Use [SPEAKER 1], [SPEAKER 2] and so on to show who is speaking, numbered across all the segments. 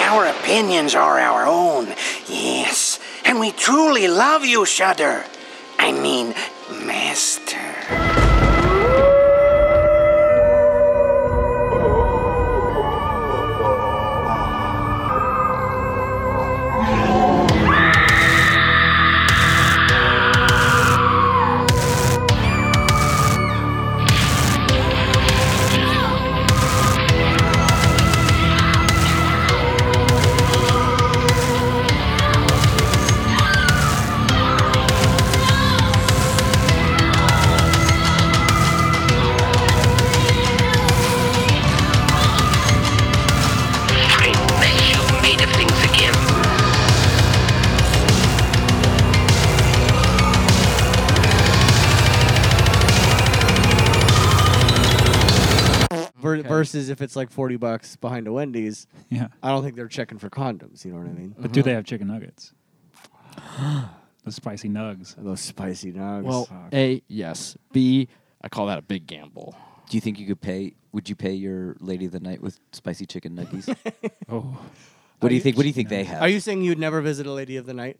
[SPEAKER 1] Our opinions are our own, yes. And we truly love you, Shudder. I mean, Master.
[SPEAKER 2] Frank Mayhew made of things again.
[SPEAKER 3] Ver- Versus if it's like forty bucks behind a Wendy's,
[SPEAKER 4] Yeah.
[SPEAKER 3] I don't think they're checking for condoms. You know what I
[SPEAKER 5] Mm.
[SPEAKER 3] mean?
[SPEAKER 4] But do they have chicken nuggets? the spicy nugs.
[SPEAKER 3] Those spicy dogs.
[SPEAKER 5] Well, A, yes. B, I call that a big gamble.
[SPEAKER 6] Do you think you could pay? Would you pay your lady of the night with spicy chicken nuggies?
[SPEAKER 4] Oh.
[SPEAKER 6] what do you think? What do you think they have?
[SPEAKER 3] are you saying you'd never visit a lady of the night?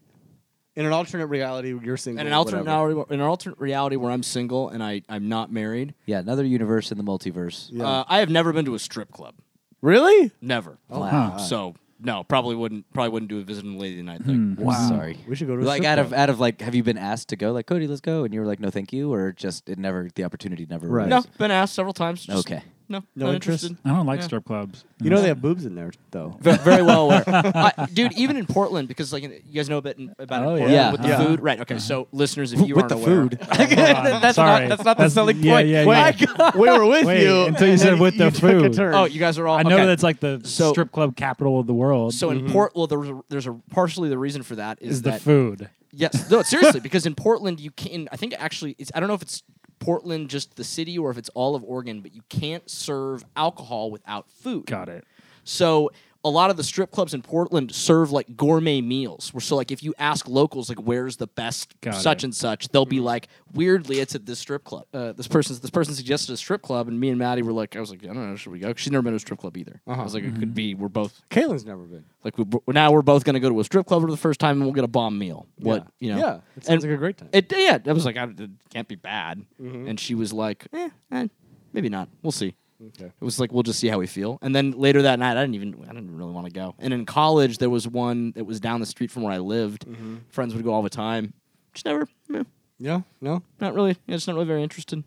[SPEAKER 3] In an alternate reality, you're single.
[SPEAKER 5] In an alternate
[SPEAKER 3] whatever.
[SPEAKER 5] reality, in an alternate reality where I'm single and I, I'm not married,
[SPEAKER 6] yeah, another universe in the multiverse.
[SPEAKER 3] Yeah.
[SPEAKER 5] uh, I have never been to a strip club.
[SPEAKER 3] Really?
[SPEAKER 5] Never.
[SPEAKER 3] Oh
[SPEAKER 4] Oh.
[SPEAKER 3] Uh,
[SPEAKER 6] Wow.
[SPEAKER 5] So no, probably wouldn't probably wouldn't do a visit in the lady tonight
[SPEAKER 4] Hmm.
[SPEAKER 5] thing.
[SPEAKER 6] Wow. Sorry.
[SPEAKER 3] We should go to a
[SPEAKER 6] Like
[SPEAKER 3] strip
[SPEAKER 6] out of
[SPEAKER 3] club.
[SPEAKER 6] out of like, have you been asked to go? Like Cody, let's go, and you were like, no, thank you, or just it never the opportunity never.
[SPEAKER 3] Right.
[SPEAKER 5] No,
[SPEAKER 6] arose?
[SPEAKER 5] been asked several times. just
[SPEAKER 6] Okay.
[SPEAKER 5] No,
[SPEAKER 3] No
[SPEAKER 5] not
[SPEAKER 3] interest?
[SPEAKER 5] interested.
[SPEAKER 4] I don't like
[SPEAKER 5] Yeah.
[SPEAKER 4] strip clubs.
[SPEAKER 3] You know they have boobs in there though.
[SPEAKER 5] Ve- very well aware, I, dude. Even in Portland, because like in- you guys know a bit in, about it
[SPEAKER 4] Oh,
[SPEAKER 5] in
[SPEAKER 4] yeah.
[SPEAKER 5] Portland
[SPEAKER 6] Yeah.
[SPEAKER 5] with the
[SPEAKER 3] Yeah.
[SPEAKER 5] food, right? Okay, so listeners, if you aren't
[SPEAKER 6] With the
[SPEAKER 5] aware,
[SPEAKER 6] food.
[SPEAKER 4] that's Sorry. not that's not the selling point. Yeah, yeah, yeah.
[SPEAKER 3] we were with
[SPEAKER 4] Wait,
[SPEAKER 3] you
[SPEAKER 4] until you
[SPEAKER 3] and
[SPEAKER 4] said
[SPEAKER 3] then
[SPEAKER 4] with
[SPEAKER 3] you
[SPEAKER 4] the
[SPEAKER 3] took a
[SPEAKER 4] food.
[SPEAKER 3] turn.
[SPEAKER 5] oh, you guys are all.
[SPEAKER 4] I know
[SPEAKER 5] okay.
[SPEAKER 4] that's like the
[SPEAKER 5] So-
[SPEAKER 4] strip club capital of the world.
[SPEAKER 5] So
[SPEAKER 3] Mm-hmm.
[SPEAKER 5] in Port, well, there's a, there's a partially the reason for that is,
[SPEAKER 4] is the
[SPEAKER 5] that
[SPEAKER 4] food.
[SPEAKER 5] yes, no, seriously, because in Portland you can. I think actually, it's I don't know if it's Portland just the city or if it's all of Oregon, but you can't serve alcohol without food.
[SPEAKER 4] Got it.
[SPEAKER 5] So a lot of the strip clubs in Portland serve like gourmet meals. Where so like if you ask locals like where's the best
[SPEAKER 4] Got
[SPEAKER 5] such
[SPEAKER 4] it.
[SPEAKER 5] and such, they'll
[SPEAKER 3] Mm-hmm.
[SPEAKER 5] be like weirdly it's at this strip club. Uh, this person's this person suggested a strip club, and me and Maddie were like, I was like, I don't know, should we go? She's never been to a strip club either.
[SPEAKER 3] Uh-huh.
[SPEAKER 5] I was like, it
[SPEAKER 3] Mm-hmm.
[SPEAKER 5] could be we're both
[SPEAKER 3] Kaylin's never been.
[SPEAKER 5] like we, we're- now we're both going to go to a strip club for the first time and we'll get a bomb meal. What you know?
[SPEAKER 3] Yeah, it sounds like a great time.
[SPEAKER 5] It yeah. I was like, I, it can't be bad.
[SPEAKER 3] Mm-hmm.
[SPEAKER 5] And she was like, eh, eh, maybe not. We'll see.
[SPEAKER 3] Okay.
[SPEAKER 5] It was like we'll just see how we feel. And then later that night, I didn't even I didn't really want to go. And in college, there was one that was down the street from where I lived.
[SPEAKER 3] Mm-hmm.
[SPEAKER 5] Friends would go all the time. Just never, eh,
[SPEAKER 3] Yeah, no,
[SPEAKER 5] not really. Yeah, just not really very interested.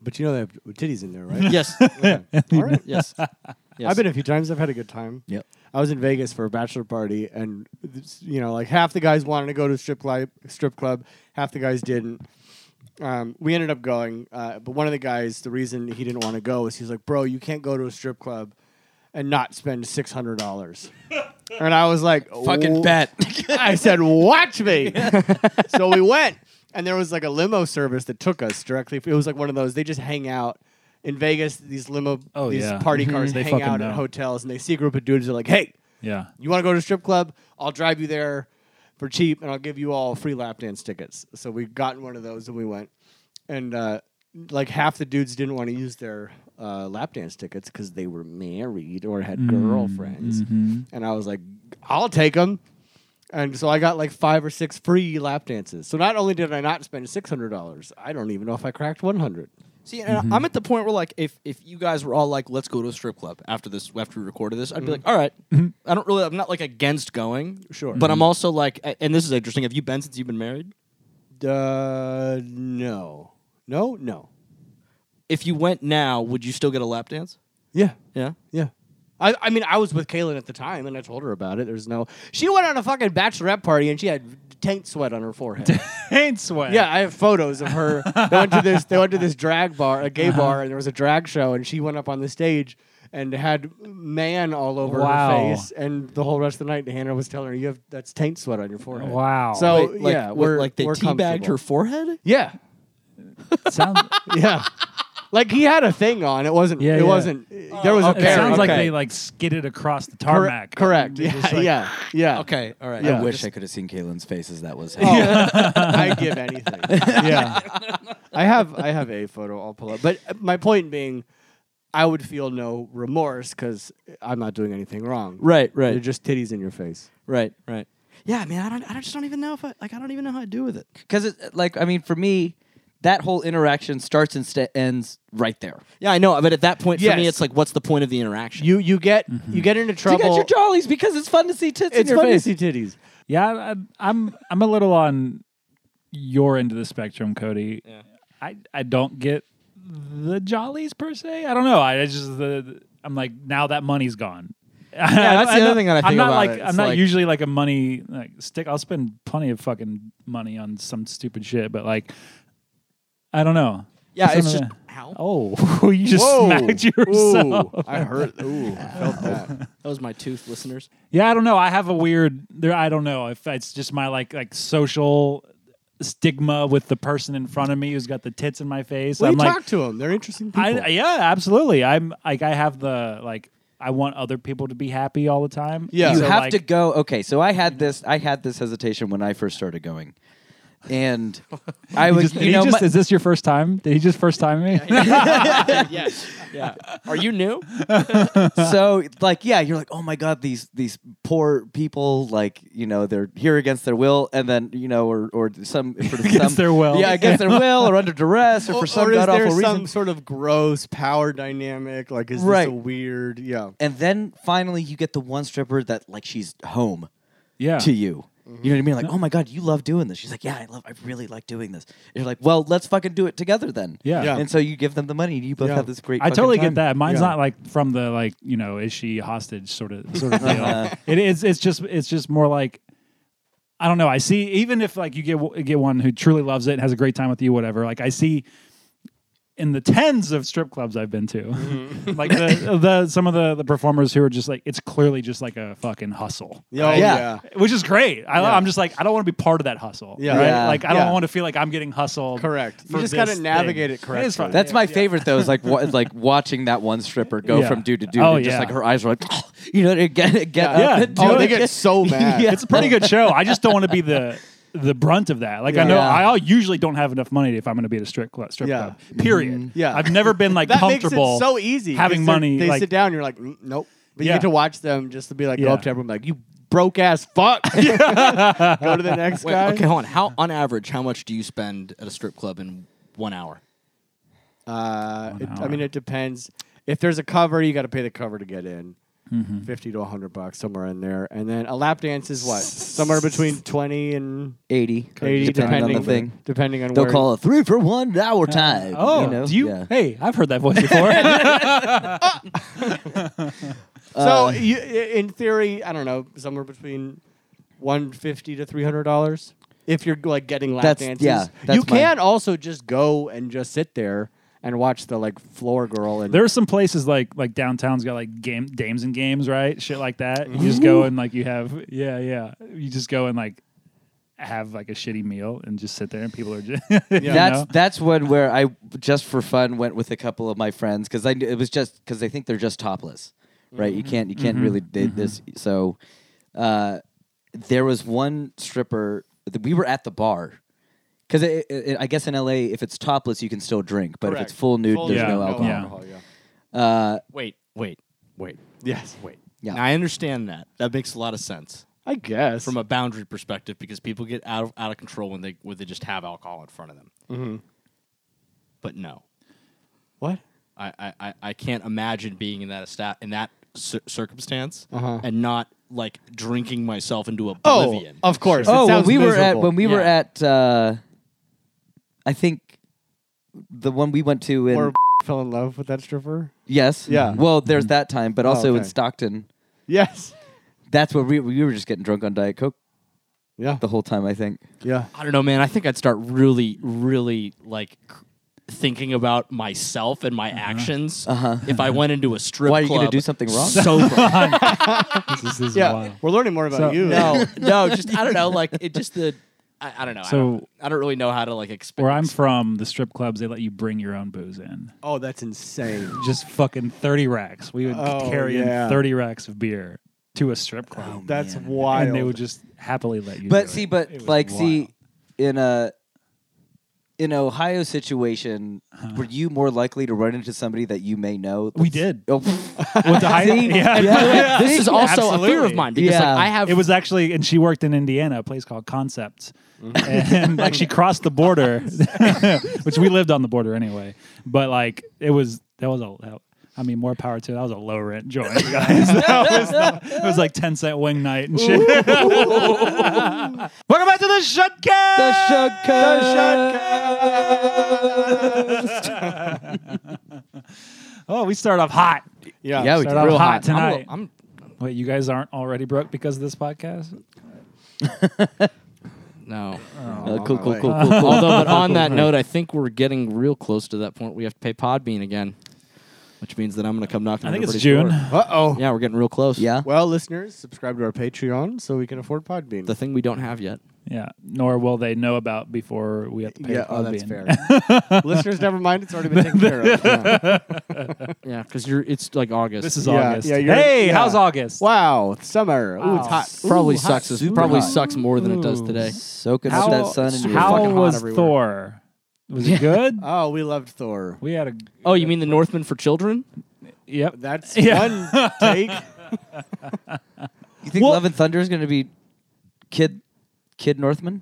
[SPEAKER 3] but you know they have titties in there, right?
[SPEAKER 5] yes,
[SPEAKER 3] Okay. All right.
[SPEAKER 5] yes, yes.
[SPEAKER 3] I've been a few times. I've had a good time.
[SPEAKER 6] Yep.
[SPEAKER 3] I was in Vegas for a bachelor party, and this- you know, like half the guys wanted to go to a strip club, strip club, half the guys didn't. Um, we ended up going, uh, but one of the guys, the reason he didn't want to go is he's like, "Bro, you can't go to a strip club and not spend six hundred dollars." and I was like,
[SPEAKER 5] fucking
[SPEAKER 3] "Wh-
[SPEAKER 5] bet.
[SPEAKER 3] I said, "Watch me." so we went, and there was like a limo service that took us directly. It was like one of those. They just hang out in Vegas. These limo,
[SPEAKER 4] Oh,
[SPEAKER 3] these
[SPEAKER 4] yeah.
[SPEAKER 3] party
[SPEAKER 4] Mhm.
[SPEAKER 3] cars
[SPEAKER 4] They
[SPEAKER 3] hang
[SPEAKER 4] fucking
[SPEAKER 3] out
[SPEAKER 4] know.
[SPEAKER 3] at hotels, and they see a group of dudes. They're like, "Hey,
[SPEAKER 4] Yeah.
[SPEAKER 3] you want to go to a strip club? I'll drive you there for cheap, and I'll give you all free lap dance tickets." So we got one of those, and we went, and uh, like half the dudes didn't want to use their uh, lap dance tickets because they were married or had girlfriends, and I was like, "I'll take them." And so I got like five or six free lap dances. So not only did I not spend six hundred dollars, I don't even know if I cracked one hundred.
[SPEAKER 5] See, and I'm at the point where like if if you guys were all like, let's go to a strip club after this after we recorded this, I'd be like, all right. I don't really, I'm not like against going,
[SPEAKER 3] Sure.
[SPEAKER 5] but I'm also like, a- and this is interesting. Have you been since you've been married?
[SPEAKER 3] Uh, no, no, no.
[SPEAKER 5] If you went now, would you still get a lap dance?
[SPEAKER 3] Yeah,
[SPEAKER 5] Yeah.
[SPEAKER 3] Yeah. I, I mean, I was with Kaylin at the time, and I told her about it. There's no. She went on a fucking bachelorette party, and she had taint sweat on her forehead.
[SPEAKER 4] Ain't sweat.
[SPEAKER 3] yeah, I have photos of her. They went to this. They went to this drag bar, a
[SPEAKER 4] Uh-huh.
[SPEAKER 3] gay bar, and there was a drag show, and she went up on the stage and had man all over
[SPEAKER 4] Wow.
[SPEAKER 3] her face, and the whole rest of the night, Hannah was telling her, "You have that's taint sweat on your forehead."
[SPEAKER 4] Wow.
[SPEAKER 3] So
[SPEAKER 5] Wait, like,
[SPEAKER 3] yeah,
[SPEAKER 5] what,
[SPEAKER 3] we're
[SPEAKER 5] like they
[SPEAKER 3] we're
[SPEAKER 5] teabagged her
[SPEAKER 3] comfortable.
[SPEAKER 5] forehead.
[SPEAKER 3] Yeah,
[SPEAKER 4] Sounds,
[SPEAKER 3] yeah. Like he had a thing on. It wasn't.
[SPEAKER 4] Yeah,
[SPEAKER 3] it
[SPEAKER 4] yeah. Oh,
[SPEAKER 3] wasn't. There was a
[SPEAKER 4] it
[SPEAKER 3] pair.
[SPEAKER 4] sounds like
[SPEAKER 3] Okay.
[SPEAKER 4] they like skidded across the
[SPEAKER 3] Cor-
[SPEAKER 4] tarmac.
[SPEAKER 3] correct.
[SPEAKER 4] They're
[SPEAKER 3] Yeah,
[SPEAKER 4] just like-
[SPEAKER 3] yeah. Yeah.
[SPEAKER 5] Okay. All right.
[SPEAKER 3] Yeah.
[SPEAKER 6] I wish I could have seen Kaylin's face as that was happening.
[SPEAKER 3] Oh, I'd give anything. Yeah, I have I have a photo. I'll pull up. But my point uh, being, I would feel no remorse because I'm not doing anything wrong.
[SPEAKER 5] Right,
[SPEAKER 3] They're
[SPEAKER 5] right,
[SPEAKER 3] just titties in your face.
[SPEAKER 5] right, right. Yeah, man, I don't, I just don't even know if I, like, I don't even know how to do with it.
[SPEAKER 6] Because it like I mean for me, that whole interaction starts and sta ends right there.
[SPEAKER 5] Yeah, I know, but at that point, for me,
[SPEAKER 3] Yes.
[SPEAKER 5] it's like, what's the point of the interaction?
[SPEAKER 3] You you get
[SPEAKER 4] Mm-hmm.
[SPEAKER 3] you get into
[SPEAKER 6] You
[SPEAKER 3] trouble.
[SPEAKER 6] got your jollies because it's fun to see tits in
[SPEAKER 3] it's
[SPEAKER 6] your
[SPEAKER 3] fun
[SPEAKER 6] face.
[SPEAKER 3] to see titties.
[SPEAKER 4] Yeah, I, I'm I'm a little on your end of the spectrum, Cody. I I don't get the jollies per se. I don't know. I, it's just the I'm like now that money's gone. Yeah,
[SPEAKER 5] that's the other thing that I
[SPEAKER 4] am
[SPEAKER 5] think
[SPEAKER 4] not
[SPEAKER 5] about
[SPEAKER 4] like
[SPEAKER 5] it.
[SPEAKER 4] I'm
[SPEAKER 5] It's
[SPEAKER 4] not
[SPEAKER 5] like-
[SPEAKER 4] usually like a money like stick. I'll spend plenty of fucking money on some stupid shit, but like I don't know.
[SPEAKER 5] yeah,
[SPEAKER 4] Some
[SPEAKER 5] it's
[SPEAKER 4] of
[SPEAKER 5] just,
[SPEAKER 4] the-
[SPEAKER 5] ow.
[SPEAKER 4] oh, you just smacked yourself.
[SPEAKER 3] Ooh, I hurt. Ooh, I felt that.
[SPEAKER 5] That was my tooth, listeners.
[SPEAKER 4] Yeah, I don't know. I have a weird there I don't know if it's just my like like social stigma with the person in front of me who's got the tits in my face.
[SPEAKER 3] Well,
[SPEAKER 4] I'm
[SPEAKER 3] you
[SPEAKER 4] like
[SPEAKER 3] talk to them. They're interesting people.
[SPEAKER 4] I, yeah, absolutely. I'm like I have the like I want other people to be happy all the time.
[SPEAKER 3] Yeah.
[SPEAKER 6] You
[SPEAKER 4] So,
[SPEAKER 6] have
[SPEAKER 4] like,
[SPEAKER 6] to go. Okay, so I had this. I had this hesitation when I first started going, and I
[SPEAKER 4] He
[SPEAKER 6] was.
[SPEAKER 4] just,
[SPEAKER 6] you
[SPEAKER 4] he
[SPEAKER 6] know,
[SPEAKER 4] just-
[SPEAKER 6] my-
[SPEAKER 4] is this your first time? Did he just first time me?
[SPEAKER 5] yes. Yeah. Are you new?
[SPEAKER 6] so like yeah you're like oh my god these these poor people like you know they're here against their will and then you know or or some for against some,
[SPEAKER 4] their will.
[SPEAKER 6] yeah against their will or under duress or, for some
[SPEAKER 3] or is
[SPEAKER 6] god
[SPEAKER 3] there
[SPEAKER 6] awful
[SPEAKER 3] some
[SPEAKER 6] reason
[SPEAKER 3] sort of gross power dynamic? Like, is
[SPEAKER 6] Right.
[SPEAKER 3] this a weird? Yeah.
[SPEAKER 6] and then finally you get the one stripper that like she's home
[SPEAKER 4] yeah. Mm-hmm.
[SPEAKER 6] to you you know what I mean? Like, oh my God, you love doing this. She's like, yeah, I love, I really like doing this. And you're like, well, let's fucking do it together then.
[SPEAKER 4] Yeah. Yeah.
[SPEAKER 6] And so you give them the money, and you both
[SPEAKER 3] Yeah.
[SPEAKER 6] have this great.
[SPEAKER 4] I
[SPEAKER 6] fucking
[SPEAKER 4] totally
[SPEAKER 6] time.
[SPEAKER 4] get that. Mine's
[SPEAKER 3] Yeah.
[SPEAKER 4] not like from the like you know is she hostage sort of sort of deal. it is. It's just it's just more like I don't know. I see even if like you get get one who truly loves it and has a great time with you, whatever. Like I see in the tens of strip clubs I've been to,
[SPEAKER 3] Mm-hmm.
[SPEAKER 4] like the, the some of the, the performers who are just like it's clearly just like a fucking hustle.
[SPEAKER 3] Yeah.
[SPEAKER 6] Yeah.
[SPEAKER 3] yeah.
[SPEAKER 4] Which is great. I, I'm just like I don't want to be part of that hustle.
[SPEAKER 3] Yeah.
[SPEAKER 4] right?
[SPEAKER 6] Yeah.
[SPEAKER 4] Like I don't
[SPEAKER 3] Yeah.
[SPEAKER 4] want to feel like I'm getting hustled.
[SPEAKER 3] Correct. You
[SPEAKER 4] for
[SPEAKER 3] just gotta
[SPEAKER 4] this
[SPEAKER 3] navigate it
[SPEAKER 4] thing. is
[SPEAKER 3] correctly.
[SPEAKER 4] fun.
[SPEAKER 6] That's my favorite though. Is like wa- is like watching that one stripper go
[SPEAKER 4] Yeah.
[SPEAKER 6] from dude to dude.
[SPEAKER 4] Oh,
[SPEAKER 6] and just
[SPEAKER 4] yeah.
[SPEAKER 6] like her eyes were like, you know, to get get
[SPEAKER 3] Yeah.
[SPEAKER 6] up.
[SPEAKER 4] Yeah.
[SPEAKER 6] and do
[SPEAKER 3] Oh,
[SPEAKER 6] it
[SPEAKER 3] they
[SPEAKER 6] again.
[SPEAKER 3] get so mad.
[SPEAKER 6] Yeah.
[SPEAKER 4] it's a pretty good show. I just don't want to be the the brunt of that. Like I know
[SPEAKER 6] Yeah.
[SPEAKER 4] I all usually don't have enough money if I'm going to be at a strip club. Strip
[SPEAKER 3] Yeah. Mm-hmm.
[SPEAKER 4] club. Period.
[SPEAKER 3] Yeah.
[SPEAKER 4] I've never been like
[SPEAKER 3] That makes it
[SPEAKER 4] comfortable.
[SPEAKER 3] so easy. 'cause
[SPEAKER 4] having
[SPEAKER 3] they're-
[SPEAKER 4] money,
[SPEAKER 3] They
[SPEAKER 4] like-
[SPEAKER 3] sit down. You're like, "Mm, nope. But
[SPEAKER 4] Yeah.
[SPEAKER 3] you get to watch them just to be like, go
[SPEAKER 4] Yeah.
[SPEAKER 3] up to everyone, like, you broke ass fuck. go to the next guy.
[SPEAKER 5] okay, hold on. How, on average, how much do you spend at a strip club in one hour?
[SPEAKER 3] Uh, it, I
[SPEAKER 4] hour.
[SPEAKER 3] mean, it depends. If there's a cover, you got to pay the cover to get in.
[SPEAKER 4] Mm-hmm.
[SPEAKER 3] Fifty to hundred bucks, somewhere in there. And then a lap dance is what? Somewhere between twenty and
[SPEAKER 6] Eighty,
[SPEAKER 3] eighty,
[SPEAKER 6] depending,
[SPEAKER 3] depending,
[SPEAKER 6] on the thing.
[SPEAKER 3] Depending on
[SPEAKER 6] They'll
[SPEAKER 3] where
[SPEAKER 6] call it three for one hour time.
[SPEAKER 4] Oh,
[SPEAKER 6] you know?
[SPEAKER 4] do you?
[SPEAKER 6] Yeah.
[SPEAKER 4] Hey, I've heard that voice before.
[SPEAKER 6] Um,
[SPEAKER 3] So you, i- in theory, I don't know, somewhere between one fifty to three hundred dollars if you're like getting lap
[SPEAKER 6] That's-
[SPEAKER 3] dances.
[SPEAKER 6] yeah, that's
[SPEAKER 3] you
[SPEAKER 6] mine.
[SPEAKER 3] can also just go and just sit there and watch the like floor girl and
[SPEAKER 4] there are some places like like downtown's got like game dames and games, right? Shit like that. You just go and like you have yeah yeah. You just go and like have like a shitty meal and just sit there and people are just you
[SPEAKER 6] That's
[SPEAKER 4] know?
[SPEAKER 6] that's one where I just for fun went with a couple of my friends because I knew- it was just because I think they're just topless, right?
[SPEAKER 3] Mm-hmm.
[SPEAKER 6] You can't you can't really do this. So uh, there was one stripper that we were at the bar because it, it, it- I guess in LA if it's topless you can still drink, but if
[SPEAKER 3] Correct.
[SPEAKER 6] it's full nude
[SPEAKER 3] Full
[SPEAKER 6] there's
[SPEAKER 4] nude,
[SPEAKER 6] no
[SPEAKER 4] no
[SPEAKER 6] alcohol.
[SPEAKER 4] alcohol.
[SPEAKER 3] yeah.
[SPEAKER 6] Uh,
[SPEAKER 5] Wait, wait, wait.
[SPEAKER 3] Yes, wait.
[SPEAKER 6] Yeah.
[SPEAKER 5] Now, I understand that. That makes a lot of sense
[SPEAKER 3] I guess
[SPEAKER 5] from a boundary perspective because people get out of out of control when they when they just have alcohol in front of them.
[SPEAKER 3] Mm-hmm.
[SPEAKER 5] But no,
[SPEAKER 3] what?
[SPEAKER 5] I, I, I- I can't imagine being in that esta- in that cir- circumstance
[SPEAKER 3] Uh-huh.
[SPEAKER 5] and not like drinking myself into
[SPEAKER 3] Oh,
[SPEAKER 5] oblivion.
[SPEAKER 3] of course.
[SPEAKER 6] oh,
[SPEAKER 3] it
[SPEAKER 6] when
[SPEAKER 3] sounds
[SPEAKER 6] we were at
[SPEAKER 3] miserable.
[SPEAKER 6] when we were
[SPEAKER 5] Yeah.
[SPEAKER 6] at uh, I think the one we went to in
[SPEAKER 3] or fell in love with that stripper.
[SPEAKER 6] yes
[SPEAKER 3] Yeah. Mm-hmm. Oh,
[SPEAKER 6] well there's that time but also in
[SPEAKER 3] okay.
[SPEAKER 6] Stockton.
[SPEAKER 3] Yes.
[SPEAKER 6] That's what we we were just getting drunk on Diet Coke
[SPEAKER 3] Yeah.
[SPEAKER 6] the whole time. I think.
[SPEAKER 3] Yeah.
[SPEAKER 5] I don't know, man. I think I'd start really, really like c- thinking about myself and my actions if I went into a strip
[SPEAKER 6] Uh-huh. Why, are you
[SPEAKER 5] club.
[SPEAKER 6] gonna do something wrong?
[SPEAKER 5] Sober.
[SPEAKER 4] This is
[SPEAKER 3] Yeah.
[SPEAKER 4] wild.
[SPEAKER 3] We're learning more about
[SPEAKER 4] So-
[SPEAKER 3] you.
[SPEAKER 5] Oh, no, no, just I don't know. Like it just the I, I don't know. I,
[SPEAKER 4] So-
[SPEAKER 5] don't, I don't really know how to like explain.
[SPEAKER 4] Where I'm from, the strip clubs they let you bring your own booze in.
[SPEAKER 3] Oh, that's insane.
[SPEAKER 4] just fucking 30 racks. We would
[SPEAKER 3] Oh,
[SPEAKER 4] carry
[SPEAKER 3] yeah.
[SPEAKER 4] in 30 racks of beer to a strip club.
[SPEAKER 3] That's
[SPEAKER 6] Oh, Man.
[SPEAKER 3] wild.
[SPEAKER 4] and they would just happily let you. do
[SPEAKER 6] But
[SPEAKER 4] it.
[SPEAKER 6] see, but
[SPEAKER 4] It was
[SPEAKER 6] like, see,
[SPEAKER 4] wild.
[SPEAKER 6] in a in Ohio situation,
[SPEAKER 5] Uh-huh.
[SPEAKER 6] were you more likely to run into somebody that you may know?
[SPEAKER 4] We
[SPEAKER 6] that's-
[SPEAKER 4] did.
[SPEAKER 6] Oh,
[SPEAKER 4] With the high,
[SPEAKER 6] See?
[SPEAKER 4] yeah.
[SPEAKER 6] Yeah. Yeah.
[SPEAKER 5] This is also a fear of
[SPEAKER 4] Absolutely.
[SPEAKER 5] mine because
[SPEAKER 6] Yeah.
[SPEAKER 5] like, I have
[SPEAKER 4] It was actually, and she worked in Indiana, a place called Concepts, and like she crossed the border, which we lived on the border anyway. But like it was, that was a, that- I mean, more power to it. That was a low rent joint, guys. that was not- it was like ten cent wing night and shit. Welcome back to the Shutcast.
[SPEAKER 6] the shotgun.
[SPEAKER 4] Oh, we start off hot.
[SPEAKER 3] Yeah.
[SPEAKER 6] Yeah, we
[SPEAKER 4] Start
[SPEAKER 6] did.
[SPEAKER 4] off
[SPEAKER 6] Real
[SPEAKER 4] hot
[SPEAKER 5] I'm a-
[SPEAKER 4] tonight.
[SPEAKER 5] I'm-
[SPEAKER 4] Wait, you guys aren't already broke because of this podcast?
[SPEAKER 5] no.
[SPEAKER 6] Uh, cool, cool,
[SPEAKER 3] way.
[SPEAKER 6] cool, cool, cool.
[SPEAKER 5] Although, but on that note, I think we're getting real close to that point. We have to pay Podbean again, which means that I'm going to come knocking.
[SPEAKER 4] I
[SPEAKER 5] on
[SPEAKER 4] think it's June.
[SPEAKER 5] everybody's
[SPEAKER 3] Uh oh.
[SPEAKER 5] door. Yeah, we're getting real close.
[SPEAKER 6] yeah.
[SPEAKER 3] Well, listeners, subscribe to our Patreon so we can afford Podbean.
[SPEAKER 5] the thing we don't have yet.
[SPEAKER 4] Yeah, nor will they know about before we have to pay.
[SPEAKER 3] yeah,
[SPEAKER 4] for
[SPEAKER 3] oh, that's
[SPEAKER 4] Podbean.
[SPEAKER 3] fair. listeners, never mind. It's already been taken care of. Yeah.
[SPEAKER 5] Yeah, because you're. It's like August.
[SPEAKER 4] This is
[SPEAKER 3] Yeah,
[SPEAKER 4] August.
[SPEAKER 3] yeah, you're-
[SPEAKER 4] hey,
[SPEAKER 3] yeah.
[SPEAKER 4] how's August?
[SPEAKER 3] Wow, it's summer. Ooh, it's
[SPEAKER 4] Wow.
[SPEAKER 3] hot.
[SPEAKER 5] probably
[SPEAKER 6] Ooh, hot,
[SPEAKER 5] sucks. as
[SPEAKER 6] super
[SPEAKER 5] probably
[SPEAKER 6] hot.
[SPEAKER 5] sucks more than it does today.
[SPEAKER 6] Soaking
[SPEAKER 4] How,
[SPEAKER 6] up that sun and
[SPEAKER 5] how- fucking hot
[SPEAKER 4] was
[SPEAKER 5] everywhere.
[SPEAKER 4] Thor? Was it good?
[SPEAKER 3] Oh, we loved Thor.
[SPEAKER 4] we had a
[SPEAKER 5] Oh, you mean the Northmen for children?
[SPEAKER 4] yep.
[SPEAKER 3] That's
[SPEAKER 4] Yeah.
[SPEAKER 3] one take.
[SPEAKER 6] you think
[SPEAKER 4] Well-
[SPEAKER 6] Love and Thunder is going to be Kid Kid Northman?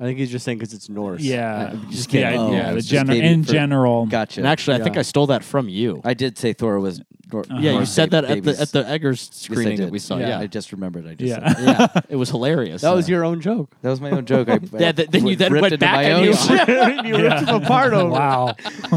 [SPEAKER 3] I think he's just saying because it's Norse.
[SPEAKER 4] Yeah,
[SPEAKER 5] just
[SPEAKER 4] yeah,
[SPEAKER 5] kidding.
[SPEAKER 4] yeah,
[SPEAKER 6] Oh,
[SPEAKER 4] the
[SPEAKER 6] just
[SPEAKER 4] gener-
[SPEAKER 6] kidding
[SPEAKER 4] in
[SPEAKER 6] for-
[SPEAKER 4] general,
[SPEAKER 6] Gotcha.
[SPEAKER 5] Mm. And actually, I think
[SPEAKER 3] Yeah.
[SPEAKER 5] I stole that from you.
[SPEAKER 6] I did say Thor was. Nor-
[SPEAKER 5] yeah, you
[SPEAKER 6] Norse
[SPEAKER 5] said that at
[SPEAKER 6] babies.
[SPEAKER 5] the at the Eggers
[SPEAKER 6] Yes, I
[SPEAKER 5] screening
[SPEAKER 6] did.
[SPEAKER 5] that we saw.
[SPEAKER 4] Yeah.
[SPEAKER 5] Yeah,
[SPEAKER 6] I just remembered. I just
[SPEAKER 4] Yeah.
[SPEAKER 6] said that.
[SPEAKER 5] yeah, it was hilarious.
[SPEAKER 3] That was your own joke.
[SPEAKER 6] That was my own joke. I,
[SPEAKER 5] Yeah, th- then you then
[SPEAKER 6] ripped
[SPEAKER 5] went
[SPEAKER 6] into
[SPEAKER 5] back
[SPEAKER 6] my
[SPEAKER 5] and
[SPEAKER 6] own
[SPEAKER 5] you.
[SPEAKER 6] joke.
[SPEAKER 3] you ripped him apart over.
[SPEAKER 4] wow,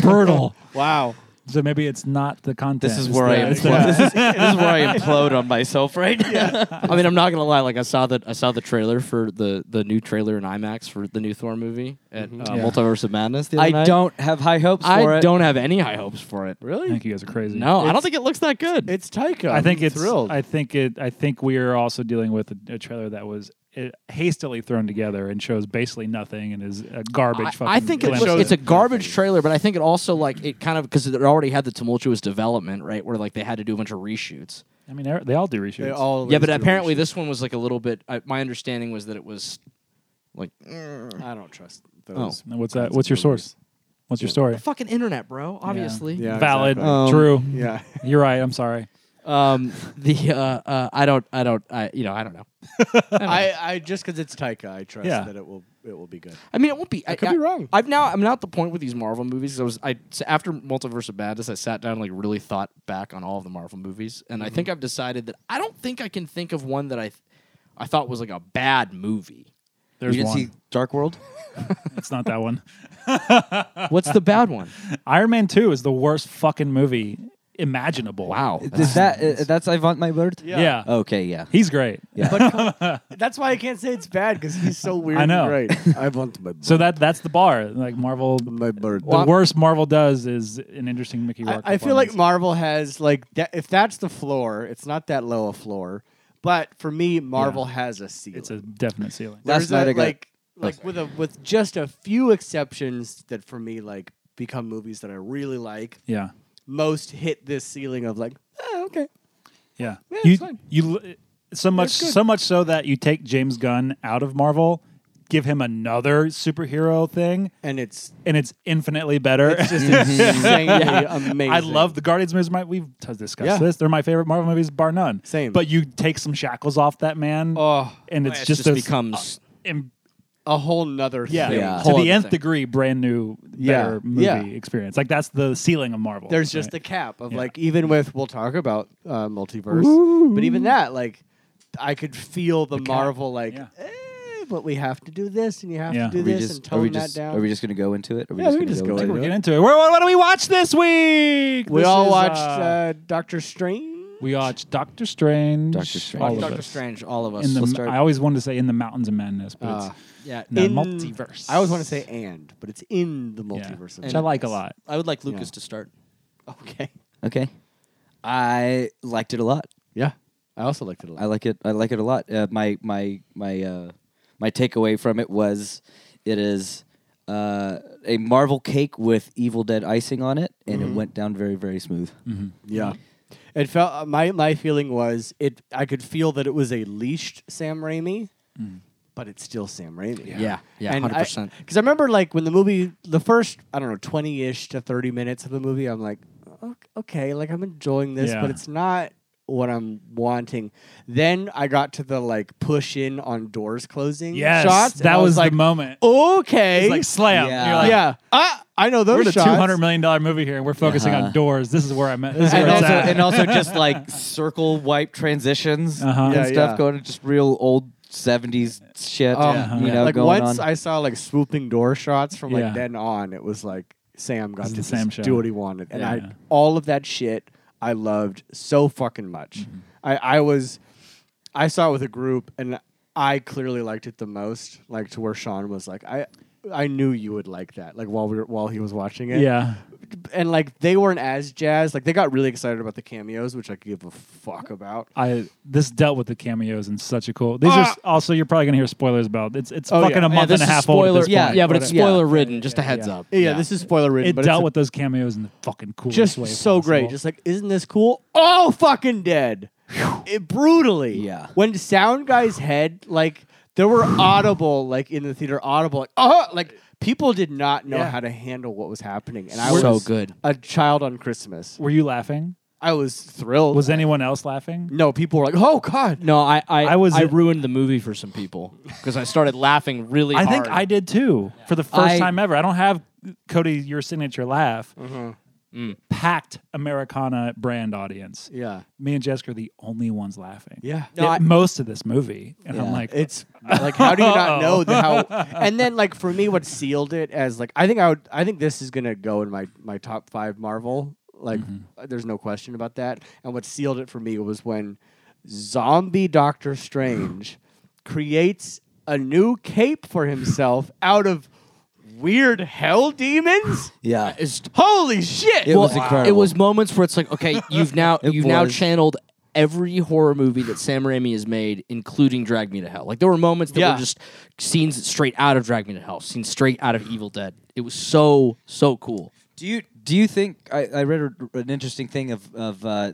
[SPEAKER 4] brutal.
[SPEAKER 3] Wow.
[SPEAKER 4] So maybe it's not the content.
[SPEAKER 6] This is
[SPEAKER 4] it's
[SPEAKER 6] where I
[SPEAKER 4] the- it's
[SPEAKER 6] implode. This is, this is where I implode on myself right now.
[SPEAKER 5] I mean, I'm not gonna lie. Like, I saw that I saw the trailer for the the new trailer in IMAX for the new Thor movie at uh,
[SPEAKER 4] Yeah.
[SPEAKER 5] Multiverse of Madness. The other
[SPEAKER 6] Mm-hmm. I
[SPEAKER 5] night.
[SPEAKER 6] don't have high hopes for
[SPEAKER 5] I
[SPEAKER 6] it.
[SPEAKER 5] don't have any high hopes for it.
[SPEAKER 4] I
[SPEAKER 3] Really?
[SPEAKER 4] think you guys are crazy.
[SPEAKER 5] No, I don't think it looks that good.
[SPEAKER 3] It's Taika.
[SPEAKER 4] I think
[SPEAKER 3] I'm
[SPEAKER 4] it's.
[SPEAKER 3] thrilled.
[SPEAKER 4] I think it. I think we are also dealing with a, a trailer that was uh, hastily thrown together and shows basically nothing and is a garbage.
[SPEAKER 5] I,
[SPEAKER 4] fucking
[SPEAKER 5] I think it
[SPEAKER 4] glimpse.
[SPEAKER 5] looks, it's a garbage trailer, but I think it also like it kind of because it already had the tumultuous development, right? Where like they had to do a bunch of reshoots.
[SPEAKER 4] I mean, they all do reshoots.
[SPEAKER 3] They always
[SPEAKER 5] yeah, but
[SPEAKER 3] do
[SPEAKER 5] apparently
[SPEAKER 3] reshoots.
[SPEAKER 5] this one was like a little bit. I, my understanding was that it was like
[SPEAKER 3] I don't trust those.
[SPEAKER 4] And What's that? What's your source? What's your story?
[SPEAKER 5] fucking internet, bro. Obviously,
[SPEAKER 3] Yeah,
[SPEAKER 4] Valid,
[SPEAKER 3] exactly. Um,
[SPEAKER 4] true.
[SPEAKER 3] Yeah.
[SPEAKER 4] You're right. I'm sorry.
[SPEAKER 5] Um, the uh, uh, I don't, I don't, I you know, I don't know.
[SPEAKER 3] I, I just because it's Taika, I trust
[SPEAKER 4] Yeah.
[SPEAKER 3] that it will it will be good.
[SPEAKER 5] I mean, it won't be. I,
[SPEAKER 3] could
[SPEAKER 5] I-
[SPEAKER 3] be wrong.
[SPEAKER 5] I've now. I'm now at the point with these Marvel movies. I was. I so after Multiverse of Madness, I sat down and like really thought back on all of the Marvel movies, and I think I've decided that I don't think I can think of one that I, th- I thought was like a bad movie.
[SPEAKER 4] There's
[SPEAKER 6] you didn't
[SPEAKER 4] one.
[SPEAKER 6] see Dark World?
[SPEAKER 4] It's not that one.
[SPEAKER 5] What's the bad one?
[SPEAKER 4] Iron Man Two is the worst fucking movie imaginable.
[SPEAKER 5] Wow.
[SPEAKER 6] Is that uh, that's Ivan my bird?
[SPEAKER 4] Yeah.
[SPEAKER 3] Uh,
[SPEAKER 6] Okay, yeah.
[SPEAKER 4] He's great.
[SPEAKER 3] That's why I can't say it's bad because he's so weird.
[SPEAKER 4] I know.
[SPEAKER 3] And great. I want my
[SPEAKER 4] So that that's the bar. Like Marvel,
[SPEAKER 3] my bird.
[SPEAKER 4] the worst Marvel does is an interesting Mickey Rourke.
[SPEAKER 3] I, I feel like
[SPEAKER 4] performance.
[SPEAKER 3] Marvel has like that, if that's the floor, it's not that low a floor. But for me, Marvel has a ceiling.
[SPEAKER 4] it's a definite ceiling.
[SPEAKER 3] There's
[SPEAKER 6] Last night
[SPEAKER 3] a,
[SPEAKER 6] I got-
[SPEAKER 3] like like with a with just a few exceptions that for me like become movies that I really like.
[SPEAKER 4] Yeah,
[SPEAKER 3] Most hit this ceiling of like oh, okay.
[SPEAKER 4] yeah.
[SPEAKER 3] Yeah,
[SPEAKER 4] you
[SPEAKER 3] it's fine.
[SPEAKER 4] you l- so much
[SPEAKER 3] It's good.
[SPEAKER 4] so much so that you take James Gunn out of Marvel, give him another superhero thing,
[SPEAKER 3] And it's
[SPEAKER 4] and it's infinitely better.
[SPEAKER 3] it's just insanely amazing.
[SPEAKER 4] I love the Guardians movies. My, we've t- discussed
[SPEAKER 3] Yeah.
[SPEAKER 4] this. They're my favorite Marvel movies, bar none.
[SPEAKER 3] Same.
[SPEAKER 4] But you take some shackles off that man,
[SPEAKER 3] oh,
[SPEAKER 4] and it's
[SPEAKER 5] It's
[SPEAKER 4] just,
[SPEAKER 5] just,
[SPEAKER 4] this,
[SPEAKER 5] becomes.
[SPEAKER 4] em-
[SPEAKER 3] a whole nother
[SPEAKER 4] yeah,
[SPEAKER 3] thing.
[SPEAKER 6] Yeah.
[SPEAKER 4] to
[SPEAKER 5] Whole
[SPEAKER 4] the
[SPEAKER 5] other
[SPEAKER 4] nth
[SPEAKER 5] thing.
[SPEAKER 4] degree, brand new,
[SPEAKER 3] Yeah.
[SPEAKER 4] better movie
[SPEAKER 3] Yeah.
[SPEAKER 4] experience. Like that's the ceiling of Marvel.
[SPEAKER 3] There's just the
[SPEAKER 4] right?
[SPEAKER 3] cap of
[SPEAKER 4] Yeah.
[SPEAKER 3] like even with we'll talk about uh, multiverse, but even that like I could feel the, Marvel like,
[SPEAKER 4] yeah.
[SPEAKER 3] eh, but we have to do this and you have
[SPEAKER 4] Yeah.
[SPEAKER 3] to do
[SPEAKER 6] Are we
[SPEAKER 3] this
[SPEAKER 6] just,
[SPEAKER 3] and
[SPEAKER 6] are
[SPEAKER 3] tone
[SPEAKER 6] we
[SPEAKER 3] that
[SPEAKER 6] just
[SPEAKER 3] down.
[SPEAKER 6] are we just going to go into it? Are we
[SPEAKER 3] Yeah,
[SPEAKER 6] just
[SPEAKER 3] we can
[SPEAKER 6] gonna
[SPEAKER 3] just
[SPEAKER 6] go
[SPEAKER 3] go
[SPEAKER 6] into
[SPEAKER 3] in.
[SPEAKER 4] We'll
[SPEAKER 6] it?
[SPEAKER 4] get into it. What, what, what do we watch this week?
[SPEAKER 3] we
[SPEAKER 4] This
[SPEAKER 3] all
[SPEAKER 4] is,
[SPEAKER 3] watched
[SPEAKER 4] uh,
[SPEAKER 3] uh, Doctor Strange.
[SPEAKER 4] we watched Doctor Strange.
[SPEAKER 6] Doctor Strange.
[SPEAKER 4] all of
[SPEAKER 5] Doctor
[SPEAKER 4] us.
[SPEAKER 5] Strange, all of us.
[SPEAKER 4] In the,
[SPEAKER 6] Let's start-
[SPEAKER 4] I always wanted to say in the mountains of madness, but
[SPEAKER 3] Uh,
[SPEAKER 4] it's
[SPEAKER 5] yeah.
[SPEAKER 4] no,
[SPEAKER 3] in-
[SPEAKER 4] multiverse.
[SPEAKER 3] I always want to say and, but it's in the
[SPEAKER 4] yeah,
[SPEAKER 3] multiverse. of
[SPEAKER 4] which I like a lot.
[SPEAKER 5] I would like Lucas to start.
[SPEAKER 3] Okay.
[SPEAKER 6] Okay. I liked it a lot.
[SPEAKER 3] Yeah. I also liked it a lot.
[SPEAKER 6] I like it. I like it a lot. Uh, my my my uh, my takeaway from it was, it is uh, a Marvel cake with Evil Dead icing on it, and
[SPEAKER 3] Mm-hmm.
[SPEAKER 6] it went down very very smooth.
[SPEAKER 3] Yeah. Mm-hmm. It felt
[SPEAKER 4] Mm.
[SPEAKER 3] uh, my my feeling was it I could feel that it was a leashed Sam Raimi but it's still Sam Raimi.
[SPEAKER 5] Yeah, yeah,
[SPEAKER 3] And I-
[SPEAKER 5] 100%.
[SPEAKER 3] Because I, remember, like, when the movie, the first, I don't know, 20 ish to 30 minutes of the movie, I'm like, "O- okay, like, I'm enjoying this,
[SPEAKER 4] Yeah.
[SPEAKER 3] but it's not what I'm wanting. Then I got to the, like, push in on doors closing
[SPEAKER 4] Yes,
[SPEAKER 3] shots. and
[SPEAKER 4] that
[SPEAKER 3] I
[SPEAKER 4] was,
[SPEAKER 3] like,
[SPEAKER 4] the moment.
[SPEAKER 3] okay.
[SPEAKER 4] It's like slam.
[SPEAKER 6] Yeah.
[SPEAKER 4] You're like,
[SPEAKER 3] yeah. Ah, I know those
[SPEAKER 4] we're in a two
[SPEAKER 3] shots.
[SPEAKER 4] hundred million dollar movie here, and we're focusing
[SPEAKER 6] Uh-huh.
[SPEAKER 4] on doors. This is where I'm at. This is
[SPEAKER 6] and,
[SPEAKER 4] where it's
[SPEAKER 6] also,
[SPEAKER 4] at.
[SPEAKER 6] and also just like circle wipe transitions
[SPEAKER 4] Uh-huh.
[SPEAKER 6] and
[SPEAKER 3] Yeah,
[SPEAKER 6] stuff
[SPEAKER 3] yeah.
[SPEAKER 6] going to just real old 70s shit
[SPEAKER 3] Um,
[SPEAKER 6] you
[SPEAKER 4] yeah.
[SPEAKER 6] know
[SPEAKER 3] like
[SPEAKER 6] going
[SPEAKER 3] once
[SPEAKER 6] on
[SPEAKER 3] I saw like swooping door shots from like
[SPEAKER 4] Yeah.
[SPEAKER 3] then on, it was like Sam got
[SPEAKER 4] It's
[SPEAKER 3] to
[SPEAKER 4] the
[SPEAKER 3] just
[SPEAKER 4] Sam show.
[SPEAKER 3] do what he wanted, and I
[SPEAKER 4] Yeah.
[SPEAKER 3] all of that shit I loved so fucking much.
[SPEAKER 4] Mm-hmm.
[SPEAKER 3] I I was I saw it with a group, and I clearly liked it the most. Like to where Sean was like I. I knew you would like that, like while we were, while he was watching it.
[SPEAKER 4] yeah,
[SPEAKER 3] and like they weren't as jazzed. Like they got really excited about the cameos, which I give a fuck about.
[SPEAKER 4] I this dealt with the cameos in such a cool. These are s- also you're probably gonna hear spoilers about. It's it's
[SPEAKER 3] Uh, Oh,
[SPEAKER 4] fucking
[SPEAKER 3] yeah.
[SPEAKER 4] a
[SPEAKER 3] Yeah,
[SPEAKER 4] month
[SPEAKER 5] this
[SPEAKER 4] and a
[SPEAKER 5] is
[SPEAKER 4] half
[SPEAKER 5] spoiler,
[SPEAKER 4] old. At this
[SPEAKER 6] yeah,
[SPEAKER 4] point.
[SPEAKER 5] Yeah, but it's
[SPEAKER 4] it,
[SPEAKER 6] Yeah.
[SPEAKER 5] spoiler ridden. Just a heads up.
[SPEAKER 3] Yeah, this is spoiler ridden. but it's
[SPEAKER 4] dealt
[SPEAKER 3] a-
[SPEAKER 4] with those cameos in the fucking coolest
[SPEAKER 3] just
[SPEAKER 4] way
[SPEAKER 3] so great.
[SPEAKER 4] possible.
[SPEAKER 3] Just like, isn't this cool? Oh, fucking dead. It brutally.
[SPEAKER 6] Yeah.
[SPEAKER 3] When Sound Guy's head, like, there were audible, like in the theater, audible, like, oh, like people did not know
[SPEAKER 4] Yeah.
[SPEAKER 3] how to handle what was happening, and I
[SPEAKER 5] So
[SPEAKER 3] was
[SPEAKER 5] good.
[SPEAKER 3] a child on Christmas.
[SPEAKER 4] were you laughing?
[SPEAKER 3] I was thrilled.
[SPEAKER 4] Was anyone else laughing?
[SPEAKER 3] no people were like, oh god.
[SPEAKER 5] No, I I,
[SPEAKER 4] I was-
[SPEAKER 5] I ruined the movie for some people because I started laughing really
[SPEAKER 4] I
[SPEAKER 5] hard.
[SPEAKER 4] think I did too for the first
[SPEAKER 6] I-
[SPEAKER 4] time ever. I don't have Cody your signature laugh. Packed Americana brand audience.
[SPEAKER 3] Yeah.
[SPEAKER 4] Me and Jessica are the only ones laughing.
[SPEAKER 3] Yeah.
[SPEAKER 4] At most of this movie, and I'm
[SPEAKER 6] Yeah.
[SPEAKER 4] like,
[SPEAKER 3] It's like how do you not know the how? And then like for me, what sealed it as like I think I would I think this is gonna go in my my top five Marvel. Like uh, there's no question about that. And what sealed it for me was when zombie Doctor Strange creates a new cape for himself out of weird hell demons.
[SPEAKER 6] yeah
[SPEAKER 5] It's-
[SPEAKER 3] Holy shit!
[SPEAKER 6] It
[SPEAKER 5] well,
[SPEAKER 6] was incredible.
[SPEAKER 5] It was moments where it's like, okay, you've now
[SPEAKER 6] It
[SPEAKER 5] you've now
[SPEAKER 6] was.
[SPEAKER 5] channeled every horror movie that Sam Raimi has made, including Drag Me to Hell. Like there were moments that
[SPEAKER 3] Yeah.
[SPEAKER 5] were just scenes straight out of Drag Me to Hell, scenes straight out of Evil Dead. It was so so cool.
[SPEAKER 6] do you do you think I, I read a, an interesting thing of of uh,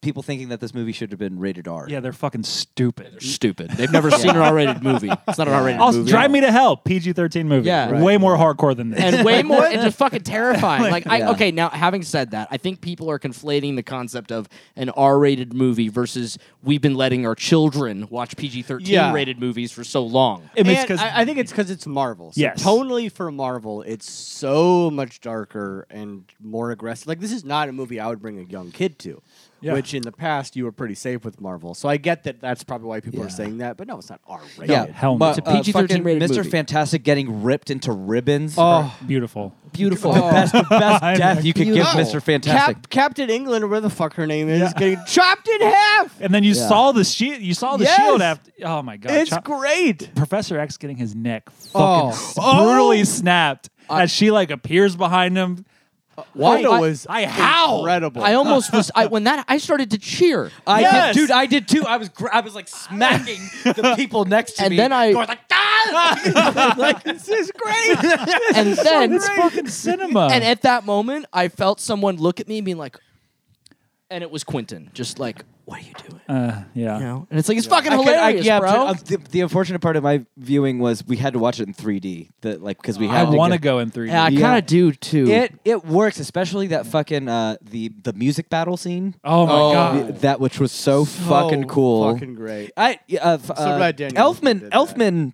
[SPEAKER 6] people thinking that this movie should have been rated R
[SPEAKER 4] yeah, they're fucking stupid.
[SPEAKER 5] Stupid. They've never seen an R-rated movie. It's not an R-rated
[SPEAKER 4] Also,
[SPEAKER 5] movie.
[SPEAKER 4] Drive Me to Hell, PG thirteen movie.
[SPEAKER 5] Yeah.
[SPEAKER 4] way more hardcore than this.
[SPEAKER 5] and way more and just fucking terrifying. Like I
[SPEAKER 6] Yeah.
[SPEAKER 5] okay, now having said that, I think people are conflating the concept of an R-rated movie versus we've been letting our children watch PG-13
[SPEAKER 3] Yeah.
[SPEAKER 5] rated movies for so long.
[SPEAKER 4] I mean, it's
[SPEAKER 3] And
[SPEAKER 4] 'cause-
[SPEAKER 3] I, I think it's because it's Marvel. So
[SPEAKER 4] Yes.
[SPEAKER 3] Tonally for Marvel, it's so much darker and more aggressive. Like, this is not a movie I would bring a young kid to,
[SPEAKER 4] Yeah.
[SPEAKER 3] which in the past you were pretty safe with Marvel. So I get that that's probably why people are saying that, but no, it's not R rated.
[SPEAKER 6] yeah
[SPEAKER 4] hell no.
[SPEAKER 6] But, uh,
[SPEAKER 4] It's
[SPEAKER 5] a PG-13
[SPEAKER 6] fucking
[SPEAKER 5] rated
[SPEAKER 6] Mr.
[SPEAKER 5] movie.
[SPEAKER 6] Fantastic getting ripped into ribbons
[SPEAKER 3] Oh,
[SPEAKER 4] beautiful.
[SPEAKER 6] beautiful the best, the best death you could give Mr. Fantastic
[SPEAKER 3] Cap, Captain England, or where the fuck her name is, getting chopped in half.
[SPEAKER 4] And then you
[SPEAKER 6] Yeah.
[SPEAKER 4] saw the shield. You saw the
[SPEAKER 3] Yes!
[SPEAKER 4] shield after. Oh my god!
[SPEAKER 3] It's
[SPEAKER 4] Chop-
[SPEAKER 3] great.
[SPEAKER 4] Professor X getting his neck fucking
[SPEAKER 3] Oh.
[SPEAKER 4] s- brutally snapped as she like appears behind him.
[SPEAKER 3] Wanda
[SPEAKER 5] I-
[SPEAKER 3] was
[SPEAKER 4] I howled.
[SPEAKER 3] incredible.
[SPEAKER 5] I almost was I when that I started to cheer.
[SPEAKER 6] I
[SPEAKER 4] Yes!
[SPEAKER 6] did, dude. I did too. I was, gr- I was like smacking the people next to
[SPEAKER 5] And
[SPEAKER 6] me.
[SPEAKER 5] then I-
[SPEAKER 6] going like, ah! like this is great.
[SPEAKER 5] and then
[SPEAKER 4] It's fucking cinema.
[SPEAKER 5] and at that moment I felt someone look at me and being like and it was Quentin, just like, what are you doing?
[SPEAKER 4] uh, yeah.
[SPEAKER 5] you know? And it's like it's fucking hilarious, bro.
[SPEAKER 6] but, uh, the, the unfortunate part of my viewing was we had to watch it in 3D. The, like because we
[SPEAKER 4] I
[SPEAKER 6] had.
[SPEAKER 4] want to
[SPEAKER 6] to
[SPEAKER 4] go in three D.
[SPEAKER 5] yeah, I kind of
[SPEAKER 6] yeah.
[SPEAKER 5] do too.
[SPEAKER 6] It it works, especially that fucking uh, the the music battle scene.
[SPEAKER 4] oh my
[SPEAKER 6] Th-
[SPEAKER 4] god!
[SPEAKER 6] that which was so,
[SPEAKER 3] Uh, So
[SPEAKER 6] Oh. fucking cool.
[SPEAKER 3] Fucking great.
[SPEAKER 6] I uh, f- uh,
[SPEAKER 3] glad Daniel did
[SPEAKER 6] Elfman
[SPEAKER 3] that.
[SPEAKER 6] Elfman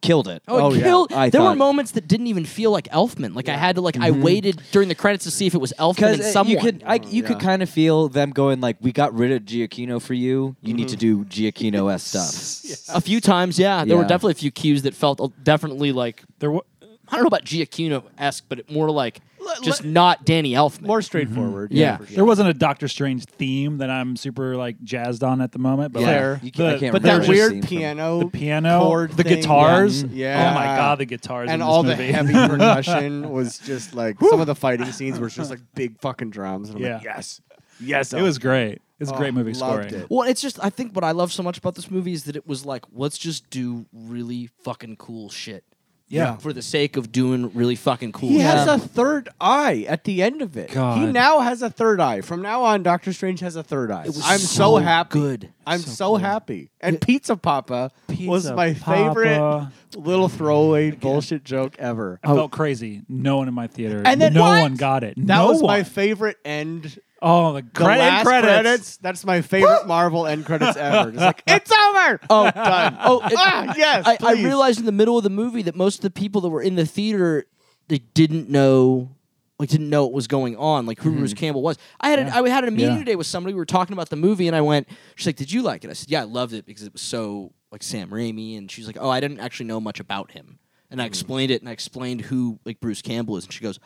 [SPEAKER 6] killed it.
[SPEAKER 5] Oh, it
[SPEAKER 3] Oh, yeah.
[SPEAKER 5] killed.
[SPEAKER 6] I
[SPEAKER 5] there were
[SPEAKER 6] thought-
[SPEAKER 5] moments that didn't even feel like Elfman. Like I had to like I waited during the credits to see if it was Elfman and
[SPEAKER 6] because uh,
[SPEAKER 5] someone.
[SPEAKER 6] you could I, you could
[SPEAKER 3] Oh, yeah.
[SPEAKER 6] kind of feel them going like we got rid of Giacchino for you. You need to
[SPEAKER 3] Mm-hmm.
[SPEAKER 6] do Giacchino s stuff.
[SPEAKER 5] a few times, yeah, there were
[SPEAKER 6] Yeah.
[SPEAKER 5] definitely a few cues that felt uh, definitely like
[SPEAKER 4] There wa-
[SPEAKER 5] I don't know about Giacchino esque, but it more like
[SPEAKER 3] Let-
[SPEAKER 5] just
[SPEAKER 3] let-
[SPEAKER 5] not Danny Elfman.
[SPEAKER 3] More straightforward.
[SPEAKER 4] Mm-hmm.
[SPEAKER 5] Yeah.
[SPEAKER 3] for sure.
[SPEAKER 4] there wasn't a Doctor Strange theme that I'm super like jazzed on at the moment. But
[SPEAKER 6] Yeah.
[SPEAKER 4] like,
[SPEAKER 3] Fair.
[SPEAKER 6] You can't- I
[SPEAKER 4] the-
[SPEAKER 6] can't
[SPEAKER 3] But
[SPEAKER 6] remember
[SPEAKER 3] that
[SPEAKER 6] the scene
[SPEAKER 3] weird
[SPEAKER 6] from-
[SPEAKER 3] piano,
[SPEAKER 4] the piano,
[SPEAKER 3] chord
[SPEAKER 4] the
[SPEAKER 3] thing, Mm-hmm.
[SPEAKER 4] guitars.
[SPEAKER 3] yeah.
[SPEAKER 4] Oh my god, the guitars
[SPEAKER 3] and
[SPEAKER 4] in
[SPEAKER 3] all
[SPEAKER 4] this
[SPEAKER 3] the
[SPEAKER 4] movie.
[SPEAKER 3] heavy percussion was just like some of the fighting scenes were just like big fucking drums. And I'm like,
[SPEAKER 4] Yeah.
[SPEAKER 3] yes, yes,
[SPEAKER 4] It was great. It's a
[SPEAKER 3] Oh,
[SPEAKER 4] great movie
[SPEAKER 3] loved
[SPEAKER 4] scoring.
[SPEAKER 3] it.
[SPEAKER 5] Well, it's just I think what I love so much about this movie is that it was like let's just do really fucking cool shit.
[SPEAKER 3] Yeah.
[SPEAKER 5] For the sake of doing really fucking cool.
[SPEAKER 3] He
[SPEAKER 5] shit.
[SPEAKER 3] has a third eye at the end of it. He
[SPEAKER 4] God.
[SPEAKER 3] now has a third eye. From now on, Doctor Strange has a third eye.
[SPEAKER 5] It was
[SPEAKER 3] I'm so, happy.
[SPEAKER 5] Good.
[SPEAKER 3] I'm so, happy. And Pizza Papa was
[SPEAKER 4] Pizza
[SPEAKER 3] my
[SPEAKER 4] Papa.
[SPEAKER 3] favorite little throwaway bullshit joke ever.
[SPEAKER 4] I felt crazy. No one in my theater.
[SPEAKER 3] Oh. And then
[SPEAKER 4] Oh, no
[SPEAKER 3] what?
[SPEAKER 4] one got it.
[SPEAKER 3] That
[SPEAKER 4] no
[SPEAKER 3] was
[SPEAKER 4] one.
[SPEAKER 3] my favorite end.
[SPEAKER 4] oh, the,
[SPEAKER 3] The
[SPEAKER 4] credit
[SPEAKER 3] last
[SPEAKER 4] credits.
[SPEAKER 3] That's my favorite Marvel end credits ever. It's like it's over.
[SPEAKER 5] Oh,
[SPEAKER 3] done.
[SPEAKER 5] oh, it-
[SPEAKER 3] ah, yes.
[SPEAKER 5] I, I
[SPEAKER 3] please.
[SPEAKER 5] realized in the middle of the movie that most of the people that were in the theater they didn't know like didn't know what was going on, like who Bruce Campbell was. I had a, I had a meeting
[SPEAKER 4] Yeah.
[SPEAKER 5] today with somebody. We were talking about the movie, and I went. She's like, "Did you like it?" I said, "Yeah, I loved it because it was so like Sam Raimi." And she's like, "Oh, I didn't actually know much about him." And I explained it, and I explained who like Bruce Campbell is, and she goes,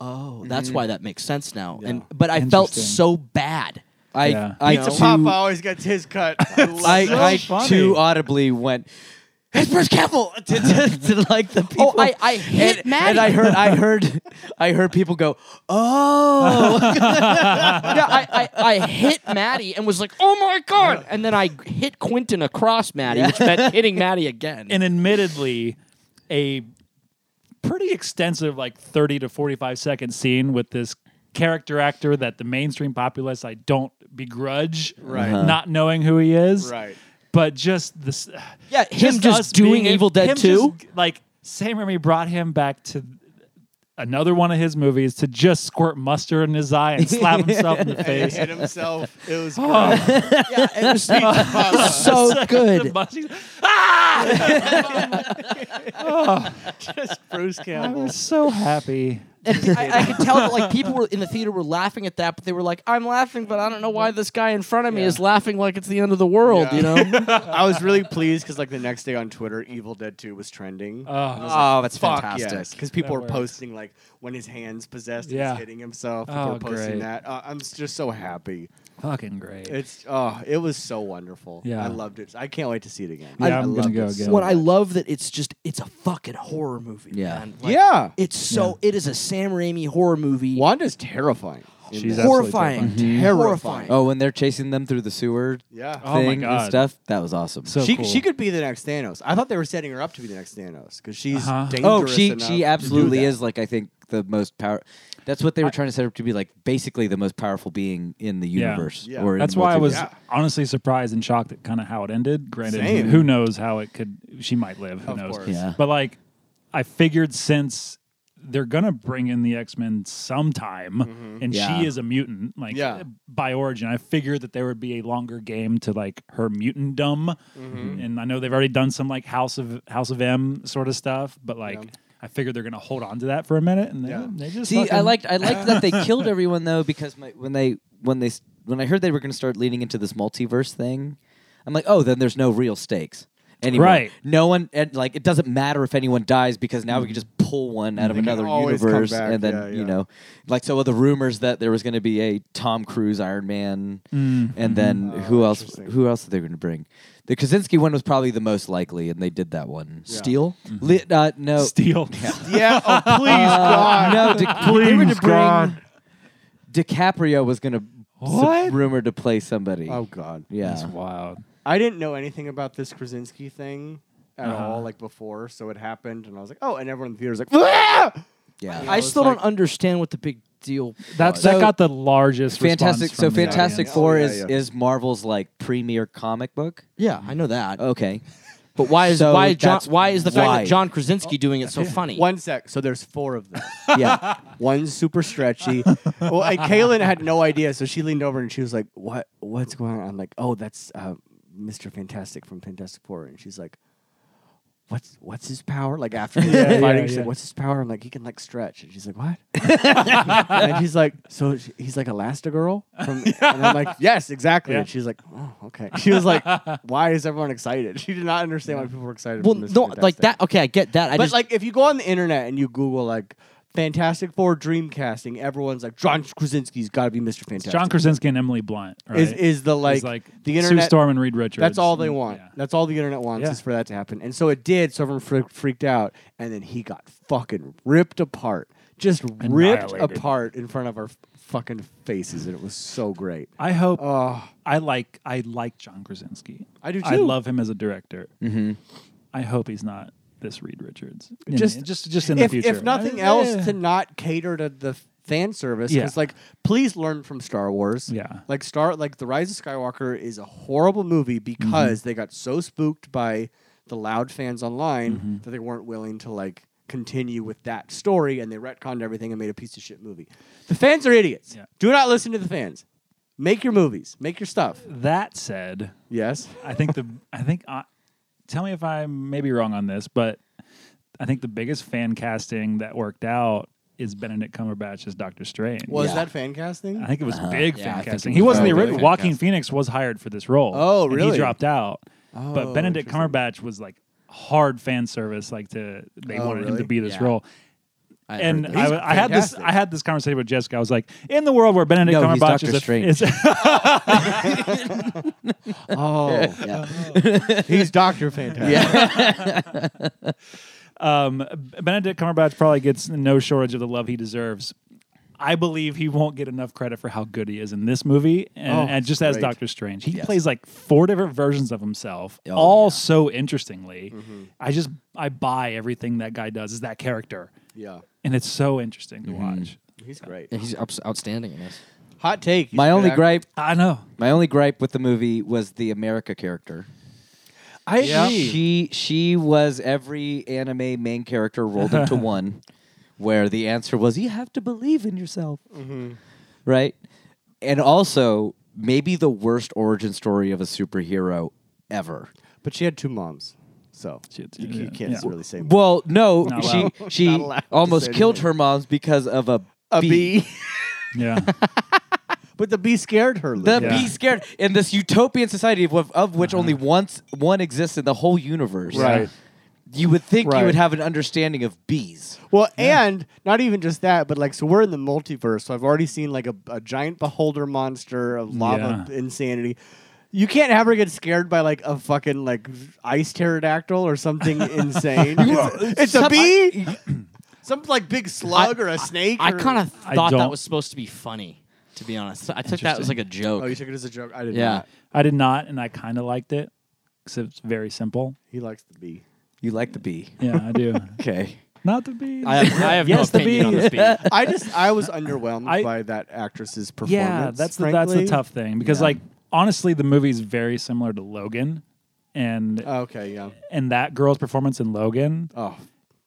[SPEAKER 5] "Oh, that's why that makes sense now." And but I felt
[SPEAKER 4] Interesting.
[SPEAKER 5] so bad.
[SPEAKER 6] I,
[SPEAKER 4] Yeah.
[SPEAKER 6] I,
[SPEAKER 3] Pizza
[SPEAKER 6] too-
[SPEAKER 3] Papa always gets his cut. I, love
[SPEAKER 6] I,
[SPEAKER 3] it.
[SPEAKER 6] I
[SPEAKER 4] funny.
[SPEAKER 6] too audibly went. It's Bruce Campbell to, to, to like the people.
[SPEAKER 5] Oh, I- I hit
[SPEAKER 6] and,
[SPEAKER 5] Maddie.
[SPEAKER 6] and I heard I heard I heard people go, oh,
[SPEAKER 5] yeah, I, I, I hit Maddie and was like, oh my God. And then I hit Quentin across Maddie, which meant hitting Maddie again.
[SPEAKER 4] and admittedly a pretty extensive like 30 to 45 second scene with this character actor that the mainstream populace I don't begrudge
[SPEAKER 3] Right.
[SPEAKER 4] not knowing who he is
[SPEAKER 3] Right.
[SPEAKER 4] but just this
[SPEAKER 5] yeah, him just,
[SPEAKER 4] us
[SPEAKER 5] doing
[SPEAKER 4] being in-
[SPEAKER 5] Evil Dead
[SPEAKER 4] him
[SPEAKER 5] 2.
[SPEAKER 4] just, like Sam Raimi brought him back to another one of his movies to just squirt mustard in his eye and slap himself in the
[SPEAKER 3] He
[SPEAKER 4] face
[SPEAKER 3] hit himself. It was great. Pizza Papa.
[SPEAKER 5] so good.
[SPEAKER 3] Just Bruce
[SPEAKER 4] I
[SPEAKER 3] Campbell.
[SPEAKER 4] was so happy
[SPEAKER 5] I, I could tell that like people were in the theater were laughing at that, but they were like, I'm laughing, but I don't know why this guy in front of me is laughing like it's the end of the world,
[SPEAKER 3] Yeah.
[SPEAKER 5] you know?
[SPEAKER 3] I was really pleased because like the next day on Twitter, Evil Dead Two was trending.
[SPEAKER 4] oh,
[SPEAKER 5] oh, that's
[SPEAKER 3] because people
[SPEAKER 4] That
[SPEAKER 3] were
[SPEAKER 4] works.
[SPEAKER 3] posting like when his hands possessed,
[SPEAKER 4] Yeah.
[SPEAKER 3] he's hitting himself. People
[SPEAKER 4] Oh,
[SPEAKER 3] were posting
[SPEAKER 4] great.
[SPEAKER 3] that. Uh, I'm s- just so happy.
[SPEAKER 4] fucking great
[SPEAKER 3] It's oh, it was so wonderful.
[SPEAKER 4] Yeah.
[SPEAKER 3] I loved it. I can't wait to see it again.
[SPEAKER 4] Yeah,
[SPEAKER 3] I,
[SPEAKER 4] I'm gonna
[SPEAKER 3] loved
[SPEAKER 4] go
[SPEAKER 3] it
[SPEAKER 4] again.
[SPEAKER 3] so
[SPEAKER 5] What I
[SPEAKER 3] much.
[SPEAKER 5] love that it's just, it's a fucking horror movie.
[SPEAKER 6] Yeah.
[SPEAKER 5] Man. Like,
[SPEAKER 3] yeah,
[SPEAKER 5] It's so, it is a Sam Raimi horror movie.
[SPEAKER 3] Wanda's terrifying. in
[SPEAKER 4] She's
[SPEAKER 3] this.
[SPEAKER 4] absolutely
[SPEAKER 5] Horrifying.
[SPEAKER 3] terrifying. Mhm.
[SPEAKER 5] Horrifying.
[SPEAKER 6] oh, when they're chasing them through the sewer
[SPEAKER 3] yeah.
[SPEAKER 4] Oh my
[SPEAKER 6] thing
[SPEAKER 4] God.
[SPEAKER 6] and stuff. That was awesome.
[SPEAKER 4] so
[SPEAKER 3] she
[SPEAKER 4] cool.
[SPEAKER 3] she could be the next Thanos. I thought they were setting her up to be the next Thanos because she's
[SPEAKER 4] Uh-huh.
[SPEAKER 6] oh,
[SPEAKER 3] dangerous.
[SPEAKER 6] she
[SPEAKER 3] enough to
[SPEAKER 6] she
[SPEAKER 3] do
[SPEAKER 6] absolutely
[SPEAKER 3] that.
[SPEAKER 6] is like I think the most power. That's what they were trying to set up to be like basically the most powerful being in the
[SPEAKER 4] Yeah.
[SPEAKER 6] universe.
[SPEAKER 3] Yeah.
[SPEAKER 6] Or in
[SPEAKER 4] That's
[SPEAKER 6] the
[SPEAKER 4] why I
[SPEAKER 6] multiverse.
[SPEAKER 4] was
[SPEAKER 3] Yeah.
[SPEAKER 4] honestly surprised and shocked at kind of how it ended. Granted, who,
[SPEAKER 3] Same.
[SPEAKER 4] who knows how it could? She might live. Who
[SPEAKER 3] Of
[SPEAKER 4] knows?
[SPEAKER 3] course.
[SPEAKER 6] Yeah.
[SPEAKER 4] But like, I figured since they're gonna bring in the X Men sometime, and
[SPEAKER 6] Yeah.
[SPEAKER 4] she is a mutant, like
[SPEAKER 3] Mm-hmm. Yeah.
[SPEAKER 4] by origin, I figured that there would be a longer game to like her mutant dumb.
[SPEAKER 3] Mm-hmm.
[SPEAKER 4] And I know they've already done some like House of House of M sort of stuff, but like.
[SPEAKER 3] Yeah.
[SPEAKER 4] I figured they're gonna hold on to that for a minute, and they,
[SPEAKER 3] Yeah.
[SPEAKER 4] they just
[SPEAKER 6] See, I
[SPEAKER 4] fucking-
[SPEAKER 6] liked I liked that they killed everyone though because my, when they when they s- when I heard they were going to start leading into this multiverse thing, I'm like, oh, then there's no real stakes anymore.
[SPEAKER 4] Right.
[SPEAKER 6] No one and like it doesn't matter if anyone dies because now we
[SPEAKER 4] Mm.
[SPEAKER 6] can just pull one out of another
[SPEAKER 3] always come
[SPEAKER 6] universe
[SPEAKER 3] back,
[SPEAKER 6] and then
[SPEAKER 3] yeah, yeah.
[SPEAKER 6] you know, like so the rumors that there was going to be a Tom Cruise Iron Man,
[SPEAKER 4] Mm.
[SPEAKER 6] and then who
[SPEAKER 3] Mm-hmm. Oh,
[SPEAKER 6] else?
[SPEAKER 3] interesting.
[SPEAKER 6] Who else are they going to bring? The Krasinski one was probably the most likely, and they did that one.
[SPEAKER 5] Steel?
[SPEAKER 4] Mm-hmm.
[SPEAKER 6] Li- uh, no,
[SPEAKER 4] Steel.
[SPEAKER 3] Yeah. Oh please
[SPEAKER 6] Uh,
[SPEAKER 3] God.
[SPEAKER 6] no, Di- they were
[SPEAKER 4] Please,
[SPEAKER 6] to bring
[SPEAKER 4] God.
[SPEAKER 6] DiCaprio was going to
[SPEAKER 4] What?
[SPEAKER 6] rumored to play somebody.
[SPEAKER 3] Oh God.
[SPEAKER 4] That's
[SPEAKER 6] yeah.
[SPEAKER 4] wild.
[SPEAKER 3] I didn't know anything about this Krasinski thing at
[SPEAKER 4] Uh-huh.
[SPEAKER 3] all, like before. So it happened, and I was like, "Oh!" And everyone in the theater was like, "Ah!"
[SPEAKER 6] Yeah.
[SPEAKER 5] I
[SPEAKER 3] was
[SPEAKER 5] still
[SPEAKER 3] like-
[SPEAKER 5] don't understand what the big deal.
[SPEAKER 4] That's
[SPEAKER 6] So-
[SPEAKER 4] that got the largest
[SPEAKER 6] Fantastic.
[SPEAKER 4] response
[SPEAKER 6] So
[SPEAKER 4] from the
[SPEAKER 6] Fantastic
[SPEAKER 4] audience.
[SPEAKER 6] Four
[SPEAKER 3] Oh, yeah,
[SPEAKER 6] is,
[SPEAKER 3] yeah.
[SPEAKER 6] is Marvel's like premier comic book.
[SPEAKER 5] Yeah, I know that.
[SPEAKER 6] Uh, Okay.
[SPEAKER 5] but why is
[SPEAKER 6] so
[SPEAKER 5] why John,
[SPEAKER 6] that's
[SPEAKER 5] why is the fact
[SPEAKER 6] why.
[SPEAKER 5] that John Krasinski doing it so funny?
[SPEAKER 3] One sec. So there's four of them.
[SPEAKER 6] Yeah.
[SPEAKER 3] One super stretchy. well, and Kaylin had no idea, so she leaned over and she was like, "What? What's going on?" I'm like, "Oh, that's uh, Mr. Fantastic from Fantastic Four. and she's like. What's what's his power? Like after the
[SPEAKER 4] Yeah,
[SPEAKER 3] fighting,
[SPEAKER 4] yeah,
[SPEAKER 3] she
[SPEAKER 4] yeah.
[SPEAKER 3] said, "What's his power?" I'm like, "He can like stretch," and she's like, "What?" and she's like, "So sh- he's like Elastigirl?" From, and I'm like, "Yes, exactly."
[SPEAKER 4] Yeah.
[SPEAKER 3] And she's like, "Oh, okay." She was like, "Why is everyone excited?" She did not understand why people were excited.
[SPEAKER 5] Well,
[SPEAKER 3] for Mr.
[SPEAKER 5] no, like
[SPEAKER 3] Fantastic.
[SPEAKER 5] that. Okay, I get that. I
[SPEAKER 3] But
[SPEAKER 5] just
[SPEAKER 3] like, if you go on the internet and you Google like Fantastic Four Dreamcasting, everyone's like John Krasinski's got to be Mr. Fantastic.
[SPEAKER 4] John Krasinski and Emily Blunt. Right?
[SPEAKER 3] is is the like,
[SPEAKER 4] It's
[SPEAKER 3] the internet.
[SPEAKER 4] Sue Storm and Reed Richards.
[SPEAKER 3] that's all they
[SPEAKER 4] and-
[SPEAKER 3] want.
[SPEAKER 4] yeah.
[SPEAKER 3] That's all the internet wants
[SPEAKER 4] Yeah.
[SPEAKER 3] is for that to happen. And so it did. So everyone freak, freaked out, and then he got fucking ripped apart, just ripped
[SPEAKER 4] Annihilated.
[SPEAKER 3] apart in front of our f- fucking faces, and it was so great.
[SPEAKER 4] I hope
[SPEAKER 3] Oh,
[SPEAKER 4] I like I like John Krasinski.
[SPEAKER 3] I do
[SPEAKER 4] I
[SPEAKER 3] too. Mm-hmm.
[SPEAKER 4] love him as a director. I hope he's not this Reed Richards. You know,
[SPEAKER 3] Just-
[SPEAKER 4] just just in
[SPEAKER 3] if,
[SPEAKER 4] the future.
[SPEAKER 3] if nothing
[SPEAKER 4] I- eh.
[SPEAKER 3] else,
[SPEAKER 4] yeah.
[SPEAKER 3] to not cater to the fan service.
[SPEAKER 4] Yeah.
[SPEAKER 3] It's like, please learn from Star Wars.
[SPEAKER 4] Yeah.
[SPEAKER 3] Like Star, like The Rise of Skywalker is a horrible movie because
[SPEAKER 4] Mm-hmm.
[SPEAKER 3] they got so spooked by the loud fans online
[SPEAKER 4] Mm-hmm.
[SPEAKER 3] that they weren't willing to like continue with that story, and they retconned everything and made a piece of shit movie. The fans are idiots.
[SPEAKER 4] Yeah.
[SPEAKER 3] Do not listen to the fans. Make your movies. Make your stuff.
[SPEAKER 4] That said,
[SPEAKER 3] Yes.
[SPEAKER 4] I think the I think I, tell me if I may be wrong on this, but I think the biggest fan casting that worked out is Benedict Cumberbatch as Doctor Strange.
[SPEAKER 3] Was
[SPEAKER 6] Yeah.
[SPEAKER 3] that fan casting?
[SPEAKER 4] I think it was big
[SPEAKER 5] Uh-huh. Yeah, I
[SPEAKER 4] fan
[SPEAKER 5] think it
[SPEAKER 4] casting.
[SPEAKER 5] was
[SPEAKER 4] He wasn't the
[SPEAKER 5] probably
[SPEAKER 4] original.
[SPEAKER 5] fan
[SPEAKER 4] Joaquin
[SPEAKER 5] casting.
[SPEAKER 4] Phoenix was hired for this role.
[SPEAKER 3] Oh,
[SPEAKER 4] and
[SPEAKER 3] really?
[SPEAKER 4] he dropped out.
[SPEAKER 3] Oh,
[SPEAKER 4] but Benedict Cumberbatch was like hard fan service, like to they
[SPEAKER 3] Oh,
[SPEAKER 4] wanted him
[SPEAKER 3] really?
[SPEAKER 4] to be this
[SPEAKER 5] Yeah.
[SPEAKER 4] role.
[SPEAKER 5] I
[SPEAKER 4] and
[SPEAKER 5] heard that.
[SPEAKER 4] I, I had this
[SPEAKER 3] fantastic.
[SPEAKER 4] I had this conversation with Jessica. I was like, in the world where Benedict
[SPEAKER 6] No, he's
[SPEAKER 4] Cumberbatch
[SPEAKER 6] Dr.
[SPEAKER 4] is a
[SPEAKER 6] Strange.
[SPEAKER 4] is-
[SPEAKER 3] Oh,
[SPEAKER 6] Yeah.
[SPEAKER 3] he's Doctor Fantastic.
[SPEAKER 4] um, Benedict Cumberbatch probably gets no shortage of the love he deserves. I believe he won't get enough credit for how good he is in this movie and,
[SPEAKER 3] Oh,
[SPEAKER 4] and just as
[SPEAKER 3] great. Oh,
[SPEAKER 4] Doctor Strange. He plays like four different versions of himself, all so interestingly.
[SPEAKER 3] Mm-hmm.
[SPEAKER 4] I just I buy everything that guy does is that character.
[SPEAKER 3] Yeah, Mm-hmm.
[SPEAKER 4] And it's so interesting to watch.
[SPEAKER 3] he's great.
[SPEAKER 5] Yeah, he's ups- outstanding in this.
[SPEAKER 3] Hot take. he's
[SPEAKER 6] my
[SPEAKER 3] a good
[SPEAKER 6] only
[SPEAKER 3] actor.
[SPEAKER 6] gripe,
[SPEAKER 4] I know.
[SPEAKER 6] my only gripe with the movie was the America character.
[SPEAKER 3] I
[SPEAKER 6] She she was every anime main character rolled into one, where the answer was you have to believe in yourself, right? And also maybe the worst origin story of a superhero ever.
[SPEAKER 3] But she had two moms, so
[SPEAKER 4] She had two-
[SPEAKER 3] you, you
[SPEAKER 4] yeah,
[SPEAKER 3] can't
[SPEAKER 4] yeah.
[SPEAKER 3] really say much.
[SPEAKER 6] Well, no,
[SPEAKER 4] Not
[SPEAKER 6] she
[SPEAKER 4] allowed.
[SPEAKER 6] she
[SPEAKER 3] Not allowed to
[SPEAKER 6] almost
[SPEAKER 3] say
[SPEAKER 6] killed
[SPEAKER 3] anything.
[SPEAKER 6] her moms because of a,
[SPEAKER 3] a bee.
[SPEAKER 4] Yeah.
[SPEAKER 3] but the bee scared her.
[SPEAKER 6] The
[SPEAKER 3] Luke.
[SPEAKER 4] Yeah.
[SPEAKER 6] bee scared in this utopian society of, of which only once one exists in the whole universe.
[SPEAKER 4] Right.
[SPEAKER 6] You would think
[SPEAKER 3] Right.
[SPEAKER 6] you would have an understanding of bees.
[SPEAKER 3] Well, and not even just that, but like, so we're in the multiverse. So I've already seen like a, a giant beholder monster of lava
[SPEAKER 4] Yeah.
[SPEAKER 3] insanity. You can't have her get scared by like a fucking like ice pterodactyl or something insane. It's, it's a
[SPEAKER 6] Some-
[SPEAKER 3] bee. Some like big slug or a snake.
[SPEAKER 5] I
[SPEAKER 3] or-
[SPEAKER 5] kind of
[SPEAKER 4] I
[SPEAKER 5] thought that
[SPEAKER 4] don't-
[SPEAKER 5] was supposed to be funny. To be honest, I took that as like a joke.
[SPEAKER 3] Oh, you took it as a joke. I didn't.
[SPEAKER 5] yeah,
[SPEAKER 4] I did not, and I kind of liked it because it's very simple.
[SPEAKER 3] he likes the bee.
[SPEAKER 6] You like the bee.
[SPEAKER 4] Yeah, I do.
[SPEAKER 6] Okay.
[SPEAKER 4] Not the bees.
[SPEAKER 5] I have, I have
[SPEAKER 4] Yes, the
[SPEAKER 5] no opinion on
[SPEAKER 4] bees.
[SPEAKER 5] this beat.
[SPEAKER 3] I just I was underwhelmed
[SPEAKER 4] I-
[SPEAKER 3] by that actress's performance.
[SPEAKER 4] yeah, that's the, that's the
[SPEAKER 3] frankly.
[SPEAKER 4] tough thing because like honestly, the movie's very similar to Logan, and
[SPEAKER 3] Okay, yeah.
[SPEAKER 4] and that girl's performance in Logan,
[SPEAKER 3] Oh,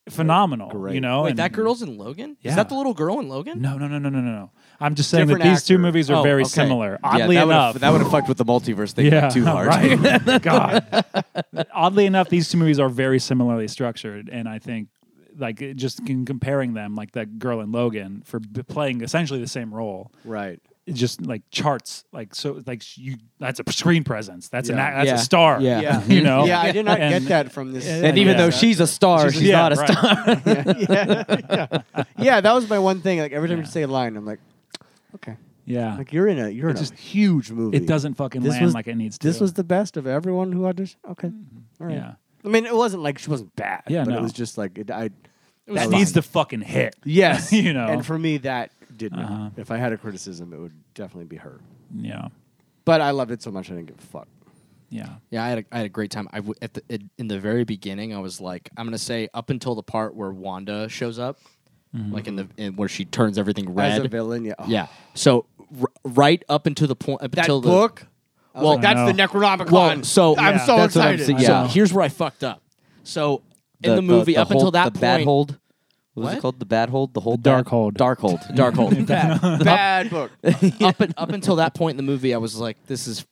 [SPEAKER 4] phenomenal.
[SPEAKER 3] Great.
[SPEAKER 4] You know,
[SPEAKER 5] Wait,
[SPEAKER 4] Oh, and-
[SPEAKER 5] that girl's in Logan.
[SPEAKER 4] Yeah.
[SPEAKER 5] Is that the little girl in Logan?
[SPEAKER 4] No, no, no, no, no, no, no. I'm just saying that
[SPEAKER 3] Different
[SPEAKER 4] these two
[SPEAKER 3] actor.
[SPEAKER 4] movies are
[SPEAKER 5] Oh,
[SPEAKER 4] very
[SPEAKER 5] okay.
[SPEAKER 4] similar. Oddly enough,
[SPEAKER 6] that would have fucked with the multiverse thing
[SPEAKER 4] yeah,
[SPEAKER 6] too hard.
[SPEAKER 4] right. God. Oddly enough, these two movies are very similarly structured, and I think like it- just in comparing them, like that girl in Logan for b- playing essentially the same role.
[SPEAKER 3] right.
[SPEAKER 4] it just like charts like so like you that's a screen presence that's an
[SPEAKER 3] Yeah.
[SPEAKER 4] a, that's
[SPEAKER 6] Yeah.
[SPEAKER 4] a star
[SPEAKER 6] Yeah.
[SPEAKER 3] Yeah.
[SPEAKER 4] you know
[SPEAKER 3] yeah, I did not
[SPEAKER 4] Oh. And-
[SPEAKER 3] get that from this.
[SPEAKER 4] And
[SPEAKER 6] And even
[SPEAKER 4] Yeah.
[SPEAKER 6] though she's a star, she's,
[SPEAKER 4] yeah,
[SPEAKER 6] not a
[SPEAKER 4] right.
[SPEAKER 6] star.
[SPEAKER 3] yeah, yeah, yeah. Yeah, that was my one thing. Like every time you say a line, I'm like, okay,
[SPEAKER 4] yeah
[SPEAKER 3] like you're in a you're in
[SPEAKER 4] just-
[SPEAKER 3] a huge movie.
[SPEAKER 4] it doesn't fucking
[SPEAKER 3] This
[SPEAKER 4] land
[SPEAKER 3] was-
[SPEAKER 4] like it needs to
[SPEAKER 3] This was the best of everyone who auditioned. Okay, all right.
[SPEAKER 4] yeah
[SPEAKER 3] I mean, it wasn't like she wasn't bad.
[SPEAKER 4] Yeah,
[SPEAKER 3] but
[SPEAKER 4] no.
[SPEAKER 3] it was just like it, I.
[SPEAKER 4] that
[SPEAKER 3] fine.
[SPEAKER 4] needs to fucking hit
[SPEAKER 3] Yes,
[SPEAKER 4] You know. Uh-huh.
[SPEAKER 3] And for me, that did not. If I had a criticism, it would definitely be her.
[SPEAKER 4] yeah
[SPEAKER 3] But I loved it so much, I didn't give a fuck.
[SPEAKER 4] yeah
[SPEAKER 5] Yeah, I had a, I had a great time. I w- at the at, in the very beginning, I was like, I'm gonna say up until the part where Wanda shows up,
[SPEAKER 6] Mm-hmm.
[SPEAKER 5] like in the in, where she turns everything red.
[SPEAKER 3] As a villain, yeah. Oh.
[SPEAKER 5] Yeah. So r- right up until the point up
[SPEAKER 3] that
[SPEAKER 5] until
[SPEAKER 3] book. I was
[SPEAKER 5] Well,
[SPEAKER 3] like, that's
[SPEAKER 4] no.
[SPEAKER 3] the Necronomicon.
[SPEAKER 5] Well, so-
[SPEAKER 3] I'm
[SPEAKER 5] Yeah,
[SPEAKER 3] so
[SPEAKER 6] that's what I'm
[SPEAKER 3] excited.
[SPEAKER 6] saying.
[SPEAKER 5] the
[SPEAKER 6] Yeah.
[SPEAKER 5] so here's where I fucked up. So in the, movie up
[SPEAKER 6] hold-
[SPEAKER 5] until that
[SPEAKER 6] the bad
[SPEAKER 5] point,
[SPEAKER 6] hold. What was it
[SPEAKER 5] What?
[SPEAKER 6] called? The bad hold. The hold.
[SPEAKER 4] dark hold.
[SPEAKER 6] Dark hold.
[SPEAKER 5] dark hold.
[SPEAKER 3] Bad book.
[SPEAKER 5] up un- up until that point in the movie, I was like, this is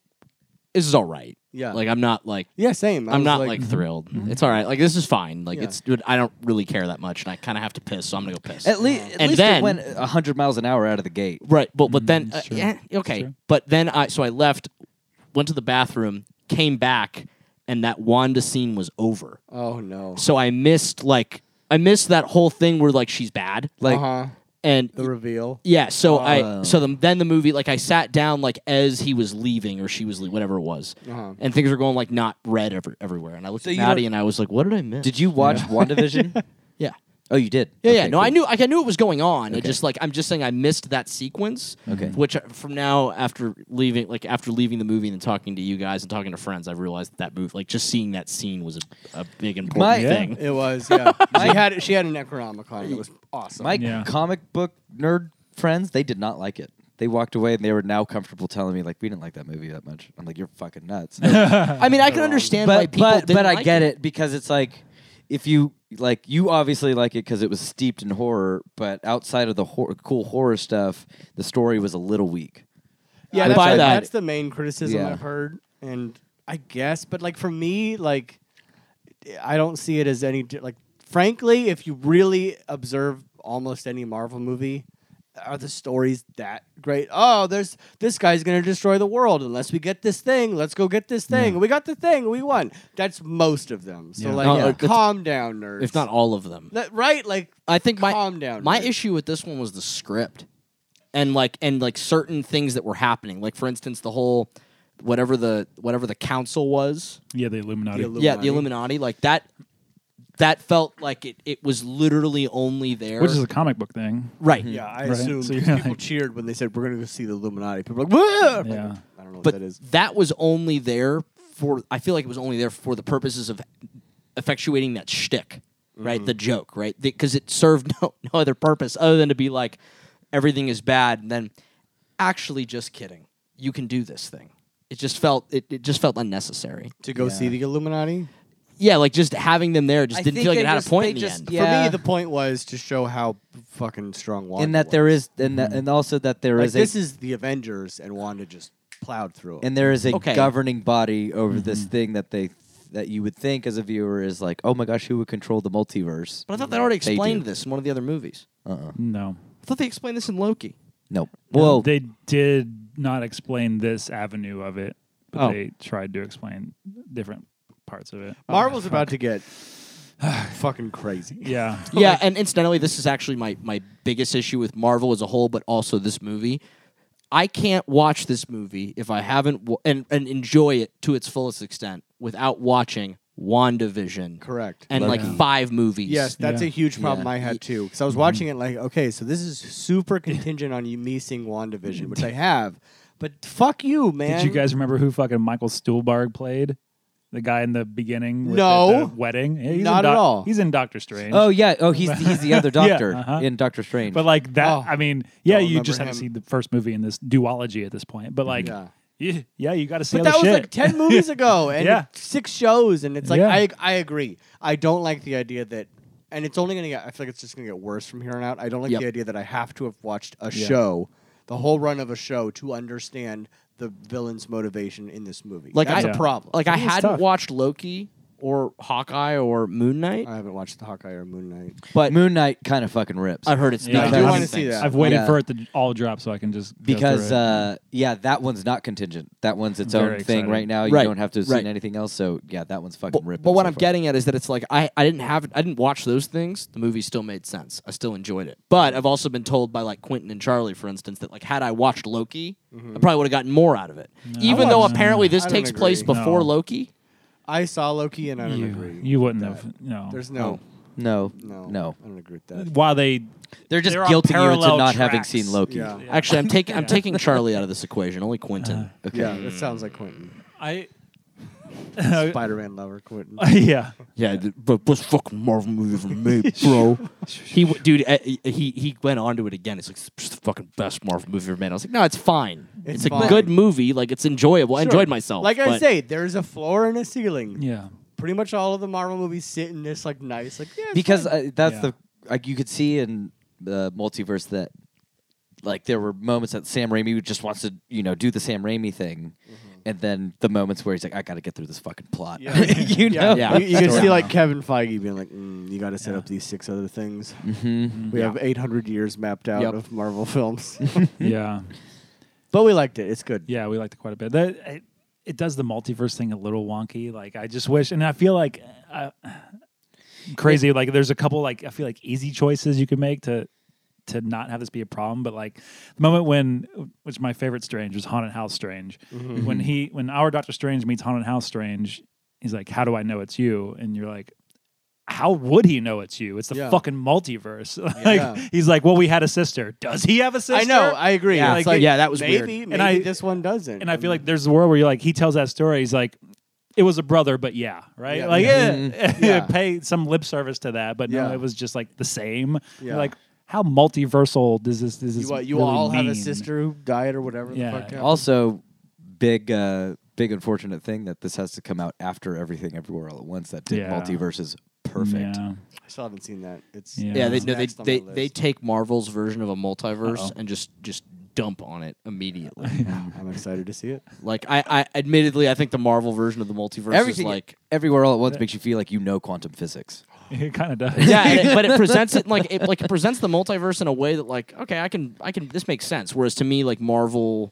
[SPEAKER 5] this is all right.
[SPEAKER 3] Yeah.
[SPEAKER 5] Like I'm not like.
[SPEAKER 3] Yeah, same. I
[SPEAKER 5] I'm
[SPEAKER 3] was
[SPEAKER 5] not like, thrilled. It's all right. Like this is fine. Like
[SPEAKER 3] Yeah.
[SPEAKER 5] it's dude, I don't really care that much, and I kind of have to piss, so I'm gonna go piss.
[SPEAKER 6] At, least, at
[SPEAKER 5] And
[SPEAKER 6] least
[SPEAKER 5] then-
[SPEAKER 6] it went 100 miles an hour out of the gate.
[SPEAKER 5] Right, but but then uh,
[SPEAKER 4] Mm, true.
[SPEAKER 5] yeah, okay,
[SPEAKER 4] true.
[SPEAKER 5] but then I so I left, went to the bathroom, came back, and that Wanda scene was over.
[SPEAKER 3] Oh no.
[SPEAKER 5] So I missed like I missed that whole thing where like she's bad, like
[SPEAKER 3] Uh huh.
[SPEAKER 5] and
[SPEAKER 3] The reveal.
[SPEAKER 5] yeah. So I so the, then the movie like I sat down like as he was leaving or she was leaving, whatever it was,
[SPEAKER 3] Uh-huh.
[SPEAKER 5] and things were going like not red ever, everywhere, and I looked
[SPEAKER 6] So
[SPEAKER 5] at
[SPEAKER 6] you don't-
[SPEAKER 5] Maddie and I was like, what did I miss?
[SPEAKER 6] Did you watch WandaVision?
[SPEAKER 5] yeah.
[SPEAKER 6] Oh, you did.
[SPEAKER 5] Yeah, yeah.
[SPEAKER 6] Okay,
[SPEAKER 5] No, I
[SPEAKER 6] cool.
[SPEAKER 5] knew, like, I knew it was going on. I just like, I'm just saying, I missed that sequence.
[SPEAKER 6] Okay.
[SPEAKER 5] Which uh, from now after leaving, like after leaving the movie and talking to you guys and talking to friends, I've realized that move, like just seeing that scene was a, a big important
[SPEAKER 6] My- Yeah.
[SPEAKER 5] thing.
[SPEAKER 3] It was. Yeah. she had. She had a Necronomicon. It was awesome.
[SPEAKER 6] My
[SPEAKER 4] Yeah.
[SPEAKER 6] comic book nerd friends, they did not like it. They walked away and they were now comfortable telling me like we didn't like that movie that much. I'm like you're fucking nuts.
[SPEAKER 5] I mean, I can understand why
[SPEAKER 6] but
[SPEAKER 5] people
[SPEAKER 6] but,
[SPEAKER 5] didn't
[SPEAKER 6] but I
[SPEAKER 5] like
[SPEAKER 6] get it. because it's like if you like you obviously like it because it was steeped in horror, but outside of the hor- cool horror stuff, the story was a little weak.
[SPEAKER 3] Yeah,
[SPEAKER 5] I
[SPEAKER 3] that's,
[SPEAKER 5] buy
[SPEAKER 3] the-
[SPEAKER 5] that.
[SPEAKER 3] that's the main criticism
[SPEAKER 6] Yeah.
[SPEAKER 3] I've heard, and I guess, but like for me, like I don't see it as any di- like. Frankly, if you really observe almost any Marvel movie, are the stories that great? Oh, there's this guy's gonna destroy the world unless we get this thing. Let's go get this thing. We got the thing. We won. That's most of them. So
[SPEAKER 4] Yeah.
[SPEAKER 3] like,
[SPEAKER 7] No, uh, it's-
[SPEAKER 3] calm down, nerds.
[SPEAKER 7] if not all of them.
[SPEAKER 3] That- right, like
[SPEAKER 5] I think my
[SPEAKER 3] calm down.
[SPEAKER 5] my
[SPEAKER 3] nerds.
[SPEAKER 5] issue with this one was the script, and like and like certain things that were happening. Like for instance, the whole whatever the whatever the council was.
[SPEAKER 4] Yeah, the Illuminati.
[SPEAKER 3] The Illu-
[SPEAKER 5] Yeah, the Illuminati. Like that. That felt like it. It was literally only there.
[SPEAKER 4] which is a comic book thing.
[SPEAKER 5] right.
[SPEAKER 3] Yeah, I
[SPEAKER 4] Right.
[SPEAKER 3] assume
[SPEAKER 4] So
[SPEAKER 3] because
[SPEAKER 4] you're
[SPEAKER 3] people
[SPEAKER 4] like-
[SPEAKER 3] cheered when they said we're going to go see the Illuminati. People were like, Whoa! I'm like,
[SPEAKER 4] Yeah.
[SPEAKER 3] I don't know what
[SPEAKER 5] but
[SPEAKER 3] that is.
[SPEAKER 5] that was only there for. I feel like it was only there for the purposes of effectuating that shtick, right?
[SPEAKER 3] Mm-hmm.
[SPEAKER 5] The joke, right? Because it served no no other purpose other than to be like everything is bad, and then actually just kidding. You can do this thing. It just felt it, it just felt unnecessary.
[SPEAKER 3] To go see the Illuminati.
[SPEAKER 5] Yeah, like just having them there just
[SPEAKER 6] I
[SPEAKER 5] didn't
[SPEAKER 6] think
[SPEAKER 5] feel like
[SPEAKER 6] they
[SPEAKER 5] it had
[SPEAKER 6] just-
[SPEAKER 5] a point
[SPEAKER 6] they
[SPEAKER 5] in the
[SPEAKER 6] just-
[SPEAKER 5] end.
[SPEAKER 6] Yeah.
[SPEAKER 3] For me, the point was to show how fucking strong Wanda.
[SPEAKER 6] And that
[SPEAKER 3] was.
[SPEAKER 6] there is and that, and also that there
[SPEAKER 3] like,
[SPEAKER 6] is
[SPEAKER 3] this
[SPEAKER 6] a
[SPEAKER 3] is the Avengers, and Wanda just plowed through. 'em.
[SPEAKER 6] and there is a
[SPEAKER 5] Okay.
[SPEAKER 6] governing body over this thing that they that you would think as a viewer is like, "Oh my gosh, who would control the multiverse?"
[SPEAKER 5] But I thought they already
[SPEAKER 6] They do.
[SPEAKER 5] explained this in one of the other movies.
[SPEAKER 4] No.
[SPEAKER 5] I thought they explained this in Loki.
[SPEAKER 6] Nope.
[SPEAKER 4] Well,
[SPEAKER 6] well,
[SPEAKER 4] they did not explain this avenue of it, but
[SPEAKER 6] Oh.
[SPEAKER 4] they tried to explain different parts of it.
[SPEAKER 6] Oh,
[SPEAKER 3] Marvel's about to get fucking crazy.
[SPEAKER 4] Yeah.
[SPEAKER 5] Yeah, and incidentally, this is actually my my biggest issue with Marvel as a whole, but also this movie. I can't watch this movie if I haven't w- and and enjoy it to its fullest extent without watching WandaVision.
[SPEAKER 3] Correct.
[SPEAKER 5] And like five movies.
[SPEAKER 3] Yes, that's
[SPEAKER 4] Yeah.
[SPEAKER 3] a huge problem
[SPEAKER 5] Yeah.
[SPEAKER 3] I had too. Because I was watching
[SPEAKER 6] Mm-hmm.
[SPEAKER 3] it like, okay, so this is super contingent on you me seeing WandaVision, which I have. But fuck you, man.
[SPEAKER 4] Did you guys remember who fucking Michael Stuhlbarg played? The guy in the beginning with
[SPEAKER 3] No.
[SPEAKER 4] the, the wedding? Yeah, in
[SPEAKER 3] Not at
[SPEAKER 4] Doc-
[SPEAKER 3] all.
[SPEAKER 4] He's in Doctor Strange.
[SPEAKER 6] oh yeah, oh he's he's the other
[SPEAKER 4] Yeah,
[SPEAKER 6] doctor
[SPEAKER 4] uh-huh.
[SPEAKER 6] in Doctor Strange.
[SPEAKER 4] But like that,
[SPEAKER 3] Oh.
[SPEAKER 4] I mean, yeah,
[SPEAKER 3] Don't
[SPEAKER 4] you just
[SPEAKER 3] remember
[SPEAKER 4] haven't
[SPEAKER 3] him.
[SPEAKER 4] seen the first movie in this duology at this point. But like,
[SPEAKER 3] Yeah.
[SPEAKER 4] yeah, yeah you got to see
[SPEAKER 3] But
[SPEAKER 4] other
[SPEAKER 3] that was
[SPEAKER 4] shit.
[SPEAKER 3] like ten movies ago and
[SPEAKER 4] Yeah.
[SPEAKER 3] six shows, and it's like
[SPEAKER 4] Yeah.
[SPEAKER 3] I I agree. I don't like the idea that, and it's only gonna get. I feel like it's just gonna get worse from here on out. I don't like
[SPEAKER 5] Yep.
[SPEAKER 3] the idea that I have to have watched a show, the whole run of a show, to understand the villain's motivation in this movie.
[SPEAKER 5] Like
[SPEAKER 3] That's
[SPEAKER 5] I,
[SPEAKER 3] a problem.
[SPEAKER 5] Like I
[SPEAKER 4] It was
[SPEAKER 5] hadn't
[SPEAKER 4] tough.
[SPEAKER 5] watched Loki or Hawkeye or Moon Knight.
[SPEAKER 3] I haven't watched the Hawkeye or Moon Knight.
[SPEAKER 6] but Moon Knight kind of fucking rips.
[SPEAKER 5] I've heard it's
[SPEAKER 4] Yeah,
[SPEAKER 5] not
[SPEAKER 4] I
[SPEAKER 5] good.
[SPEAKER 4] do
[SPEAKER 3] wanna see that.
[SPEAKER 4] I've waited
[SPEAKER 6] Yeah.
[SPEAKER 4] for it to all drop so I can just go
[SPEAKER 6] because
[SPEAKER 4] through it.
[SPEAKER 6] uh, yeah, that one's not contingent. That one's its
[SPEAKER 4] Very
[SPEAKER 6] own thing
[SPEAKER 4] exciting.
[SPEAKER 6] right now. You
[SPEAKER 5] Right,
[SPEAKER 6] don't have to have
[SPEAKER 5] right.
[SPEAKER 6] seen anything else. So yeah, that one's fucking
[SPEAKER 5] But,
[SPEAKER 6] ripping.
[SPEAKER 5] but what
[SPEAKER 6] so
[SPEAKER 5] I'm
[SPEAKER 6] far.
[SPEAKER 5] getting at is that it's like I, I didn't have I didn't watch those things. The movie still made sense. I still enjoyed it. But I've also been told by like Quentin and Charlie, for instance, that like had I watched Loki,
[SPEAKER 3] Mm-hmm.
[SPEAKER 5] I probably would have gotten more out of it. Even though apparently this
[SPEAKER 3] I don't
[SPEAKER 5] takes place
[SPEAKER 3] agree.
[SPEAKER 5] before
[SPEAKER 4] No.
[SPEAKER 5] Loki.
[SPEAKER 3] I saw Loki and I don't
[SPEAKER 4] you,
[SPEAKER 3] agree.
[SPEAKER 4] you
[SPEAKER 3] with
[SPEAKER 4] wouldn't
[SPEAKER 3] that.
[SPEAKER 4] have. No.
[SPEAKER 3] There's no,
[SPEAKER 6] no,
[SPEAKER 3] no,
[SPEAKER 6] no,
[SPEAKER 3] I don't agree with that.
[SPEAKER 4] While they
[SPEAKER 6] They're just
[SPEAKER 4] They're on
[SPEAKER 6] guilting you into
[SPEAKER 4] parallel
[SPEAKER 6] not having
[SPEAKER 4] tracks.
[SPEAKER 6] seen Loki.
[SPEAKER 3] Yeah, yeah,
[SPEAKER 5] Actually, I'm taking I'm taking Charlie out of this equation. Only Quentin.
[SPEAKER 3] it sounds like Quentin,
[SPEAKER 4] I
[SPEAKER 3] Spider-Man lover Quentin.
[SPEAKER 4] yeah.
[SPEAKER 5] yeah, th- but this fucking Marvel movie for me, bro. he w- dude, uh, he he went on to it again. It's like "It's the fucking best Marvel movie ever made. I was like, no, it's fine.
[SPEAKER 3] It's
[SPEAKER 5] It's,
[SPEAKER 3] fine.
[SPEAKER 5] a good movie. Like it's enjoyable. I enjoyed myself.
[SPEAKER 3] Like I
[SPEAKER 5] but-
[SPEAKER 3] say, there's a floor and a ceiling.
[SPEAKER 4] Yeah.
[SPEAKER 3] pretty much all of the Marvel movies sit in this like nice like yeah it's
[SPEAKER 6] because
[SPEAKER 3] fine.
[SPEAKER 6] uh, that's
[SPEAKER 4] Yeah.
[SPEAKER 6] the like you could see in the multiverse that like there were moments that Sam Raimi just wants to you know do the Sam Raimi thing,
[SPEAKER 5] Mm-hmm.
[SPEAKER 6] and then the moments where he's like, I got to get through this fucking plot.
[SPEAKER 3] Yeah.
[SPEAKER 6] you know,
[SPEAKER 5] yeah.
[SPEAKER 3] you, you can
[SPEAKER 5] Story.
[SPEAKER 3] see like Kevin Feige being like mm, you got to set up these six other things we have 800 years mapped out
[SPEAKER 5] Yep.
[SPEAKER 3] of Marvel films
[SPEAKER 4] Yeah.
[SPEAKER 3] but we liked it it's good
[SPEAKER 4] Yeah, we liked it quite a bit. That it, it does the multiverse thing a little wonky. Like I just wish, and I feel like uh, crazy. like there's a couple like I feel like easy choices you can make to to not have this be a problem. But like the moment when, which my favorite Strange was Haunted House Strange.
[SPEAKER 3] Mm-hmm.
[SPEAKER 4] When he when our Doctor Strange meets Haunted House Strange, he's like, "How do I know it's you?" And you're like. How would he know it's you? It's the
[SPEAKER 3] Yeah.
[SPEAKER 4] fucking multiverse.
[SPEAKER 3] Yeah.
[SPEAKER 4] like he's like, well, we had a sister. Does he have a sister?
[SPEAKER 3] I know I agree
[SPEAKER 4] Yeah,
[SPEAKER 3] It's
[SPEAKER 4] like-
[SPEAKER 5] yeah, that was weird.
[SPEAKER 3] maybe maybe
[SPEAKER 4] And I-
[SPEAKER 3] this one doesn't
[SPEAKER 4] and I feel like there's a world where you're like, he tells that story. He's like, it was a brother, but yeah, right?
[SPEAKER 3] Yeah.
[SPEAKER 4] like,
[SPEAKER 3] Mhm.
[SPEAKER 4] yeah,
[SPEAKER 3] Yeah.
[SPEAKER 4] pay some lip service to that, but
[SPEAKER 3] Yeah.
[SPEAKER 4] no, it was just like the same. You're
[SPEAKER 3] Yeah.
[SPEAKER 4] Like, how multiversal does this does this
[SPEAKER 3] You, uh, you
[SPEAKER 4] really
[SPEAKER 3] all have a
[SPEAKER 4] mean?
[SPEAKER 3] sister who died or whatever.
[SPEAKER 4] Yeah.
[SPEAKER 3] The fuck happened.
[SPEAKER 6] Also, big uh, big unfortunate thing that this has to come out after everything everywhere all at once. That did
[SPEAKER 4] Yeah.
[SPEAKER 6] multiverses perfect.
[SPEAKER 4] Yeah.
[SPEAKER 3] I still haven't seen that. It's
[SPEAKER 4] Yeah.
[SPEAKER 5] Yeah, they,
[SPEAKER 3] it's
[SPEAKER 5] no, they,
[SPEAKER 3] next on
[SPEAKER 5] they,
[SPEAKER 3] my
[SPEAKER 5] they
[SPEAKER 3] list. Uh-huh.
[SPEAKER 5] take Marvel's version of a multiverse
[SPEAKER 4] Uh-oh.
[SPEAKER 5] and just just dump on it immediately.
[SPEAKER 3] I'm excited to see it.
[SPEAKER 5] like I, I admittedly I think the Marvel version of the multiverse
[SPEAKER 6] Everything e
[SPEAKER 5] is like
[SPEAKER 6] everywhere all at once makes you feel like you know quantum physics.
[SPEAKER 4] It kind of does.
[SPEAKER 5] yeah, and it- but it presents it like it like it presents the multiverse in a way that like okay, I can I can this makes sense. Whereas to me, like Marvel,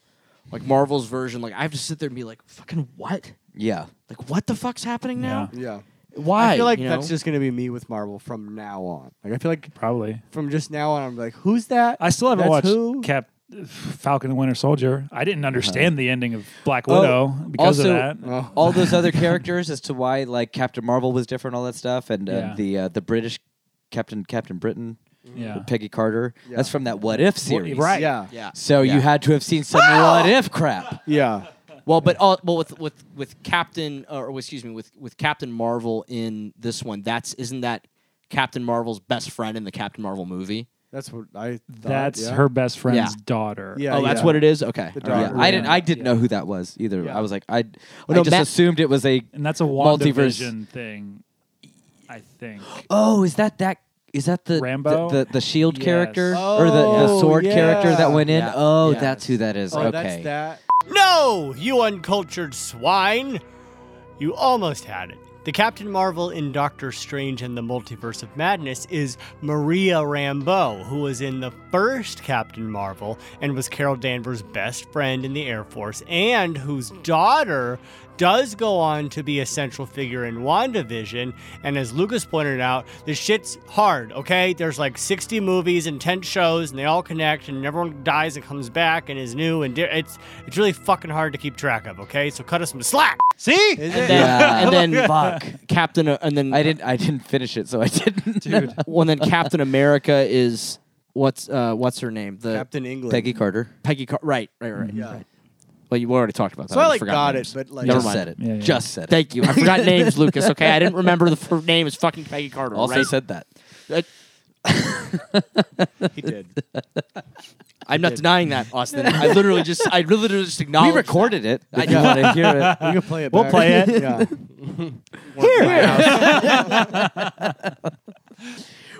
[SPEAKER 5] like Marvel's version, like I have to sit there and be like, fucking what?
[SPEAKER 6] Yeah.
[SPEAKER 5] Like what the fuck's happening now?
[SPEAKER 3] Yeah.
[SPEAKER 5] Why?
[SPEAKER 3] I feel like
[SPEAKER 5] you
[SPEAKER 3] that's
[SPEAKER 5] know?
[SPEAKER 3] just gonna be me with Marvel from now on. Like I feel like
[SPEAKER 4] Probably.
[SPEAKER 3] from just now on, I'm like, who's that?
[SPEAKER 4] I still haven't
[SPEAKER 3] That's
[SPEAKER 4] watched
[SPEAKER 3] who?
[SPEAKER 4] Cap Falcon and Winter Soldier. I didn't understand the ending of Black
[SPEAKER 6] Oh,
[SPEAKER 4] Widow because
[SPEAKER 6] also-
[SPEAKER 4] of that.
[SPEAKER 3] Oh.
[SPEAKER 6] all those other characters as to why like Captain Marvel was different, all that stuff, and uh,
[SPEAKER 4] Yeah.
[SPEAKER 6] the uh, the British Captain Captain Britain,
[SPEAKER 4] Yeah.
[SPEAKER 6] Peggy Carter.
[SPEAKER 3] Yeah.
[SPEAKER 6] That's from that What If series,
[SPEAKER 4] right.
[SPEAKER 3] Yeah.
[SPEAKER 5] yeah.
[SPEAKER 6] So you had to have seen some What If crap.
[SPEAKER 3] Yeah.
[SPEAKER 5] Well, but all, well with with with Captain or excuse me with with Captain Marvel in this one. That's isn't that Captain Marvel's best friend in the Captain Marvel movie?
[SPEAKER 3] That's what I. Thought,
[SPEAKER 4] That's
[SPEAKER 3] yeah.
[SPEAKER 4] her best friend's
[SPEAKER 5] Yeah.
[SPEAKER 4] daughter.
[SPEAKER 3] Yeah,
[SPEAKER 5] oh, that's
[SPEAKER 3] yeah.
[SPEAKER 5] what it is. Okay,
[SPEAKER 3] The
[SPEAKER 5] All right.
[SPEAKER 6] Yeah,
[SPEAKER 3] Daughter,
[SPEAKER 6] I didn't.
[SPEAKER 3] yeah.
[SPEAKER 6] I didn't know who that was either.
[SPEAKER 3] Yeah.
[SPEAKER 6] I was like, I, I
[SPEAKER 5] no,
[SPEAKER 6] just
[SPEAKER 5] Matt-
[SPEAKER 6] assumed it was a.
[SPEAKER 4] And that's a
[SPEAKER 6] Multiverse.
[SPEAKER 4] WandaVision thing, I think.
[SPEAKER 6] Oh, is that that? Is that the
[SPEAKER 4] Rambo?
[SPEAKER 6] the, the, the shield
[SPEAKER 4] Yes.
[SPEAKER 6] character or the, the
[SPEAKER 3] Oh,
[SPEAKER 6] sword character
[SPEAKER 3] yeah.
[SPEAKER 6] that went in?
[SPEAKER 5] Yeah.
[SPEAKER 6] Oh,
[SPEAKER 5] Yes.
[SPEAKER 6] that's who that is.
[SPEAKER 3] Oh,
[SPEAKER 6] okay,
[SPEAKER 3] that's that. No, you uncultured swine! You almost had it. The Captain Marvel in Doctor Strange and the Multiverse of Madness is Maria Rambeau, who was in the first Captain Marvel and was Carol Danvers' best friend in the Air Force, and whose daughter does go on to be a central figure in WandaVision. And as Lucas pointed out, this shit's hard, okay? There's like 60 movies and 10 shows, and they all connect, and everyone dies and comes back and is new, and di- it's it's really fucking hard to keep track of, okay? So cut us some slack. See?
[SPEAKER 5] And then,
[SPEAKER 6] Oh, Yeah.
[SPEAKER 5] and then
[SPEAKER 6] Fuck.
[SPEAKER 5] Captain uh, and then
[SPEAKER 6] I didn't. I didn't finish it, so I didn't.
[SPEAKER 4] Dude.
[SPEAKER 5] Well, then Captain America is what's uh, what's her name? The
[SPEAKER 3] England.
[SPEAKER 6] Peggy Carter.
[SPEAKER 5] Peggy. Car- right, right, right.
[SPEAKER 3] Yeah.
[SPEAKER 5] right. Well, you already talked about that.
[SPEAKER 3] So I
[SPEAKER 5] just
[SPEAKER 3] like
[SPEAKER 5] forgot
[SPEAKER 3] got
[SPEAKER 5] names.
[SPEAKER 3] it, but like
[SPEAKER 5] Never
[SPEAKER 6] just
[SPEAKER 5] mind.
[SPEAKER 6] said it.
[SPEAKER 4] Yeah, yeah.
[SPEAKER 6] Just said it.
[SPEAKER 5] Thank you. I forgot names, Lucas. Okay, I didn't remember the f- name. Is fucking Peggy Carter.
[SPEAKER 6] Also
[SPEAKER 5] right?
[SPEAKER 6] said that.
[SPEAKER 5] That-
[SPEAKER 3] he did.
[SPEAKER 5] I'm not denying that, Austin. I literally just, I literally just acknowledged.
[SPEAKER 6] we recorded it. I
[SPEAKER 5] Yeah.
[SPEAKER 6] you want to hear
[SPEAKER 3] We can play it.
[SPEAKER 4] We'll play it.
[SPEAKER 3] Yeah.
[SPEAKER 6] it.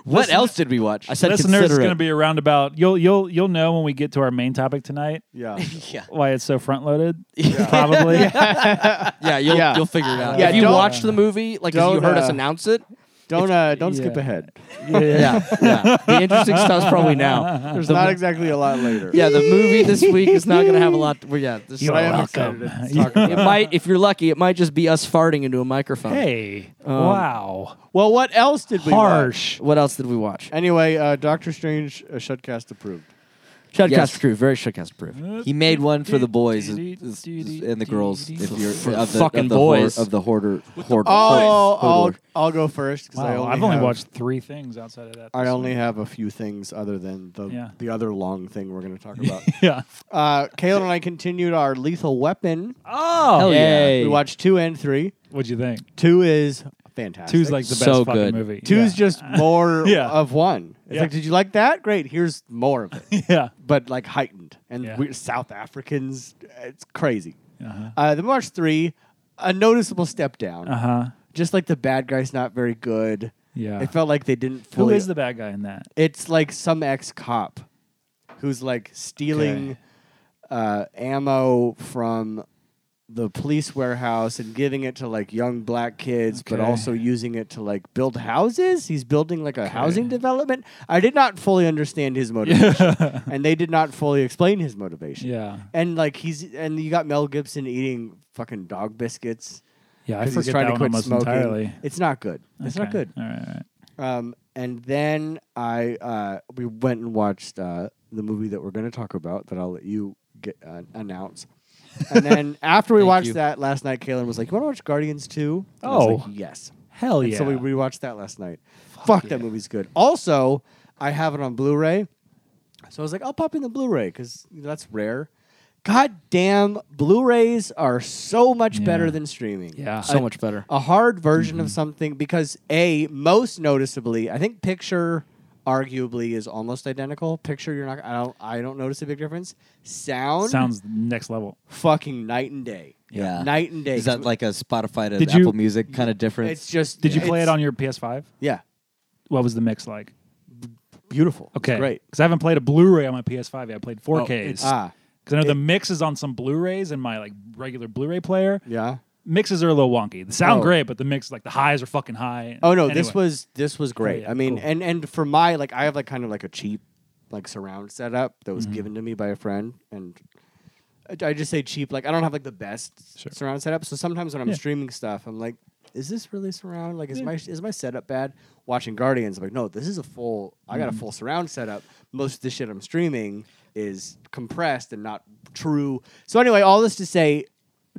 [SPEAKER 6] What else did we watch?
[SPEAKER 5] I said
[SPEAKER 4] Listeners, it's
[SPEAKER 5] consider
[SPEAKER 4] going
[SPEAKER 5] it.
[SPEAKER 4] to be a roundabout. You'll you'll you'll know when we get to our main topic tonight
[SPEAKER 3] Yeah.
[SPEAKER 6] yeah.
[SPEAKER 4] why it's so front loaded. Probably.
[SPEAKER 5] yeah, you'll
[SPEAKER 3] Yeah.
[SPEAKER 5] you'll figure it out.
[SPEAKER 3] Yeah,
[SPEAKER 5] if you
[SPEAKER 3] don't-
[SPEAKER 5] watched the movie, like if you
[SPEAKER 3] don't,
[SPEAKER 5] heard us
[SPEAKER 3] uh,
[SPEAKER 5] announce it,
[SPEAKER 3] Don't uh, don't
[SPEAKER 4] yeah.
[SPEAKER 3] skip ahead.
[SPEAKER 5] yeah, yeah. The interesting stuff's probably now.
[SPEAKER 3] There's not exactly a lot later.
[SPEAKER 5] Yeah, the movie this week is not going to have a lot. well, yeah, this
[SPEAKER 4] You're
[SPEAKER 3] I am
[SPEAKER 4] welcome.
[SPEAKER 3] excited to talk
[SPEAKER 5] it might, if you're lucky, it might just be us farting into a microphone.
[SPEAKER 4] hey.
[SPEAKER 6] Um,
[SPEAKER 4] wow.
[SPEAKER 3] Well, what else did we watch?
[SPEAKER 4] Harsh.
[SPEAKER 5] What else did we watch?
[SPEAKER 3] Anyway, uh, Doctor Strange uh, Shudcast approved.
[SPEAKER 5] Shudcast
[SPEAKER 6] Yes.
[SPEAKER 5] Crew, very Shudcast proof.
[SPEAKER 6] He made one for the boys and and the girls. If you're
[SPEAKER 5] For
[SPEAKER 6] of the,
[SPEAKER 5] fucking
[SPEAKER 6] of the hoard-
[SPEAKER 5] boys.
[SPEAKER 6] of the hoarder, hoarder.
[SPEAKER 3] Oh, I'll,
[SPEAKER 6] hoarder.
[SPEAKER 3] I'll go first because I
[SPEAKER 4] Wow,
[SPEAKER 3] only
[SPEAKER 4] I've only
[SPEAKER 3] have-
[SPEAKER 4] watched three things outside of that.
[SPEAKER 3] I
[SPEAKER 4] this
[SPEAKER 3] only
[SPEAKER 4] week.
[SPEAKER 3] have a few things other than the
[SPEAKER 4] Yeah.
[SPEAKER 3] the other long thing we're going to talk about.
[SPEAKER 4] Yeah.
[SPEAKER 3] uh, Caleb and I continued our Lethal Weapon.
[SPEAKER 4] Oh.
[SPEAKER 6] Hell yeah!
[SPEAKER 3] We watched two and three.
[SPEAKER 4] What'd you think?
[SPEAKER 3] Two is fantastic.
[SPEAKER 4] Two's like the best
[SPEAKER 6] So
[SPEAKER 4] fucking
[SPEAKER 6] good.
[SPEAKER 4] movie.
[SPEAKER 3] Two's just more
[SPEAKER 4] Yeah.
[SPEAKER 3] of one. It's
[SPEAKER 4] Yeah.
[SPEAKER 3] like, did you like that? Great. Here's more of it,
[SPEAKER 4] just yeah.
[SPEAKER 3] but like heightened. And
[SPEAKER 4] Yeah.
[SPEAKER 3] we're South Africans. It's crazy.
[SPEAKER 4] Uh-huh.
[SPEAKER 3] Uh, the March three, a noticeable step down.
[SPEAKER 4] Uh-huh.
[SPEAKER 3] Just like the bad guy's not very good.
[SPEAKER 4] Yeah.
[SPEAKER 3] It felt like they didn't
[SPEAKER 4] Who
[SPEAKER 3] fully.
[SPEAKER 4] is the bad guy in that?
[SPEAKER 3] It's like some ex cop who's like stealing uh, ammo from the police warehouse and giving it to like young black kids, but
[SPEAKER 4] Okay.
[SPEAKER 3] also using it to like build houses. He's building like a housing development. I did not fully understand his motivation, and they did not fully explain his motivation.
[SPEAKER 4] Yeah.
[SPEAKER 3] And like he's and you got Mel Gibson eating fucking dog biscuits
[SPEAKER 4] Yeah, I
[SPEAKER 3] because
[SPEAKER 4] forget
[SPEAKER 3] he's trying to
[SPEAKER 4] that one
[SPEAKER 3] quit
[SPEAKER 4] almost
[SPEAKER 3] smoking.
[SPEAKER 4] entirely.
[SPEAKER 3] It's not good. It's not
[SPEAKER 4] Okay.
[SPEAKER 3] good.
[SPEAKER 4] All right, all right.
[SPEAKER 3] Um, and then I uh, we went and watched uh, the movie that we're going to talk about that I'll let you get uh, announce. And then after we watched that last night, Kaylin was like, "You want to watch Guardians 2? And I was
[SPEAKER 4] Oh.
[SPEAKER 3] like, yes.
[SPEAKER 4] Hell
[SPEAKER 3] and
[SPEAKER 4] yeah.
[SPEAKER 3] So we rewatched that last night. Fuck, that movie's good. Also, I have it on Blu-ray, so I was like, I'll pop in the Blu-ray because that's rare. God damn, Blu-rays are so much
[SPEAKER 4] Yeah.
[SPEAKER 3] better than streaming
[SPEAKER 4] yeah.
[SPEAKER 5] So much better.
[SPEAKER 3] a hard version of something because a most noticeably i think picture arguably is almost identical. Picture, you're not. I don't. I don't notice a big difference. Sound,
[SPEAKER 4] Sounds next level.
[SPEAKER 3] fucking night and day.
[SPEAKER 6] Yeah.
[SPEAKER 3] night and day.
[SPEAKER 6] Is that like a Spotify to
[SPEAKER 4] Did
[SPEAKER 6] Apple
[SPEAKER 4] you-
[SPEAKER 6] Music kind of difference?
[SPEAKER 3] It's just.
[SPEAKER 4] Did you play it
[SPEAKER 3] it's-
[SPEAKER 4] on your PS5?
[SPEAKER 3] Yeah,
[SPEAKER 4] What was the mix like?
[SPEAKER 3] beautiful. It's
[SPEAKER 4] Okay,
[SPEAKER 3] great.
[SPEAKER 4] Because I haven't played a Blu-ray on my PS5 yet. I played 4Ks.
[SPEAKER 3] Ah,
[SPEAKER 4] Because I know the mix is on some Blu-rays and my like regular Blu-ray player.
[SPEAKER 3] yeah.
[SPEAKER 4] Mixes are a little wonky. They sound
[SPEAKER 3] Oh.
[SPEAKER 4] great, but the mix, like the highs are fucking high.
[SPEAKER 3] Oh no, this
[SPEAKER 4] Anyway.
[SPEAKER 3] was this was great.
[SPEAKER 4] yeah,
[SPEAKER 3] I mean,
[SPEAKER 4] cool.
[SPEAKER 3] and and for my like, I have like kind of like a cheap like surround setup that
[SPEAKER 4] Mm-hmm.
[SPEAKER 3] was given to me by a friend, and I- I just say cheap. Like I don't have like the best
[SPEAKER 4] Sure.
[SPEAKER 3] surround setup, so sometimes when I'm
[SPEAKER 4] Yeah.
[SPEAKER 3] streaming stuff, I'm like, is this really surround? Like, is my is my setup bad? Watching Guardians, I'm like, no, this is a full. I
[SPEAKER 4] Mm-hmm.
[SPEAKER 3] got a full surround setup. Most of the shit I'm streaming is compressed and not true. So anyway, all this to say,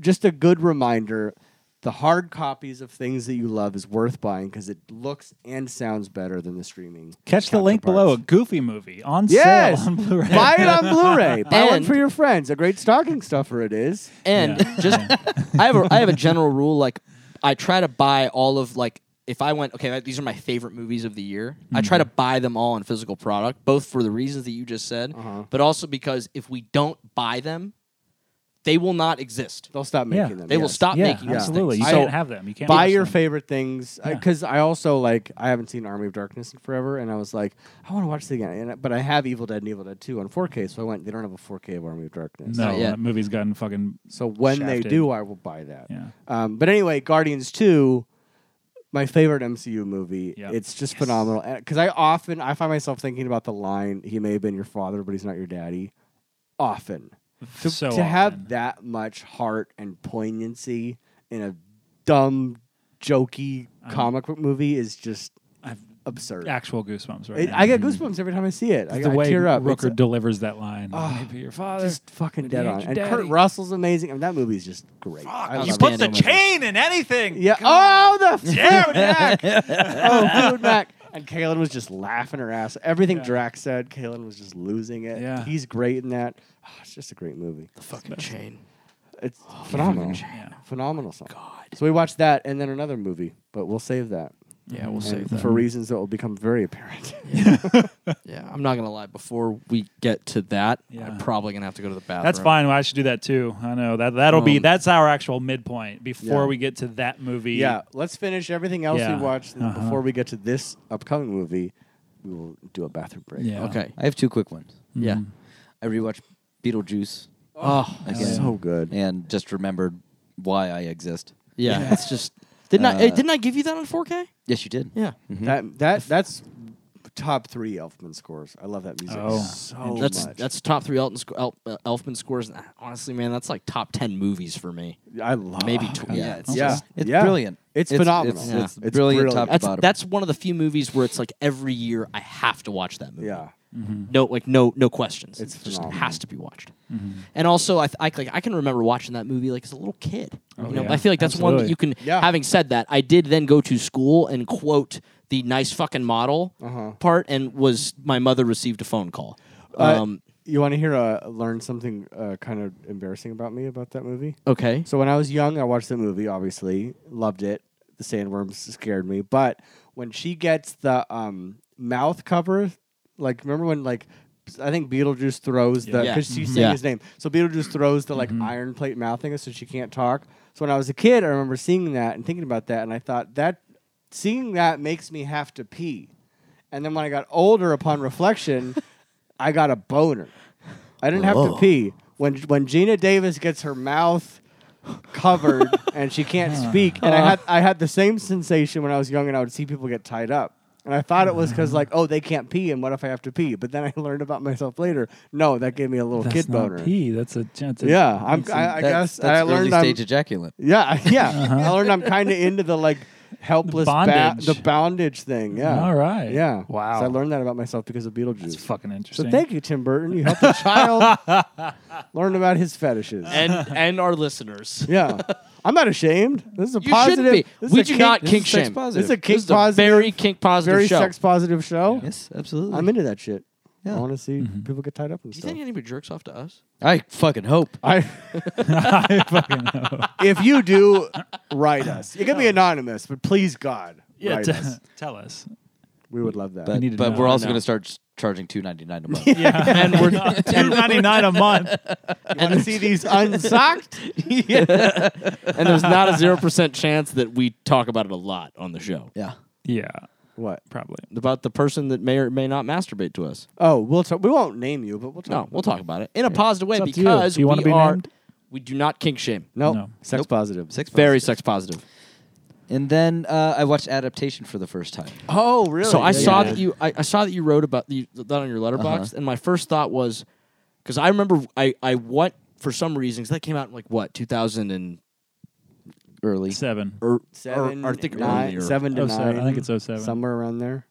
[SPEAKER 3] just a good reminder the hard copies of things that you love is worth buying because it looks and sounds better than the streaming.
[SPEAKER 4] catch the link below. A
[SPEAKER 3] counterparts.
[SPEAKER 4] Goofy movie on
[SPEAKER 3] Yes,
[SPEAKER 4] sale on Blu-ray.
[SPEAKER 3] buy it on Blu-ray. Buy one
[SPEAKER 5] And-
[SPEAKER 3] for your friends. A great stocking stuffer it is.
[SPEAKER 5] And
[SPEAKER 4] Yeah.
[SPEAKER 5] just I have a I have a general rule like I try to buy all of like if I went okay these are my favorite movies of the year I try
[SPEAKER 4] Mm-hmm.
[SPEAKER 5] to buy them all in physical product both for the reasons that you just said but also because if we don't buy them they will not exist
[SPEAKER 3] They'll stop
[SPEAKER 4] Yeah.
[SPEAKER 3] making them.
[SPEAKER 5] they will
[SPEAKER 3] yes.
[SPEAKER 5] stop
[SPEAKER 4] yeah,
[SPEAKER 5] making these
[SPEAKER 4] absolutely.
[SPEAKER 5] things.
[SPEAKER 4] You
[SPEAKER 5] So-
[SPEAKER 4] can't have them. You can't
[SPEAKER 3] buy
[SPEAKER 4] watch
[SPEAKER 3] your
[SPEAKER 4] them.
[SPEAKER 3] favorite things because I also like I haven't seen Army of Darkness in forever, and I was like, I want to watch it again. And, I- but I have Evil Dead and Evil Dead Two on 4K, so I went. They don't have a 4K of Army of Darkness.
[SPEAKER 4] No,
[SPEAKER 5] yet.
[SPEAKER 4] that movie's gotten fucking.
[SPEAKER 3] So when they
[SPEAKER 4] Shafted.
[SPEAKER 3] do, I will buy that.
[SPEAKER 4] Yeah.
[SPEAKER 3] Um, but anyway, Guardians Two, my favorite MCU movie.
[SPEAKER 4] Yep.
[SPEAKER 3] It's just phenomenal because I often I find myself thinking about the line, "He may have been your father, but he's not your daddy." Often to,
[SPEAKER 4] So
[SPEAKER 3] to have
[SPEAKER 4] often.
[SPEAKER 3] that much heart and poignancy in a dumb, jokey
[SPEAKER 4] Uh-huh.
[SPEAKER 3] comic book movie is just
[SPEAKER 4] I've
[SPEAKER 3] absurd.
[SPEAKER 4] actual goosebumps right
[SPEAKER 3] It-
[SPEAKER 4] now.
[SPEAKER 3] I get goosebumps every time I see it. I,
[SPEAKER 4] the
[SPEAKER 3] I
[SPEAKER 4] way
[SPEAKER 3] tear up. It's Ah,
[SPEAKER 4] Rooker delivers that line. Maybe your father.
[SPEAKER 3] just fucking
[SPEAKER 4] he
[SPEAKER 3] dead
[SPEAKER 4] ain't
[SPEAKER 3] on.
[SPEAKER 4] your
[SPEAKER 3] And
[SPEAKER 4] daddy.
[SPEAKER 3] Kurt Russell's amazing. I mean, that movie's just great. I love
[SPEAKER 4] you
[SPEAKER 3] it.
[SPEAKER 4] put the
[SPEAKER 5] Outstanding.
[SPEAKER 4] chain in anything.
[SPEAKER 3] Yeah.
[SPEAKER 4] God.
[SPEAKER 3] Oh, the food Mac. Oh, food Mac. And Kalen was just laughing her ass. Everything
[SPEAKER 4] Yeah.
[SPEAKER 3] Drax said, Kalen was just losing it.
[SPEAKER 4] Yeah.
[SPEAKER 3] He's great in that. Oh, it's just a great movie.
[SPEAKER 5] fucking chain
[SPEAKER 3] It's
[SPEAKER 4] Oh,
[SPEAKER 3] phenomenal.
[SPEAKER 4] Yeah.
[SPEAKER 3] Phenomenal song. God. So we watched that and then another movie, but we'll save that.
[SPEAKER 5] yeah we'll
[SPEAKER 3] And
[SPEAKER 5] save that Mm-hmm.
[SPEAKER 3] For reasons that will become very apparent.
[SPEAKER 5] yeah I'm not gonna lie before we get to that
[SPEAKER 4] Yeah.
[SPEAKER 5] I'm probably gonna have to go to the bathroom
[SPEAKER 4] That's fine. Well, I should do that too. I know that that'll be
[SPEAKER 5] Um,
[SPEAKER 4] that's our actual midpoint before
[SPEAKER 3] Yeah.
[SPEAKER 4] we get to that movie.
[SPEAKER 3] yeah. Let's finish everything else
[SPEAKER 4] Yeah.
[SPEAKER 3] we watched and
[SPEAKER 4] Uh-huh.
[SPEAKER 3] before we get to this upcoming movie. We will do a bathroom break.
[SPEAKER 4] Yeah.
[SPEAKER 5] okay
[SPEAKER 6] I have two quick ones.
[SPEAKER 5] yeah
[SPEAKER 6] I rewatched Beetlejuice
[SPEAKER 5] oh
[SPEAKER 6] again
[SPEAKER 3] So good.
[SPEAKER 6] and just remembered why I exist.
[SPEAKER 5] yeah, it's just didn't I
[SPEAKER 6] Uh,
[SPEAKER 5] didn't I give you that on 4K
[SPEAKER 6] Yes, you did.
[SPEAKER 5] yeah
[SPEAKER 3] That that that's top three Elfman scores. I love that music
[SPEAKER 4] Oh.
[SPEAKER 3] so
[SPEAKER 5] that's
[SPEAKER 3] much.
[SPEAKER 5] that's top three Elton sc- El- uh, Elfman scores. and Honestly, man, that's like top ten movies for me.
[SPEAKER 3] I love
[SPEAKER 5] Maybe tw- Oh, yeah, it's
[SPEAKER 3] yeah.
[SPEAKER 5] just-
[SPEAKER 6] It's
[SPEAKER 3] Yeah.
[SPEAKER 6] brilliant.
[SPEAKER 3] It's phenomenal.
[SPEAKER 6] It's,
[SPEAKER 5] Yeah.
[SPEAKER 6] it's
[SPEAKER 3] It's
[SPEAKER 6] brilliant,
[SPEAKER 3] brilliant.
[SPEAKER 6] top to
[SPEAKER 5] that's
[SPEAKER 6] bottom.
[SPEAKER 5] that's one of the few movies where it's like every year I have to watch that movie.
[SPEAKER 3] yeah.
[SPEAKER 5] no, like no no questions.
[SPEAKER 3] It's
[SPEAKER 5] It just
[SPEAKER 3] phenomenal.
[SPEAKER 5] has to be watched. And also, I, th- I like I can remember watching that movie like as a little kid. you know,
[SPEAKER 4] yeah.
[SPEAKER 5] I feel like that's one that
[SPEAKER 4] Absolutely.
[SPEAKER 5] you can.
[SPEAKER 3] Yeah.
[SPEAKER 5] Having said that, I did then go to school and quote the nice fucking model part, and was my mother received a phone call.
[SPEAKER 3] Uh-huh. Uh,
[SPEAKER 5] um,
[SPEAKER 3] You want to hear uh, learn something uh, kind of embarrassing about me about that movie?
[SPEAKER 5] okay,
[SPEAKER 3] So when I was young, I watched the movie. Obviously, loved it. The sandworms scared me, but when she gets the um, mouth cover, like remember when like I think Beetlejuice throws the
[SPEAKER 5] Yeah.
[SPEAKER 3] because she's saying
[SPEAKER 5] Yeah.
[SPEAKER 3] his name. So Beetlejuice throws the like iron plate mouth thing, so she can't talk. So when I was a kid, I remember seeing that and thinking about that, and I thought that seeing that makes me have to pee. And then when I got older, upon reflection, I got a boner. I didn't have to pee. When when Gina Davis gets her mouth covered and she can't speak, and I had I had the same sensation when I was young, and I would see people get tied up. And I thought it was because like, oh, they can't pee, and what if I have to pee? But then I learned about myself later. No, that gave me a little
[SPEAKER 4] That's
[SPEAKER 3] kid
[SPEAKER 4] not
[SPEAKER 3] boner.
[SPEAKER 4] pee. That's a chance.
[SPEAKER 3] Yeah, I'm, I, I guess
[SPEAKER 6] that's,
[SPEAKER 3] I
[SPEAKER 6] that's early
[SPEAKER 3] learned I'm,
[SPEAKER 6] stage ejaculant.
[SPEAKER 3] yeah, yeah.
[SPEAKER 4] Uh-huh.
[SPEAKER 3] I learned I'm kind of into the like helpless ba-
[SPEAKER 4] bondage.
[SPEAKER 3] the bondage thing. Yeah.
[SPEAKER 4] All right.
[SPEAKER 3] Yeah.
[SPEAKER 4] Wow.
[SPEAKER 3] So I learned that about myself because of Beetlejuice.
[SPEAKER 4] It's fucking
[SPEAKER 3] so
[SPEAKER 4] interesting.
[SPEAKER 3] thank you, Tim Burton. You helped a child learn about his fetishes.
[SPEAKER 5] and and our listeners.
[SPEAKER 3] yeah. I'm not ashamed. This is a
[SPEAKER 5] You
[SPEAKER 3] positive.
[SPEAKER 5] shouldn't be.
[SPEAKER 3] This is
[SPEAKER 5] we
[SPEAKER 3] a
[SPEAKER 5] do
[SPEAKER 3] kink-
[SPEAKER 5] not
[SPEAKER 6] this
[SPEAKER 5] kink
[SPEAKER 6] is sex
[SPEAKER 5] shame.
[SPEAKER 6] positive.
[SPEAKER 3] This is a
[SPEAKER 5] This
[SPEAKER 3] kink
[SPEAKER 5] is a
[SPEAKER 3] positive,
[SPEAKER 5] very kink positive
[SPEAKER 3] very
[SPEAKER 5] show.
[SPEAKER 3] sex positive show.
[SPEAKER 6] Yes, absolutely.
[SPEAKER 3] I'm into that shit.
[SPEAKER 6] Yeah.
[SPEAKER 3] I want to see
[SPEAKER 5] Mm-hmm.
[SPEAKER 3] people get tied up and
[SPEAKER 5] Do you
[SPEAKER 3] stuff.
[SPEAKER 5] think anybody jerks off to us?
[SPEAKER 6] I fucking hope.
[SPEAKER 3] I,
[SPEAKER 4] I fucking know.
[SPEAKER 3] if you do, write us. It can be anonymous, but please God,
[SPEAKER 4] Yeah.
[SPEAKER 3] write
[SPEAKER 4] t-
[SPEAKER 3] us.
[SPEAKER 4] tell us.
[SPEAKER 3] We would love that.
[SPEAKER 6] But,
[SPEAKER 4] need to
[SPEAKER 6] but
[SPEAKER 4] know.
[SPEAKER 6] we're also
[SPEAKER 4] No.
[SPEAKER 6] going to start s- charging two ninety nine a month.
[SPEAKER 4] Yeah, and we're two ninety nine a month.
[SPEAKER 3] and see these unsocked.
[SPEAKER 5] and there's not a zero percent chance that we talk about it a lot on the show
[SPEAKER 6] yeah.
[SPEAKER 4] Yeah,
[SPEAKER 3] what?
[SPEAKER 4] probably.
[SPEAKER 5] about the person that may or may not masturbate to us.
[SPEAKER 3] Oh, we'll talk. We won't name you, but we'll
[SPEAKER 5] No,
[SPEAKER 3] talk.
[SPEAKER 5] we'll talk about it in a positive way
[SPEAKER 4] It's up to you.
[SPEAKER 5] because
[SPEAKER 4] Do you wanna
[SPEAKER 5] we
[SPEAKER 4] be
[SPEAKER 5] are
[SPEAKER 4] named?
[SPEAKER 5] we do not kink shame.
[SPEAKER 3] No,
[SPEAKER 4] No.
[SPEAKER 3] sex positive.
[SPEAKER 6] Six
[SPEAKER 5] Very
[SPEAKER 6] bucks.
[SPEAKER 5] sex positive.
[SPEAKER 6] And then uh, I watched Adaptation for the first time.
[SPEAKER 3] Oh, really?
[SPEAKER 5] So I
[SPEAKER 3] Yeah,
[SPEAKER 5] saw
[SPEAKER 3] yeah.
[SPEAKER 5] that you I, I saw that you wrote about you, that on your letterbox, and my first thought was because I remember I I what for some reasons that came out in like what 2000 and
[SPEAKER 6] Early.
[SPEAKER 4] Seven.
[SPEAKER 5] or,
[SPEAKER 3] seven,
[SPEAKER 5] or, I think
[SPEAKER 3] nine,
[SPEAKER 5] earlier.
[SPEAKER 3] seven to
[SPEAKER 4] Oh,
[SPEAKER 3] nine.
[SPEAKER 4] seven. I think it's oh seven.
[SPEAKER 3] somewhere around there.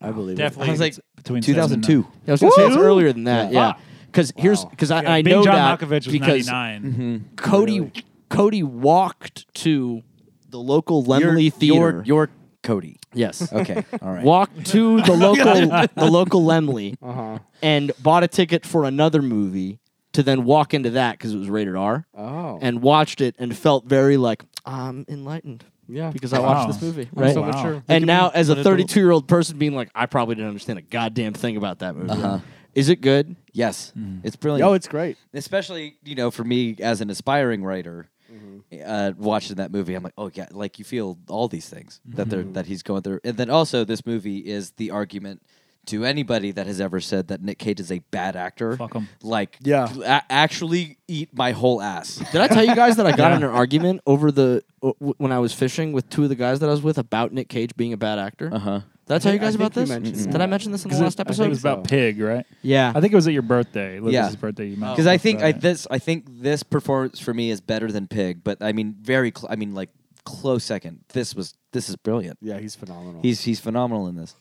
[SPEAKER 3] I believe it.
[SPEAKER 4] Definitely.
[SPEAKER 6] I was like,
[SPEAKER 4] it's between
[SPEAKER 6] Two
[SPEAKER 4] seven and
[SPEAKER 6] thousand two.
[SPEAKER 5] Yeah, I was gonna say it's
[SPEAKER 4] Woo!
[SPEAKER 5] earlier than that.
[SPEAKER 4] Yeah.
[SPEAKER 5] Yeah. Because here's because I,
[SPEAKER 4] nine. Yeah,
[SPEAKER 5] I
[SPEAKER 4] Big
[SPEAKER 5] know
[SPEAKER 4] John
[SPEAKER 5] that
[SPEAKER 4] Malkovich was ninety
[SPEAKER 5] because
[SPEAKER 4] nine.
[SPEAKER 5] Mm-hmm. Cody Cody walked to the local Lemley Theater.
[SPEAKER 6] You're, you're Cody.
[SPEAKER 5] yes.
[SPEAKER 6] Okay. All right.
[SPEAKER 5] Walked to the local the local Lemley and bought a ticket for another movie to then walk into that because it was rated R
[SPEAKER 3] Oh,
[SPEAKER 5] and watched it and felt very like I'm enlightened
[SPEAKER 3] yeah.
[SPEAKER 5] because I
[SPEAKER 4] Wow.
[SPEAKER 5] watched this movie.
[SPEAKER 3] I'm
[SPEAKER 5] Right.
[SPEAKER 3] so
[SPEAKER 4] Wow.
[SPEAKER 3] mature.
[SPEAKER 5] and now as
[SPEAKER 4] an
[SPEAKER 5] a
[SPEAKER 4] adult.
[SPEAKER 5] 32 year old person being like I probably didn't understand a goddamn thing about that movie. Is it good?
[SPEAKER 6] Yes. It's brilliant.
[SPEAKER 3] Oh, it's great.
[SPEAKER 6] especially you know for me as an aspiring writer
[SPEAKER 3] Mm-hmm.
[SPEAKER 6] uh, watching that movie i'm like oh yeah like you feel all these things that
[SPEAKER 3] Mm-hmm.
[SPEAKER 6] they're that he's going through and then also this movie is the argument to anybody that has ever said that Nick Cage is a bad actor,
[SPEAKER 4] Fuck 'em.
[SPEAKER 6] like
[SPEAKER 3] Yeah.
[SPEAKER 6] a- actually eat my whole ass.
[SPEAKER 5] Did I tell you guys that I got in an argument over the w- w- when I was fishing with two of the guys that I was with about Nick Cage being a bad actor? Uh
[SPEAKER 6] Uh-huh.
[SPEAKER 3] Oh,
[SPEAKER 5] Did I tell you
[SPEAKER 3] think- I
[SPEAKER 5] guys
[SPEAKER 3] think
[SPEAKER 5] about this?
[SPEAKER 3] you mentioned
[SPEAKER 5] Did
[SPEAKER 3] that.
[SPEAKER 5] I mention this in the
[SPEAKER 4] Because it-
[SPEAKER 5] last
[SPEAKER 4] I think
[SPEAKER 5] episode?
[SPEAKER 4] it was about Pig, right?
[SPEAKER 5] yeah.
[SPEAKER 4] I think it was at your birthday, Lucas's
[SPEAKER 6] Yeah.
[SPEAKER 4] birthday. You
[SPEAKER 6] Because I think I, this I think this performance for me is better than Pig, but I mean very cl- I mean like close second. This was this is brilliant.
[SPEAKER 3] Yeah, he's phenomenal.
[SPEAKER 6] He's he's phenomenal in this.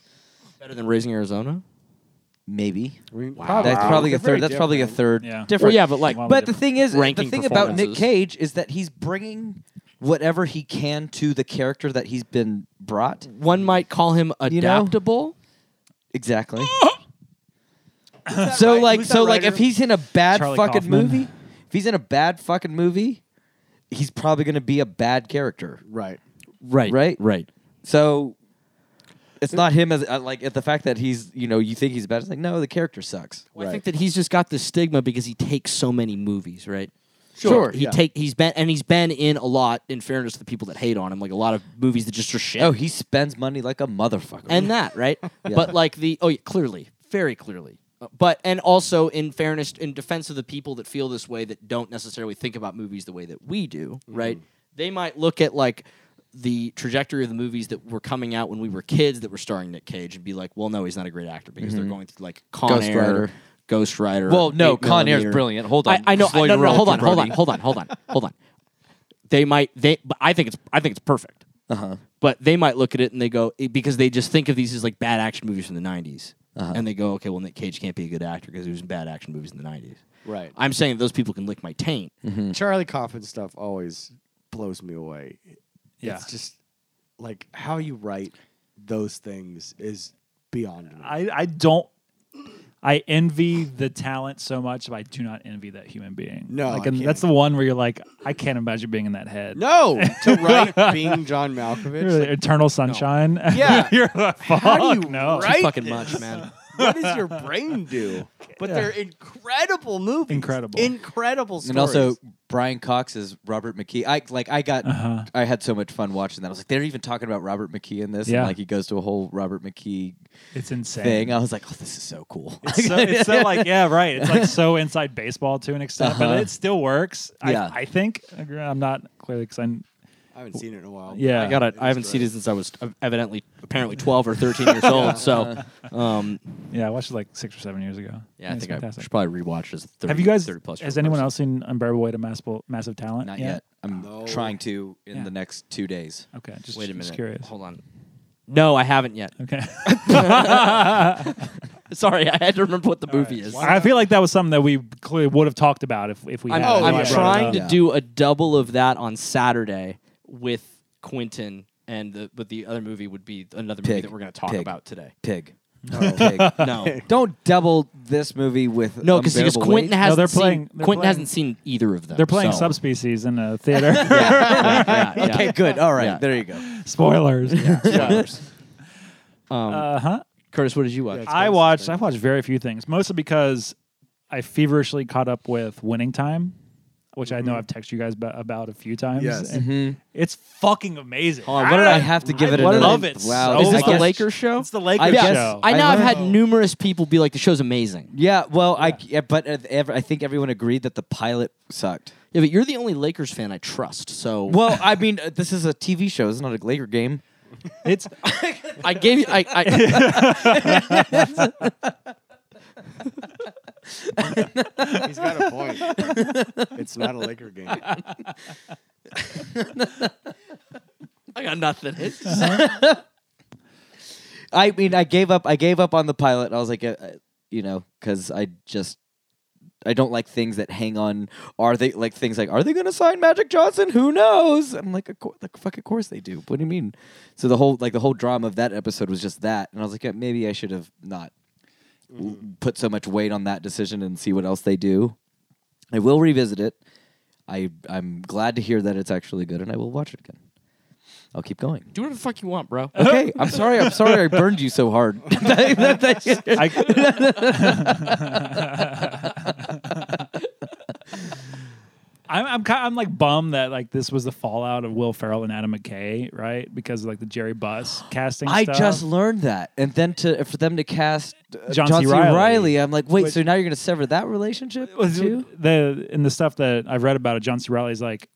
[SPEAKER 5] better than Raising Arizona.
[SPEAKER 6] Maybe
[SPEAKER 3] We-
[SPEAKER 6] That's probably
[SPEAKER 3] They're
[SPEAKER 6] a third.
[SPEAKER 3] very
[SPEAKER 6] That's probably a
[SPEAKER 3] different.
[SPEAKER 6] third.
[SPEAKER 4] Yeah. Well,
[SPEAKER 6] Different.
[SPEAKER 5] yeah, but, like,
[SPEAKER 4] Wow.
[SPEAKER 6] but the thing is, the
[SPEAKER 5] ranking
[SPEAKER 6] thing about Nick
[SPEAKER 5] performances.
[SPEAKER 6] Cage is that he's bringing whatever he can to the character that he's been brought.
[SPEAKER 5] One might call him
[SPEAKER 6] You know?
[SPEAKER 5] adaptable.
[SPEAKER 6] Exactly. so like,
[SPEAKER 3] Who's that
[SPEAKER 6] so like, if
[SPEAKER 3] writer?
[SPEAKER 6] he's in a bad
[SPEAKER 4] Charlie
[SPEAKER 6] fucking
[SPEAKER 4] Kaufman.
[SPEAKER 6] movie, if he's in a bad fucking movie, he's probably gonna be a bad character.
[SPEAKER 3] Right.
[SPEAKER 5] Right.
[SPEAKER 6] Right?
[SPEAKER 5] Right.
[SPEAKER 6] So. It's not him as uh, like at the fact that he's you know you think he's bad. It's like no, the character sucks.
[SPEAKER 5] Well, I
[SPEAKER 3] Right.
[SPEAKER 5] think that he's just got this stigma because he takes so many movies, right?
[SPEAKER 3] Sure,
[SPEAKER 5] He
[SPEAKER 3] yeah.
[SPEAKER 5] take he's been and he's been in a lot. In fairness to the people that hate on him, like a lot of movies that just are shit.
[SPEAKER 6] Oh, he spends money like a motherfucker.
[SPEAKER 5] and that right but like the oh yeah clearly very clearly Uh, but and also in fairness in defense of the people that feel this way that don't necessarily think about movies the way that we do
[SPEAKER 6] Mm-hmm.
[SPEAKER 5] right they might look at like the trajectory of the movies that were coming out when we were kids that were starring Nick Cage and be like well no he's not a great actor because they're going through like Con
[SPEAKER 6] Mm-hmm. Ghost
[SPEAKER 5] Air
[SPEAKER 6] Rider.
[SPEAKER 5] Ghost Rider
[SPEAKER 6] Well, no,
[SPEAKER 5] 8
[SPEAKER 6] Con Air's
[SPEAKER 5] millimeter.
[SPEAKER 6] brilliant. Hold on.
[SPEAKER 5] I, I know I,
[SPEAKER 6] Slow
[SPEAKER 5] no,
[SPEAKER 6] your
[SPEAKER 5] no, no,
[SPEAKER 6] roll
[SPEAKER 5] hold
[SPEAKER 6] for
[SPEAKER 5] on hold on
[SPEAKER 6] Brody.
[SPEAKER 5] hold on hold on hold on they might they but I think it's I think it's perfect
[SPEAKER 6] Uh-huh.
[SPEAKER 5] but they might look at it and they go eh, because they just think of these as like bad action movies from the 90s
[SPEAKER 6] Uh-huh.
[SPEAKER 5] and they go okay well nick cage can't be a good actor because he was in bad action movies in the 90s
[SPEAKER 3] Right.
[SPEAKER 5] i'm saying those people can lick my taint
[SPEAKER 6] Mm-hmm.
[SPEAKER 4] Mm.
[SPEAKER 3] Charlie Coffin stuff always blows me away.
[SPEAKER 4] Yeah.
[SPEAKER 3] It's just like how you write those things is beyond me.
[SPEAKER 4] I, I don't. I envy the talent so much, but I do not envy that human being.
[SPEAKER 3] No,
[SPEAKER 4] like,
[SPEAKER 3] I
[SPEAKER 4] and
[SPEAKER 3] can't.
[SPEAKER 4] that's the one where you're like, I can't imagine being in that head.
[SPEAKER 3] no, to write being John Malkovich.
[SPEAKER 4] You're like,
[SPEAKER 3] like,
[SPEAKER 4] Eternal Sunshine.
[SPEAKER 3] Yeah.
[SPEAKER 4] you're like, fuck
[SPEAKER 3] how do you
[SPEAKER 4] no.
[SPEAKER 3] write
[SPEAKER 5] fucking
[SPEAKER 3] this?
[SPEAKER 5] much man
[SPEAKER 3] What does your brain do? But they're incredible movies.
[SPEAKER 4] Incredible.
[SPEAKER 3] Incredible stories.
[SPEAKER 6] And also Brian Cox is Robert McKee. I like I got
[SPEAKER 4] Uh-huh.
[SPEAKER 6] I had so much fun watching that. I was like, they're even talking about Robert McKee in this.
[SPEAKER 4] Yeah.
[SPEAKER 6] And like he goes to a whole Robert McKee
[SPEAKER 4] It's insane.
[SPEAKER 6] thing. I was like, Oh, this is so cool.
[SPEAKER 4] It's so, it's so like yeah right it's like so inside baseball to an extent
[SPEAKER 3] Uh-huh.
[SPEAKER 4] but it still works
[SPEAKER 6] Yeah.
[SPEAKER 4] I, I think i'm not clearly because i'm
[SPEAKER 3] I haven't seen it in a while.
[SPEAKER 4] yeah
[SPEAKER 5] i got it i haven't seen it since i was uh, evidently apparently 12 or 13 years old
[SPEAKER 6] Uh-huh.
[SPEAKER 5] so um,
[SPEAKER 4] yeah i watched it like six or seven years ago
[SPEAKER 5] yeah i
[SPEAKER 4] It's
[SPEAKER 5] think i
[SPEAKER 4] fantastic.
[SPEAKER 5] should probably rewatch this 30,
[SPEAKER 4] have you guys
[SPEAKER 5] 30 plus year
[SPEAKER 4] has anyone
[SPEAKER 5] person.
[SPEAKER 4] else seen unbearable weight of massive, massive talent
[SPEAKER 6] Not yet. I'm
[SPEAKER 3] No.
[SPEAKER 6] trying to in
[SPEAKER 4] Yeah.
[SPEAKER 6] the next two days.
[SPEAKER 4] okay just
[SPEAKER 5] wait a minute
[SPEAKER 4] just curious
[SPEAKER 5] hold on no i haven't yet
[SPEAKER 4] okay
[SPEAKER 5] sorry i had to remember what the movie is
[SPEAKER 4] i feel like that was something that we clearly would have talked about if, if we
[SPEAKER 5] I'm,
[SPEAKER 4] had
[SPEAKER 3] Oh,
[SPEAKER 4] if I
[SPEAKER 5] I'm
[SPEAKER 4] brought it uh,
[SPEAKER 5] trying
[SPEAKER 4] up.
[SPEAKER 5] to
[SPEAKER 6] Yeah.
[SPEAKER 5] do a double of that on Saturday with Quentin, and the, but the other movie would be another movie
[SPEAKER 6] Pig.
[SPEAKER 5] that we're going to talk
[SPEAKER 6] Pig.
[SPEAKER 5] about today.
[SPEAKER 6] Pig. Pig.
[SPEAKER 5] No,
[SPEAKER 6] Don't double this movie with
[SPEAKER 5] no, because
[SPEAKER 6] Unbearable
[SPEAKER 5] Quentin
[SPEAKER 6] Weight.
[SPEAKER 5] hasn't
[SPEAKER 4] they're
[SPEAKER 5] seen,
[SPEAKER 4] playing- they're
[SPEAKER 5] Quentin
[SPEAKER 4] playing-
[SPEAKER 5] hasn't seen either of them.
[SPEAKER 4] they're playing
[SPEAKER 5] so.
[SPEAKER 4] subspecies in a theater
[SPEAKER 5] Yeah, yeah,
[SPEAKER 6] Okay, good. All right,
[SPEAKER 5] Yeah. Um,
[SPEAKER 6] there you go.
[SPEAKER 4] spoilers
[SPEAKER 5] yeah.
[SPEAKER 4] Uh huh.
[SPEAKER 8] Curtis, what did you watch?
[SPEAKER 4] I watched. I watched very few things, mostly because I feverishly caught up with Winning Time, which I
[SPEAKER 5] Mm-hmm.
[SPEAKER 4] know I've texted you guys ba- about a few times.
[SPEAKER 3] Yes.
[SPEAKER 4] And it's fucking amazing.
[SPEAKER 6] Hold on, what did I have to give it?
[SPEAKER 4] Ah, I
[SPEAKER 6] another-
[SPEAKER 4] love it.
[SPEAKER 6] Wow,
[SPEAKER 4] so
[SPEAKER 8] Is this
[SPEAKER 4] much.
[SPEAKER 8] the
[SPEAKER 6] I guess-
[SPEAKER 8] Lakers show?
[SPEAKER 4] It's the Lakers
[SPEAKER 6] I guess-
[SPEAKER 4] show.
[SPEAKER 8] I know
[SPEAKER 6] I
[SPEAKER 8] I've had
[SPEAKER 6] learned-
[SPEAKER 8] numerous people be like, the show's amazing.
[SPEAKER 6] Yeah, well, I yeah, but uh, ev- I think everyone agreed that the pilot sucked.
[SPEAKER 8] Yeah, but you're the only Lakers fan I trust. So
[SPEAKER 6] Well, I mean, uh, this is a TV show. It's not a Laker game.
[SPEAKER 4] it's
[SPEAKER 8] I gave you. I, I,
[SPEAKER 3] He's got a point. it's not a Laker game.
[SPEAKER 8] I got nothing.
[SPEAKER 6] I mean, I gave up. I gave up on the pilot. I was like, uh, uh, you know, because I just I don't like things that hang on. Are they like things like are they going to sign Magic Johnson? Who knows? I'm like, of course, like fuck, of course they do. What do you mean? So the whole like the whole drama of that episode was just that, and I was like, yeah, maybe I should have not w- put so much weight on that decision and see what else they do. I will revisit it. I I'm glad to hear that it's actually good, and I will watch it again. I'll keep going.
[SPEAKER 8] Do whatever the fuck you want, bro.
[SPEAKER 6] Okay, I'm sorry. I'm sorry. I burned you so hard.
[SPEAKER 4] I, I'm I'm, ki I'm like bummed that like this was the fallout of Will Ferrell and Adam McKay, right? Because of, like the Jerry Buss casting.
[SPEAKER 6] I
[SPEAKER 4] stuff.
[SPEAKER 6] just learned that, and then to for them to cast uh,
[SPEAKER 4] John
[SPEAKER 6] John,
[SPEAKER 4] C.
[SPEAKER 6] C.
[SPEAKER 4] Reilly.
[SPEAKER 6] Riley. I'm like, wait,
[SPEAKER 4] Which-
[SPEAKER 6] so now you're gonna sever that relationship
[SPEAKER 4] was
[SPEAKER 6] too?
[SPEAKER 4] the and the stuff that I've read about it. John C. Riley's like.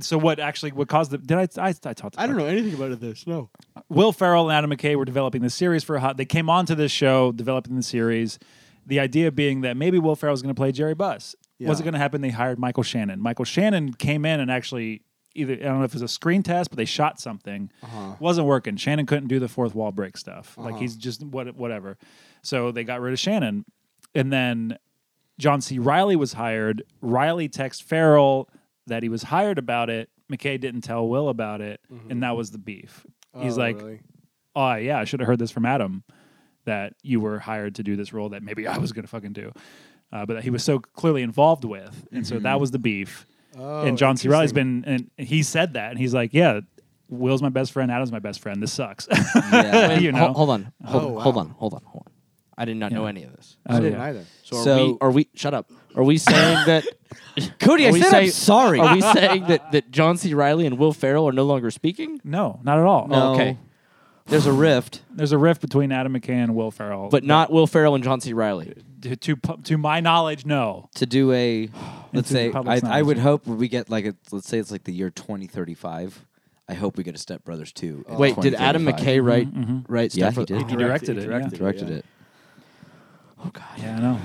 [SPEAKER 4] So what actually what caused the did I I, I talked
[SPEAKER 3] I don't know anything about this. No.
[SPEAKER 4] Will Ferrell and Adam McKay were developing the series for a hot. They came onto this show developing the series. The idea being that maybe Will Ferrell was going to play Jerry Buss. Was it going to happen? They hired Michael Shannon. Michael Shannon came in and actually either I don't know if it was a screen test, but they shot something. Wasn't working. Shannon couldn't do the fourth wall break stuff. Like he's just what whatever. So they got rid of Shannon, and then John C. Riley was hired. Riley texted Farrell that he was hired about it. McKay didn't tell Will about it, and that was the beef. He's
[SPEAKER 3] Mm-hmm. Oh,
[SPEAKER 4] like,
[SPEAKER 3] really?
[SPEAKER 4] "Oh yeah, I should have heard this from Adam that you were hired to do this role that maybe I was gonna fucking do, uh, but that he was so clearly involved with, and so
[SPEAKER 3] Mm-hmm.
[SPEAKER 4] that was the beef."
[SPEAKER 3] Oh,
[SPEAKER 4] and John C. Riley's been, and he said that, and he's like, "Yeah, Will's my best friend, Adam's my best friend. This sucks."
[SPEAKER 6] Yeah.
[SPEAKER 4] you know,
[SPEAKER 8] Hol- hold on. Hold,
[SPEAKER 3] Oh,
[SPEAKER 8] hold
[SPEAKER 3] wow.
[SPEAKER 8] on. Hold on. Hold on. I did not know any of this.
[SPEAKER 3] I
[SPEAKER 4] Oh,
[SPEAKER 3] didn't
[SPEAKER 4] yeah.
[SPEAKER 3] either.
[SPEAKER 8] So are,
[SPEAKER 6] So-
[SPEAKER 8] we, are we? Shut up. Are we saying that?
[SPEAKER 6] Cody,
[SPEAKER 8] are
[SPEAKER 6] I
[SPEAKER 8] we
[SPEAKER 6] said I'm
[SPEAKER 8] saying-
[SPEAKER 6] sorry.
[SPEAKER 8] Are we saying that that John C. Riley and Will Ferrell are no longer speaking?
[SPEAKER 4] No, not at all.
[SPEAKER 6] No.
[SPEAKER 8] okay.
[SPEAKER 6] There's a rift.
[SPEAKER 4] There's a rift between Adam McKay and Will Ferrell,
[SPEAKER 8] But not Will Ferrell and John C. Riley.
[SPEAKER 4] to to, pu- to my knowledge, no.
[SPEAKER 6] to do a let's
[SPEAKER 4] Into the
[SPEAKER 6] say I,
[SPEAKER 4] public's
[SPEAKER 6] I would
[SPEAKER 4] knowledge.
[SPEAKER 6] hope we get like a, let's say it's like the year 2035 i hope we get a step brothers uh, 2 in
[SPEAKER 8] Wait, did Adam
[SPEAKER 6] 2035.
[SPEAKER 8] McKay write write
[SPEAKER 6] Mm-hmm. Yeah,
[SPEAKER 8] stuff?
[SPEAKER 6] he did.
[SPEAKER 4] He directed, it. yeah.
[SPEAKER 6] directed it
[SPEAKER 4] Yeah, I know.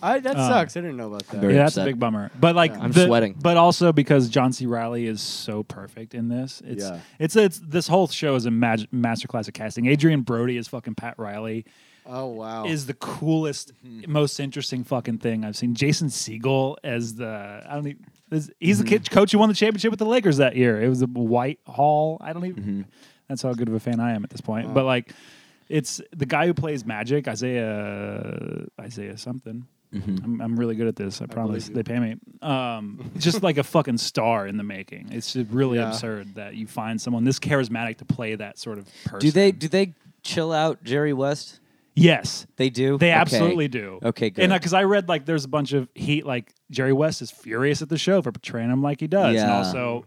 [SPEAKER 3] I, that sucks. I didn't know about that.
[SPEAKER 6] very-
[SPEAKER 4] yeah, that's a
[SPEAKER 6] upset.
[SPEAKER 4] big bummer. But like,
[SPEAKER 8] I'm
[SPEAKER 4] the-
[SPEAKER 8] sweating.
[SPEAKER 4] But also because John C. Riley is so perfect in this. It's
[SPEAKER 3] Yeah.
[SPEAKER 4] it's it's this whole show is a mag- masterclass of casting. Adrian Brody is fucking Pat Riley.
[SPEAKER 3] Oh wow.
[SPEAKER 4] Is the coolest, most interesting fucking thing I've seen. Jason Siegel as the I don't even. This, he's the kid, coach who won the championship with the Lakers that year. It was a White Hall. I don't even. That's how good of a fan I am at this point. But like, it's the guy who plays Magic, Isaiah, Isaiah something. I'm, I'm really good at this. I promise. they pay me. Um, just like a fucking star in the making. It's just really
[SPEAKER 3] Yeah.
[SPEAKER 4] absurd that you find someone this charismatic to play that sort of person.
[SPEAKER 6] do they do they chill out jerry west
[SPEAKER 4] Yes.
[SPEAKER 6] they do
[SPEAKER 4] They
[SPEAKER 6] Okay.
[SPEAKER 4] absolutely do.
[SPEAKER 6] okay good
[SPEAKER 4] And because I read like there's a bunch of heat, like Jerry West is furious at the show for portraying him like he does, and
[SPEAKER 6] Yeah.
[SPEAKER 4] also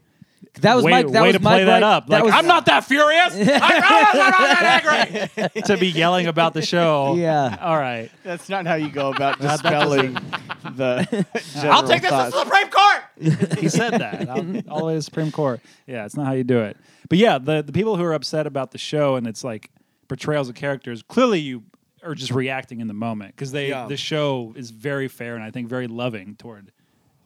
[SPEAKER 6] that was
[SPEAKER 4] way,
[SPEAKER 6] my that
[SPEAKER 4] way
[SPEAKER 6] was
[SPEAKER 4] to
[SPEAKER 6] my
[SPEAKER 4] play that
[SPEAKER 6] gripe.
[SPEAKER 4] up.
[SPEAKER 6] That
[SPEAKER 4] like
[SPEAKER 6] was-
[SPEAKER 4] I'm not that furious. I'm, I'm not that angry to be yelling about the show.
[SPEAKER 6] Yeah.
[SPEAKER 4] All right.
[SPEAKER 3] That's not how you go about dispelling the.
[SPEAKER 4] I'll take
[SPEAKER 3] general thoughts.
[SPEAKER 4] this to the Supreme Court. he said that. I'll, all the way to the Supreme Court. Yeah, it's not how you do it. But yeah, the, the people who are upset about the show and it's like portrayals of characters, clearly you are just reacting in the moment because they
[SPEAKER 3] Yeah.
[SPEAKER 4] the show is very fair and I think very loving toward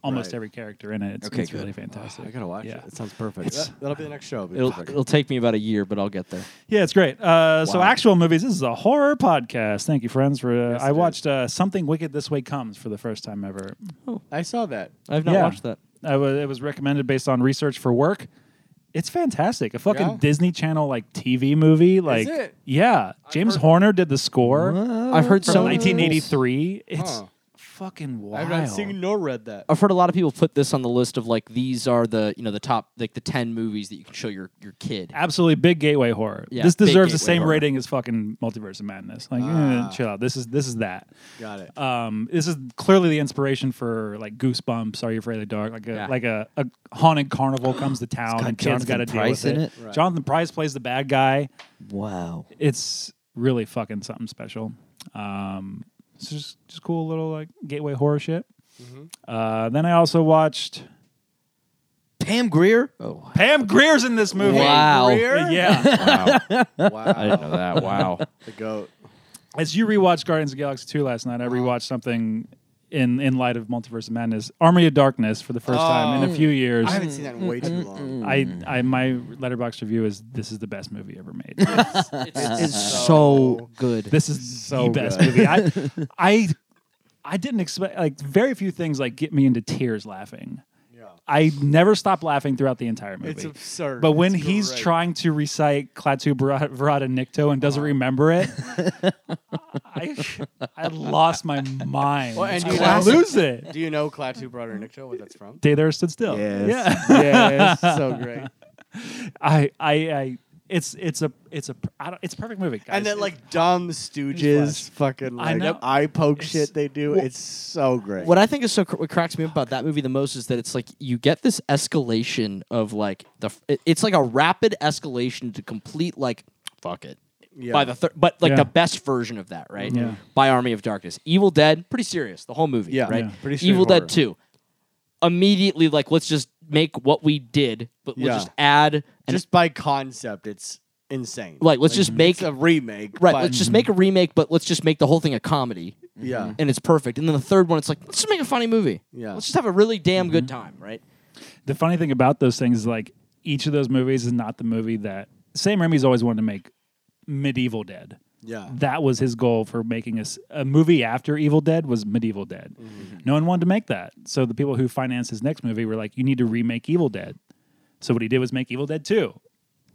[SPEAKER 4] almost
[SPEAKER 3] Right.
[SPEAKER 4] every character in it. It's,
[SPEAKER 6] Okay,
[SPEAKER 4] it's really
[SPEAKER 6] good.
[SPEAKER 4] fantastic.
[SPEAKER 3] I gotta watch
[SPEAKER 4] yeah.
[SPEAKER 3] it. It sounds perfect. That, will be the next show. It'll be
[SPEAKER 8] It'll,
[SPEAKER 3] perfect.
[SPEAKER 8] it'll take me about a year, but I'll get there.
[SPEAKER 4] Yeah, it's great. Uh, So, actual movies. This is a horror podcast. Thank you, friends. For uh, I watched uh, Something Wicked This Way Comes for the first time ever.
[SPEAKER 3] I saw that.
[SPEAKER 8] I've not
[SPEAKER 4] Yeah.
[SPEAKER 8] watched that.
[SPEAKER 4] I wa- it was recommended based on research for work. It's fantastic. A fucking
[SPEAKER 3] Yeah?
[SPEAKER 4] Disney Channel like TV movie. Like,
[SPEAKER 3] it?
[SPEAKER 4] yeah, James Horner did the score
[SPEAKER 8] I've heard
[SPEAKER 4] from
[SPEAKER 8] so many.
[SPEAKER 4] 1983. It's
[SPEAKER 3] Huh.
[SPEAKER 4] fucking
[SPEAKER 3] I've
[SPEAKER 4] wild.
[SPEAKER 3] not seen nor read that.
[SPEAKER 5] I've heard a lot of people put this on the list of like these are the you know the top like the ten movies that you can show your your kid.
[SPEAKER 4] Absolutely big gateway horror.
[SPEAKER 5] Yeah,
[SPEAKER 4] this
[SPEAKER 5] big
[SPEAKER 4] deserves the
[SPEAKER 5] gateway
[SPEAKER 4] same
[SPEAKER 5] horror.
[SPEAKER 4] rating as fucking Multiverse of Madness. Like, eh, chill out. This is this is that.
[SPEAKER 3] Got it.
[SPEAKER 4] Um, this is clearly the inspiration for like Goosebumps. Are you afraid of the dark? Like a
[SPEAKER 5] Yeah.
[SPEAKER 4] like a, a haunted carnival comes to town and kids
[SPEAKER 6] Jonathan
[SPEAKER 4] got to deal
[SPEAKER 6] Pryce
[SPEAKER 4] with it.
[SPEAKER 6] in it?
[SPEAKER 3] Right.
[SPEAKER 4] Jonathan Price plays the bad guy.
[SPEAKER 6] Wow.
[SPEAKER 4] It's really fucking something special. Um, it's just just cool little like gateway horror shit. Uh, then I also watched
[SPEAKER 6] Pam Greer. Oh,
[SPEAKER 4] Pam Greer's in this movie.
[SPEAKER 6] Wow.
[SPEAKER 4] Uh, Yeah.
[SPEAKER 5] Wow, I
[SPEAKER 3] Wow.
[SPEAKER 5] didn't know that. Wow,
[SPEAKER 3] the goat.
[SPEAKER 4] As you rewatched Guardians of the Galaxy 2 last night, I
[SPEAKER 3] Uh-huh.
[SPEAKER 4] rewatched something in in light of Multiverse of Madness, Army of Darkness for the first time in a
[SPEAKER 3] Oh.
[SPEAKER 4] few years.
[SPEAKER 3] I haven't seen that in way too long.
[SPEAKER 4] I, I my letterbox review is this is the best movie ever made. It's-
[SPEAKER 8] It's
[SPEAKER 3] so
[SPEAKER 8] Uh, so good.
[SPEAKER 4] this is
[SPEAKER 3] So
[SPEAKER 4] the best
[SPEAKER 3] good.
[SPEAKER 4] movie. I I I didn't expect like very few things like get me into tears laughing.
[SPEAKER 3] Yeah.
[SPEAKER 4] I never stop laughing throughout the entire movie.
[SPEAKER 3] It's absurd.
[SPEAKER 4] But when
[SPEAKER 3] It's
[SPEAKER 4] he's
[SPEAKER 3] great.
[SPEAKER 4] trying to recite Klaatu Bara- Verada Nikto and
[SPEAKER 3] Uh-huh.
[SPEAKER 4] doesn't remember it, I, I lost my mind.
[SPEAKER 3] Well, and
[SPEAKER 4] I
[SPEAKER 3] you
[SPEAKER 4] wanna
[SPEAKER 3] know-
[SPEAKER 4] lose it.
[SPEAKER 3] Do you know Klaatu Brother Nikto, where that's from?
[SPEAKER 4] Day there stood still. Yeah.
[SPEAKER 3] yes. So great.
[SPEAKER 4] I, I, I, it's, it's a, it's a, I don't, it's a perfect movie. Guys.
[SPEAKER 3] And then
[SPEAKER 4] It-
[SPEAKER 3] like dumb Stooges, fucking
[SPEAKER 4] I
[SPEAKER 3] like
[SPEAKER 4] know.
[SPEAKER 3] eye poke
[SPEAKER 4] It's-
[SPEAKER 3] shit they do. it's so great.
[SPEAKER 5] what I think is so cr- what cracks me up about that movie the most is that it's like you get this escalation of like the f- it- it's like a rapid escalation to complete like fuck it
[SPEAKER 3] Yeah.
[SPEAKER 5] by the thir- but like
[SPEAKER 4] Yeah.
[SPEAKER 5] the best version of that right
[SPEAKER 4] Yeah.
[SPEAKER 5] by Army of Darkness Evil Dead pretty serious the whole movie
[SPEAKER 3] Yeah.
[SPEAKER 5] right
[SPEAKER 4] Yeah.
[SPEAKER 3] Pretty
[SPEAKER 5] Evil Dead
[SPEAKER 3] straightforward.
[SPEAKER 5] two immediately like let's just make what we did but we'll
[SPEAKER 3] Yeah.
[SPEAKER 5] just add and
[SPEAKER 3] just by concept, it's insane.
[SPEAKER 5] like let's just make
[SPEAKER 3] it's a remake.
[SPEAKER 5] right
[SPEAKER 3] but-
[SPEAKER 5] let's just make a remake but let's just make the whole thing a comedy
[SPEAKER 3] yeah.
[SPEAKER 5] and it's perfect and then the third one it's like let's just make a funny movie
[SPEAKER 3] Yeah.
[SPEAKER 5] let's just have a really damn good time right.
[SPEAKER 4] the funny thing about those things is like each of those movies is not the movie that Sam Raimi's always wanted to make Medieval Dead.
[SPEAKER 3] Yeah.
[SPEAKER 4] That was his goal for making a, s- a movie after Evil Dead was Medieval Dead. No one wanted to make that. So the people who financed his next movie were like, you need to remake Evil Dead. So what he did was make Evil Dead 2.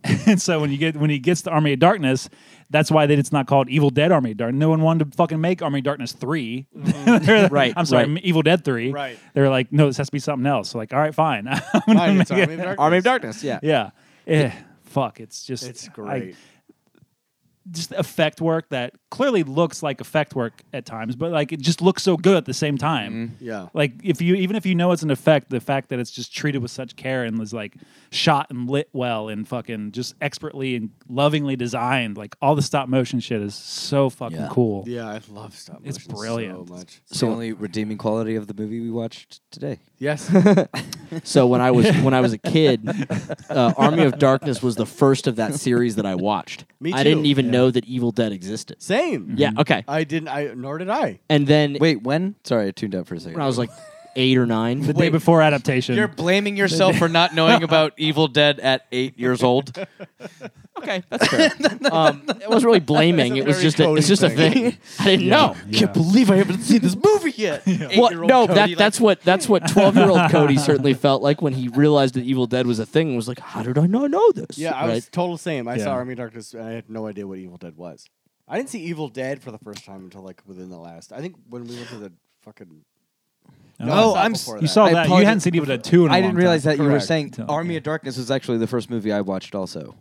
[SPEAKER 4] and so when you get when he gets to Army of Darkness, that's why that it's not called Evil Dead Army of Darkness. No one wanted to fucking make Army of Darkness 3. They're-
[SPEAKER 5] Right,
[SPEAKER 4] I'm sorry,
[SPEAKER 5] right.
[SPEAKER 4] Evil Dead 3.
[SPEAKER 3] Right.
[SPEAKER 4] They're like, no, this has to be something else. So like, all right, fine. I'm gonna
[SPEAKER 3] Fine, it's
[SPEAKER 4] make it-
[SPEAKER 3] Army of Darkness.
[SPEAKER 5] Army of Darkness, yeah.
[SPEAKER 4] yeah. Eh, fuck, it's just
[SPEAKER 3] It's
[SPEAKER 4] I-
[SPEAKER 3] great.
[SPEAKER 4] just effect work that clearly looks like effect work at times, but like it just looks so good at the same time.
[SPEAKER 6] Mm-hmm.
[SPEAKER 3] Yeah.
[SPEAKER 4] Like if you even if you know it's an effect, the fact that it's just treated with such care and was like shot and lit well and fucking just expertly and lovingly designed, like all the stop motion shit is so fucking
[SPEAKER 6] Yeah.
[SPEAKER 4] cool.
[SPEAKER 3] Yeah, I love stop
[SPEAKER 4] It's
[SPEAKER 3] motion
[SPEAKER 4] brilliant.
[SPEAKER 3] so much.
[SPEAKER 6] It's the only redeeming quality of the movie we watched today.
[SPEAKER 3] Yes.
[SPEAKER 5] So when I was when I was a kid, uh, Army of Darkness was the first of that series that I watched.
[SPEAKER 3] Me
[SPEAKER 5] I didn't
[SPEAKER 3] too.
[SPEAKER 5] even know that Evil Dead existed.
[SPEAKER 3] Mm-hmm. Same.
[SPEAKER 5] Yeah, okay.
[SPEAKER 3] I didn't. I nor did I.
[SPEAKER 5] And then
[SPEAKER 6] Wait, when? Sorry, I tuned out for a second.
[SPEAKER 5] when I was like eight or nine,
[SPEAKER 4] The day before adaptation.
[SPEAKER 6] You're blaming yourself for not knowing about Evil Dead at eight years old.
[SPEAKER 5] okay, that's fair. um, it wasn't really
[SPEAKER 3] That's
[SPEAKER 5] blaming.
[SPEAKER 3] a
[SPEAKER 5] It was
[SPEAKER 3] very
[SPEAKER 5] just a,
[SPEAKER 3] Cody
[SPEAKER 5] it's just a
[SPEAKER 3] thing.
[SPEAKER 5] thing. I didn't know.
[SPEAKER 6] Can't believe I haven't seen this movie yet.
[SPEAKER 5] Well,
[SPEAKER 6] Eight-year-old
[SPEAKER 5] no,
[SPEAKER 6] Cody,
[SPEAKER 5] that,
[SPEAKER 6] like,
[SPEAKER 5] that's what that's what twelve year old Cody certainly felt like when he realized that Evil Dead was a thing. and Was like, how did I not know this?
[SPEAKER 3] Yeah, I
[SPEAKER 5] right?
[SPEAKER 3] was total same. I
[SPEAKER 4] Yeah.
[SPEAKER 3] saw Army of Darkness and I had no idea what Evil Dead was. I didn't see Evil Dead for the first time until like within the last. I think when we went to the fucking. No, I
[SPEAKER 6] Oh,
[SPEAKER 3] saw it
[SPEAKER 6] I'm
[SPEAKER 3] before
[SPEAKER 6] s-
[SPEAKER 4] you
[SPEAKER 3] that.
[SPEAKER 4] saw
[SPEAKER 6] I
[SPEAKER 4] that. You
[SPEAKER 6] apologize.
[SPEAKER 4] hadn't seen Evil Dead 2 in I
[SPEAKER 6] I didn't realize that you were
[SPEAKER 3] Correct.
[SPEAKER 6] saying
[SPEAKER 4] Tell-
[SPEAKER 6] Army of Darkness was actually the first movie I watched also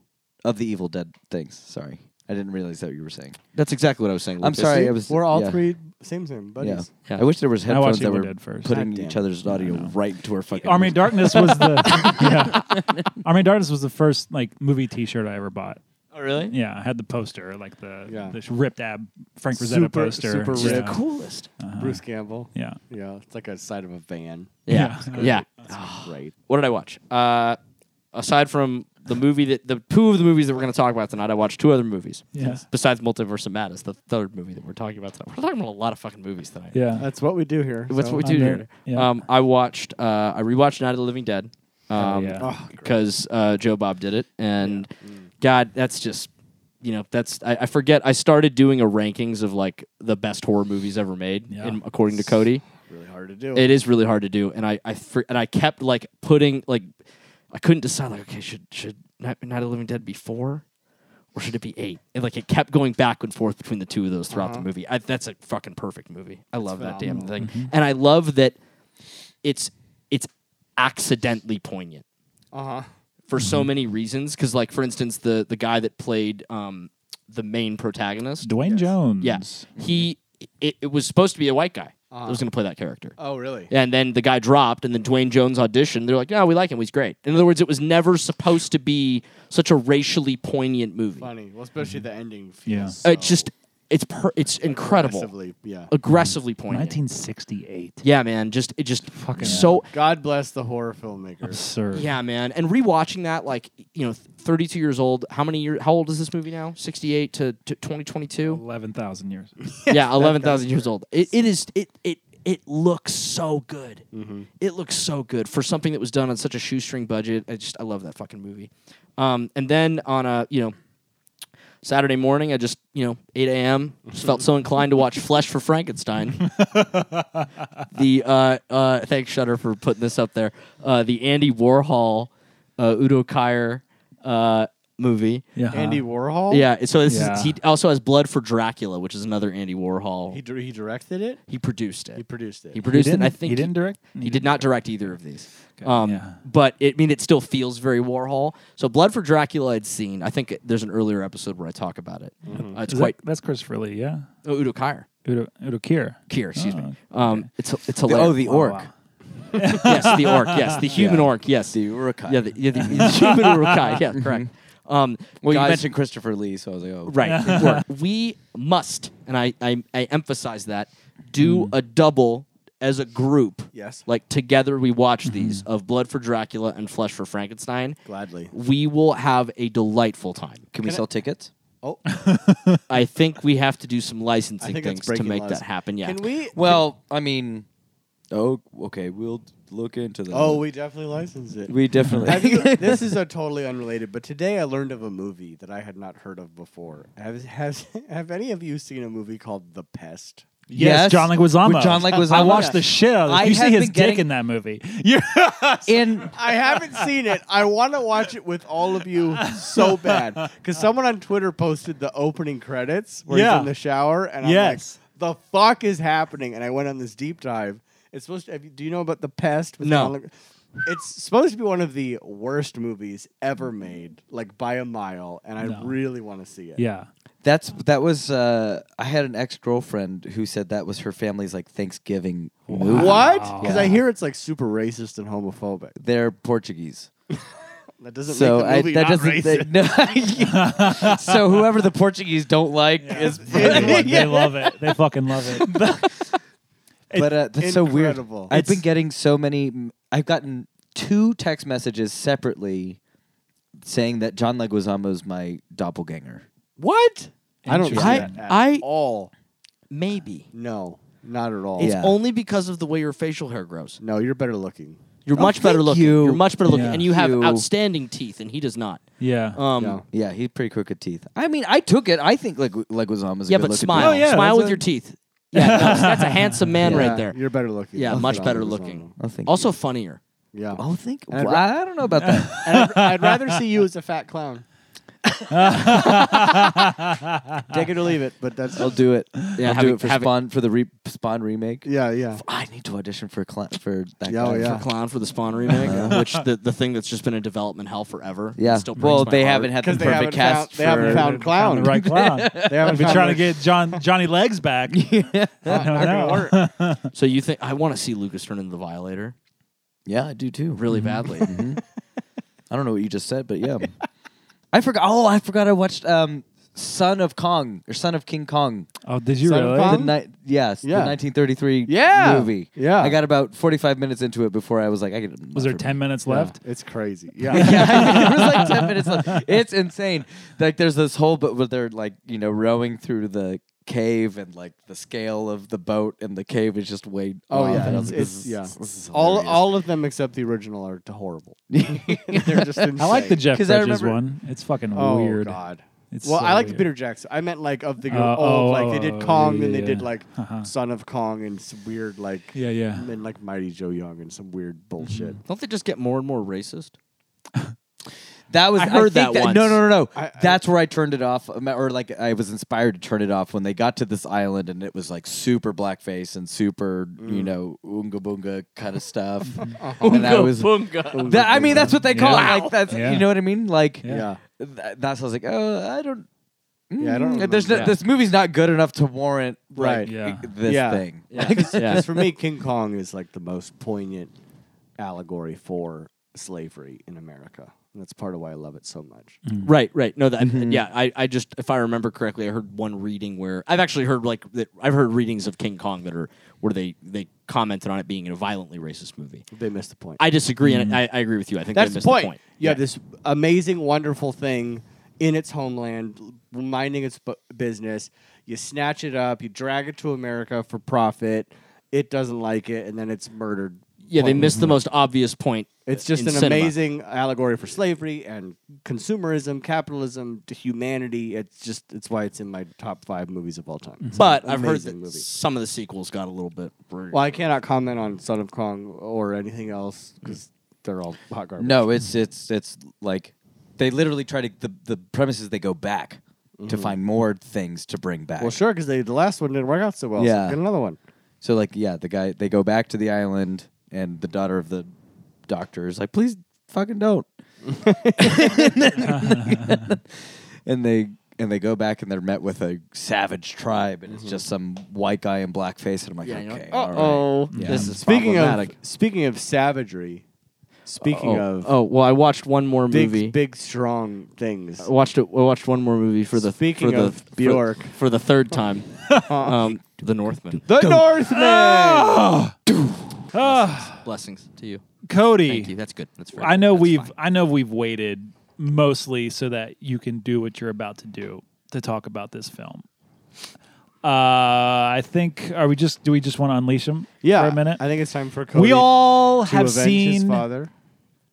[SPEAKER 6] of the Evil Dead things. Sorry. I didn't realize that what you were saying.
[SPEAKER 5] that's exactly what I was saying.
[SPEAKER 6] I'm
[SPEAKER 5] Lucas.
[SPEAKER 6] sorry.
[SPEAKER 3] See,
[SPEAKER 6] I was
[SPEAKER 3] We're all
[SPEAKER 6] yeah,
[SPEAKER 3] three same same
[SPEAKER 6] Yeah.
[SPEAKER 3] buddies.
[SPEAKER 5] Yeah.
[SPEAKER 6] I wish there was
[SPEAKER 4] I watched
[SPEAKER 6] headphones that
[SPEAKER 4] Evil
[SPEAKER 6] were
[SPEAKER 4] Dead first.
[SPEAKER 6] putting
[SPEAKER 3] God damn
[SPEAKER 6] each
[SPEAKER 3] it.
[SPEAKER 6] other's audio right into our fucking.
[SPEAKER 4] Army of
[SPEAKER 6] ears.
[SPEAKER 4] Darkness was the yeah. Army of Darkness was the first like movie T-shirt I ever bought.
[SPEAKER 5] Oh, really?
[SPEAKER 4] Yeah, I had the poster, like the
[SPEAKER 3] Yeah.
[SPEAKER 4] the ripped ab Frank Rosetta
[SPEAKER 3] Super-
[SPEAKER 4] poster.
[SPEAKER 3] super
[SPEAKER 4] yeah.
[SPEAKER 3] ripped.
[SPEAKER 5] Coolest.
[SPEAKER 3] Bruce Campbell.
[SPEAKER 4] Uh-huh. Yeah.
[SPEAKER 3] Yeah, it's like a side of a van.
[SPEAKER 5] Yeah.
[SPEAKER 4] Yeah.
[SPEAKER 5] Yeah. Ah.
[SPEAKER 3] Great.
[SPEAKER 5] What did I watch? Uh, aside from the movie that the two of the movies that we're going to talk about tonight, I watched two other movies.
[SPEAKER 4] Yeah.
[SPEAKER 5] Besides Multiverse of Madness, the third movie that we're talking about tonight. We're talking about a lot of fucking movies tonight.
[SPEAKER 4] Yeah.
[SPEAKER 3] That's what we do here.
[SPEAKER 5] That's
[SPEAKER 3] so-
[SPEAKER 5] what we
[SPEAKER 4] I'm
[SPEAKER 5] do here.
[SPEAKER 4] there. Yeah.
[SPEAKER 5] Um, I watched. Uh, I rewatched Night of the Living Dead. Um,
[SPEAKER 4] yeah. Oh,
[SPEAKER 5] Because uh, Joe Bob did it, and God, that's just. You know, that's I, I forget. I started doing a rankings of like the best horror movies ever made,
[SPEAKER 4] Yeah.
[SPEAKER 5] in, according to Cody.
[SPEAKER 3] Really hard to do.
[SPEAKER 5] It is really hard to do, and I I fr- and I kept like putting like I couldn't decide like okay should should Night, Night of the Living Dead be four or should it be eight? And like it kept going back and forth between the two of those throughout the movie. I, that's a fucking perfect movie. I love that damn thing,
[SPEAKER 4] Mm-hmm.
[SPEAKER 5] and I love that it's it's accidentally poignant
[SPEAKER 3] Uh huh.
[SPEAKER 5] for
[SPEAKER 4] Mm-hmm.
[SPEAKER 5] so many reasons. Because like for instance, the the guy that played um, the main protagonist,
[SPEAKER 4] Dwayne Jones.
[SPEAKER 5] Yes. He it, it was supposed to be a white guy that was going to play that character.
[SPEAKER 3] Oh, really?
[SPEAKER 5] And then the guy dropped, and then Dwayne Jones auditioned. They're like, "No, we like him. He's great." In other words, it was never supposed to be such a racially poignant movie.
[SPEAKER 3] Funny. Well, especially the ending.
[SPEAKER 4] Yeah.
[SPEAKER 3] Feels
[SPEAKER 5] It's just, it's per, it's incredible, aggressively,
[SPEAKER 3] aggressively- Yeah.
[SPEAKER 5] poignant.
[SPEAKER 4] 1968.
[SPEAKER 5] yeah, man. Just it just fucking so
[SPEAKER 3] God bless the horror filmmaker.
[SPEAKER 4] Absurd.
[SPEAKER 5] yeah, man. And rewatching that, like you know, 32 years old. How many years? How old is this movie now? 68 to, to 2022.
[SPEAKER 4] Eleven thousand years.
[SPEAKER 5] yeah, eleven thousand years old. It, it is it it it looks so good. It looks so good for something that was done on such a shoestring budget. I just I love that fucking movie. Um, and then on a you know Saturday morning, I just you know eight a.m. just felt so inclined to watch Flesh for Frankenstein. the uh, uh, thanks Shutter for putting this up there. Uh, the Andy Warhol, uh, Udo Kier, uh, movie.
[SPEAKER 4] Yeah.
[SPEAKER 3] Andy Warhol.
[SPEAKER 5] Yeah, so this
[SPEAKER 4] Yeah.
[SPEAKER 5] is he also has Blood for Dracula, which is another Andy Warhol.
[SPEAKER 3] He
[SPEAKER 5] He,
[SPEAKER 3] dir- he directed it.
[SPEAKER 5] produced it.
[SPEAKER 3] He produced it.
[SPEAKER 5] He produced it. and I
[SPEAKER 4] didn't-
[SPEAKER 5] think
[SPEAKER 4] he didn't direct?
[SPEAKER 5] He,
[SPEAKER 4] He
[SPEAKER 5] did not direct either of these. um,
[SPEAKER 4] yeah.
[SPEAKER 5] But it, I mean, it still feels very Warhol. So Blood for Dracula, I'd seen. I think there's an earlier episode where I talk about it. Uh, it's
[SPEAKER 4] Is that-
[SPEAKER 5] quite
[SPEAKER 4] that's Christopher Lee. Yeah.
[SPEAKER 5] oh, Udo Kier.
[SPEAKER 4] Udo, Udo Kier.
[SPEAKER 5] Kier, excuse me.
[SPEAKER 4] Oh,
[SPEAKER 5] Um, It's it's
[SPEAKER 6] The- oh,
[SPEAKER 5] hilarious.
[SPEAKER 6] the orc.
[SPEAKER 4] wow.
[SPEAKER 5] yes, the orc. Yes, the human orc. Yes,
[SPEAKER 6] The Urukai.
[SPEAKER 5] yeah, the, yeah, the, the human Urukai. Yeah, correct. Um,
[SPEAKER 6] well, you
[SPEAKER 5] guys-
[SPEAKER 6] mentioned Christopher Lee, so I was like, oh,
[SPEAKER 5] Right. it worked. we must, and I, I, I emphasize that, do a double as a group.
[SPEAKER 3] Mm. Yes. Mm-hmm.
[SPEAKER 5] Like together we watch these of Blood for Dracula and Flesh for Frankenstein.
[SPEAKER 3] Gladly.
[SPEAKER 5] We will have a delightful time.
[SPEAKER 6] Can we sell tickets?
[SPEAKER 3] Oh,
[SPEAKER 5] I think we have to do some
[SPEAKER 3] I
[SPEAKER 5] licensing
[SPEAKER 3] think that's
[SPEAKER 5] things to
[SPEAKER 3] breaking
[SPEAKER 5] make
[SPEAKER 3] laws.
[SPEAKER 5] that happen. Yeah.
[SPEAKER 3] Can we?
[SPEAKER 6] Well, I mean, oh, okay, we'll look into that.
[SPEAKER 3] Oh, we definitely license it.
[SPEAKER 6] we definitely.
[SPEAKER 3] Have you- this is a totally unrelated, but today I learned of a movie that I had not heard of before. Have has, have any of you seen a movie called The Pest?
[SPEAKER 6] Yes,
[SPEAKER 4] John Leguizamo.
[SPEAKER 6] with John Leguizamo.
[SPEAKER 4] I watched the shit out of this.
[SPEAKER 6] I
[SPEAKER 4] You see
[SPEAKER 6] have
[SPEAKER 4] his
[SPEAKER 6] been
[SPEAKER 4] dick
[SPEAKER 6] getting-
[SPEAKER 4] in that movie. Yeah.
[SPEAKER 6] in
[SPEAKER 3] I haven't seen it. I want to watch it with all of you so bad because someone on Twitter posted the opening credits where he's
[SPEAKER 4] Yeah.
[SPEAKER 3] in the shower, and I'm
[SPEAKER 4] Yes.
[SPEAKER 3] like, "The fuck is happening?" And I went on this deep dive. It's supposed to. have you- Do you know about the pest? With
[SPEAKER 5] No.
[SPEAKER 3] John Leg- it's supposed to be one of the worst movies ever made, like by a mile, and I really want to see it.
[SPEAKER 4] yeah.
[SPEAKER 6] that's that was. Uh, I had an ex girlfriend who said that was her family's like Thanksgiving movie.
[SPEAKER 3] What?
[SPEAKER 5] Oh,
[SPEAKER 3] Because I
[SPEAKER 6] Yeah.
[SPEAKER 3] hear it's like super racist and homophobic.
[SPEAKER 6] They're Portuguese.
[SPEAKER 3] That doesn't make
[SPEAKER 6] so
[SPEAKER 3] the
[SPEAKER 6] I,
[SPEAKER 3] movie not
[SPEAKER 6] that doesn't.
[SPEAKER 3] racist.
[SPEAKER 6] that- no, so whoever the Portuguese don't like is.
[SPEAKER 4] Everyone, They love it. They fucking love it.
[SPEAKER 6] But uh, that's so weird.
[SPEAKER 3] incredible.
[SPEAKER 6] I've been getting so many. I've gotten two text messages separately saying that John Leguizamo's my doppelganger.
[SPEAKER 5] what?
[SPEAKER 3] I don't.
[SPEAKER 4] Interesting.
[SPEAKER 3] see
[SPEAKER 5] I,
[SPEAKER 3] that at
[SPEAKER 5] I,
[SPEAKER 3] all.
[SPEAKER 5] maybe.
[SPEAKER 3] No, not at all.
[SPEAKER 5] It's
[SPEAKER 6] Yeah.
[SPEAKER 5] only because of the way your facial hair grows.
[SPEAKER 3] No, you're better looking.
[SPEAKER 5] You're much better
[SPEAKER 6] thank
[SPEAKER 5] looking.
[SPEAKER 6] you.
[SPEAKER 5] are much better looking,
[SPEAKER 4] Yeah.
[SPEAKER 5] and you have
[SPEAKER 6] You.
[SPEAKER 5] outstanding teeth, and he does not.
[SPEAKER 4] Yeah.
[SPEAKER 5] Um,
[SPEAKER 3] No.
[SPEAKER 6] Yeah, he's pretty crooked teeth. I mean, I took it. I think Legu- Leguizamo's a
[SPEAKER 5] Yeah,
[SPEAKER 6] good
[SPEAKER 5] but
[SPEAKER 6] looking
[SPEAKER 5] smile.
[SPEAKER 4] Oh, yeah,
[SPEAKER 5] smile
[SPEAKER 4] that's
[SPEAKER 5] with
[SPEAKER 4] a-
[SPEAKER 5] your teeth. Yeah, no, that's a handsome man right there.
[SPEAKER 3] You're better looking.
[SPEAKER 5] Yeah,
[SPEAKER 3] That's
[SPEAKER 5] much
[SPEAKER 3] what
[SPEAKER 5] better
[SPEAKER 3] I was
[SPEAKER 5] looking.
[SPEAKER 3] on.
[SPEAKER 6] Oh, thank
[SPEAKER 5] Also
[SPEAKER 6] you.
[SPEAKER 5] funnier.
[SPEAKER 3] Yeah.
[SPEAKER 6] Oh, thank.
[SPEAKER 3] And I'd
[SPEAKER 6] Well, I don't know about that.
[SPEAKER 3] And I'd, I'd rather see you as a fat clown. Take it or leave it, but that's.
[SPEAKER 6] I'll do it.
[SPEAKER 5] Yeah,
[SPEAKER 6] I'll
[SPEAKER 5] have
[SPEAKER 6] do
[SPEAKER 5] it-
[SPEAKER 6] it for
[SPEAKER 5] have it-
[SPEAKER 6] Spawn for the re- Spawn remake.
[SPEAKER 3] Yeah, yeah.
[SPEAKER 6] I need to audition for cl- for that.
[SPEAKER 3] Yeah, oh,
[SPEAKER 6] guy.
[SPEAKER 3] yeah.
[SPEAKER 5] For Clown for the Spawn remake, which the, the thing that's just been in development hell forever.
[SPEAKER 6] Uh-huh. Yeah.
[SPEAKER 5] Still breaks
[SPEAKER 6] well,
[SPEAKER 5] my
[SPEAKER 6] they
[SPEAKER 5] heart.
[SPEAKER 6] haven't had the
[SPEAKER 3] 'Cause they
[SPEAKER 6] perfect
[SPEAKER 3] haven't found-
[SPEAKER 6] cast.
[SPEAKER 3] they haven't
[SPEAKER 6] for-
[SPEAKER 3] found clown.
[SPEAKER 4] Found the right clown.
[SPEAKER 3] They haven't
[SPEAKER 4] Been
[SPEAKER 3] found
[SPEAKER 4] trying
[SPEAKER 3] the-
[SPEAKER 4] to get John Johnny Legs back.
[SPEAKER 3] Not,
[SPEAKER 4] don't
[SPEAKER 3] not
[SPEAKER 4] know.
[SPEAKER 3] gonna work.
[SPEAKER 5] So you think I want to see Lucas turn into the Violator
[SPEAKER 6] Yeah, I do too.
[SPEAKER 5] really badly?
[SPEAKER 6] Mm-hmm. I don't know what you just said, but yeah. I forgot. Oh, I forgot. I watched um, Son of Kong or Son of King Kong.
[SPEAKER 4] Oh, did you
[SPEAKER 3] Son of
[SPEAKER 4] really?
[SPEAKER 3] Kong?
[SPEAKER 6] The ni- yes,
[SPEAKER 3] Um, Yeah.
[SPEAKER 6] the 1933
[SPEAKER 3] Yeah.
[SPEAKER 6] movie.
[SPEAKER 3] Yeah.
[SPEAKER 6] I got about 45 minutes into it before I was like, I can.
[SPEAKER 4] Was there 10 minutes left?
[SPEAKER 3] It's crazy. Yeah.
[SPEAKER 6] yeah, it was like 10 minutes left. It's insane. Like, there's this whole but where they're like, you know, rowing through the cave and like the scale of the boat and the cave is just way.
[SPEAKER 3] Oh
[SPEAKER 6] off. And I
[SPEAKER 3] yeah. It's,
[SPEAKER 6] was like, this
[SPEAKER 3] it's
[SPEAKER 6] is-
[SPEAKER 3] yeah.
[SPEAKER 6] this is
[SPEAKER 3] All
[SPEAKER 6] hilarious.
[SPEAKER 3] all of them except the original are t- horrible. They're just insane.
[SPEAKER 4] I like the Jeff
[SPEAKER 6] 'Cause I
[SPEAKER 4] Bridges
[SPEAKER 6] remember-
[SPEAKER 4] one. It's fucking
[SPEAKER 3] Oh
[SPEAKER 4] weird.
[SPEAKER 3] God.
[SPEAKER 4] It's
[SPEAKER 3] well,
[SPEAKER 4] so
[SPEAKER 3] I like the
[SPEAKER 4] weird.
[SPEAKER 3] Peter Jackson. I meant like of the
[SPEAKER 4] Uh,
[SPEAKER 3] old,
[SPEAKER 4] oh,
[SPEAKER 3] like they did
[SPEAKER 4] oh,
[SPEAKER 3] Kong,
[SPEAKER 4] yeah,
[SPEAKER 3] and they
[SPEAKER 4] yeah,
[SPEAKER 3] did
[SPEAKER 4] yeah.
[SPEAKER 3] like Son of Kong and some weird like
[SPEAKER 4] Yeah, yeah.
[SPEAKER 3] and then Mm-hmm. like Mighty Joe Young and some weird bullshit.
[SPEAKER 5] Don't they just get more and more racist?
[SPEAKER 6] That was
[SPEAKER 5] I heard
[SPEAKER 6] think
[SPEAKER 5] that once.
[SPEAKER 6] No, no, no, no.
[SPEAKER 3] I- I-
[SPEAKER 6] That's where I turned it off, um, or like I was inspired to turn it off when they got to this island and it was like super blackface and super,
[SPEAKER 3] Mm.
[SPEAKER 6] you know, oonga boonga kind of stuff. and that was that. I mean, that's what they call
[SPEAKER 4] Yeah.
[SPEAKER 6] it. Like that's
[SPEAKER 4] Yeah.
[SPEAKER 6] you know what I mean. Like
[SPEAKER 3] Yeah.
[SPEAKER 6] th- that's I was like, oh, I don't.
[SPEAKER 3] Yeah, I don't
[SPEAKER 6] mm, There's no,
[SPEAKER 3] remember.
[SPEAKER 6] this movie's not good enough to warrant like,
[SPEAKER 3] Right.
[SPEAKER 4] Yeah.
[SPEAKER 6] this
[SPEAKER 3] Yeah.
[SPEAKER 6] thing.
[SPEAKER 3] Because for me, King Kong is like the most poignant allegory for slavery in America. And that's part of why I love it so much.
[SPEAKER 5] Right, right. No, that
[SPEAKER 6] Mm-hmm.
[SPEAKER 5] yeah. I, I just if I remember correctly, I heard one reading where I've actually heard like that. I've heard readings of King Kong that are where they they commented on it being a violently racist movie.
[SPEAKER 3] They missed the point.
[SPEAKER 5] I disagree, and I, I agree with you. I think
[SPEAKER 3] Mm-hmm. That's
[SPEAKER 5] they
[SPEAKER 3] the
[SPEAKER 5] missed
[SPEAKER 3] point.
[SPEAKER 5] the point.
[SPEAKER 3] You have this amazing, wonderful thing in its homeland, minding its bu- business. You snatch it up, you drag it to America for profit. It doesn't like it, and then it's murdered.
[SPEAKER 5] Yeah, they
[SPEAKER 3] Well,
[SPEAKER 5] missed the most obvious point.
[SPEAKER 3] Mm-hmm. It's just
[SPEAKER 5] in
[SPEAKER 3] an
[SPEAKER 5] cinema.
[SPEAKER 3] amazing allegory for slavery and consumerism, capitalism, to humanity. It's just it's why it's in my top five movies of all time. It's
[SPEAKER 5] But
[SPEAKER 3] an
[SPEAKER 5] I've heard that
[SPEAKER 3] amazing movie.
[SPEAKER 5] some of the sequels got a little bit. rude.
[SPEAKER 3] Well, I cannot comment on Son of Kong or anything else because they're all hot garbage.
[SPEAKER 6] No, it's it's it's like they literally try to the the premise is they go back to
[SPEAKER 3] Mm-hmm.
[SPEAKER 6] find more things to bring back.
[SPEAKER 3] Well, sure, because the last one didn't work out so well. Yeah.
[SPEAKER 6] Yeah.
[SPEAKER 3] get another one.
[SPEAKER 6] So like yeah, the guy they go back to the island and the daughter of the doctor is like, please fucking don't. and they and they go back and they're met with a savage tribe and
[SPEAKER 3] Mm-hmm.
[SPEAKER 6] it's just some white guy in blackface and I'm like,
[SPEAKER 5] Yeah, you're
[SPEAKER 6] okay,
[SPEAKER 5] like,
[SPEAKER 6] all
[SPEAKER 4] Oh.
[SPEAKER 6] right.
[SPEAKER 5] "Uh-oh, this is
[SPEAKER 3] Speaking of
[SPEAKER 6] problematic.
[SPEAKER 3] speaking of savagery, speaking
[SPEAKER 5] oh,
[SPEAKER 3] of
[SPEAKER 5] oh, well, I watched one more
[SPEAKER 3] big
[SPEAKER 5] movie. Oh,
[SPEAKER 3] big strong things.
[SPEAKER 5] I watched it. I watched one more movie for the
[SPEAKER 3] Speaking
[SPEAKER 5] for the,
[SPEAKER 3] of
[SPEAKER 5] for-
[SPEAKER 3] Bjork.
[SPEAKER 5] for, the third time. um, the Northman.
[SPEAKER 3] the Northman.
[SPEAKER 5] Ah! Blessings to you.
[SPEAKER 4] Cody.
[SPEAKER 5] Thank you. That's good. That's fair.
[SPEAKER 4] I know
[SPEAKER 5] That's
[SPEAKER 4] we've
[SPEAKER 5] fine.
[SPEAKER 4] I know we've waited mostly so that you can do what you're about to do to talk about this film. Uh, I think are we just do we just want to unleash him
[SPEAKER 3] yeah,
[SPEAKER 4] for a minute?
[SPEAKER 3] I think it's time for Cody
[SPEAKER 4] we all
[SPEAKER 3] to
[SPEAKER 4] have
[SPEAKER 3] avenge his
[SPEAKER 4] seen
[SPEAKER 3] father,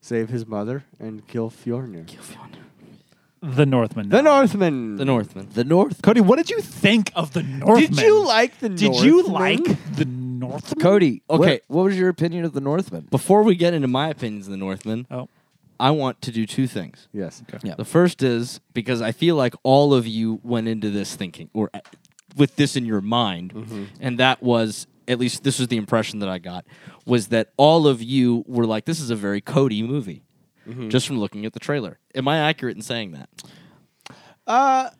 [SPEAKER 3] save his mother, and kill Fjornir.
[SPEAKER 4] The Northman.
[SPEAKER 3] The
[SPEAKER 4] now.
[SPEAKER 3] Northman.
[SPEAKER 5] The Northman.
[SPEAKER 6] the North
[SPEAKER 4] Cody, what did you think of The Northman?
[SPEAKER 3] Did you like the?
[SPEAKER 4] Did
[SPEAKER 3] Northman?
[SPEAKER 4] you like The Northman?
[SPEAKER 6] Cody, okay,
[SPEAKER 5] Okay.
[SPEAKER 6] what, what was your opinion of the Northman?
[SPEAKER 5] Before we get into my opinions of the Northman,
[SPEAKER 4] Oh.
[SPEAKER 5] I want to do two things.
[SPEAKER 3] Yes.
[SPEAKER 5] The first is because I feel like all of you went into this thinking or uh, with this in your mind,
[SPEAKER 6] Mm-hmm.
[SPEAKER 5] and that was at least this was the impression that I got was that all of you were like, "This is a very Cody movie,"
[SPEAKER 6] Mm-hmm.
[SPEAKER 5] just from looking at the trailer. Am I accurate in saying that?
[SPEAKER 3] Uh,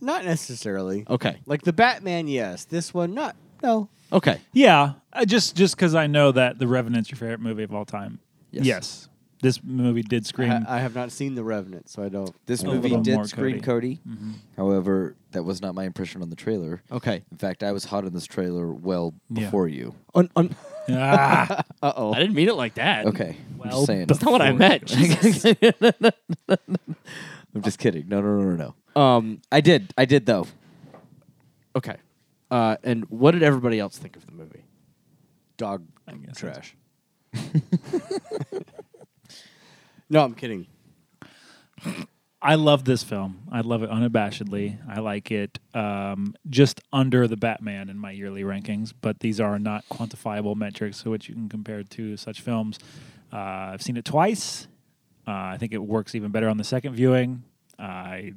[SPEAKER 3] not necessarily.
[SPEAKER 5] Okay,
[SPEAKER 3] Like the Batman, yes. This one, not. No.
[SPEAKER 5] okay,
[SPEAKER 4] Yeah, I just just because I know that The Revenant's your favorite movie of all time. Yes,
[SPEAKER 5] Yes.
[SPEAKER 4] this movie did scream.
[SPEAKER 3] I, I have not seen The Revenant, so I don't.
[SPEAKER 6] This
[SPEAKER 4] A
[SPEAKER 6] movie
[SPEAKER 4] little more
[SPEAKER 6] did scream
[SPEAKER 4] Cody.
[SPEAKER 6] Cody.
[SPEAKER 5] Mm-hmm.
[SPEAKER 6] However, that was not my impression on the trailer.
[SPEAKER 5] okay.
[SPEAKER 6] In fact, I was hot on this trailer well
[SPEAKER 4] Yeah.
[SPEAKER 6] before you.
[SPEAKER 5] Un- un-
[SPEAKER 4] Ah,
[SPEAKER 5] I didn't mean it like that.
[SPEAKER 6] Okay. I'm
[SPEAKER 4] well,
[SPEAKER 6] just saying.
[SPEAKER 5] that's not what I meant. Jesus.
[SPEAKER 6] I'm just kidding. No, no, no, no, no.
[SPEAKER 5] um,
[SPEAKER 6] I did. I did though.
[SPEAKER 5] okay. Uh, and what did everybody else think of the movie?
[SPEAKER 3] dog
[SPEAKER 4] guess
[SPEAKER 3] trash. no, I'm kidding.
[SPEAKER 4] I love this film. I love it unabashedly. I like it um, just under the Batman in my yearly rankings, but these are not quantifiable metrics to which you can compare to such films. Uh, I've seen it twice. Uh, I think it works even better on the second viewing. I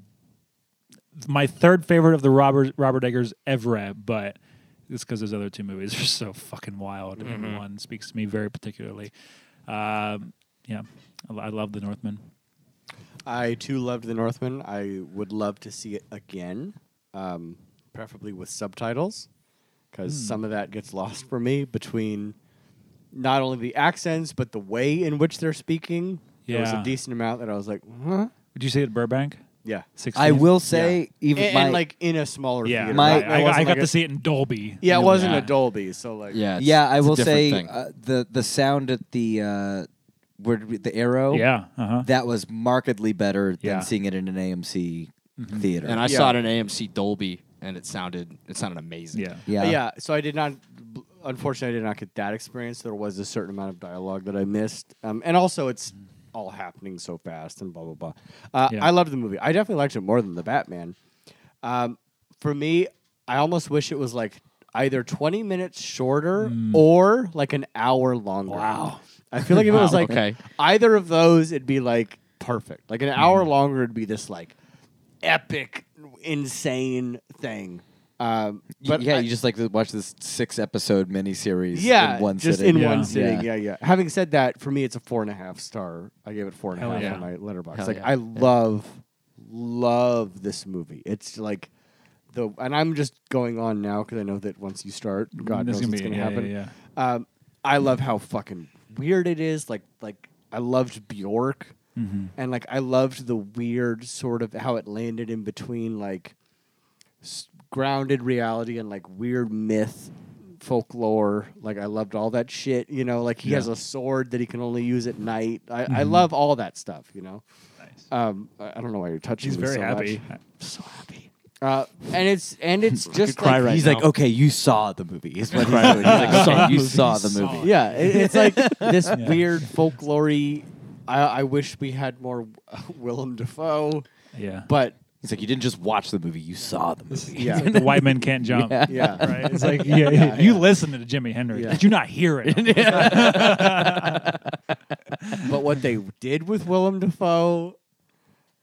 [SPEAKER 4] my third favorite of the Robert Robert Eggers ever, but it's because those other two movies are so fucking wild, and one speaks to me very particularly. Um, yeah, I, I love The Northman.
[SPEAKER 3] I too loved The Northman. I would love to see it again, um, preferably with subtitles, because
[SPEAKER 4] Hmm.
[SPEAKER 3] some of that gets lost for me between not only the accents but the way in which they're speaking. There was
[SPEAKER 4] Yeah.
[SPEAKER 3] a decent amount that I was like, huh?
[SPEAKER 4] Would you say it Burbank?
[SPEAKER 3] Yeah.
[SPEAKER 4] 16?
[SPEAKER 6] I will say even
[SPEAKER 3] and,
[SPEAKER 6] my
[SPEAKER 3] and, like in a smaller
[SPEAKER 4] Yeah,
[SPEAKER 3] theater.
[SPEAKER 6] My-
[SPEAKER 3] right?
[SPEAKER 4] I, I,
[SPEAKER 3] It wasn't
[SPEAKER 4] I got
[SPEAKER 3] like
[SPEAKER 4] to
[SPEAKER 3] a-
[SPEAKER 4] see it in Dolby.
[SPEAKER 3] Yeah, it wasn't
[SPEAKER 4] Yeah.
[SPEAKER 3] a Dolby, so like
[SPEAKER 5] Yeah, it's-
[SPEAKER 6] yeah. I
[SPEAKER 5] it's a
[SPEAKER 6] will
[SPEAKER 5] different
[SPEAKER 6] say
[SPEAKER 5] thing.
[SPEAKER 6] uh, the the sound at the uh, where did we- the arrow.
[SPEAKER 4] Yeah, uh-huh.
[SPEAKER 6] That was markedly better
[SPEAKER 4] Yeah.
[SPEAKER 6] than seeing it in an AMC theater.
[SPEAKER 5] and I
[SPEAKER 3] Yeah.
[SPEAKER 5] saw it in AMC Dolby, and it sounded it sounded amazing.
[SPEAKER 4] yeah.
[SPEAKER 6] yeah.
[SPEAKER 3] Uh, yeah. So I did not. Unfortunately, I did not get that experience. There was a certain amount of dialogue that I missed, um, and also it's all happening so fast and blah blah blah. Uh,
[SPEAKER 4] Yeah.
[SPEAKER 3] I loved the movie. I definitely liked it more than the Batman. Um, for me, I almost wish it was like either twenty minutes shorter or like an hour longer. Wow. I feel like if it was
[SPEAKER 5] Wow,
[SPEAKER 3] like
[SPEAKER 5] okay.
[SPEAKER 3] either of those, it'd be like perfect. Like an hour longer would be this like epic, insane thing. Um, but
[SPEAKER 6] yeah,
[SPEAKER 3] I-
[SPEAKER 6] you just like to watch this six episode miniseries
[SPEAKER 3] yeah,
[SPEAKER 6] in one
[SPEAKER 3] just
[SPEAKER 6] sitting.
[SPEAKER 3] in
[SPEAKER 4] Yeah.
[SPEAKER 3] one sitting. Yeah. yeah, Having said that, for me, it's a four and a half star. I gave it four and a
[SPEAKER 4] Hell
[SPEAKER 3] half
[SPEAKER 4] yeah.
[SPEAKER 3] on my letterbox.
[SPEAKER 8] Hell
[SPEAKER 3] like
[SPEAKER 8] yeah.
[SPEAKER 3] I love, love this movie. It's like the and I'm just going on now because I know that once you start, God
[SPEAKER 4] Mm,
[SPEAKER 3] knows
[SPEAKER 4] This is gonna
[SPEAKER 3] what's
[SPEAKER 4] be-
[SPEAKER 3] going to
[SPEAKER 4] yeah,
[SPEAKER 3] happen.
[SPEAKER 4] yeah,
[SPEAKER 3] Um, I love how fucking weird it is. Like like I loved Bjork,
[SPEAKER 4] Mm-hmm.
[SPEAKER 3] and like I loved the weird sort of how it landed in between like s- grounded reality and like weird myth folklore like i loved all that shit you know like he has a sword that he can only use at night i, I love all that stuff you know
[SPEAKER 4] Mm-hmm. Nice.
[SPEAKER 3] um i, I don't know why you're touching
[SPEAKER 4] He's
[SPEAKER 3] me
[SPEAKER 4] very
[SPEAKER 3] so
[SPEAKER 4] happy.
[SPEAKER 3] much. uh and it's and it's just
[SPEAKER 6] Cry
[SPEAKER 3] like,
[SPEAKER 6] right he's like, okay, you saw the movie. Is what he's doing. He's like,
[SPEAKER 4] Saw
[SPEAKER 6] okay,
[SPEAKER 4] the
[SPEAKER 6] you
[SPEAKER 4] movie,
[SPEAKER 6] saw
[SPEAKER 4] you
[SPEAKER 6] the
[SPEAKER 4] saw
[SPEAKER 6] movie.
[SPEAKER 4] it.
[SPEAKER 3] yeah it, it's like this weird folklory I, I wish we had more willem dafoe
[SPEAKER 4] Yeah.
[SPEAKER 3] but
[SPEAKER 6] He's like, you didn't just watch the movie, you saw the movie.
[SPEAKER 3] yeah
[SPEAKER 4] the white men can't jump.
[SPEAKER 3] yeah
[SPEAKER 4] Right? It's like, yeah, yeah, you listen to Jimi Hendrix.
[SPEAKER 3] Yeah.
[SPEAKER 4] Did you not hear it?
[SPEAKER 3] but what they did with Willem Dafoe,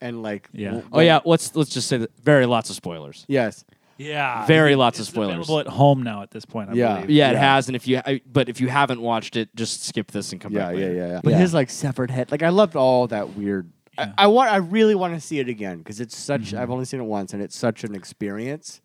[SPEAKER 3] and like
[SPEAKER 4] Yeah.
[SPEAKER 3] w-
[SPEAKER 5] Oh yeah, let's let's just say that very lots of spoilers.
[SPEAKER 3] yes,
[SPEAKER 4] yeah.
[SPEAKER 5] Very lots of
[SPEAKER 4] It's
[SPEAKER 5] spoilers.
[SPEAKER 4] Available at home now at this point, I
[SPEAKER 3] Yeah.
[SPEAKER 4] believe.
[SPEAKER 5] Yeah, it has. And if you, I, but if you haven't watched it, just skip this and come
[SPEAKER 3] yeah,
[SPEAKER 5] back.
[SPEAKER 3] yeah,
[SPEAKER 5] later.
[SPEAKER 3] yeah, yeah. But
[SPEAKER 6] Yeah.
[SPEAKER 3] his like severed head, like I loved all that weird.
[SPEAKER 4] Yeah.
[SPEAKER 3] I, I want, I really want to see it again because it's such. I've only seen it once, and it's such an experience.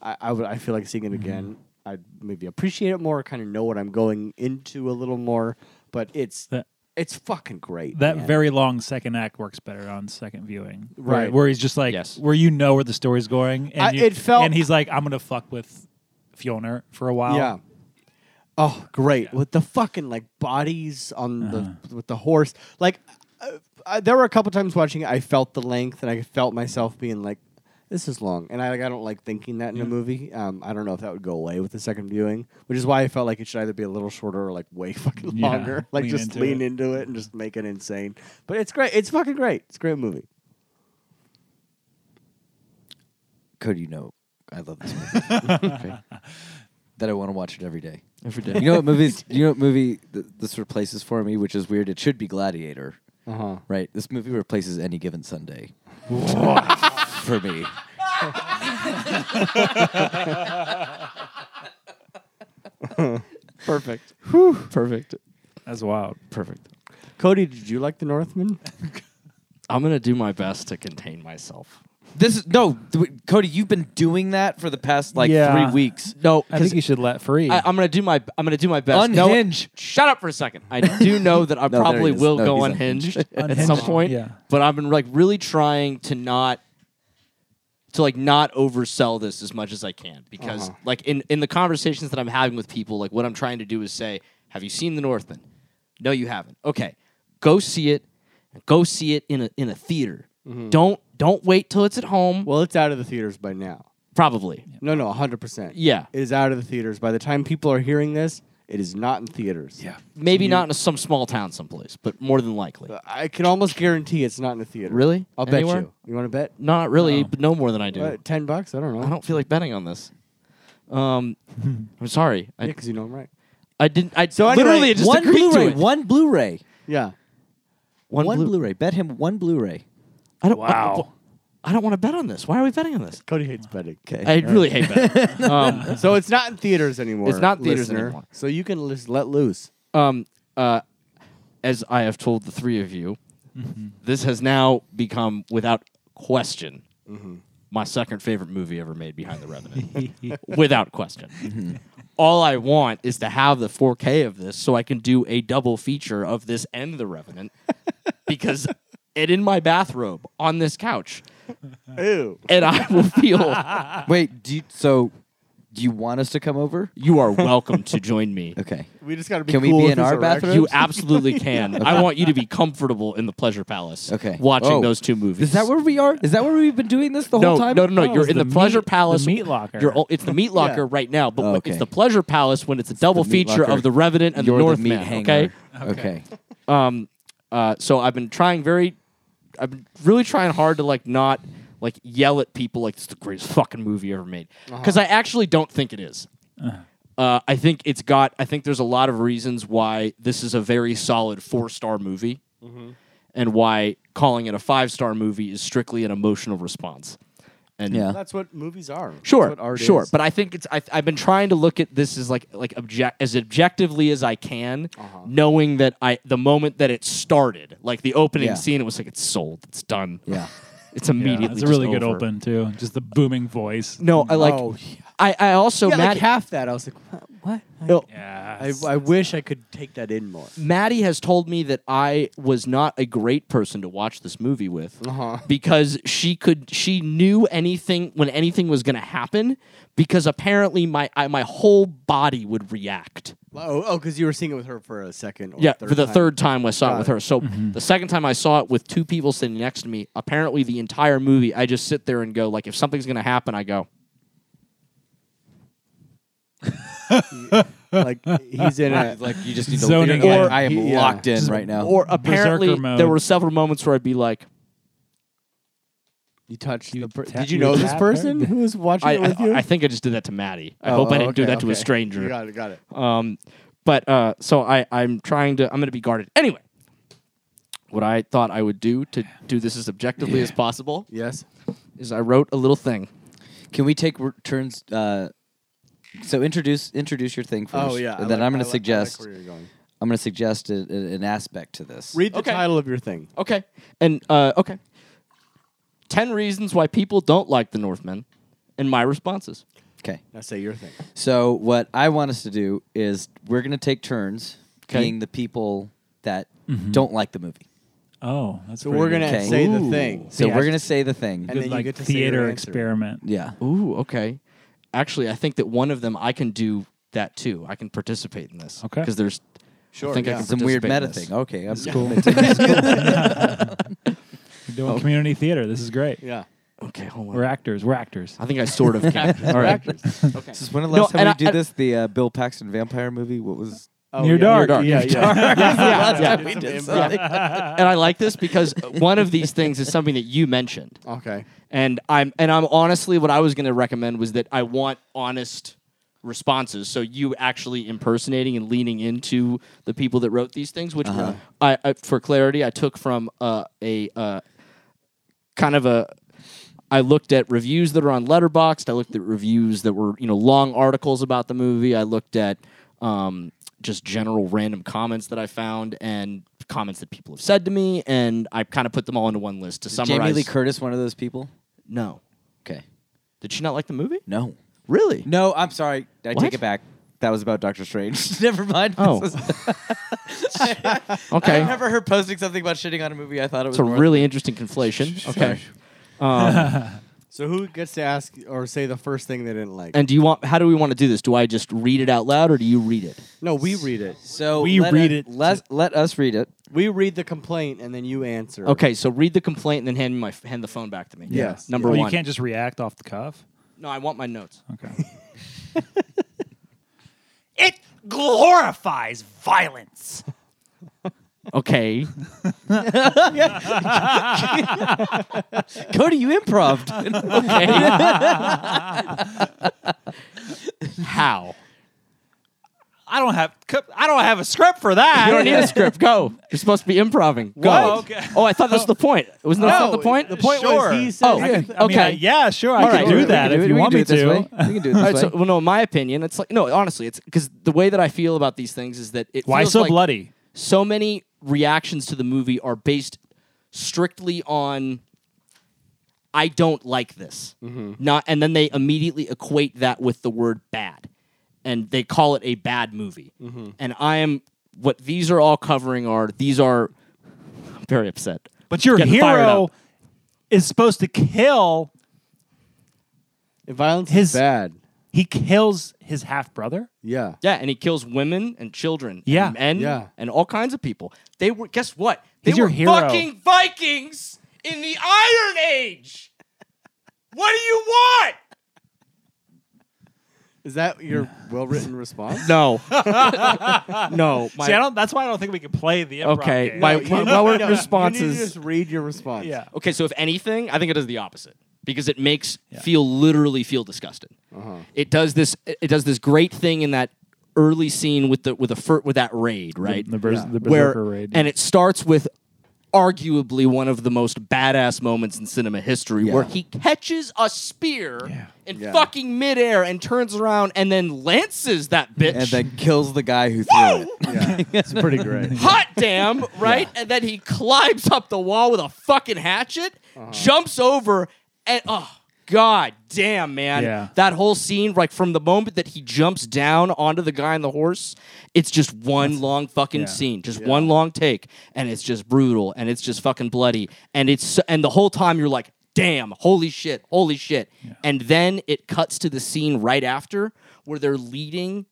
[SPEAKER 3] I, I would, I feel like seeing it again. I'd maybe appreciate it more, kind of know what I'm going into a little more. But it's
[SPEAKER 4] That-
[SPEAKER 3] it's fucking great.
[SPEAKER 4] That
[SPEAKER 3] man.
[SPEAKER 4] very long second act works better on second viewing, where-
[SPEAKER 3] Right.
[SPEAKER 4] Where, he's just like,
[SPEAKER 5] Yes.
[SPEAKER 4] where you know where the story's going, and
[SPEAKER 3] I-
[SPEAKER 4] you-
[SPEAKER 3] it felt-
[SPEAKER 4] and he's like, I'm gonna fuck with Fiona for a while.
[SPEAKER 3] Yeah. Oh, great! With the fucking like bodies on the
[SPEAKER 4] Uh-huh.
[SPEAKER 3] with the horse, like uh, I, there were a couple times watching it, I felt the length, and I felt myself being like, "This is long," and I like I don't like thinking that in a movie. Um, I don't know if that would go away with the second viewing, which is why I felt like it should either be a little shorter or like way fucking
[SPEAKER 4] Yeah,
[SPEAKER 3] longer. Like
[SPEAKER 4] lean
[SPEAKER 3] just
[SPEAKER 4] into
[SPEAKER 3] lean
[SPEAKER 4] it.
[SPEAKER 3] into it and just make it insane. But it's great. It's fucking great. It's a great movie.
[SPEAKER 6] Cody, you know, I love this movie. Okay. That I want to watch it every day. Every day. You know what movies? You know what movie th- this replaces for me, which is weird. It should be Gladiator,
[SPEAKER 3] Uh huh.
[SPEAKER 6] right? This movie replaces any given Sunday for me.
[SPEAKER 5] Perfect. Perfect.
[SPEAKER 4] that's wild.
[SPEAKER 5] Perfect.
[SPEAKER 3] Cody, did you like The Northman?
[SPEAKER 5] I'm gonna do my best to contain myself.
[SPEAKER 6] This is no, th- Cody. You've been doing that for the past like
[SPEAKER 4] Yeah.
[SPEAKER 6] three weeks.
[SPEAKER 5] No,
[SPEAKER 4] I think you should let free.
[SPEAKER 5] I, am gonna do my I'm gonna do my best. No-
[SPEAKER 6] Unhinge.
[SPEAKER 5] shut up for a second. I do know that I
[SPEAKER 6] No, there
[SPEAKER 5] probably
[SPEAKER 6] it is.
[SPEAKER 5] will
[SPEAKER 6] No,
[SPEAKER 5] go
[SPEAKER 6] he's
[SPEAKER 5] unhinged, at
[SPEAKER 4] Unhinged,
[SPEAKER 5] some point.
[SPEAKER 4] yeah.
[SPEAKER 5] But I've been like really trying to not to like not oversell this as much as I can because
[SPEAKER 6] Uh-huh.
[SPEAKER 5] like in in the conversations that I'm having with people, like what I'm trying to do is say, "Have you seen The Northman?" No, you haven't. Okay, go see it. Go see it in a in a theater.
[SPEAKER 6] Mm-hmm.
[SPEAKER 5] Don't don't wait till it's at home.
[SPEAKER 3] Well, it's out of the theaters by now.
[SPEAKER 5] probably.
[SPEAKER 3] No, no, 100%.
[SPEAKER 5] Yeah.
[SPEAKER 3] It is out of the theaters. By the time people are hearing this, it is not in theaters. Yeah.
[SPEAKER 5] Maybe not in some small town someplace, but more than likely.
[SPEAKER 3] I can almost guarantee it's not in the theater.
[SPEAKER 5] Really?
[SPEAKER 3] I'll
[SPEAKER 5] Anywhere?
[SPEAKER 3] bet you. You want to bet?
[SPEAKER 5] Not really, but no more than I do.
[SPEAKER 3] What, 10 bucks? I don't know.
[SPEAKER 5] I don't feel like betting on this. Um, I'm sorry. I,
[SPEAKER 3] because you know I'm right.
[SPEAKER 5] I didn't. I
[SPEAKER 3] So anyway,
[SPEAKER 5] literally I just
[SPEAKER 6] one
[SPEAKER 5] agreed
[SPEAKER 6] Blu-ray.
[SPEAKER 5] to it.
[SPEAKER 6] One Blu-ray.
[SPEAKER 3] Yeah.
[SPEAKER 5] One
[SPEAKER 6] One
[SPEAKER 5] blue-
[SPEAKER 6] Blu-ray. Bet him one Blu-ray.
[SPEAKER 5] I don't.
[SPEAKER 4] Wow.
[SPEAKER 5] I, I don't want to bet on this. Why are we betting on this?
[SPEAKER 3] Cody hates betting. Okay.
[SPEAKER 5] I really hate betting. um,
[SPEAKER 3] So it's not in theaters anymore.
[SPEAKER 5] It's not in theaters
[SPEAKER 3] listener.
[SPEAKER 5] anymore.
[SPEAKER 3] So you can lis- let loose.
[SPEAKER 5] um, uh, as I have told the three of you,
[SPEAKER 6] Mm-hmm.
[SPEAKER 5] this has now become, without question, my second favorite movie ever made behind the Revenant. without question.
[SPEAKER 6] Mm-hmm.
[SPEAKER 5] All I want is to have the 4K of this so I can do a double feature of this and the Revenant because it in my bathrobe on this couch
[SPEAKER 3] Ew.
[SPEAKER 5] and I will feel
[SPEAKER 6] Wait. Do you, so? Do you want us to come over?
[SPEAKER 5] you are welcome to join me.
[SPEAKER 6] Okay.
[SPEAKER 3] We just got to be
[SPEAKER 6] Can we
[SPEAKER 3] cool
[SPEAKER 6] be
[SPEAKER 3] with
[SPEAKER 6] in
[SPEAKER 3] this
[SPEAKER 6] our
[SPEAKER 3] erect-
[SPEAKER 6] bathroom?
[SPEAKER 5] You absolutely can. I want you to be comfortable in the pleasure palace.
[SPEAKER 6] Okay.
[SPEAKER 5] Watching
[SPEAKER 6] Whoa.
[SPEAKER 5] those two movies.
[SPEAKER 6] Is that where we are? Is that where we've been doing this the
[SPEAKER 5] no,
[SPEAKER 6] whole time?
[SPEAKER 5] No, no, no.
[SPEAKER 4] No,
[SPEAKER 5] You're
[SPEAKER 4] it's
[SPEAKER 5] in the,
[SPEAKER 4] Oh, the
[SPEAKER 5] pleasure
[SPEAKER 4] meat- the
[SPEAKER 5] palace.
[SPEAKER 4] meat locker.
[SPEAKER 5] You're, o- it's the meat locker right now, but
[SPEAKER 6] Oh,
[SPEAKER 5] when-
[SPEAKER 6] okay.
[SPEAKER 5] it's the pleasure palace when it's a double
[SPEAKER 6] the meat
[SPEAKER 5] feature
[SPEAKER 6] locker.
[SPEAKER 5] of the Revenant and
[SPEAKER 6] You're
[SPEAKER 5] the Northman.
[SPEAKER 6] meat
[SPEAKER 5] okay.
[SPEAKER 6] hanger. Okay.
[SPEAKER 5] Um. Uh. So I've been trying very, I've been really trying hard to like not like yell at people like this is the greatest fucking movie ever made
[SPEAKER 4] Uh-huh.
[SPEAKER 5] because I actually don't think it is.
[SPEAKER 6] Uh-huh.
[SPEAKER 5] Uh, I think it's
[SPEAKER 4] Mm-hmm.
[SPEAKER 5] got. I think there's a lot of reasons why this is a very solid four star movie, and why calling it a five star movie is strictly an emotional response. And
[SPEAKER 6] Yeah.
[SPEAKER 3] That's what movies are. That's
[SPEAKER 5] Sure,
[SPEAKER 3] what art
[SPEAKER 5] sure,
[SPEAKER 3] is.
[SPEAKER 5] but I think it's I, I've been trying to look at this as like like object as objectively as I can,
[SPEAKER 3] Uh-huh.
[SPEAKER 5] knowing that I the moment that it started, like the opening
[SPEAKER 6] Yeah.
[SPEAKER 5] scene, it was like it's sold, it's done,
[SPEAKER 6] Yeah.
[SPEAKER 5] it's immediately.
[SPEAKER 4] Yeah, it's a
[SPEAKER 5] just
[SPEAKER 4] really good
[SPEAKER 5] over.
[SPEAKER 4] open too. Just the booming voice.
[SPEAKER 5] No, I like.
[SPEAKER 3] Oh, yeah.
[SPEAKER 5] I I also
[SPEAKER 3] yeah, like
[SPEAKER 5] Maddie,
[SPEAKER 3] half that. I was like, what?
[SPEAKER 5] no,
[SPEAKER 4] Yeah.
[SPEAKER 3] I, I wish I could take that in more.
[SPEAKER 5] Maddie has told me that I was not a great person to watch this movie with
[SPEAKER 3] Uh-huh.
[SPEAKER 5] because she could she knew anything when anything was going to happen because apparently my I, my whole body would react.
[SPEAKER 3] Oh, oh, because you were seeing it with her for a second. Or
[SPEAKER 5] yeah,
[SPEAKER 3] third
[SPEAKER 5] for the
[SPEAKER 3] time.
[SPEAKER 5] third time I saw it
[SPEAKER 3] Got
[SPEAKER 5] with
[SPEAKER 3] it.
[SPEAKER 5] her. So
[SPEAKER 3] Mm-hmm.
[SPEAKER 5] the second time I saw it with two people sitting next to me, apparently the entire movie I just sit there and go like if something's going to happen I go
[SPEAKER 3] like he's in a
[SPEAKER 6] like you just need to.
[SPEAKER 4] Zoning
[SPEAKER 6] you're like,
[SPEAKER 4] in.
[SPEAKER 6] I am
[SPEAKER 3] Yeah.
[SPEAKER 6] locked in
[SPEAKER 4] Just-
[SPEAKER 6] right
[SPEAKER 3] Oh.
[SPEAKER 6] now.
[SPEAKER 5] or apparently
[SPEAKER 4] Berserker mode.
[SPEAKER 5] there were several moments where I'd be like
[SPEAKER 3] you touched the per-
[SPEAKER 4] tap-
[SPEAKER 3] Did you
[SPEAKER 4] you
[SPEAKER 3] know this
[SPEAKER 4] tap her?
[SPEAKER 3] person who was watching
[SPEAKER 5] I,
[SPEAKER 3] it with you?
[SPEAKER 5] I, I think I just did that to Maddie. I
[SPEAKER 3] Oh,
[SPEAKER 5] hope I
[SPEAKER 3] oh,
[SPEAKER 5] didn't do
[SPEAKER 3] okay,
[SPEAKER 5] that to a
[SPEAKER 3] okay.
[SPEAKER 5] stranger.
[SPEAKER 3] You got it. Got it.
[SPEAKER 5] Um, but uh, so I, I'm trying to. I'm going to be guarded anyway. What I thought I would do to do this as objectively as possible
[SPEAKER 3] Yes.
[SPEAKER 5] is I wrote a little thing.
[SPEAKER 6] Can we take r- turns? Uh, so introduce introduce your thing first.
[SPEAKER 3] Oh yeah. I
[SPEAKER 6] And then
[SPEAKER 3] like-
[SPEAKER 6] I'm
[SPEAKER 3] I like- I
[SPEAKER 6] going to
[SPEAKER 3] like
[SPEAKER 6] suggest
[SPEAKER 3] where you're going.
[SPEAKER 6] I'm going to suggest a, a- an aspect to this.
[SPEAKER 3] Read the
[SPEAKER 5] Okay.
[SPEAKER 3] title of your thing.
[SPEAKER 5] Okay, and uh, okay. Ten reasons why people don't like the Northmen, and my responses.
[SPEAKER 6] okay.
[SPEAKER 3] Now say your thing.
[SPEAKER 6] So what I want us to do is we're going to take turns
[SPEAKER 5] Okay.
[SPEAKER 6] being the people that don't like the movie.
[SPEAKER 4] oh, that's
[SPEAKER 3] So
[SPEAKER 4] pretty
[SPEAKER 3] we're
[SPEAKER 4] good.
[SPEAKER 3] gonna
[SPEAKER 6] Okay.
[SPEAKER 3] say the
[SPEAKER 5] Ooh.
[SPEAKER 3] thing.
[SPEAKER 6] So
[SPEAKER 4] Yeah.
[SPEAKER 6] we're going to say the thing.
[SPEAKER 3] And then
[SPEAKER 4] Good,
[SPEAKER 3] you
[SPEAKER 4] like
[SPEAKER 3] get to say your
[SPEAKER 4] theater
[SPEAKER 3] answer.
[SPEAKER 4] experiment.
[SPEAKER 6] yeah.
[SPEAKER 5] Ooh, okay. Actually, I think that one of them I can do that too. I can participate in this.
[SPEAKER 4] Okay.
[SPEAKER 5] because there's
[SPEAKER 3] Sure.
[SPEAKER 5] I think I
[SPEAKER 3] yeah.
[SPEAKER 5] can-
[SPEAKER 6] Some weird
[SPEAKER 5] participate in
[SPEAKER 6] meta
[SPEAKER 5] this.
[SPEAKER 6] thing. Okay. I'm
[SPEAKER 4] cool. We're doing community theater. This is great.
[SPEAKER 3] Yeah.
[SPEAKER 5] okay. Hold on.
[SPEAKER 4] We're actors. We're actors.
[SPEAKER 5] I think I sort of captured. All right. Okay.
[SPEAKER 6] This is when the
[SPEAKER 5] No,
[SPEAKER 6] last
[SPEAKER 5] and
[SPEAKER 6] time
[SPEAKER 5] I-
[SPEAKER 6] we did
[SPEAKER 5] and-
[SPEAKER 6] this, the uh, Bill Paxton vampire movie. What was?
[SPEAKER 3] Oh,
[SPEAKER 4] Near
[SPEAKER 3] yeah,
[SPEAKER 4] dark.
[SPEAKER 3] Yeah.
[SPEAKER 4] Near
[SPEAKER 3] Yeah.
[SPEAKER 5] yeah, yeah.
[SPEAKER 3] We did some improv.
[SPEAKER 6] something.
[SPEAKER 5] and I like this because one of these things is something that you mentioned,
[SPEAKER 3] Okay.
[SPEAKER 5] and I'm and I'm honestly what I was going to recommend was that I want honest responses. So you actually impersonating and leaning into the people that wrote these things, which
[SPEAKER 6] Uh-huh.
[SPEAKER 5] were, I, I for clarity I took from uh, a uh, kind of a. I looked at reviews that are on Letterboxd. I looked at reviews that were you know long articles about the movie. I looked at um, just general random comments that I found and comments that people have said to me, and I kind of put them all into one list to summarize.
[SPEAKER 6] Jamie Lee Curtis, one of those people.
[SPEAKER 5] no,
[SPEAKER 6] Okay.
[SPEAKER 5] did she not like the movie?
[SPEAKER 6] No.
[SPEAKER 5] Really?
[SPEAKER 6] No, I'm sorry. I
[SPEAKER 5] What?
[SPEAKER 6] take it back. That was about Doctor Strange. Never mind.
[SPEAKER 5] Oh.
[SPEAKER 6] This was- I
[SPEAKER 5] Okay,
[SPEAKER 6] remember her posting something about shitting on a movie. I thought it was
[SPEAKER 5] it's a
[SPEAKER 6] more-
[SPEAKER 5] really interesting conflation. Okay,
[SPEAKER 3] So who gets to ask or say the first thing they didn't like?
[SPEAKER 5] and do you want? How do we want to do this? Do I just read it out loud, or do you read it?
[SPEAKER 3] no, we read it.
[SPEAKER 6] So
[SPEAKER 4] We
[SPEAKER 6] let
[SPEAKER 4] read
[SPEAKER 6] us-
[SPEAKER 4] it
[SPEAKER 6] Let let us read it.
[SPEAKER 3] We read the complaint and then you answer.
[SPEAKER 5] Okay, so read the complaint and then hand me my hand the phone back to me.
[SPEAKER 3] Yes.
[SPEAKER 5] Number
[SPEAKER 4] Oh,
[SPEAKER 5] one.
[SPEAKER 4] you can't just react off the cuff.
[SPEAKER 5] no, I want my notes.
[SPEAKER 4] Okay. it glorifies violence.
[SPEAKER 5] Okay.
[SPEAKER 6] Cody, you improv.
[SPEAKER 5] how?
[SPEAKER 4] I don't have I don't have a script for that.
[SPEAKER 5] You don't need a script. Go. You're supposed to be improving. Go.
[SPEAKER 4] Whoa, okay.
[SPEAKER 5] Oh, I thought that's the point. Wasn't that not the point?
[SPEAKER 3] The point
[SPEAKER 4] Sure.
[SPEAKER 3] was he said.
[SPEAKER 5] Oh,
[SPEAKER 3] I can-
[SPEAKER 4] I mean,
[SPEAKER 5] Okay.
[SPEAKER 4] I- yeah, sure. I
[SPEAKER 5] All
[SPEAKER 4] can
[SPEAKER 5] right.
[SPEAKER 4] do
[SPEAKER 5] We
[SPEAKER 6] We
[SPEAKER 4] that
[SPEAKER 6] can do
[SPEAKER 4] if
[SPEAKER 6] it-
[SPEAKER 4] you
[SPEAKER 6] we
[SPEAKER 4] want
[SPEAKER 6] can
[SPEAKER 4] me
[SPEAKER 6] do it this
[SPEAKER 4] to.
[SPEAKER 6] way. We can do it this
[SPEAKER 5] All right, so,
[SPEAKER 6] way.
[SPEAKER 5] well, no, in my opinion, it's like no. Honestly, it's because the way that I feel about these things is that it
[SPEAKER 4] Why
[SPEAKER 5] feels
[SPEAKER 4] so
[SPEAKER 5] like
[SPEAKER 4] bloody?
[SPEAKER 5] So many reactions to the movie are based strictly on I don't like this,
[SPEAKER 4] Mm-hmm.
[SPEAKER 5] not, and then they immediately equate that with the word bad, and they call it a bad movie.
[SPEAKER 4] Mm-hmm.
[SPEAKER 5] And I am what these are all covering are these are I'm very upset.
[SPEAKER 4] But your
[SPEAKER 5] Getting fired
[SPEAKER 4] hero
[SPEAKER 5] up.
[SPEAKER 4] is supposed to kill.
[SPEAKER 3] Violence
[SPEAKER 4] His-
[SPEAKER 3] is bad.
[SPEAKER 4] He kills his half brother.
[SPEAKER 3] Yeah.
[SPEAKER 5] Yeah, and he kills women and children,
[SPEAKER 4] Yeah.
[SPEAKER 5] and men,
[SPEAKER 3] Yeah.
[SPEAKER 5] and all kinds of people. They were guess what? They
[SPEAKER 4] He's your
[SPEAKER 5] were
[SPEAKER 4] hero.
[SPEAKER 5] fucking Vikings in the Iron Age. What do you want?
[SPEAKER 3] Is that your well written response?
[SPEAKER 5] No, no. My,
[SPEAKER 4] See, I don't. That's why I don't think we can play the improv
[SPEAKER 5] Okay,
[SPEAKER 4] game.
[SPEAKER 5] my-
[SPEAKER 4] Like,
[SPEAKER 5] my well-written response
[SPEAKER 3] You need to
[SPEAKER 5] is-
[SPEAKER 3] just read your response.
[SPEAKER 4] yeah.
[SPEAKER 5] okay, so if anything, I think it does the opposite because it makes feel literally feel disgusted. It does this. It does this great thing in that early scene with the with the fir- with that raid, right?
[SPEAKER 4] The, bers- the
[SPEAKER 5] where
[SPEAKER 4] berserker raid.
[SPEAKER 5] and it starts with arguably one of the most badass moments in cinema history where he catches a spear in fucking midair and turns around and then lances that bitch.
[SPEAKER 6] and then kills the guy who threw it.
[SPEAKER 3] Yeah, it's pretty great.
[SPEAKER 5] hot damn, right? And then he climbs up the wall with a fucking hatchet,
[SPEAKER 4] Uh-huh.
[SPEAKER 5] jumps over, and oh god damn, man.
[SPEAKER 4] Yeah.
[SPEAKER 5] That whole scene, like from the moment that he jumps down onto the guy on the horse, it's just one long fucking
[SPEAKER 4] yeah.
[SPEAKER 5] scene. Just one long take. And it's just brutal and it's just fucking bloody. And it's so- and the whole time you're like, damn, holy shit, holy shit. And then it cuts to the scene right after where they're leading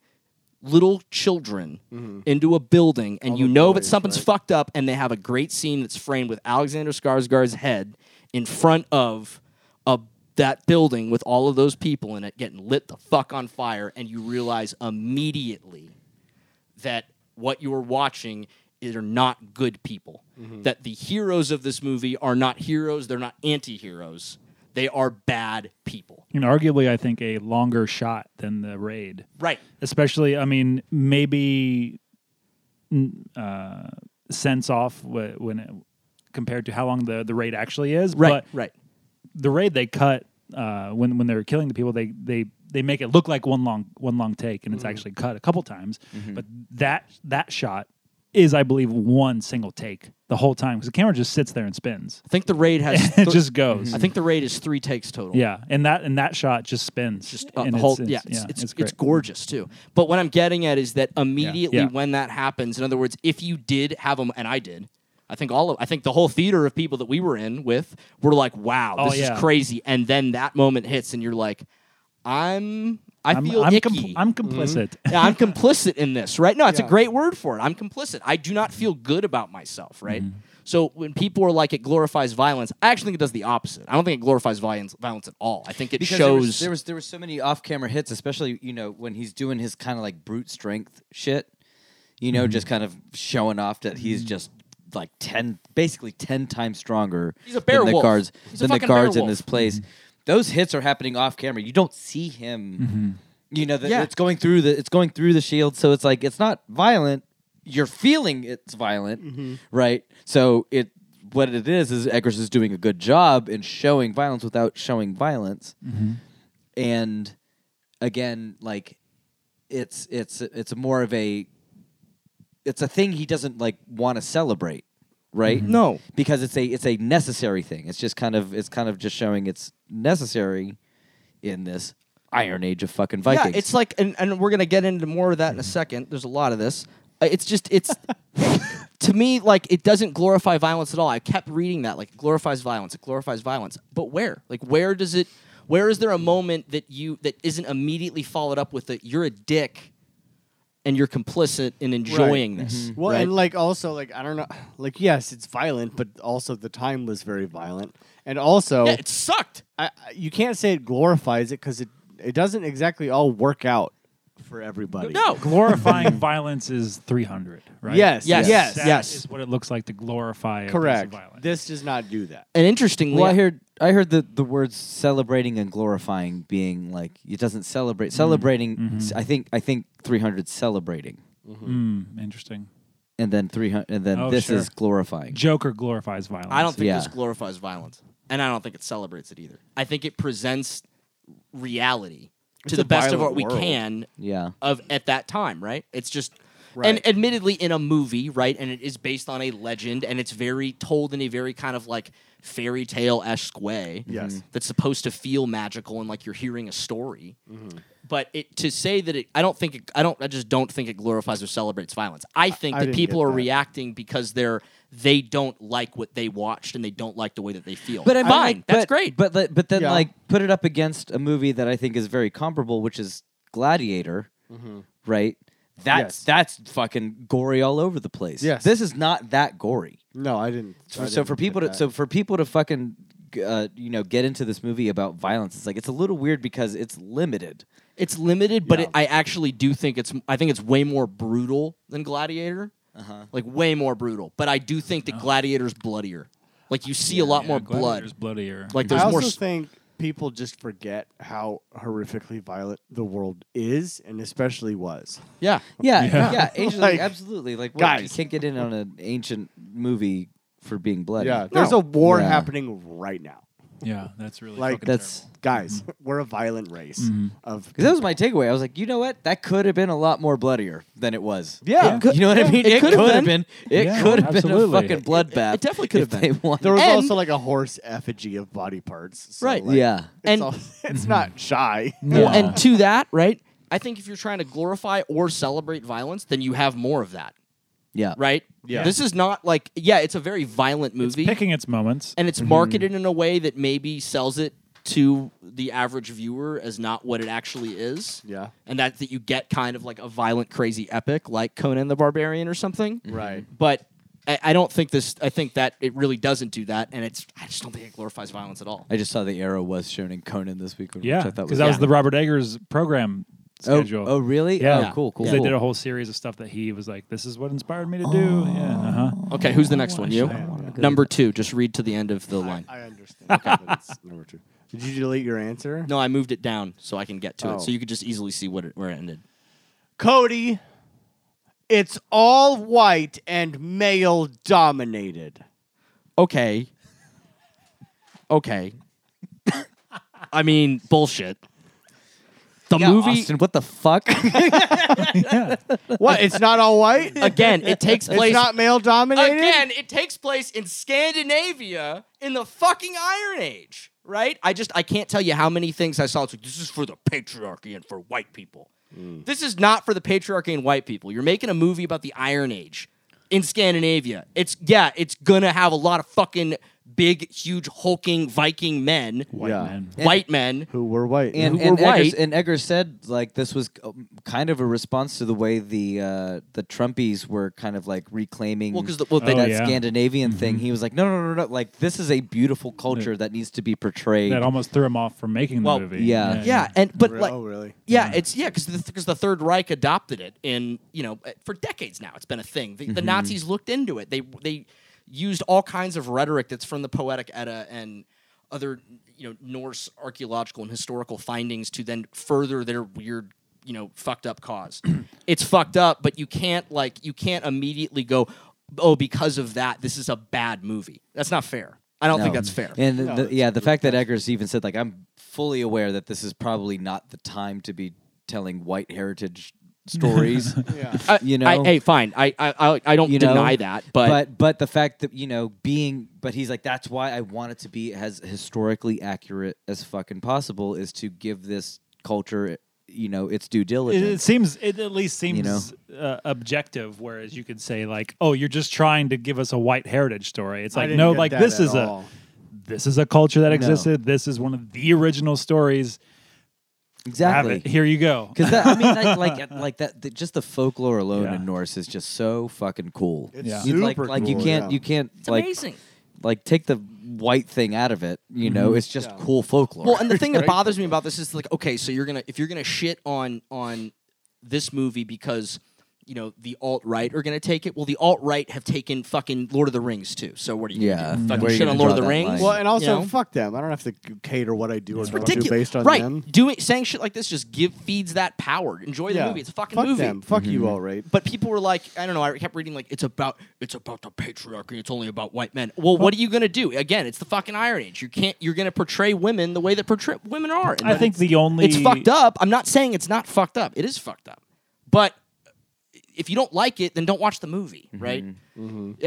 [SPEAKER 5] little children into a building, and you know that something's fucked up, and they have a great scene that's framed with Alexander Skarsgård's head in front of a that building with all of those people in it getting lit the fuck on fire, and you realize immediately that what you're watching is- are not good people. That the heroes of this movie are not heroes, they're not anti heroes. They are bad people.
[SPEAKER 4] And arguably, I think a longer shot than the raid.
[SPEAKER 5] Right.
[SPEAKER 4] especially i mean maybe n- uh cents off wh- when it, compared to how long the the raid actually is but
[SPEAKER 5] right.
[SPEAKER 4] the raid they cut uh when when they're killing the people they they they make it look like one long one long take
[SPEAKER 3] Mm-hmm.
[SPEAKER 4] and it's actually cut a couple times but that that shot is i believe one single take the whole time because the camera just sits there and spins
[SPEAKER 5] I think the raid has
[SPEAKER 4] it just goes
[SPEAKER 5] I think the raid is three takes total.
[SPEAKER 4] Mm-hmm. yeah and that and that shot just spins
[SPEAKER 5] Mm-hmm. Just uh,
[SPEAKER 4] And
[SPEAKER 5] the
[SPEAKER 4] it's-
[SPEAKER 5] whole
[SPEAKER 4] it's-
[SPEAKER 5] yeah, it's, it's, it's,
[SPEAKER 4] great.
[SPEAKER 5] gorgeous too. But what I'm getting at is that immediately
[SPEAKER 4] Yeah.
[SPEAKER 5] when that happens, in other words, if you did have them, and I did, I think all of I think the whole theater of people that we were in with were like, "Wow,
[SPEAKER 4] Oh,
[SPEAKER 5] this
[SPEAKER 4] yeah.
[SPEAKER 5] is crazy!" And then that moment hits, and you're like, "I'm I
[SPEAKER 4] i'm
[SPEAKER 5] feel
[SPEAKER 4] I'm,
[SPEAKER 5] icky. Mm-hmm.
[SPEAKER 4] compl- I'm complicit
[SPEAKER 5] yeah, I'm complicit in this, right? No, it's
[SPEAKER 3] Yeah.
[SPEAKER 5] a great word for it. I'm complicit. I do not feel good about myself, right? So when people are like, it glorifies violence, I actually think it does the opposite. I don't think it glorifies violence, violence at all. I think it
[SPEAKER 6] Because there was,
[SPEAKER 5] shows.
[SPEAKER 6] there was there were so many off camera hits, especially you know when he's doing his kind of like brute strength shit, you
[SPEAKER 5] Mm-hmm.
[SPEAKER 6] know, just kind of showing off that he's just like ten, basically ten times stronger
[SPEAKER 5] He's a bear
[SPEAKER 6] than the
[SPEAKER 5] wolf.
[SPEAKER 6] guards
[SPEAKER 5] He's a
[SPEAKER 6] than the
[SPEAKER 5] fucking
[SPEAKER 6] guards
[SPEAKER 5] bear
[SPEAKER 6] in
[SPEAKER 5] wolf.
[SPEAKER 6] this place.
[SPEAKER 5] Mm-hmm.
[SPEAKER 6] Those hits are happening off camera. You don't see him.
[SPEAKER 5] Mm-hmm.
[SPEAKER 6] You know, the,
[SPEAKER 5] Yeah.
[SPEAKER 6] it's going through the it's going through the shield, so it's like it's not violent. You're feeling it's violent,
[SPEAKER 5] Mm-hmm.
[SPEAKER 6] right? So it what it is is Eggers is doing a good job in showing violence without showing violence
[SPEAKER 5] Mm-hmm.
[SPEAKER 6] and again like it's it's it's more of a it's a thing he doesn't like want to celebrate right
[SPEAKER 5] Mm-hmm. No.
[SPEAKER 6] because it's a it's a necessary thing it's just kind of it's kind of just showing it's necessary in this iron age of fucking vikings
[SPEAKER 5] Yeah, it's like, and, and we're gonna get into more of that in a second. There's a lot of this. Uh, It's just, it's to me like it doesn't glorify violence at all. I kept reading that like it glorifies violence, it glorifies violence, but where? Like where does it? Where is there a moment that you that isn't immediately followed up with that you're a dick, and you're complicit in enjoying this?
[SPEAKER 3] Well,
[SPEAKER 5] right?
[SPEAKER 3] and like also like I don't know, like yes, it's violent, but also the time was very violent, and also
[SPEAKER 5] yeah, it sucked.
[SPEAKER 3] I, I- you can't say it glorifies it because it it doesn't exactly all work out for everybody.
[SPEAKER 5] No,
[SPEAKER 4] glorifying violence is 300, right?
[SPEAKER 3] Yes. Yes. Yes.
[SPEAKER 4] That
[SPEAKER 5] yes.
[SPEAKER 4] is what it looks like to glorify a
[SPEAKER 3] Correct.
[SPEAKER 4] piece of violence.
[SPEAKER 3] This does not do that.
[SPEAKER 5] and interestingly,
[SPEAKER 6] well, I heard I heard the, the words celebrating and glorifying being like it doesn't celebrate celebrating. I think I think three hundred celebrating,
[SPEAKER 4] Mm, interesting.
[SPEAKER 6] and then three hundred, and then
[SPEAKER 4] Oh,
[SPEAKER 6] this
[SPEAKER 4] sure.
[SPEAKER 6] is glorifying.
[SPEAKER 4] Joker glorifies violence.
[SPEAKER 5] I don't think
[SPEAKER 6] Yeah.
[SPEAKER 5] this glorifies violence, and I don't think it celebrates it either. I think it presents reality to the
[SPEAKER 3] a
[SPEAKER 5] best of what
[SPEAKER 3] violent
[SPEAKER 5] we
[SPEAKER 3] world.
[SPEAKER 5] can
[SPEAKER 6] Yeah.
[SPEAKER 5] of at that time, right? It's just
[SPEAKER 3] Right.
[SPEAKER 5] and admittedly in a movie, right? And it is based on a legend and it's very told in a very kind of like fairy tale esque way.
[SPEAKER 3] Yes. Mhm.
[SPEAKER 5] That's supposed to feel magical and like you're hearing a story.
[SPEAKER 3] Mm-hmm.
[SPEAKER 5] But it to say that it I don't think it, I don't I just don't think it glorifies or celebrates violence. I think
[SPEAKER 3] I
[SPEAKER 5] that
[SPEAKER 3] didn't
[SPEAKER 5] people
[SPEAKER 3] get
[SPEAKER 5] are
[SPEAKER 3] that.
[SPEAKER 5] reacting because they're they don't like what they watched and they don't like the way that they feel.
[SPEAKER 6] But I mean,
[SPEAKER 5] fine,
[SPEAKER 6] like,
[SPEAKER 5] that's
[SPEAKER 6] but-
[SPEAKER 5] great.
[SPEAKER 6] But the- but then
[SPEAKER 3] Yeah.
[SPEAKER 6] like put it up against a movie that I think is very comparable, which is Gladiator, right? That's
[SPEAKER 3] Mm-hmm. Yes.
[SPEAKER 6] that's fucking gory all over the place.
[SPEAKER 3] Yes.
[SPEAKER 6] this is not that gory.
[SPEAKER 3] No, I didn't. I
[SPEAKER 6] For- so
[SPEAKER 3] didn't
[SPEAKER 6] for
[SPEAKER 3] get
[SPEAKER 6] people to
[SPEAKER 3] that.
[SPEAKER 6] so for people to fucking uh, you know get into this movie about violence, it's like it's a little weird because it's limited.
[SPEAKER 5] It's limited, but it, I actually do think it's. I think it's way more brutal than Gladiator. Uh-huh. Like way more brutal, but I do think that Gladiator's bloodier. Like you see a lot more blood.
[SPEAKER 4] bloodier.
[SPEAKER 5] Like
[SPEAKER 3] I
[SPEAKER 5] there's
[SPEAKER 3] also
[SPEAKER 5] more. s-
[SPEAKER 3] think people just forget how horrifically violent the world is, and especially was.
[SPEAKER 5] yeah,
[SPEAKER 6] Yeah, yeah, ancient-
[SPEAKER 3] Like,
[SPEAKER 6] absolutely. Like, what, you
[SPEAKER 3] guys.
[SPEAKER 6] can't get in on an ancient movie for being bloody.
[SPEAKER 3] Yeah, there's a war
[SPEAKER 6] Yeah.
[SPEAKER 3] happening right now.
[SPEAKER 4] Yeah, that's really
[SPEAKER 3] Like-
[SPEAKER 4] fucking Mm-hmm.
[SPEAKER 6] that's
[SPEAKER 3] Guys,
[SPEAKER 5] Mm-hmm.
[SPEAKER 3] we're a violent race of
[SPEAKER 6] because that was my takeaway. I was like, you know what? That could have been a lot more bloodier than it was.
[SPEAKER 3] Yeah.
[SPEAKER 6] you know what I mean. It, could have been. It
[SPEAKER 4] Yeah,
[SPEAKER 6] could have been a
[SPEAKER 4] absolutely.
[SPEAKER 6] fucking bloodbath.
[SPEAKER 5] It definitely could
[SPEAKER 6] if
[SPEAKER 5] have
[SPEAKER 6] they
[SPEAKER 5] been.
[SPEAKER 6] wanted-
[SPEAKER 3] There was
[SPEAKER 5] And-
[SPEAKER 3] also like a horse effigy of body parts. so,
[SPEAKER 5] Right.
[SPEAKER 3] like,
[SPEAKER 6] yeah.
[SPEAKER 3] It's
[SPEAKER 5] And-
[SPEAKER 3] all-
[SPEAKER 5] Mm-hmm.
[SPEAKER 3] it's not shy.
[SPEAKER 5] Well,
[SPEAKER 4] Yeah.
[SPEAKER 5] and to that, right? I think if you're trying to glorify or celebrate violence, then you have more of that,
[SPEAKER 6] Yeah.
[SPEAKER 5] right?
[SPEAKER 3] Yeah.
[SPEAKER 5] This is not like, yeah, it's a very violent movie,
[SPEAKER 4] picking its moments.
[SPEAKER 5] and it's
[SPEAKER 3] Mm-hmm.
[SPEAKER 5] marketed in a way that maybe sells it to the average viewer as not what it actually is.
[SPEAKER 3] Yeah.
[SPEAKER 5] And that's that you get kind of like a violent, crazy epic like Conan the Barbarian or something.
[SPEAKER 3] Right.
[SPEAKER 5] But I, I don't think this, I think that it really doesn't do that. And it's, I just don't think it glorifies violence at all.
[SPEAKER 6] I just saw the arrow was shown in Conan this week. which
[SPEAKER 4] yeah,
[SPEAKER 6] I thought
[SPEAKER 4] because that was
[SPEAKER 6] Yeah.
[SPEAKER 4] the Robert Eggers program
[SPEAKER 6] Oh,
[SPEAKER 4] schedule.
[SPEAKER 6] oh, really?
[SPEAKER 4] Yeah.
[SPEAKER 6] Oh, cool, cool.
[SPEAKER 4] 'Cause
[SPEAKER 6] cool.
[SPEAKER 4] They did a whole series of stuff that he was like, "This is what inspired me to do." Yeah. Uh-huh.
[SPEAKER 5] Okay, who's the next one? You?
[SPEAKER 6] go
[SPEAKER 5] Number two. Just read to the end of the line.
[SPEAKER 3] I understand. Okay, but it's number two. Did you delete your answer?
[SPEAKER 5] No, I moved it down so I can get to
[SPEAKER 3] Oh.
[SPEAKER 5] it. So you could just easily see what it, where it ended.
[SPEAKER 3] Cody, it's all white and male dominated.
[SPEAKER 5] Okay. Okay. I mean, bullshit. The
[SPEAKER 6] yeah,
[SPEAKER 5] movie
[SPEAKER 6] Austin, what the fuck?
[SPEAKER 5] Uh,
[SPEAKER 3] What? It's not all white?
[SPEAKER 5] again, it takes
[SPEAKER 3] It's
[SPEAKER 5] place
[SPEAKER 3] not male dominated?
[SPEAKER 5] again, it takes place in Scandinavia in the fucking Iron Age, right? I just I can't tell you how many things I saw. It's like this is for the patriarchy and for white people. This is not for the patriarchy and white people. You're making a movie about the Iron Age in Scandinavia. It's yeah, it's gonna have a lot of fucking big, huge, hulking Viking men,
[SPEAKER 4] White
[SPEAKER 3] Yeah.
[SPEAKER 4] man.
[SPEAKER 5] white men.
[SPEAKER 3] Who were white?
[SPEAKER 6] and,
[SPEAKER 5] who
[SPEAKER 6] and,
[SPEAKER 5] were
[SPEAKER 6] Eggers,
[SPEAKER 5] white.
[SPEAKER 6] and Eggers said like this was um, kind of a response to the way the uh, the Trumpies were kind of like reclaiming
[SPEAKER 5] Well, 'cause the- well, they-
[SPEAKER 6] that
[SPEAKER 4] Oh, yeah.
[SPEAKER 6] Scandinavian thing. He was like, no, no, no, no, no, like this is a beautiful culture that needs to be portrayed.
[SPEAKER 4] That almost threw him off from making the
[SPEAKER 5] Well,
[SPEAKER 4] movie.
[SPEAKER 6] yeah.
[SPEAKER 5] Yeah, and but
[SPEAKER 3] Re-
[SPEAKER 5] like
[SPEAKER 3] oh, really?
[SPEAKER 5] Yeah, it's yeah because because the Third Reich adopted it in you know eh, for decades now. It's been a thing. The, the Nazis looked into it. They they used all kinds of rhetoric that's from the Poetic Edda and other you know Norse archaeological and historical findings to then further their weird you know fucked up cause. it's fucked up, but you can't like you can't immediately go oh because of that this is a bad movie. That's not fair. I don't think
[SPEAKER 6] No.
[SPEAKER 5] that's fair.
[SPEAKER 6] And the- the, yeah, the fact that Eggers even said like I'm fully aware that this is probably not the time to be telling white heritage stories.
[SPEAKER 3] Yeah.
[SPEAKER 5] I-
[SPEAKER 6] you
[SPEAKER 5] Uh, I-
[SPEAKER 6] know?
[SPEAKER 5] hey, fine. I I I, I don't
[SPEAKER 6] you know?
[SPEAKER 5] deny that,
[SPEAKER 6] but but the fact that you know being but he's like that's why I want it to be as historically accurate as fucking possible is to give this culture you know its due
[SPEAKER 4] It,
[SPEAKER 6] diligence.
[SPEAKER 4] it seems it at least seems uh, objective, whereas you could say like, "Oh, you're just trying to give us a white heritage story." It's
[SPEAKER 3] I
[SPEAKER 4] like,
[SPEAKER 3] didn't
[SPEAKER 4] no,
[SPEAKER 3] get
[SPEAKER 4] like
[SPEAKER 3] that
[SPEAKER 4] this
[SPEAKER 3] at
[SPEAKER 4] is
[SPEAKER 3] all.
[SPEAKER 4] a this is a culture that existed. This is one of the original stories. Have
[SPEAKER 6] exactly.
[SPEAKER 4] it. Here you go.
[SPEAKER 6] Because I mean, like, like, uh, like that, that- just the folklore alone
[SPEAKER 4] Yeah.
[SPEAKER 6] in Norse is just so fucking cool.
[SPEAKER 3] It's
[SPEAKER 4] Yeah.
[SPEAKER 6] You- like,
[SPEAKER 3] super
[SPEAKER 6] like you
[SPEAKER 3] cool,
[SPEAKER 6] can't,
[SPEAKER 3] yeah.
[SPEAKER 6] you can't,
[SPEAKER 5] it's
[SPEAKER 6] like,
[SPEAKER 5] amazing.
[SPEAKER 6] like take the white thing out of it. You
[SPEAKER 3] Mm-hmm.
[SPEAKER 6] know, it's just cool folklore.
[SPEAKER 5] Well, and the thing that bothers me about this is like, okay, so you're gonna if you're gonna shit on on this movie because you know the alt right are gonna take it. Well, the alt right have taken fucking Lord of the Rings too. So what are you
[SPEAKER 6] Yeah.
[SPEAKER 5] gonna do?
[SPEAKER 6] Mm.
[SPEAKER 5] fucking
[SPEAKER 6] Where are you
[SPEAKER 5] shit on
[SPEAKER 6] gonna
[SPEAKER 5] Lord of the
[SPEAKER 6] draw that
[SPEAKER 5] Rings?
[SPEAKER 6] line?
[SPEAKER 3] Well, and also,
[SPEAKER 5] you know?
[SPEAKER 3] fuck them. I don't have to c- cater what I do or don't do
[SPEAKER 5] ridiculous.
[SPEAKER 3] based on
[SPEAKER 5] right?
[SPEAKER 3] them.
[SPEAKER 5] Doing saying shit like this just give feeds that power. Enjoy the
[SPEAKER 3] Yeah.
[SPEAKER 5] movie. It's a fucking
[SPEAKER 3] fuck
[SPEAKER 5] movie. Mm-hmm.
[SPEAKER 3] Them. Fuck you, all right.
[SPEAKER 5] But people were like, I don't know. I kept reading like it's about it's about the patriarchy. It's only about white men. Well, what are you gonna do? Again, it's the fucking Iron Age. You can't. You're gonna portray women the way that portray women are. And
[SPEAKER 4] I
[SPEAKER 5] that
[SPEAKER 4] think the only
[SPEAKER 5] it's fucked up. I'm not saying it's not fucked up. It is fucked up. But if you don't like it, then don't watch the movie,
[SPEAKER 4] Mm-hmm.
[SPEAKER 5] right?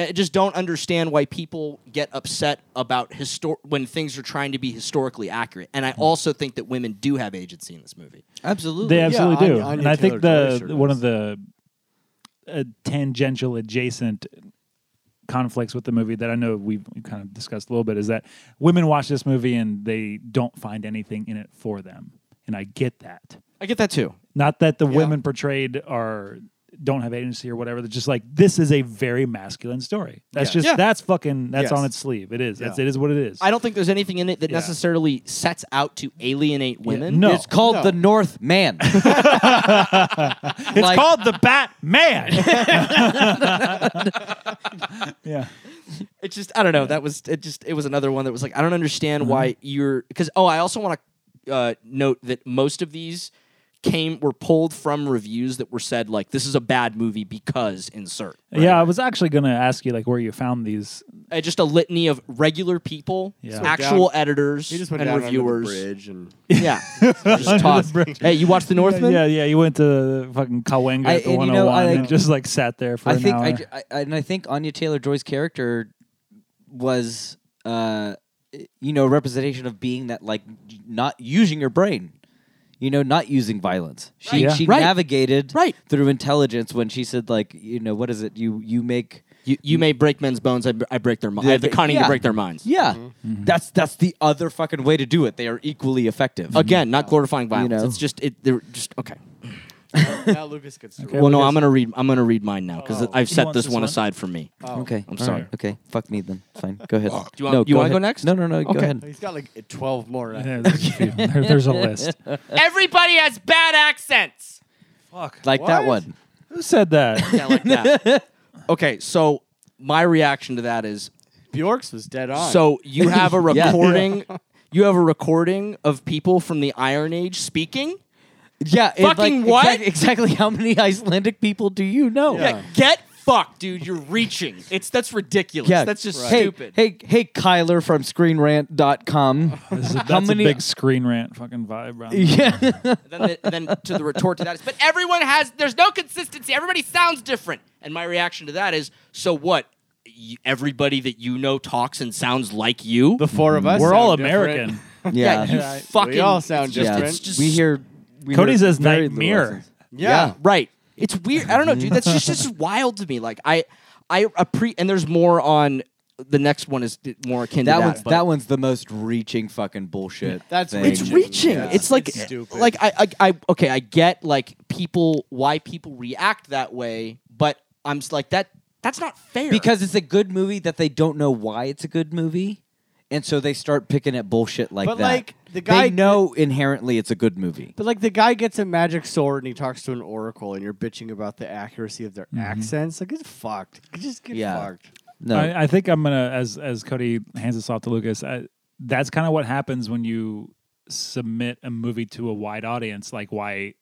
[SPEAKER 5] I just don't understand why people get upset about histor- when things are trying to be historically accurate. And I also think that women do have agency in this movie.
[SPEAKER 6] absolutely.
[SPEAKER 4] Mm-hmm. They absolutely
[SPEAKER 3] Anya-
[SPEAKER 4] do,
[SPEAKER 3] Anya
[SPEAKER 4] and I think
[SPEAKER 3] Taylor-Joy
[SPEAKER 4] the
[SPEAKER 3] sure
[SPEAKER 4] one
[SPEAKER 3] does.
[SPEAKER 4] of the uh, tangential adjacent conflicts with the movie that I know we've kind of discussed a little bit is that women watch this movie and they don't find anything in it for them, and I get that.
[SPEAKER 5] I get that too.
[SPEAKER 4] Not that the women portrayed are don't have agency or whatever. They're just like this is a very masculine story. That's just
[SPEAKER 5] Yeah.
[SPEAKER 4] that's fucking that's
[SPEAKER 3] Yes.
[SPEAKER 4] on its sleeve. It is. That's it is what it is.
[SPEAKER 5] I don't think there's anything in it that
[SPEAKER 4] Yeah.
[SPEAKER 5] necessarily sets out to alienate women.
[SPEAKER 4] No.
[SPEAKER 6] It's called
[SPEAKER 3] No.
[SPEAKER 6] the North Man.
[SPEAKER 4] it's called the Batman. yeah.
[SPEAKER 5] It's just I don't know. That was it. Just it was another one that was like Mm-hmm. I don't understand why you're because oh I also want to uh, note that most of these came were pulled from reviews that were said like this is a bad movie because insert. right?
[SPEAKER 4] Yeah, I was actually gonna ask you like where you found these.
[SPEAKER 5] Uh, just a litany of regular people,
[SPEAKER 4] Yeah.
[SPEAKER 5] actual editors
[SPEAKER 3] He just went
[SPEAKER 5] and
[SPEAKER 3] down
[SPEAKER 5] reviewers.
[SPEAKER 3] under the bridge and
[SPEAKER 5] Yeah, just tossed. Hey, you watched The Northman?
[SPEAKER 4] Yeah, yeah. You went to fucking Kawenga
[SPEAKER 6] I-
[SPEAKER 4] at the
[SPEAKER 6] and you
[SPEAKER 4] one hundred
[SPEAKER 6] know,
[SPEAKER 4] one
[SPEAKER 6] I,
[SPEAKER 4] and
[SPEAKER 6] like-
[SPEAKER 4] just like sat there for
[SPEAKER 6] I
[SPEAKER 4] an
[SPEAKER 6] think
[SPEAKER 4] hour.
[SPEAKER 6] I, ju- I- I- and I think Anya Taylor Joy's character was uh you know a representation of being that like not using your brain. You know, not using violence. She
[SPEAKER 4] Right.
[SPEAKER 6] she
[SPEAKER 5] Right.
[SPEAKER 6] navigated
[SPEAKER 5] Right.
[SPEAKER 6] through intelligence when she said like, you know, what is it? You you make
[SPEAKER 5] You, you may break men's bones. I, br- I break their minds. I have the cunning
[SPEAKER 6] Yeah.
[SPEAKER 5] to break their minds.
[SPEAKER 6] Yeah. That's that's the other fucking way to do it. They are equally effective.
[SPEAKER 5] Again, not glorifying violence.
[SPEAKER 6] know.
[SPEAKER 5] It's just it. They're just okay.
[SPEAKER 3] now Lucas gets through.
[SPEAKER 4] Okay.
[SPEAKER 5] Well, no,
[SPEAKER 4] because-
[SPEAKER 5] I'm gonna read. I'm gonna read mine now because
[SPEAKER 4] Oh.
[SPEAKER 5] I've
[SPEAKER 4] He
[SPEAKER 5] set
[SPEAKER 4] wants
[SPEAKER 5] this,
[SPEAKER 4] this
[SPEAKER 5] one
[SPEAKER 4] one?
[SPEAKER 5] aside for me.
[SPEAKER 3] Oh.
[SPEAKER 6] Okay.
[SPEAKER 5] I'm
[SPEAKER 6] all
[SPEAKER 5] sorry.
[SPEAKER 6] right, Okay. Fuck me then. Fine. Go ahead.
[SPEAKER 5] you want-
[SPEAKER 6] no,
[SPEAKER 5] you wanna
[SPEAKER 6] ahead.
[SPEAKER 5] go next?
[SPEAKER 6] No, no, no. Go
[SPEAKER 5] Okay.
[SPEAKER 6] ahead.
[SPEAKER 3] He's got like uh, 12 more. I
[SPEAKER 4] Yeah,
[SPEAKER 3] think.
[SPEAKER 4] there's, a few. There- there's a list.
[SPEAKER 5] Everybody has bad accents.
[SPEAKER 4] Fuck.
[SPEAKER 6] Like that
[SPEAKER 3] What?
[SPEAKER 6] one.
[SPEAKER 4] Who said that?
[SPEAKER 5] Yeah, like that. okay, so my reaction to that is
[SPEAKER 3] Bjork's was dead on.
[SPEAKER 5] So you have a
[SPEAKER 6] Yeah.
[SPEAKER 5] recording. You have a recording of people from the Iron Age speaking.
[SPEAKER 6] Yeah. it,
[SPEAKER 5] Fucking
[SPEAKER 6] like,
[SPEAKER 5] what?
[SPEAKER 6] exact- exactly how many Icelandic people do you know?
[SPEAKER 3] Yeah.
[SPEAKER 5] Get fucked, dude. You're reaching. It's that's ridiculous.
[SPEAKER 6] Yeah.
[SPEAKER 5] That's just
[SPEAKER 6] Hey,
[SPEAKER 5] stupid.
[SPEAKER 6] hey, hey, Kyler from ScreenRant.com.
[SPEAKER 4] This is- that's
[SPEAKER 6] how many?
[SPEAKER 4] a big screen rant fucking vibe. Right?
[SPEAKER 6] yeah.
[SPEAKER 5] Then, the, then to the retort to that is, but everyone has. There's no consistency. Everybody sounds different. And my reaction to that is, so what? Y- Everybody that you know talks and sounds like you.
[SPEAKER 3] the four of us.
[SPEAKER 4] We're all
[SPEAKER 3] sound different.
[SPEAKER 4] American.
[SPEAKER 5] yeah, you
[SPEAKER 3] Yeah,
[SPEAKER 5] fucking.
[SPEAKER 3] we all sound
[SPEAKER 5] it's just-
[SPEAKER 3] different.
[SPEAKER 5] It's just
[SPEAKER 6] we hear. We
[SPEAKER 4] Cody
[SPEAKER 6] hear
[SPEAKER 4] says
[SPEAKER 6] very little
[SPEAKER 4] nightmare.
[SPEAKER 6] Icelandic.
[SPEAKER 3] Yeah.
[SPEAKER 5] Right. It's weird. I don't know, dude. That's just just wild to me. Like I, I appre and there's more on. The next one is more akin
[SPEAKER 6] That
[SPEAKER 5] to
[SPEAKER 6] one's
[SPEAKER 5] but-
[SPEAKER 6] that one's the most reaching fucking bullshit.
[SPEAKER 3] That's
[SPEAKER 6] thing.
[SPEAKER 5] It's reaching.
[SPEAKER 3] Yeah.
[SPEAKER 5] It's like
[SPEAKER 3] It's stupid.
[SPEAKER 5] like I, I I okay. I get like people why people react that way, but I'm s- like that. That's not fair.
[SPEAKER 6] because it's a good movie that they don't know why it's a good movie, and so they start picking at bullshit like
[SPEAKER 3] But,
[SPEAKER 6] that.
[SPEAKER 3] like, the guy-
[SPEAKER 6] they know inherently it's a good movie.
[SPEAKER 3] But like the guy gets a magic sword and he talks to an oracle and you're bitching about the accuracy of their
[SPEAKER 4] Mm-hmm.
[SPEAKER 3] accents. Like it's fucked. Just get
[SPEAKER 6] Yeah.
[SPEAKER 3] fucked.
[SPEAKER 6] No,
[SPEAKER 4] I, I think I'm gonna as as Cody hands this off to Lucas. I, that's kind of what happens when you submit a movie to a wide audience. Like why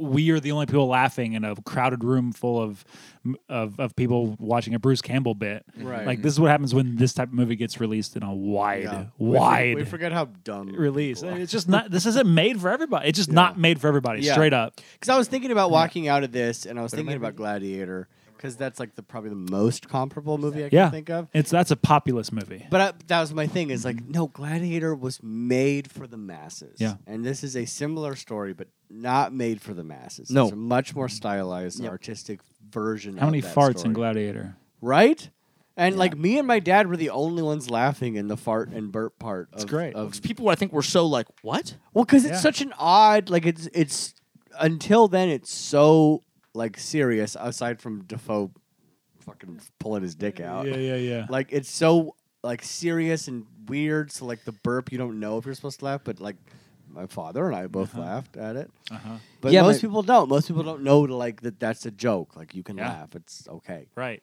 [SPEAKER 4] we are the only people laughing in a crowded room full of of, of people watching a Bruce Campbell bit.
[SPEAKER 3] Right.
[SPEAKER 4] Like this is what happens when this type of movie gets released in a wide
[SPEAKER 3] Yeah. We for-
[SPEAKER 4] wide.
[SPEAKER 3] We forget how dumb
[SPEAKER 4] Release. It's just not. This isn't made for everybody. It's just not made for everybody.
[SPEAKER 3] Yeah.
[SPEAKER 4] Straight up.
[SPEAKER 3] Because I was thinking about walking out of this and I was thinking about Gladiator because that's like the probably the most comparable movie I can
[SPEAKER 4] Yeah.
[SPEAKER 3] think of.
[SPEAKER 4] It's that's a populist movie.
[SPEAKER 3] But I, that was my thing. Is like, no, Gladiator was made for the masses.
[SPEAKER 4] Yeah.
[SPEAKER 3] And this is a similar story, but not made for the masses.
[SPEAKER 5] No.
[SPEAKER 3] It's a much more stylized, artistic version.
[SPEAKER 4] How
[SPEAKER 3] of
[SPEAKER 4] many
[SPEAKER 3] that
[SPEAKER 4] farts in
[SPEAKER 3] story.
[SPEAKER 4] Gladiator?
[SPEAKER 3] Right. And like me and my dad were the only ones laughing in the fart and burp part. It's
[SPEAKER 4] great.
[SPEAKER 3] Of,
[SPEAKER 5] people, I think, were so like, what?
[SPEAKER 3] well, because it's
[SPEAKER 4] Yeah.
[SPEAKER 3] such an odd, like it's it's until then it's so like serious. Aside from Defoe, fucking pulling his dick out.
[SPEAKER 4] Yeah, yeah, yeah.
[SPEAKER 3] Like it's so like serious and weird. So like the burp, you don't know if you're supposed to laugh, but like my father and I both laughed at it.
[SPEAKER 4] Uh-huh.
[SPEAKER 3] But
[SPEAKER 6] Yeah,
[SPEAKER 3] most
[SPEAKER 6] but-
[SPEAKER 3] people don't. Most people don't know to, like that that's a joke. Like you can
[SPEAKER 4] Yeah.
[SPEAKER 3] laugh. It's okay.
[SPEAKER 4] Right.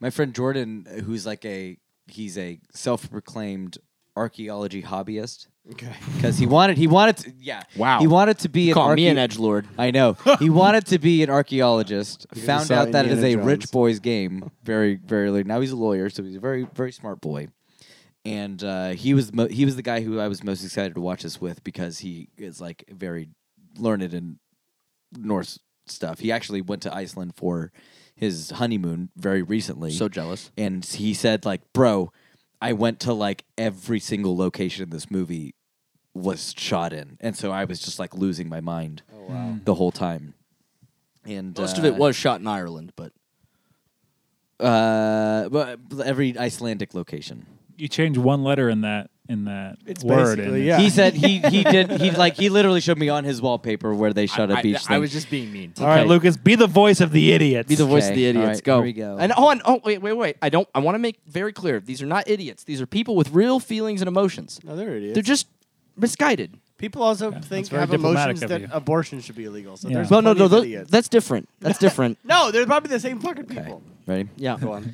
[SPEAKER 6] my friend Jordan, who's like a he's a self-proclaimed archaeology hobbyist
[SPEAKER 3] Okay.
[SPEAKER 6] because he wanted he wanted to, yeah
[SPEAKER 5] Wow.
[SPEAKER 6] he wanted to be an
[SPEAKER 5] Call me
[SPEAKER 6] archae-
[SPEAKER 5] an edge lord.
[SPEAKER 6] I know. He wanted to be an archaeologist. found
[SPEAKER 3] saw
[SPEAKER 6] out that it is a
[SPEAKER 3] Indiana Jones.
[SPEAKER 6] rich boy's game. Very, very late. Now he's a lawyer, so he's a very, very smart boy. And uh, he was mo- he was the guy who I was most excited to watch this with because he is like very learned in Norse stuff. He actually went to Iceland for his honeymoon very recently
[SPEAKER 5] So jealous.
[SPEAKER 6] and he said like bro i went to like every single location this movie was shot in and so i was just like losing my mind
[SPEAKER 5] Oh,
[SPEAKER 6] the whole time and
[SPEAKER 5] Most
[SPEAKER 6] uh,
[SPEAKER 5] of it was shot in Ireland, but
[SPEAKER 6] uh but every icelandic location
[SPEAKER 4] you change one letter in that in that
[SPEAKER 3] It's
[SPEAKER 4] word
[SPEAKER 3] basically,
[SPEAKER 4] and
[SPEAKER 3] yeah.
[SPEAKER 6] he said he he did he like he literally showed me on his wallpaper where they shot a
[SPEAKER 5] I-
[SPEAKER 6] beach
[SPEAKER 5] I, I
[SPEAKER 6] thing.
[SPEAKER 5] was just being mean.
[SPEAKER 4] All right,
[SPEAKER 6] Okay.
[SPEAKER 4] Lucas, be the voice of the idiots.
[SPEAKER 5] Be the voice of
[SPEAKER 6] Okay,
[SPEAKER 5] the
[SPEAKER 6] all
[SPEAKER 5] idiots.
[SPEAKER 6] right,
[SPEAKER 5] go.
[SPEAKER 6] here we go.
[SPEAKER 5] And oh, and, oh, wait, wait, wait. I don't. I want to make very clear. These are not idiots. These are people with real feelings and emotions.
[SPEAKER 3] No, they're idiots.
[SPEAKER 5] They're just misguided.
[SPEAKER 3] People also think
[SPEAKER 4] that's very
[SPEAKER 3] have
[SPEAKER 4] diplomatic
[SPEAKER 3] emotions
[SPEAKER 4] of
[SPEAKER 3] that
[SPEAKER 4] you.
[SPEAKER 3] abortion should be illegal. So
[SPEAKER 4] Yeah.
[SPEAKER 3] there's
[SPEAKER 4] Well,
[SPEAKER 5] Well, no,
[SPEAKER 3] plenty
[SPEAKER 5] no,
[SPEAKER 3] of
[SPEAKER 5] tho-
[SPEAKER 3] idiots.
[SPEAKER 5] that's different. That's different.
[SPEAKER 3] no, they're probably the same fucking people.
[SPEAKER 6] ready
[SPEAKER 5] Yeah.
[SPEAKER 3] Go on.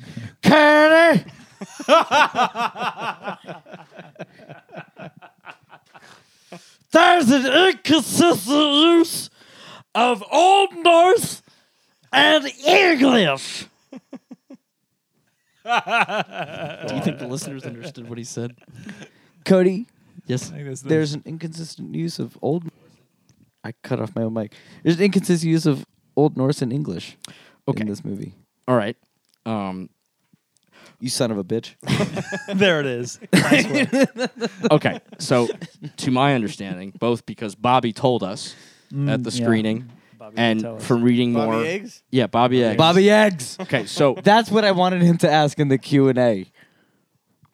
[SPEAKER 8] There's an inconsistent use of Old Norse and English.
[SPEAKER 5] Do you think the listeners understood what he said?
[SPEAKER 6] Cody,
[SPEAKER 5] Yes.
[SPEAKER 6] there's an inconsistent use of old. I cut off my own mic. There's an inconsistent use of Old Norse and English
[SPEAKER 5] Okay.
[SPEAKER 6] in this movie.
[SPEAKER 5] All right. Um,
[SPEAKER 6] You son of a bitch.
[SPEAKER 4] there it is.
[SPEAKER 5] okay. So, to my understanding, both because Bobby told us at the
[SPEAKER 4] yeah.
[SPEAKER 5] screening,
[SPEAKER 4] Bobby did tell
[SPEAKER 5] and
[SPEAKER 4] us.
[SPEAKER 5] from reading
[SPEAKER 3] Bobby
[SPEAKER 5] more,
[SPEAKER 3] Eggs?
[SPEAKER 5] yeah, Bobby Eggs.
[SPEAKER 6] Bobby Eggs.
[SPEAKER 5] Okay, so
[SPEAKER 6] That's what I wanted him to ask in the Q and A.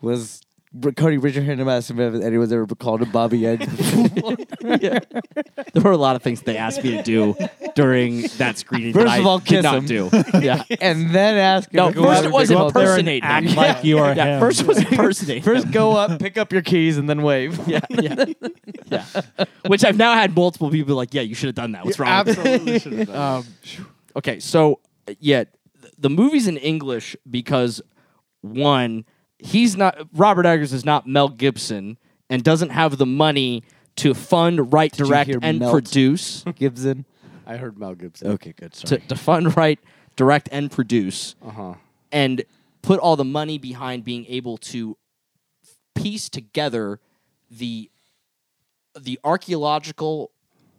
[SPEAKER 6] Was R- Cody Richard Hannum asked him if anyone's ever called him Bobby Eggs? before.
[SPEAKER 5] there were a lot of things they asked me to do during that screening. that
[SPEAKER 6] First of
[SPEAKER 5] I
[SPEAKER 6] all, kiss
[SPEAKER 5] did not
[SPEAKER 6] him.
[SPEAKER 5] do. Yeah.
[SPEAKER 6] and then ask him.
[SPEAKER 5] No,
[SPEAKER 6] to go
[SPEAKER 5] first
[SPEAKER 6] out
[SPEAKER 5] it
[SPEAKER 6] and
[SPEAKER 5] was
[SPEAKER 6] be called-
[SPEAKER 5] impersonate.
[SPEAKER 4] Act like you are
[SPEAKER 5] Yeah,
[SPEAKER 4] him.
[SPEAKER 5] first was impersonate.
[SPEAKER 6] First, go up, pick up your keys, and then wave.
[SPEAKER 5] yeah, yeah, yeah. Which I've now had multiple people like, yeah, you should have done that. What's wrong? with you?" Um,
[SPEAKER 3] Absolutely should have done.
[SPEAKER 5] Okay, so uh, yeah, th- the movie's in English because one, he's not Robert Eggers is not Mel Gibson and doesn't have the money to fund, write,
[SPEAKER 6] you
[SPEAKER 5] direct,
[SPEAKER 6] hear
[SPEAKER 5] and
[SPEAKER 6] melt?
[SPEAKER 5] produce.
[SPEAKER 6] Gibson.
[SPEAKER 3] I heard Mel
[SPEAKER 5] Oh.
[SPEAKER 3] Gibson.
[SPEAKER 6] Okay, good.
[SPEAKER 5] to,
[SPEAKER 6] Sorry.
[SPEAKER 5] to fund, write, direct, and produce,
[SPEAKER 3] Uh-huh.
[SPEAKER 5] and put all the money behind being able to piece together the the archaeological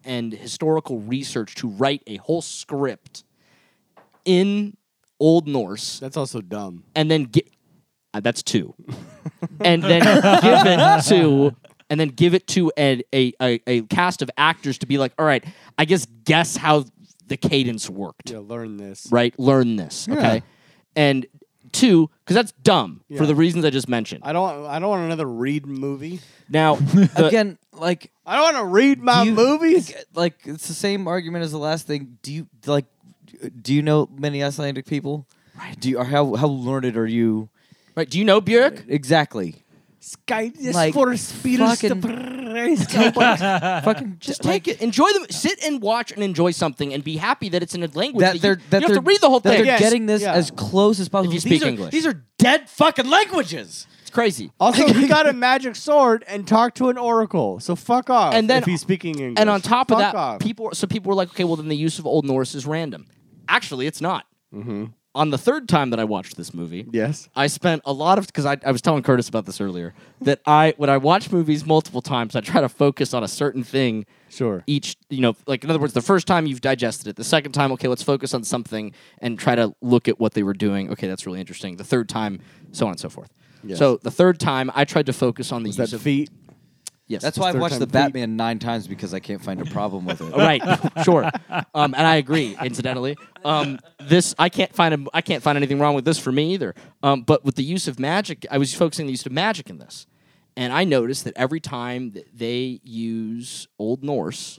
[SPEAKER 5] and historical research to write a whole script in Old Norse,
[SPEAKER 3] That's also dumb.
[SPEAKER 5] and then get uh, that's two, and then give it to. And then give it to a, a, a, a cast of actors to be like, all right, I guess guess how the cadence worked
[SPEAKER 3] Yeah, learn this.
[SPEAKER 5] right? Learn this, okay? And two, because that's dumb for
[SPEAKER 3] Yeah.
[SPEAKER 5] the reasons I just mentioned.
[SPEAKER 3] I don't. I don't want another Reed movie.
[SPEAKER 5] now, the-
[SPEAKER 6] Again, like
[SPEAKER 3] I don't want to read my
[SPEAKER 6] do you-
[SPEAKER 3] movies.
[SPEAKER 6] like- Like it's the same argument as the last thing. Do you like? Do you know many Icelandic people? Right. Do you, or how how learned are you
[SPEAKER 5] right? Do you know Björk?
[SPEAKER 6] exactly?
[SPEAKER 3] Sky is
[SPEAKER 6] Like,
[SPEAKER 3] for speeders to
[SPEAKER 6] fucking-
[SPEAKER 3] praise.
[SPEAKER 6] Fucking
[SPEAKER 5] Just take it, enjoy the, sit and watch and enjoy something, and be happy that it's in a language that,
[SPEAKER 6] That they're
[SPEAKER 5] you,
[SPEAKER 6] that
[SPEAKER 5] you
[SPEAKER 6] they're
[SPEAKER 5] have to read the whole
[SPEAKER 6] that
[SPEAKER 5] thing.
[SPEAKER 6] They're
[SPEAKER 3] Yes,
[SPEAKER 6] getting this
[SPEAKER 3] yeah.
[SPEAKER 6] as close as possible.
[SPEAKER 5] you
[SPEAKER 6] these
[SPEAKER 5] speak
[SPEAKER 6] are,
[SPEAKER 5] English.
[SPEAKER 6] These are dead fucking languages.
[SPEAKER 5] It's crazy.
[SPEAKER 3] Also, he got a magic sword and talked to an oracle. So fuck off.
[SPEAKER 5] And then-
[SPEAKER 3] if he's speaking English.
[SPEAKER 5] And on top of
[SPEAKER 3] Fuck
[SPEAKER 5] that,
[SPEAKER 3] off.
[SPEAKER 5] people so people were like, okay, well then the use of Old Norse is random. Actually, it's not. On the third time that I watched this movie,
[SPEAKER 3] Mm-hmm. yes.
[SPEAKER 5] I spent a lot of because I, I was telling Curtis about this earlier that I when I watch movies multiple times, I try to focus on a certain thing
[SPEAKER 3] Sure.
[SPEAKER 5] each you know like in other words the first time you've digested it the second time okay let's focus on something and try to look at what they were doing okay that's really interesting the third time so on and so forth so the third time i tried to focus on the
[SPEAKER 3] That
[SPEAKER 5] use of
[SPEAKER 3] feet.
[SPEAKER 5] yes
[SPEAKER 6] That's why I
[SPEAKER 3] third
[SPEAKER 6] watched
[SPEAKER 3] time
[SPEAKER 6] the
[SPEAKER 3] feet.
[SPEAKER 6] Batman nine times because I can't find a problem with it.
[SPEAKER 5] Oh, right sure um, and i agree incidentally um, this i can't find a, i can't find anything wrong with this for me either um, but with the use of magic i was focusing on the use of magic in this and i noticed that every time that they use old norse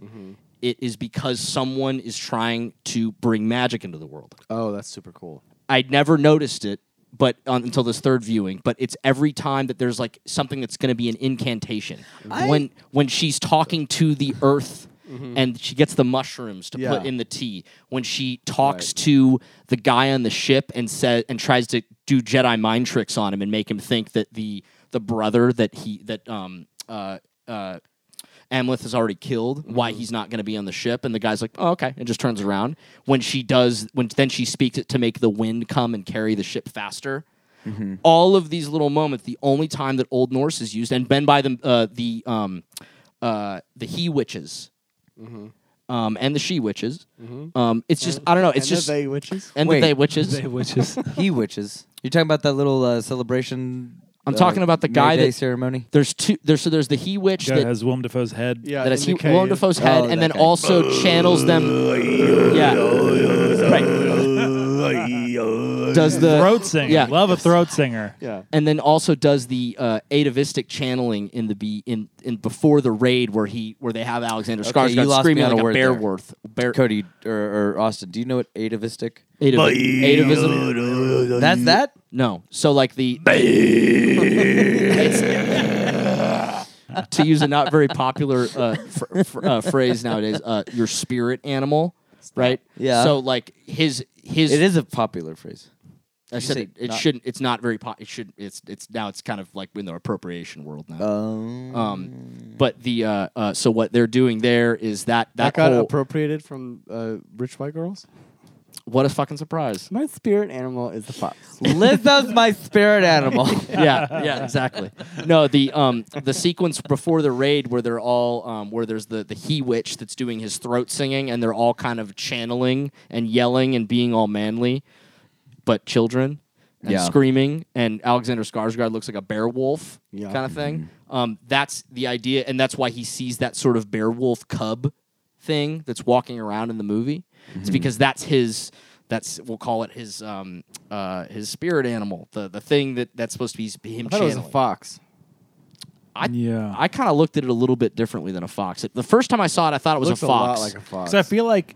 [SPEAKER 5] it is because someone is trying to bring magic into the world
[SPEAKER 3] Oh, that's super cool.
[SPEAKER 5] I'd never noticed it, but on, until this third viewing. But it's every time that there's like something that's going to be an incantation. when when she's talking to the earth. And she gets the mushrooms to
[SPEAKER 3] Yeah.
[SPEAKER 5] put in the tea. When she talks to the guy on the ship and says and tries to do Jedi mind tricks on him and make him think that the the brother that he that um uh uh Amleth is already killed, why he's not going to be on the ship. And the guy's like, oh, okay. And just turns around. When she does, when then she speaks it to make the wind come and carry the ship faster. All of these little moments, the only time that Old Norse is used, and been by the, uh, the, um, uh, the he witches um, and the she witches. Um, it's just, I don't know.
[SPEAKER 3] and
[SPEAKER 5] It's just,
[SPEAKER 3] the they witches.
[SPEAKER 5] and
[SPEAKER 6] Wait.
[SPEAKER 5] the they witches.
[SPEAKER 4] which is
[SPEAKER 6] he witches. You're talking about that little uh, celebration.
[SPEAKER 5] I'm
[SPEAKER 6] uh,
[SPEAKER 5] talking about the
[SPEAKER 6] May
[SPEAKER 5] guy
[SPEAKER 6] Day
[SPEAKER 5] that-
[SPEAKER 6] ceremony.
[SPEAKER 5] there's two, there's, so there's the he witch
[SPEAKER 4] Joe
[SPEAKER 5] that
[SPEAKER 4] has Willem Dafoe's head.
[SPEAKER 3] Yeah.
[SPEAKER 5] that
[SPEAKER 3] in
[SPEAKER 5] is
[SPEAKER 3] the
[SPEAKER 5] he,
[SPEAKER 3] cave.
[SPEAKER 5] Willem Dafoe's head,
[SPEAKER 6] Oh,
[SPEAKER 5] and
[SPEAKER 6] that
[SPEAKER 5] then
[SPEAKER 6] guy.
[SPEAKER 5] also channels them. yeah, right. Does the
[SPEAKER 4] throat singer.
[SPEAKER 5] Yeah.
[SPEAKER 4] Love a throat singer.
[SPEAKER 3] Yeah.
[SPEAKER 5] and then also does the uh, atavistic channeling in the be in, in before the raid where he where they have Alexander
[SPEAKER 6] Okay, you
[SPEAKER 5] Skarsgård
[SPEAKER 6] lost me
[SPEAKER 5] screaming
[SPEAKER 6] on
[SPEAKER 5] like
[SPEAKER 6] a
[SPEAKER 5] a,
[SPEAKER 6] word there.
[SPEAKER 5] Bearworth. Bear,
[SPEAKER 6] Cody or, or Austin, do you know what atavistic?
[SPEAKER 5] atav- atavism.
[SPEAKER 6] That's that.
[SPEAKER 5] No, so like the It's- to use a not very popular uh, fr- fr- uh, phrase nowadays, uh, your spirit animal, right?
[SPEAKER 6] Yeah.
[SPEAKER 5] So like his his
[SPEAKER 6] It is a popular phrase.
[SPEAKER 5] I
[SPEAKER 6] You
[SPEAKER 5] said
[SPEAKER 6] say
[SPEAKER 5] it, it
[SPEAKER 6] not-
[SPEAKER 5] shouldn't. It's not very. Po- it should. It's. It's now. It's kind of like in the appropriation world now.
[SPEAKER 6] Um,
[SPEAKER 5] Um, But the uh, uh, so what they're doing there is that
[SPEAKER 3] That
[SPEAKER 5] that,
[SPEAKER 3] got
[SPEAKER 5] whole,
[SPEAKER 3] appropriated from uh, rich white girls.
[SPEAKER 5] what a fucking surprise.
[SPEAKER 3] My spirit animal is the fox.
[SPEAKER 6] Lizzo's my spirit animal.
[SPEAKER 5] yeah, yeah, exactly. No, the um the sequence before the raid where they're all um where there's the the he witch that's doing his throat singing and they're all kind of channeling and yelling and being all manly, but children and
[SPEAKER 6] Yeah.
[SPEAKER 5] screaming and Alexander Skarsgård looks like a bear
[SPEAKER 3] Yeah.
[SPEAKER 5] wolf
[SPEAKER 3] Mm-hmm.
[SPEAKER 5] kind of thing. Um, that's the idea, and that's why he sees that sort of bear wolf cub thing that's walking around in the movie.
[SPEAKER 3] Mm-hmm.
[SPEAKER 5] It's because that's his. That's we'll call it his um, uh, his spirit animal, the the thing that that's supposed to be his- him
[SPEAKER 3] I thought it was a
[SPEAKER 5] channeling.
[SPEAKER 3] fox.
[SPEAKER 5] I-
[SPEAKER 4] yeah.
[SPEAKER 5] I kind of looked at it a little bit differently than a fox. It- the first time I saw it, I thought it was
[SPEAKER 3] Looks
[SPEAKER 5] a fox.
[SPEAKER 3] lot like a fox.
[SPEAKER 4] So I feel like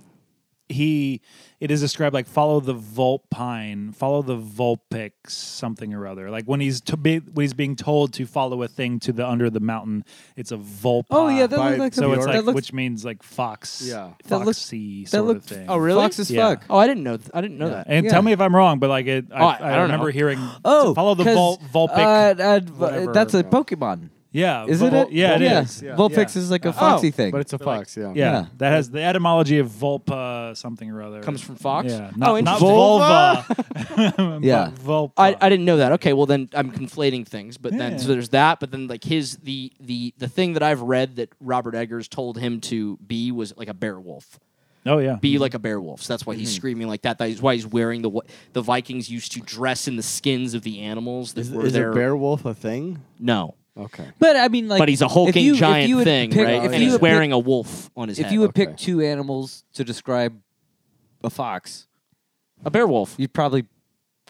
[SPEAKER 4] he it is described like follow the vulpine, follow the vulpix something or other. Like when he's to be when he's being told to follow a thing to the under the mountain, it's a vulpine.
[SPEAKER 6] Oh yeah, that
[SPEAKER 3] By-
[SPEAKER 6] looked like
[SPEAKER 4] so
[SPEAKER 6] a,
[SPEAKER 4] it's
[SPEAKER 6] that
[SPEAKER 4] like
[SPEAKER 6] looks,
[SPEAKER 4] which means like fox.
[SPEAKER 3] Yeah.
[SPEAKER 6] That looked-
[SPEAKER 4] foxy
[SPEAKER 6] that oh,
[SPEAKER 4] sort
[SPEAKER 6] looked
[SPEAKER 4] of thing.
[SPEAKER 5] really?
[SPEAKER 6] fox as
[SPEAKER 4] Yeah.
[SPEAKER 6] fuck.
[SPEAKER 5] oh, I didn't know. Th- I didn't know that.
[SPEAKER 4] And
[SPEAKER 6] Yeah.
[SPEAKER 4] tell me if I'm wrong, but like it, I,
[SPEAKER 5] Oh, I-
[SPEAKER 4] I,
[SPEAKER 5] I don't
[SPEAKER 4] remember
[SPEAKER 5] know.
[SPEAKER 4] hearing
[SPEAKER 6] Oh,
[SPEAKER 4] follow the
[SPEAKER 6] 'cause,
[SPEAKER 4] vul, vulpic.
[SPEAKER 6] Uh, uh,
[SPEAKER 4] whatever.
[SPEAKER 6] that's a Pokemon.
[SPEAKER 4] yeah,
[SPEAKER 6] Is it?
[SPEAKER 4] vul-
[SPEAKER 6] a-
[SPEAKER 4] Yeah, it
[SPEAKER 6] yeah.
[SPEAKER 4] is.
[SPEAKER 3] Yeah.
[SPEAKER 6] Vulpix
[SPEAKER 4] Yeah.
[SPEAKER 6] is like a foxy thing.
[SPEAKER 3] But it's a
[SPEAKER 4] like-
[SPEAKER 3] fox, yeah.
[SPEAKER 4] Yeah,
[SPEAKER 6] Yeah.
[SPEAKER 4] that has the etymology of vulpa something or other.
[SPEAKER 5] Comes from fox?
[SPEAKER 4] Yeah, not,
[SPEAKER 5] Oh,
[SPEAKER 4] not
[SPEAKER 5] interesting.
[SPEAKER 4] vulva. but
[SPEAKER 6] Yeah.
[SPEAKER 4] vulpa.
[SPEAKER 5] I, I didn't know that. Okay, well then I'm conflating things. But
[SPEAKER 4] Yeah.
[SPEAKER 5] then so there's that. But then like his the the the thing that I've read that Robert Eggers told him to be was like a bear wolf.
[SPEAKER 4] oh yeah.
[SPEAKER 6] Mm-hmm.
[SPEAKER 5] Be like a bear wolf. So that's why he's screaming like that. That is why he's wearing the wa- the Vikings used to dress in the skins of the animals that
[SPEAKER 3] Is,
[SPEAKER 5] were
[SPEAKER 3] is
[SPEAKER 5] there.
[SPEAKER 3] a bear wolf a thing?
[SPEAKER 5] No,
[SPEAKER 3] Okay.
[SPEAKER 6] But I mean, like,
[SPEAKER 5] but he's a
[SPEAKER 6] if
[SPEAKER 5] hulking
[SPEAKER 6] you- if
[SPEAKER 5] giant
[SPEAKER 6] you would
[SPEAKER 5] thing,
[SPEAKER 6] pick-
[SPEAKER 5] right?
[SPEAKER 3] if
[SPEAKER 5] and
[SPEAKER 3] you
[SPEAKER 5] he's
[SPEAKER 3] would
[SPEAKER 5] wearing a wolf on his
[SPEAKER 6] Pick, if
[SPEAKER 5] head.
[SPEAKER 6] you would pick
[SPEAKER 3] Okay.
[SPEAKER 6] two animals to describe a fox,
[SPEAKER 5] a bear wolf,
[SPEAKER 6] you'd probably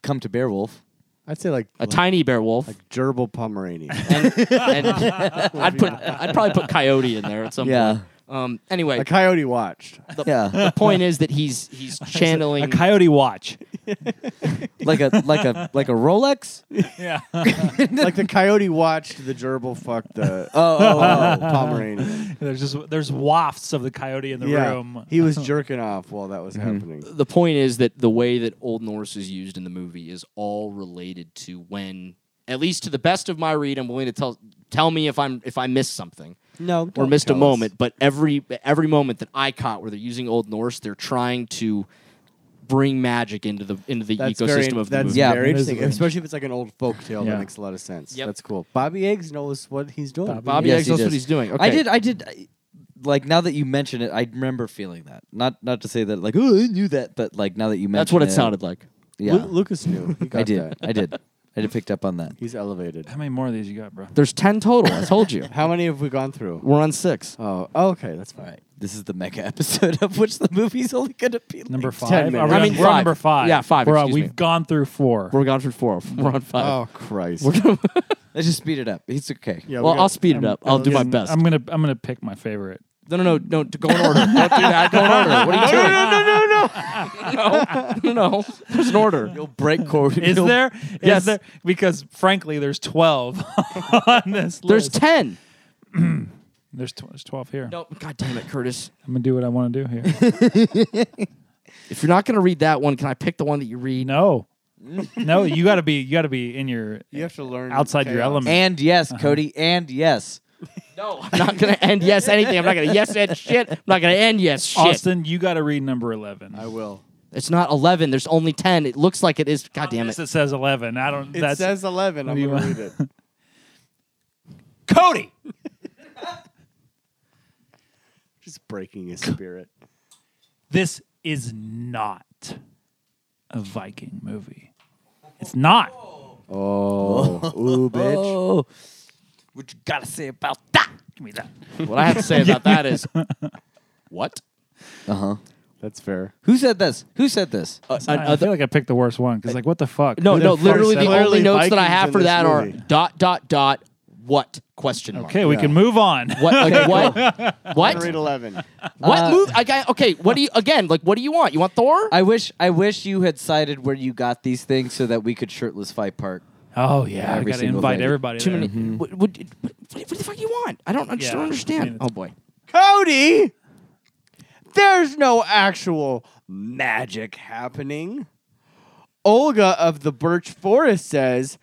[SPEAKER 6] come to Beowulf.
[SPEAKER 3] I'd say like
[SPEAKER 5] a tiny bear wolf,
[SPEAKER 3] like gerbil Pomeranian.
[SPEAKER 5] and I'd put I'd probably put coyote in there at some
[SPEAKER 6] Yeah.
[SPEAKER 5] point. Um. Anyway,
[SPEAKER 3] a coyote watched.
[SPEAKER 5] the,
[SPEAKER 6] Yeah.
[SPEAKER 5] the point is that he's he's channeling.
[SPEAKER 4] a coyote watch.
[SPEAKER 6] like a like a like a Rolex.
[SPEAKER 4] yeah.
[SPEAKER 3] like the coyote watched the gerbil fuck the
[SPEAKER 6] Oh, oh, oh.
[SPEAKER 3] Pomeranian.
[SPEAKER 4] There's just there's wafts of the coyote in the room.
[SPEAKER 3] He was jerking off while that was happening.
[SPEAKER 5] the point is that the way that Old Norse is used in the movie is all related to when, at least to the best of my read, I'm willing to tell tell me if I'm if I missed something.
[SPEAKER 3] No,
[SPEAKER 5] or missed a moment, but every every moment that I caught where they're using Old Norse, they're trying to bring magic into the into the
[SPEAKER 3] That's
[SPEAKER 5] ecosystem
[SPEAKER 3] very,
[SPEAKER 5] of the
[SPEAKER 3] that's
[SPEAKER 5] movie.
[SPEAKER 6] Yeah.
[SPEAKER 3] very
[SPEAKER 4] That is
[SPEAKER 3] interesting,
[SPEAKER 4] very
[SPEAKER 3] especially if it's like an old folk tale.
[SPEAKER 4] Yeah.
[SPEAKER 3] That makes a lot of sense.
[SPEAKER 5] Yep.
[SPEAKER 3] That's cool. Bobby Eggs knows what he's doing.
[SPEAKER 5] Bobby
[SPEAKER 6] Yes,
[SPEAKER 5] Eggs
[SPEAKER 6] he
[SPEAKER 5] knows
[SPEAKER 6] does.
[SPEAKER 5] what he's doing. Okay.
[SPEAKER 6] I did. I did. I- Like now that you mention it, I remember feeling that. Not not to say that like oh I knew that, but like now that you mention
[SPEAKER 5] That's what it
[SPEAKER 6] it
[SPEAKER 5] sounded like.
[SPEAKER 6] Yeah,
[SPEAKER 3] Lu- Lucas knew. He got
[SPEAKER 6] I did.
[SPEAKER 3] that.
[SPEAKER 6] I did. I did picked up on that.
[SPEAKER 3] He's elevated.
[SPEAKER 4] How many more of these you got, bro?
[SPEAKER 5] There's ten total. I told you.
[SPEAKER 3] How many have we gone through?
[SPEAKER 5] We're on six.
[SPEAKER 3] Oh, okay, that's
[SPEAKER 6] All
[SPEAKER 3] fine.
[SPEAKER 6] right, this is the mega episode of which the movie's only going to be like
[SPEAKER 4] Number
[SPEAKER 6] five.
[SPEAKER 4] five.
[SPEAKER 3] minutes.
[SPEAKER 4] Are we
[SPEAKER 3] I
[SPEAKER 4] on-
[SPEAKER 5] mean,
[SPEAKER 4] we're on
[SPEAKER 5] five.
[SPEAKER 4] number five.
[SPEAKER 5] Yeah, five,
[SPEAKER 4] We're on-
[SPEAKER 5] excuse
[SPEAKER 4] we've
[SPEAKER 5] me.
[SPEAKER 4] gone through four.
[SPEAKER 5] We're gone for four. We're on five.
[SPEAKER 3] Oh Christ!
[SPEAKER 6] Let's just speed it up. It's okay.
[SPEAKER 3] Yeah, we
[SPEAKER 5] well,
[SPEAKER 3] got-
[SPEAKER 5] I'll speed it up. I'll do my
[SPEAKER 4] I'm-
[SPEAKER 5] best.
[SPEAKER 4] I'm gonna I'm gonna pick my favorite.
[SPEAKER 5] no, no, no, no. To go in order. Don't do that. Go in order. What are you doing? No, no, no, no, no, no, no, no. There's an order.
[SPEAKER 6] You'll break cord.
[SPEAKER 4] Is
[SPEAKER 6] you'll-
[SPEAKER 4] there? Is
[SPEAKER 5] Yes.
[SPEAKER 4] there? Because frankly, there's twelve on this
[SPEAKER 5] There's
[SPEAKER 4] list.
[SPEAKER 5] ten.
[SPEAKER 4] there's tw- there's twelve here.
[SPEAKER 5] No, God damn it, Curtis.
[SPEAKER 4] I'm gonna do what I want to do here.
[SPEAKER 5] If you're not gonna read that one, can I pick the one that you read?
[SPEAKER 4] no, no, you gotta be you gotta be in your
[SPEAKER 3] You have to learn
[SPEAKER 4] outside your
[SPEAKER 3] chaos.
[SPEAKER 4] element.
[SPEAKER 6] And yes, Cody. And yes.
[SPEAKER 5] No, I'm not gonna end yes anything. I'm not gonna yes that shit. I'm not gonna end yes shit.
[SPEAKER 4] Austin, you gotta read number eleven.
[SPEAKER 3] I will.
[SPEAKER 5] It's not eleven. There's only ten. It looks like it is. God damn
[SPEAKER 4] Yes,
[SPEAKER 5] it.
[SPEAKER 4] it says eleven. I don't.
[SPEAKER 3] It
[SPEAKER 4] that's
[SPEAKER 3] says eleven. I'm
[SPEAKER 4] you
[SPEAKER 3] gonna
[SPEAKER 4] want?
[SPEAKER 3] read it.
[SPEAKER 4] Cody.
[SPEAKER 3] Just breaking his spirit.
[SPEAKER 4] this is not a Viking movie. It's not.
[SPEAKER 3] Oh, ooh, bitch!
[SPEAKER 6] Oh, what you gotta say about that?
[SPEAKER 4] Give me that.
[SPEAKER 5] What I have to say about that is what?
[SPEAKER 6] Uh huh.
[SPEAKER 3] That's fair.
[SPEAKER 6] Who said this? Who said this?
[SPEAKER 5] Uh,
[SPEAKER 4] I, I feel like I picked the worst one because, like, what the fuck?
[SPEAKER 5] No,
[SPEAKER 4] Who
[SPEAKER 5] no.
[SPEAKER 4] the fuck
[SPEAKER 5] Literally,
[SPEAKER 4] said
[SPEAKER 5] the
[SPEAKER 4] that?
[SPEAKER 5] only
[SPEAKER 3] Clearly
[SPEAKER 5] notes that I
[SPEAKER 3] Vikings
[SPEAKER 5] have
[SPEAKER 3] in
[SPEAKER 5] for
[SPEAKER 3] this
[SPEAKER 5] that are
[SPEAKER 3] movie.
[SPEAKER 5] dot dot dot. What question mark?
[SPEAKER 4] Okay, we can move on.
[SPEAKER 5] What? Like, what?
[SPEAKER 3] I'm gonna read
[SPEAKER 5] What?
[SPEAKER 3] eleven.
[SPEAKER 5] What
[SPEAKER 6] Uh,
[SPEAKER 5] move? I got- okay. What do you again? Like, what do you want? You want Thor?
[SPEAKER 6] I wish I wish you had cited where you got these things so that we could shirtless fight part.
[SPEAKER 4] Oh yeah, I
[SPEAKER 6] Every
[SPEAKER 4] gotta
[SPEAKER 6] single
[SPEAKER 4] invite
[SPEAKER 6] thing.
[SPEAKER 4] everybody.
[SPEAKER 5] Too
[SPEAKER 4] there.
[SPEAKER 5] many. What, what, what, what the fuck do you want? I don't. I just
[SPEAKER 4] Yeah.
[SPEAKER 5] don't
[SPEAKER 4] I
[SPEAKER 5] understand.
[SPEAKER 4] mean,
[SPEAKER 5] Oh boy.
[SPEAKER 3] Cody, there's no actual magic happening. Olga of the Birch Forest says,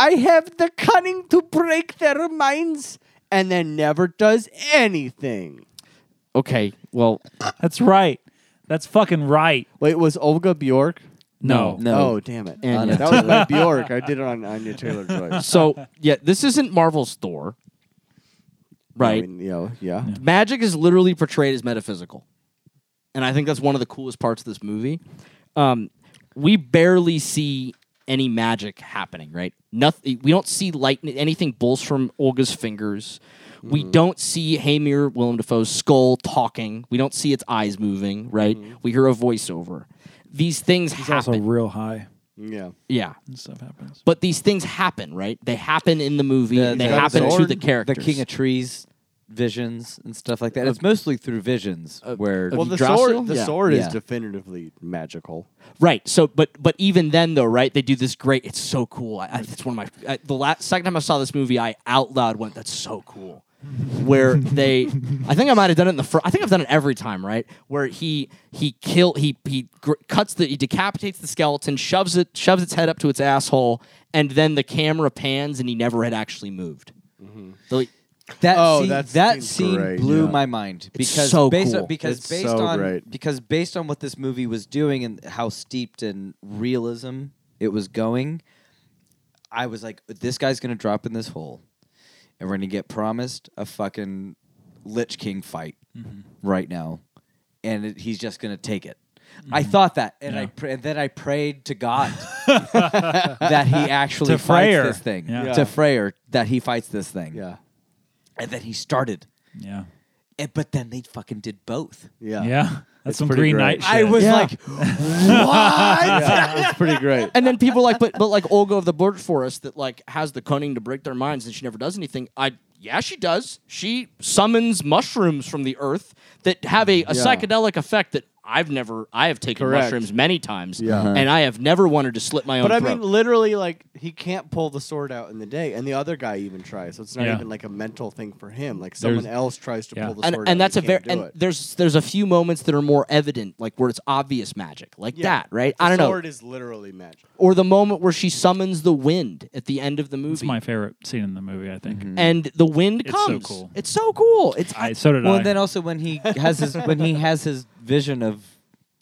[SPEAKER 3] I have the cunning to break their minds and then never does anything.
[SPEAKER 5] Okay, well,
[SPEAKER 4] That's right. That's fucking right.
[SPEAKER 3] Wait, was Olga Bjork?
[SPEAKER 4] No.
[SPEAKER 6] No.
[SPEAKER 3] Oh, damn it.
[SPEAKER 6] Anya
[SPEAKER 3] that was by Bjork. I did it on Anya Taylor Joy.
[SPEAKER 5] so yeah, this isn't Marvel's Thor,
[SPEAKER 3] I
[SPEAKER 5] right?
[SPEAKER 3] mean, you know, yeah.
[SPEAKER 5] Magic is literally portrayed as metaphysical, and I think that's one of the coolest parts of this movie. Um, we barely see any magic happening, right? Nothing. We don't see lightning. Anything bolts from Olga's fingers. We don't see Hamir Willem Dafoe's skull talking. We don't see its eyes moving, right? We hear a voiceover. These things
[SPEAKER 4] He's
[SPEAKER 5] happen.
[SPEAKER 4] also real high.
[SPEAKER 3] Yeah.
[SPEAKER 5] yeah.
[SPEAKER 4] and Stuff happens.
[SPEAKER 5] But these things happen, right? They happen in the movie.
[SPEAKER 6] The-
[SPEAKER 5] and they
[SPEAKER 6] the
[SPEAKER 5] happen
[SPEAKER 6] sword,
[SPEAKER 5] through the characters. Uh,
[SPEAKER 6] The King of Trees visions and stuff like that. It's mostly through visions where
[SPEAKER 3] Well, the
[SPEAKER 5] Yggdrasil?
[SPEAKER 3] sword, the
[SPEAKER 5] Yeah.
[SPEAKER 3] sword is
[SPEAKER 6] Yeah.
[SPEAKER 3] definitively magical.
[SPEAKER 5] Right. So, but but even then, though, right? They do this great. It's so cool. I, I, it's one of my I, the last second time I saw this movie, I out loud went, "That's so cool." Where they, I think I might have done it in the first. I think I've done it every time, right? Where he he kill he he gr- cuts the he decapitates the skeleton, shoves it shoves its head up to its asshole, and then the camera pans, and he never had actually moved. They're like,
[SPEAKER 6] that
[SPEAKER 3] Oh,
[SPEAKER 6] scene,
[SPEAKER 3] that
[SPEAKER 6] that,
[SPEAKER 3] scene's
[SPEAKER 6] scene
[SPEAKER 3] great,
[SPEAKER 6] blew
[SPEAKER 3] yeah.
[SPEAKER 6] my mind because
[SPEAKER 5] so
[SPEAKER 6] based
[SPEAKER 5] cool.
[SPEAKER 6] on, because
[SPEAKER 3] It's
[SPEAKER 6] based
[SPEAKER 3] so
[SPEAKER 6] on
[SPEAKER 3] great.
[SPEAKER 6] because based on what this movie was doing and how steeped in realism it was going, I was like, this guy's gonna drop in this hole, and we're gonna get promised a fucking Lich King fight
[SPEAKER 3] Mm-hmm.
[SPEAKER 6] right now, and it, he's just gonna take it. I
[SPEAKER 3] Mm-hmm.
[SPEAKER 6] thought that, and I pr- and then I prayed to God that he actually
[SPEAKER 4] To
[SPEAKER 6] fights
[SPEAKER 4] Freyr.
[SPEAKER 6] this thing
[SPEAKER 4] Yeah.
[SPEAKER 3] Yeah.
[SPEAKER 6] to Freyr that he fights this thing
[SPEAKER 3] Yeah.
[SPEAKER 6] and then he started.
[SPEAKER 4] Yeah.
[SPEAKER 6] And, but then they fucking did both.
[SPEAKER 3] Yeah.
[SPEAKER 4] Yeah. That's
[SPEAKER 3] It's
[SPEAKER 4] some
[SPEAKER 3] pretty
[SPEAKER 4] Green
[SPEAKER 3] great.
[SPEAKER 4] Knight shit.
[SPEAKER 6] I was
[SPEAKER 3] Yeah.
[SPEAKER 6] like,
[SPEAKER 3] Yeah, it's pretty great.
[SPEAKER 5] and then people like, but but like Olga of the Bird Forest that like has the cunning to break their minds and she never does anything. I yeah, she does. She summons mushrooms from the earth that have a, a psychedelic effect that I've never I have taken
[SPEAKER 3] Correct.
[SPEAKER 5] mushrooms many times.
[SPEAKER 3] Yeah. Uh-huh.
[SPEAKER 5] And I have never wanted to slit my own
[SPEAKER 3] But I
[SPEAKER 5] throat.
[SPEAKER 3] mean, literally, like he can't pull the sword out in the day, and the other guy even tries. So it's not
[SPEAKER 4] Yeah.
[SPEAKER 3] even like a mental thing for him. Like someone else tries to
[SPEAKER 4] yeah.
[SPEAKER 3] pull the sword
[SPEAKER 5] and,
[SPEAKER 3] out,
[SPEAKER 5] and that's
[SPEAKER 3] he
[SPEAKER 5] a very
[SPEAKER 3] can't do
[SPEAKER 5] and
[SPEAKER 3] it.
[SPEAKER 5] there's there's a few moments that are more evident, like where it's obvious magic, like
[SPEAKER 3] Yeah.
[SPEAKER 5] that, right?
[SPEAKER 3] The
[SPEAKER 5] I don't
[SPEAKER 3] Sword
[SPEAKER 5] know,
[SPEAKER 3] is literally magic.
[SPEAKER 5] or the moment where she summons the wind at the end of the
[SPEAKER 4] It's
[SPEAKER 5] movie,
[SPEAKER 4] my favorite scene in the movie, I think.
[SPEAKER 5] and the wind
[SPEAKER 4] It's so
[SPEAKER 5] comes.
[SPEAKER 4] cool.
[SPEAKER 5] It's so cool. It's
[SPEAKER 4] I, so did
[SPEAKER 6] well,
[SPEAKER 4] I.
[SPEAKER 6] and then also when he has his when he has his vision of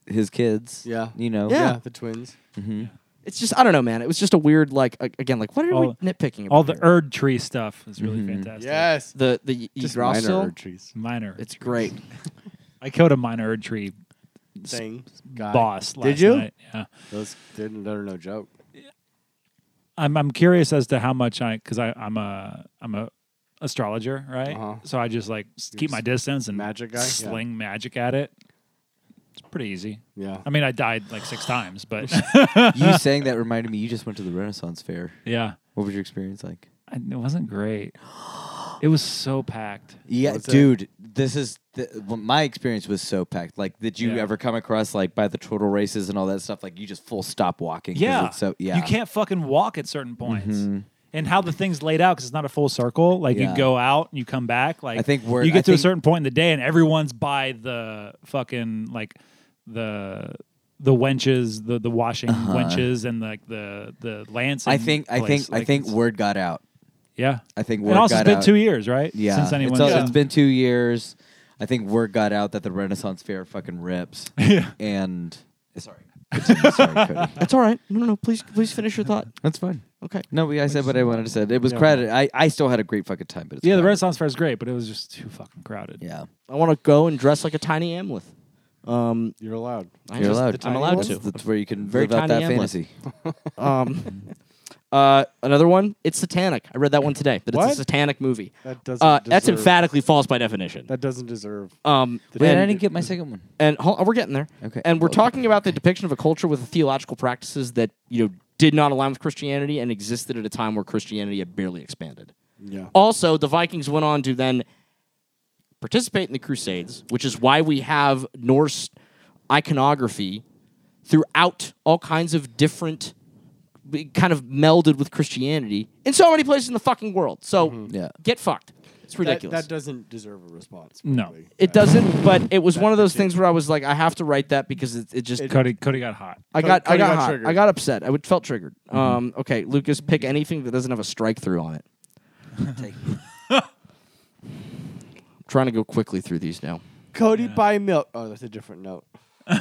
[SPEAKER 6] his kids.
[SPEAKER 3] Yeah.
[SPEAKER 6] you know.
[SPEAKER 5] Yeah.
[SPEAKER 3] the twins.
[SPEAKER 5] It's just I don't know, man. It was just a weird like a- again like what are
[SPEAKER 4] All-
[SPEAKER 5] we nitpicking about?
[SPEAKER 4] All the
[SPEAKER 5] here?
[SPEAKER 4] Erd tree stuff is really
[SPEAKER 3] Mm-hmm.
[SPEAKER 4] fantastic.
[SPEAKER 3] Yes,
[SPEAKER 5] the the
[SPEAKER 3] just
[SPEAKER 5] Yggdrasil.
[SPEAKER 3] minor trees
[SPEAKER 4] Minor.
[SPEAKER 5] It's great.
[SPEAKER 4] I killed a minor Erd tree
[SPEAKER 3] thing. Guy.
[SPEAKER 4] boss last
[SPEAKER 3] Did you?
[SPEAKER 4] night. Yeah.
[SPEAKER 3] Those didn't. They're no joke.
[SPEAKER 4] I'm I'm curious as to how much I because I I'm a I'm a astrologer, right?
[SPEAKER 3] Uh-huh.
[SPEAKER 4] So I just like s- keep my distance and
[SPEAKER 3] magic guy? Yeah.
[SPEAKER 4] sling magic at it. It's pretty easy.
[SPEAKER 3] Yeah.
[SPEAKER 4] I mean, I died like six times, but
[SPEAKER 6] you saying that reminded me. You just went to the Renaissance Fair.
[SPEAKER 4] yeah,
[SPEAKER 6] What was your experience like?
[SPEAKER 4] I, it wasn't great. It was so packed.
[SPEAKER 6] Yeah,
[SPEAKER 3] What's that?
[SPEAKER 6] dude, this is the, well, my experience was so packed. Like, did you
[SPEAKER 4] Yeah.
[SPEAKER 6] ever come across like by the turtle races and all that stuff? Like, you just full stop walking. 'cause
[SPEAKER 4] Yeah.
[SPEAKER 6] it's so yeah, Mm-hmm.
[SPEAKER 4] You can't fucking walk at certain points. And how the thing's laid out because it's not a full circle. Like
[SPEAKER 6] Yeah.
[SPEAKER 4] you go out and you come back. Like
[SPEAKER 6] I think we're-
[SPEAKER 4] you get
[SPEAKER 6] I
[SPEAKER 4] to a
[SPEAKER 6] think-
[SPEAKER 4] certain point in the day and everyone's by the fucking like the the wenches, the the washing wenches, and like the the lance.
[SPEAKER 6] Uh-huh. I think I think I think word got out.
[SPEAKER 4] yeah.
[SPEAKER 6] I think
[SPEAKER 4] and
[SPEAKER 6] word
[SPEAKER 4] also
[SPEAKER 6] got
[SPEAKER 4] it's been
[SPEAKER 6] out.
[SPEAKER 4] two years, right?
[SPEAKER 6] Yeah,
[SPEAKER 4] Since anyone.
[SPEAKER 6] it's, al- it's been two years. I think word got out that the Renaissance Fair fucking rips.
[SPEAKER 4] Yeah.
[SPEAKER 6] and eh, sorry, Continue, sorry, Cody.
[SPEAKER 5] That's all right. No, no, no. Please, please finish your thought.
[SPEAKER 6] That's fine.
[SPEAKER 5] Okay.
[SPEAKER 6] No, we, I said what I wanted to say. It was crowded. I, I still had a great fucking time, but it's
[SPEAKER 4] yeah, the
[SPEAKER 6] crowded.
[SPEAKER 4] Renaissance Fair is great, but it was just too fucking crowded.
[SPEAKER 6] Yeah,
[SPEAKER 5] I want to go and dress like a tiny amleth. Um,
[SPEAKER 3] You're allowed.
[SPEAKER 5] I
[SPEAKER 6] you're
[SPEAKER 5] just-
[SPEAKER 6] allowed.
[SPEAKER 5] I'm allowed
[SPEAKER 6] That's-
[SPEAKER 5] to.
[SPEAKER 6] That's where you can
[SPEAKER 5] Very
[SPEAKER 6] live out
[SPEAKER 5] tiny
[SPEAKER 6] that
[SPEAKER 5] amulets.
[SPEAKER 6] fantasy.
[SPEAKER 5] Um, uh, another one. It's satanic. I read that one today. That
[SPEAKER 3] What?
[SPEAKER 5] it's a satanic movie.
[SPEAKER 3] That doesn't.
[SPEAKER 5] Uh, that's
[SPEAKER 3] deserve-
[SPEAKER 5] emphatically false by definition.
[SPEAKER 3] That doesn't deserve.
[SPEAKER 5] Um,
[SPEAKER 6] Wait,
[SPEAKER 5] and-
[SPEAKER 6] I didn't get my second one.
[SPEAKER 5] and hol- we're getting there.
[SPEAKER 6] Okay.
[SPEAKER 5] And we're
[SPEAKER 6] Okay.
[SPEAKER 5] talking about the depiction of a culture with theological practices that you know did not align with Christianity and existed at a time where Christianity had barely expanded.
[SPEAKER 3] Yeah.
[SPEAKER 5] Also, the Vikings went on to then participate in the Crusades, which is why we have Norse iconography throughout all kinds of different kind of melded with Christianity in so many places in the fucking world. So
[SPEAKER 6] Mm-hmm. Yeah.
[SPEAKER 5] get fucked. It's
[SPEAKER 3] That,
[SPEAKER 5] ridiculous.
[SPEAKER 3] that doesn't deserve a response.
[SPEAKER 4] No.
[SPEAKER 3] frankly.
[SPEAKER 5] It
[SPEAKER 3] Uh,
[SPEAKER 5] doesn't, but it was one of those things where I was like, I have to write that because it, it just.
[SPEAKER 4] Cody Cody got hot.
[SPEAKER 5] I
[SPEAKER 3] Cody-
[SPEAKER 5] got, I
[SPEAKER 3] Cody
[SPEAKER 5] got,
[SPEAKER 3] got
[SPEAKER 5] hot.
[SPEAKER 3] triggered.
[SPEAKER 5] I got upset. I would felt triggered. Um, okay, Lucas, pick anything that doesn't have a strike through on it. trying to go quickly through these now.
[SPEAKER 3] Cody buy milk. Oh, that's a different note.
[SPEAKER 5] We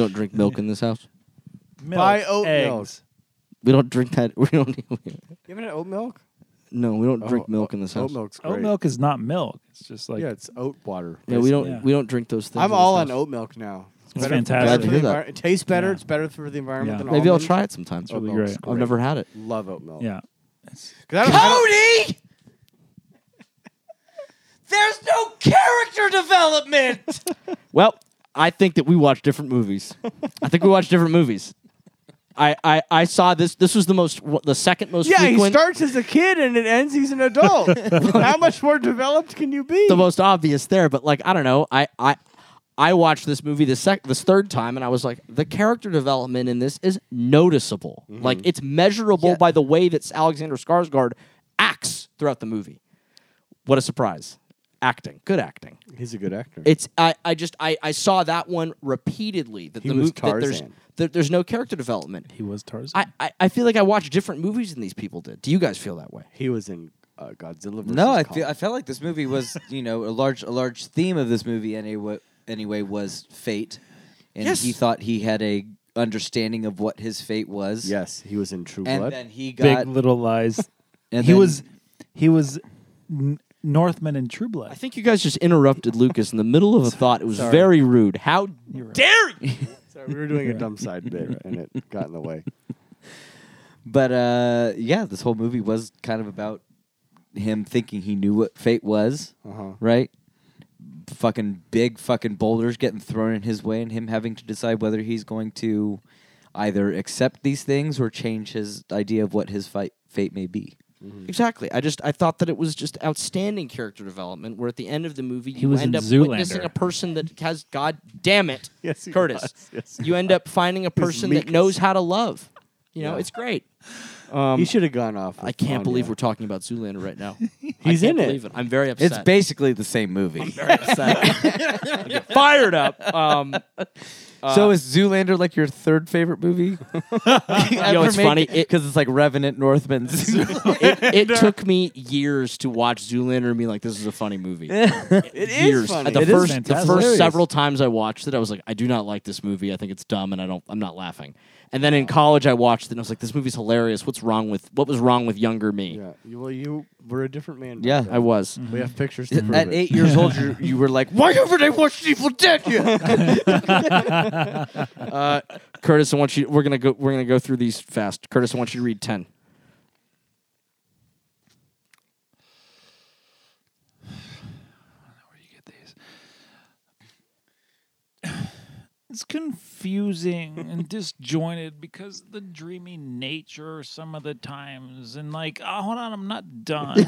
[SPEAKER 5] don't drink milk in this house.
[SPEAKER 4] Milk,
[SPEAKER 3] buy oat
[SPEAKER 4] eggs.
[SPEAKER 5] We don't drink that. We don't.
[SPEAKER 3] You haven't had oat milk?
[SPEAKER 5] no, we don't drink
[SPEAKER 3] Oh,
[SPEAKER 5] milk in this
[SPEAKER 3] Oat
[SPEAKER 5] house.
[SPEAKER 3] milk's great.
[SPEAKER 4] Oat milk is not milk. It's just like
[SPEAKER 3] yeah, it's oat water.
[SPEAKER 5] Yeah, we don't.
[SPEAKER 4] Yeah.
[SPEAKER 5] We don't drink those things. in
[SPEAKER 3] I'm
[SPEAKER 5] this
[SPEAKER 3] all on
[SPEAKER 5] house.
[SPEAKER 3] oat milk now. It's
[SPEAKER 4] It's
[SPEAKER 3] better-
[SPEAKER 4] fantastic.
[SPEAKER 3] better for
[SPEAKER 5] Glad to
[SPEAKER 3] the
[SPEAKER 5] hear
[SPEAKER 3] envir-
[SPEAKER 5] that.
[SPEAKER 3] It tastes better.
[SPEAKER 4] Yeah.
[SPEAKER 3] It's better for the environment
[SPEAKER 4] Yeah.
[SPEAKER 3] than
[SPEAKER 5] Maybe I'll
[SPEAKER 3] almonds.
[SPEAKER 5] try it sometime. It's
[SPEAKER 4] really
[SPEAKER 5] milk's
[SPEAKER 4] great.
[SPEAKER 5] I've never had it.
[SPEAKER 3] Love oat milk.
[SPEAKER 4] yeah.
[SPEAKER 3] 'Cause I don't- I don't-
[SPEAKER 8] Cody, there's no character development.
[SPEAKER 5] Well, I think that we watch different movies. I think we watch different movies. I, I, I saw this. This was the most, the second most
[SPEAKER 3] yeah, he
[SPEAKER 5] frequent,
[SPEAKER 3] starts as a kid and it ends he's an adult. How much more developed can you be?
[SPEAKER 5] the most obvious there. But like, I don't know. I, I, I watched this movie the sec, this third time, and I was like, the character development in this is noticeable.
[SPEAKER 3] Mm-hmm.
[SPEAKER 5] Like, it's measurable by the way that Alexander Skarsgård acts throughout the movie. What a surprise! Acting, good acting.
[SPEAKER 3] He's a good actor.
[SPEAKER 5] It's I, I just I, I saw that one repeatedly that
[SPEAKER 3] He
[SPEAKER 5] the
[SPEAKER 3] was
[SPEAKER 5] movie that there's
[SPEAKER 3] Tarzan.
[SPEAKER 5] that there's no character development.
[SPEAKER 4] He was Tarzan.
[SPEAKER 5] I, I, I feel like I watch different movies than these people did. Do you guys feel that way?
[SPEAKER 3] he was in uh, Godzilla. Versus
[SPEAKER 6] No, I
[SPEAKER 3] Kong.
[SPEAKER 6] feel, I felt like this movie was, you know, a large a large theme of this movie anyway, anyway was fate, and
[SPEAKER 5] Yes.
[SPEAKER 6] he thought he had a understanding of what his fate was.
[SPEAKER 3] yes, he was in True
[SPEAKER 6] and
[SPEAKER 3] Blood.
[SPEAKER 6] then he
[SPEAKER 4] Big
[SPEAKER 6] got
[SPEAKER 4] Little Lies.
[SPEAKER 6] and
[SPEAKER 4] he
[SPEAKER 6] then-
[SPEAKER 4] was he was N- Northman in True Blood.
[SPEAKER 5] I think you guys just interrupted Lucas in the middle of a thought. It was very rude. How dare you?
[SPEAKER 3] Sorry, we were doing a dumb side bit and it got in the way.
[SPEAKER 6] But uh, yeah, this whole movie was kind of about him thinking he knew what fate was,
[SPEAKER 3] Uh-huh.
[SPEAKER 6] right? Fucking big fucking boulders getting thrown in his way, and him having to decide whether he's going to either accept these things or change his idea of what his fight, fate may be.
[SPEAKER 5] Exactly. I just I thought that it was just outstanding character development. Where at the end of the movie, you
[SPEAKER 4] was
[SPEAKER 5] end
[SPEAKER 4] in
[SPEAKER 5] up
[SPEAKER 4] Zoolander.
[SPEAKER 5] witnessing a person that has God damn it,
[SPEAKER 3] Yes, he
[SPEAKER 5] Curtis.
[SPEAKER 3] was. Yes,
[SPEAKER 5] you end up finding a person that
[SPEAKER 3] meek as-
[SPEAKER 5] knows how to love. You know, it's great.
[SPEAKER 3] he should have gone off.
[SPEAKER 5] I can't believe we're talking about Zoolander right now. He's
[SPEAKER 3] Oh, in it.
[SPEAKER 5] I'm very upset.
[SPEAKER 6] It's basically the same movie.
[SPEAKER 5] fired up. Um, Uh,
[SPEAKER 6] so is Zoolander like your third favorite movie?
[SPEAKER 5] know, it's funny, it-
[SPEAKER 6] because it's like Revenant, Northman, Zoolander.
[SPEAKER 5] it, it took me years to watch Zoolander and be like, "This is a funny movie."
[SPEAKER 3] It is
[SPEAKER 5] years.
[SPEAKER 3] funny.
[SPEAKER 5] The
[SPEAKER 4] It is
[SPEAKER 5] first, the
[SPEAKER 4] fantastic.
[SPEAKER 5] first
[SPEAKER 4] Hilarious.
[SPEAKER 5] several times I watched it, I was like, "I do not like this movie. I think it's dumb, and I don't. I'm not laughing." And then in college, I watched it, and I was like, "This movie's hilarious. What's wrong with what was wrong with younger me?"
[SPEAKER 3] Yeah. Mm-hmm. You, well, you were a different man. back
[SPEAKER 6] Yeah.
[SPEAKER 3] then.
[SPEAKER 5] I was.
[SPEAKER 3] we have pictures to prove
[SPEAKER 6] At
[SPEAKER 3] it.
[SPEAKER 6] eight years old, you, you were like, "Why haven't I watched Evil Dead yet?"
[SPEAKER 5] Uh, Curtis, I want you. We're gonna go. We're gonna go through these fast. Curtis, I want you to read ten.
[SPEAKER 4] it's confusing and disjointed because the dreamy nature some of the times and like oh, hold on i'm not done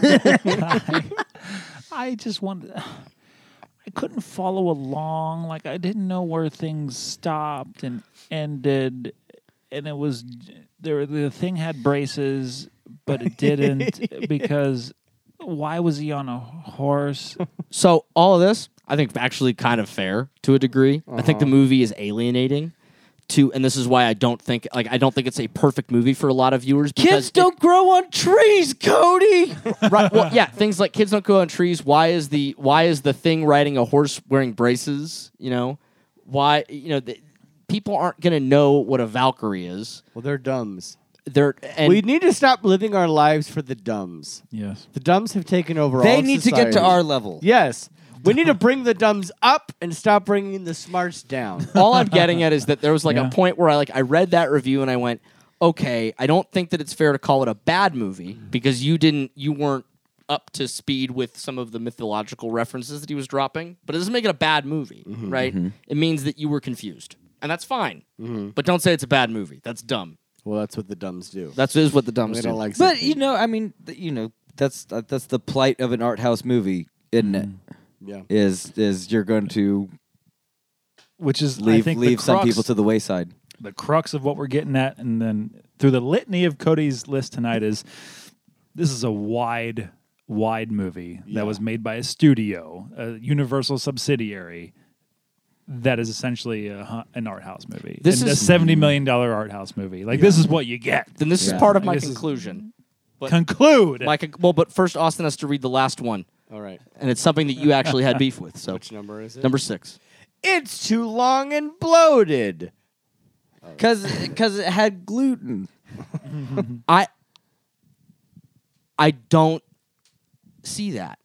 [SPEAKER 4] i just wanted i couldn't follow along like i didn't know where things stopped and ended and it was there the thing had braces but it didn't because why was he on a horse
[SPEAKER 5] So all of this, I think, actually kind of fair to a degree. I think the
[SPEAKER 6] Uh-huh.
[SPEAKER 5] movie is alienating. To and this is why I don't think like I don't think it's a perfect movie for a lot of viewers. because
[SPEAKER 6] Kids
[SPEAKER 5] it-
[SPEAKER 6] don't grow on trees, Cody.
[SPEAKER 5] right, well, yeah, things like kids don't go on trees. Why is the why is the thing riding a horse wearing braces? You know, why you know the, people aren't gonna know what a Valkyrie is.
[SPEAKER 3] well, they're dumbs.
[SPEAKER 5] They're and
[SPEAKER 3] we need to stop living our lives for the dumbs.
[SPEAKER 4] yes
[SPEAKER 3] The dumbs have taken over. all
[SPEAKER 6] they
[SPEAKER 3] of
[SPEAKER 6] need to get to
[SPEAKER 3] society.
[SPEAKER 6] our level.
[SPEAKER 3] Yes, we need to bring the dumbs up and stop bringing the smarts down.
[SPEAKER 5] all I'm getting at is that there was like
[SPEAKER 4] Yeah.
[SPEAKER 5] a point where I like I read that review and I went, okay, I don't think that it's fair to call it a bad movie because you didn't you weren't up to speed with some of the mythological references that he was dropping, but it doesn't make it a bad movie, right? It means that you were confused, and that's fine. But don't say it's a bad movie. That's dumb.
[SPEAKER 3] well, that's what the dumbs do.
[SPEAKER 5] That's is what the dumb
[SPEAKER 3] they
[SPEAKER 5] do.
[SPEAKER 3] don't like.
[SPEAKER 6] But
[SPEAKER 3] something.
[SPEAKER 6] you know, I mean, th- you know, that's uh, that's the plight of an art house movie, isn't it?
[SPEAKER 3] yeah.
[SPEAKER 6] Is is you're going to
[SPEAKER 4] which is I
[SPEAKER 6] leave
[SPEAKER 4] think the
[SPEAKER 6] leave some
[SPEAKER 4] crux-
[SPEAKER 6] people to the wayside?
[SPEAKER 4] the crux of what we're getting at, and then through the litany of Cody's list tonight is this is a wide, wide movie that was made by a studio, a Universal subsidiary, that is essentially a, hu- an art house movie.
[SPEAKER 5] This
[SPEAKER 4] And a
[SPEAKER 5] is-
[SPEAKER 4] seventy million dollar art house movie. Like this is what you get.
[SPEAKER 5] Then this
[SPEAKER 6] Yeah.
[SPEAKER 5] is part of my
[SPEAKER 4] This is-
[SPEAKER 5] conclusion. But
[SPEAKER 4] Conclude.
[SPEAKER 5] my conc- well, but first Austin has to read the last one,
[SPEAKER 3] All right.
[SPEAKER 5] and it's something that you actually had beef with. So
[SPEAKER 3] Which number is it?
[SPEAKER 5] number six.
[SPEAKER 3] It's too long and bloated.
[SPEAKER 6] Because it had gluten.
[SPEAKER 5] I I don't see that.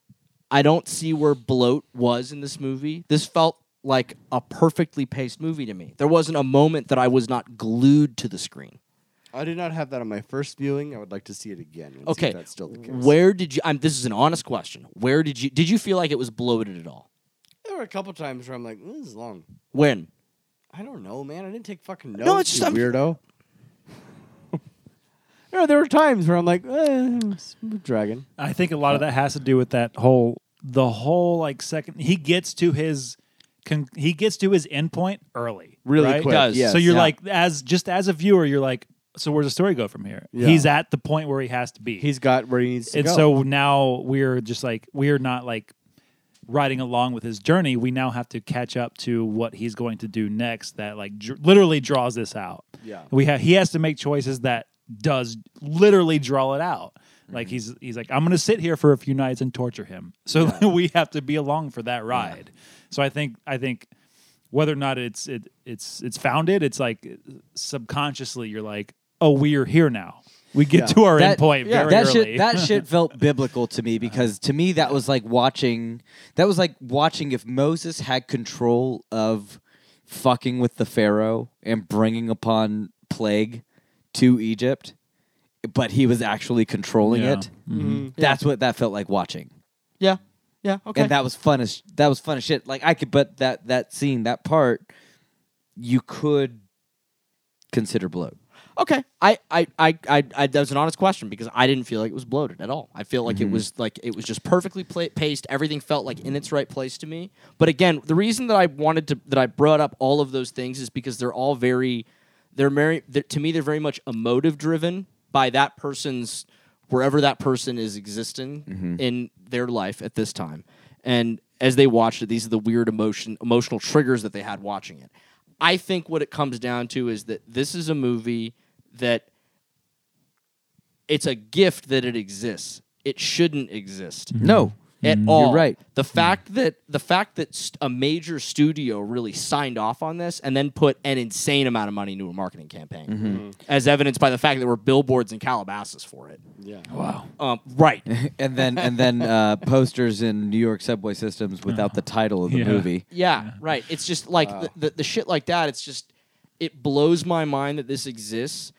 [SPEAKER 5] I don't see where bloat was in this movie. This felt like a perfectly paced movie to me. There wasn't a moment that I was not glued to the screen.
[SPEAKER 3] I did not have that on my first viewing. I would like to see it again. and see
[SPEAKER 5] Okay,
[SPEAKER 3] if that's still the case.
[SPEAKER 5] where did you? I'm, this is an honest question. Where did you? Did you feel like it was bloated at all?
[SPEAKER 3] There were a couple times where I'm like, "Mm, "This is long."
[SPEAKER 5] When?
[SPEAKER 3] I don't know, man. I didn't take fucking notes.
[SPEAKER 5] No, it's just-
[SPEAKER 3] you
[SPEAKER 5] I'm-
[SPEAKER 3] weirdo. no, there were times where I'm like, eh, "Dragon."
[SPEAKER 4] I think a lot of that has to do with that whole the whole like second he gets to his con, he gets to his end point early.
[SPEAKER 3] Really
[SPEAKER 4] right?
[SPEAKER 3] quick, Does. yes.
[SPEAKER 4] So you're
[SPEAKER 3] Yeah.
[SPEAKER 4] like as just as a viewer you're like so where's the story go from here?
[SPEAKER 3] Yeah.
[SPEAKER 4] He's at the point where he has to be.
[SPEAKER 3] He's got where he needs to
[SPEAKER 4] and
[SPEAKER 3] go.
[SPEAKER 4] so now we're just like we're not like riding along with his journey. We now have to catch up to what he's going to do next that like dr- literally draws this out.
[SPEAKER 3] Yeah.
[SPEAKER 4] We have he has to make choices that does literally draw it out.
[SPEAKER 3] Mm-hmm.
[SPEAKER 4] Like he's he's like I'm going to sit here for a few nights and torture him. So we have to be along for that ride. So I think I think whether or not it's it, it's it's founded, it's like subconsciously you're like, "Oh, we're here now." We get to our end point very
[SPEAKER 6] that
[SPEAKER 4] early.
[SPEAKER 6] shit that shit felt biblical to me because to me that was like watching that was like watching if Moses had control of fucking with the pharaoh and bringing upon plague to Egypt but he was actually controlling
[SPEAKER 4] Yeah. Mm.
[SPEAKER 6] it
[SPEAKER 4] Mm-hmm.
[SPEAKER 6] that's what that felt like watching
[SPEAKER 5] Yeah. Yeah. Okay.
[SPEAKER 6] and that was fun as that was fun as shit like I could but that that scene that part you could consider bloat
[SPEAKER 5] Okay, I, I, I, I, I that was an honest question because I didn't feel like it was bloated at all. I feel like it was like it was just perfectly pla- paced. Everything felt like in its right place to me. But again, the reason that I wanted to that I brought up all of those things is because they're all very, they're very they're, to me they're very much emotive driven by that person's wherever that person is existing in their life at this time. And as they watched it, these are the weird emotion emotional triggers that they had watching it. I think what it comes down to is that this is a movie that it's a gift that it exists. It shouldn't exist
[SPEAKER 6] no
[SPEAKER 5] at all.
[SPEAKER 6] Mm-hmm. right.
[SPEAKER 5] The fact that the fact that st- a major studio really signed off on this and then put an insane amount of money into a marketing campaign, as evidenced by the fact that there were billboards in Calabasas for it.
[SPEAKER 3] yeah.
[SPEAKER 5] Um, right.
[SPEAKER 6] and then and then uh, posters in New York subway systems without the title of the
[SPEAKER 4] Yeah.
[SPEAKER 6] movie.
[SPEAKER 5] Yeah, right. It's just like the, the, the shit like that. It's just it blows my mind that this exists,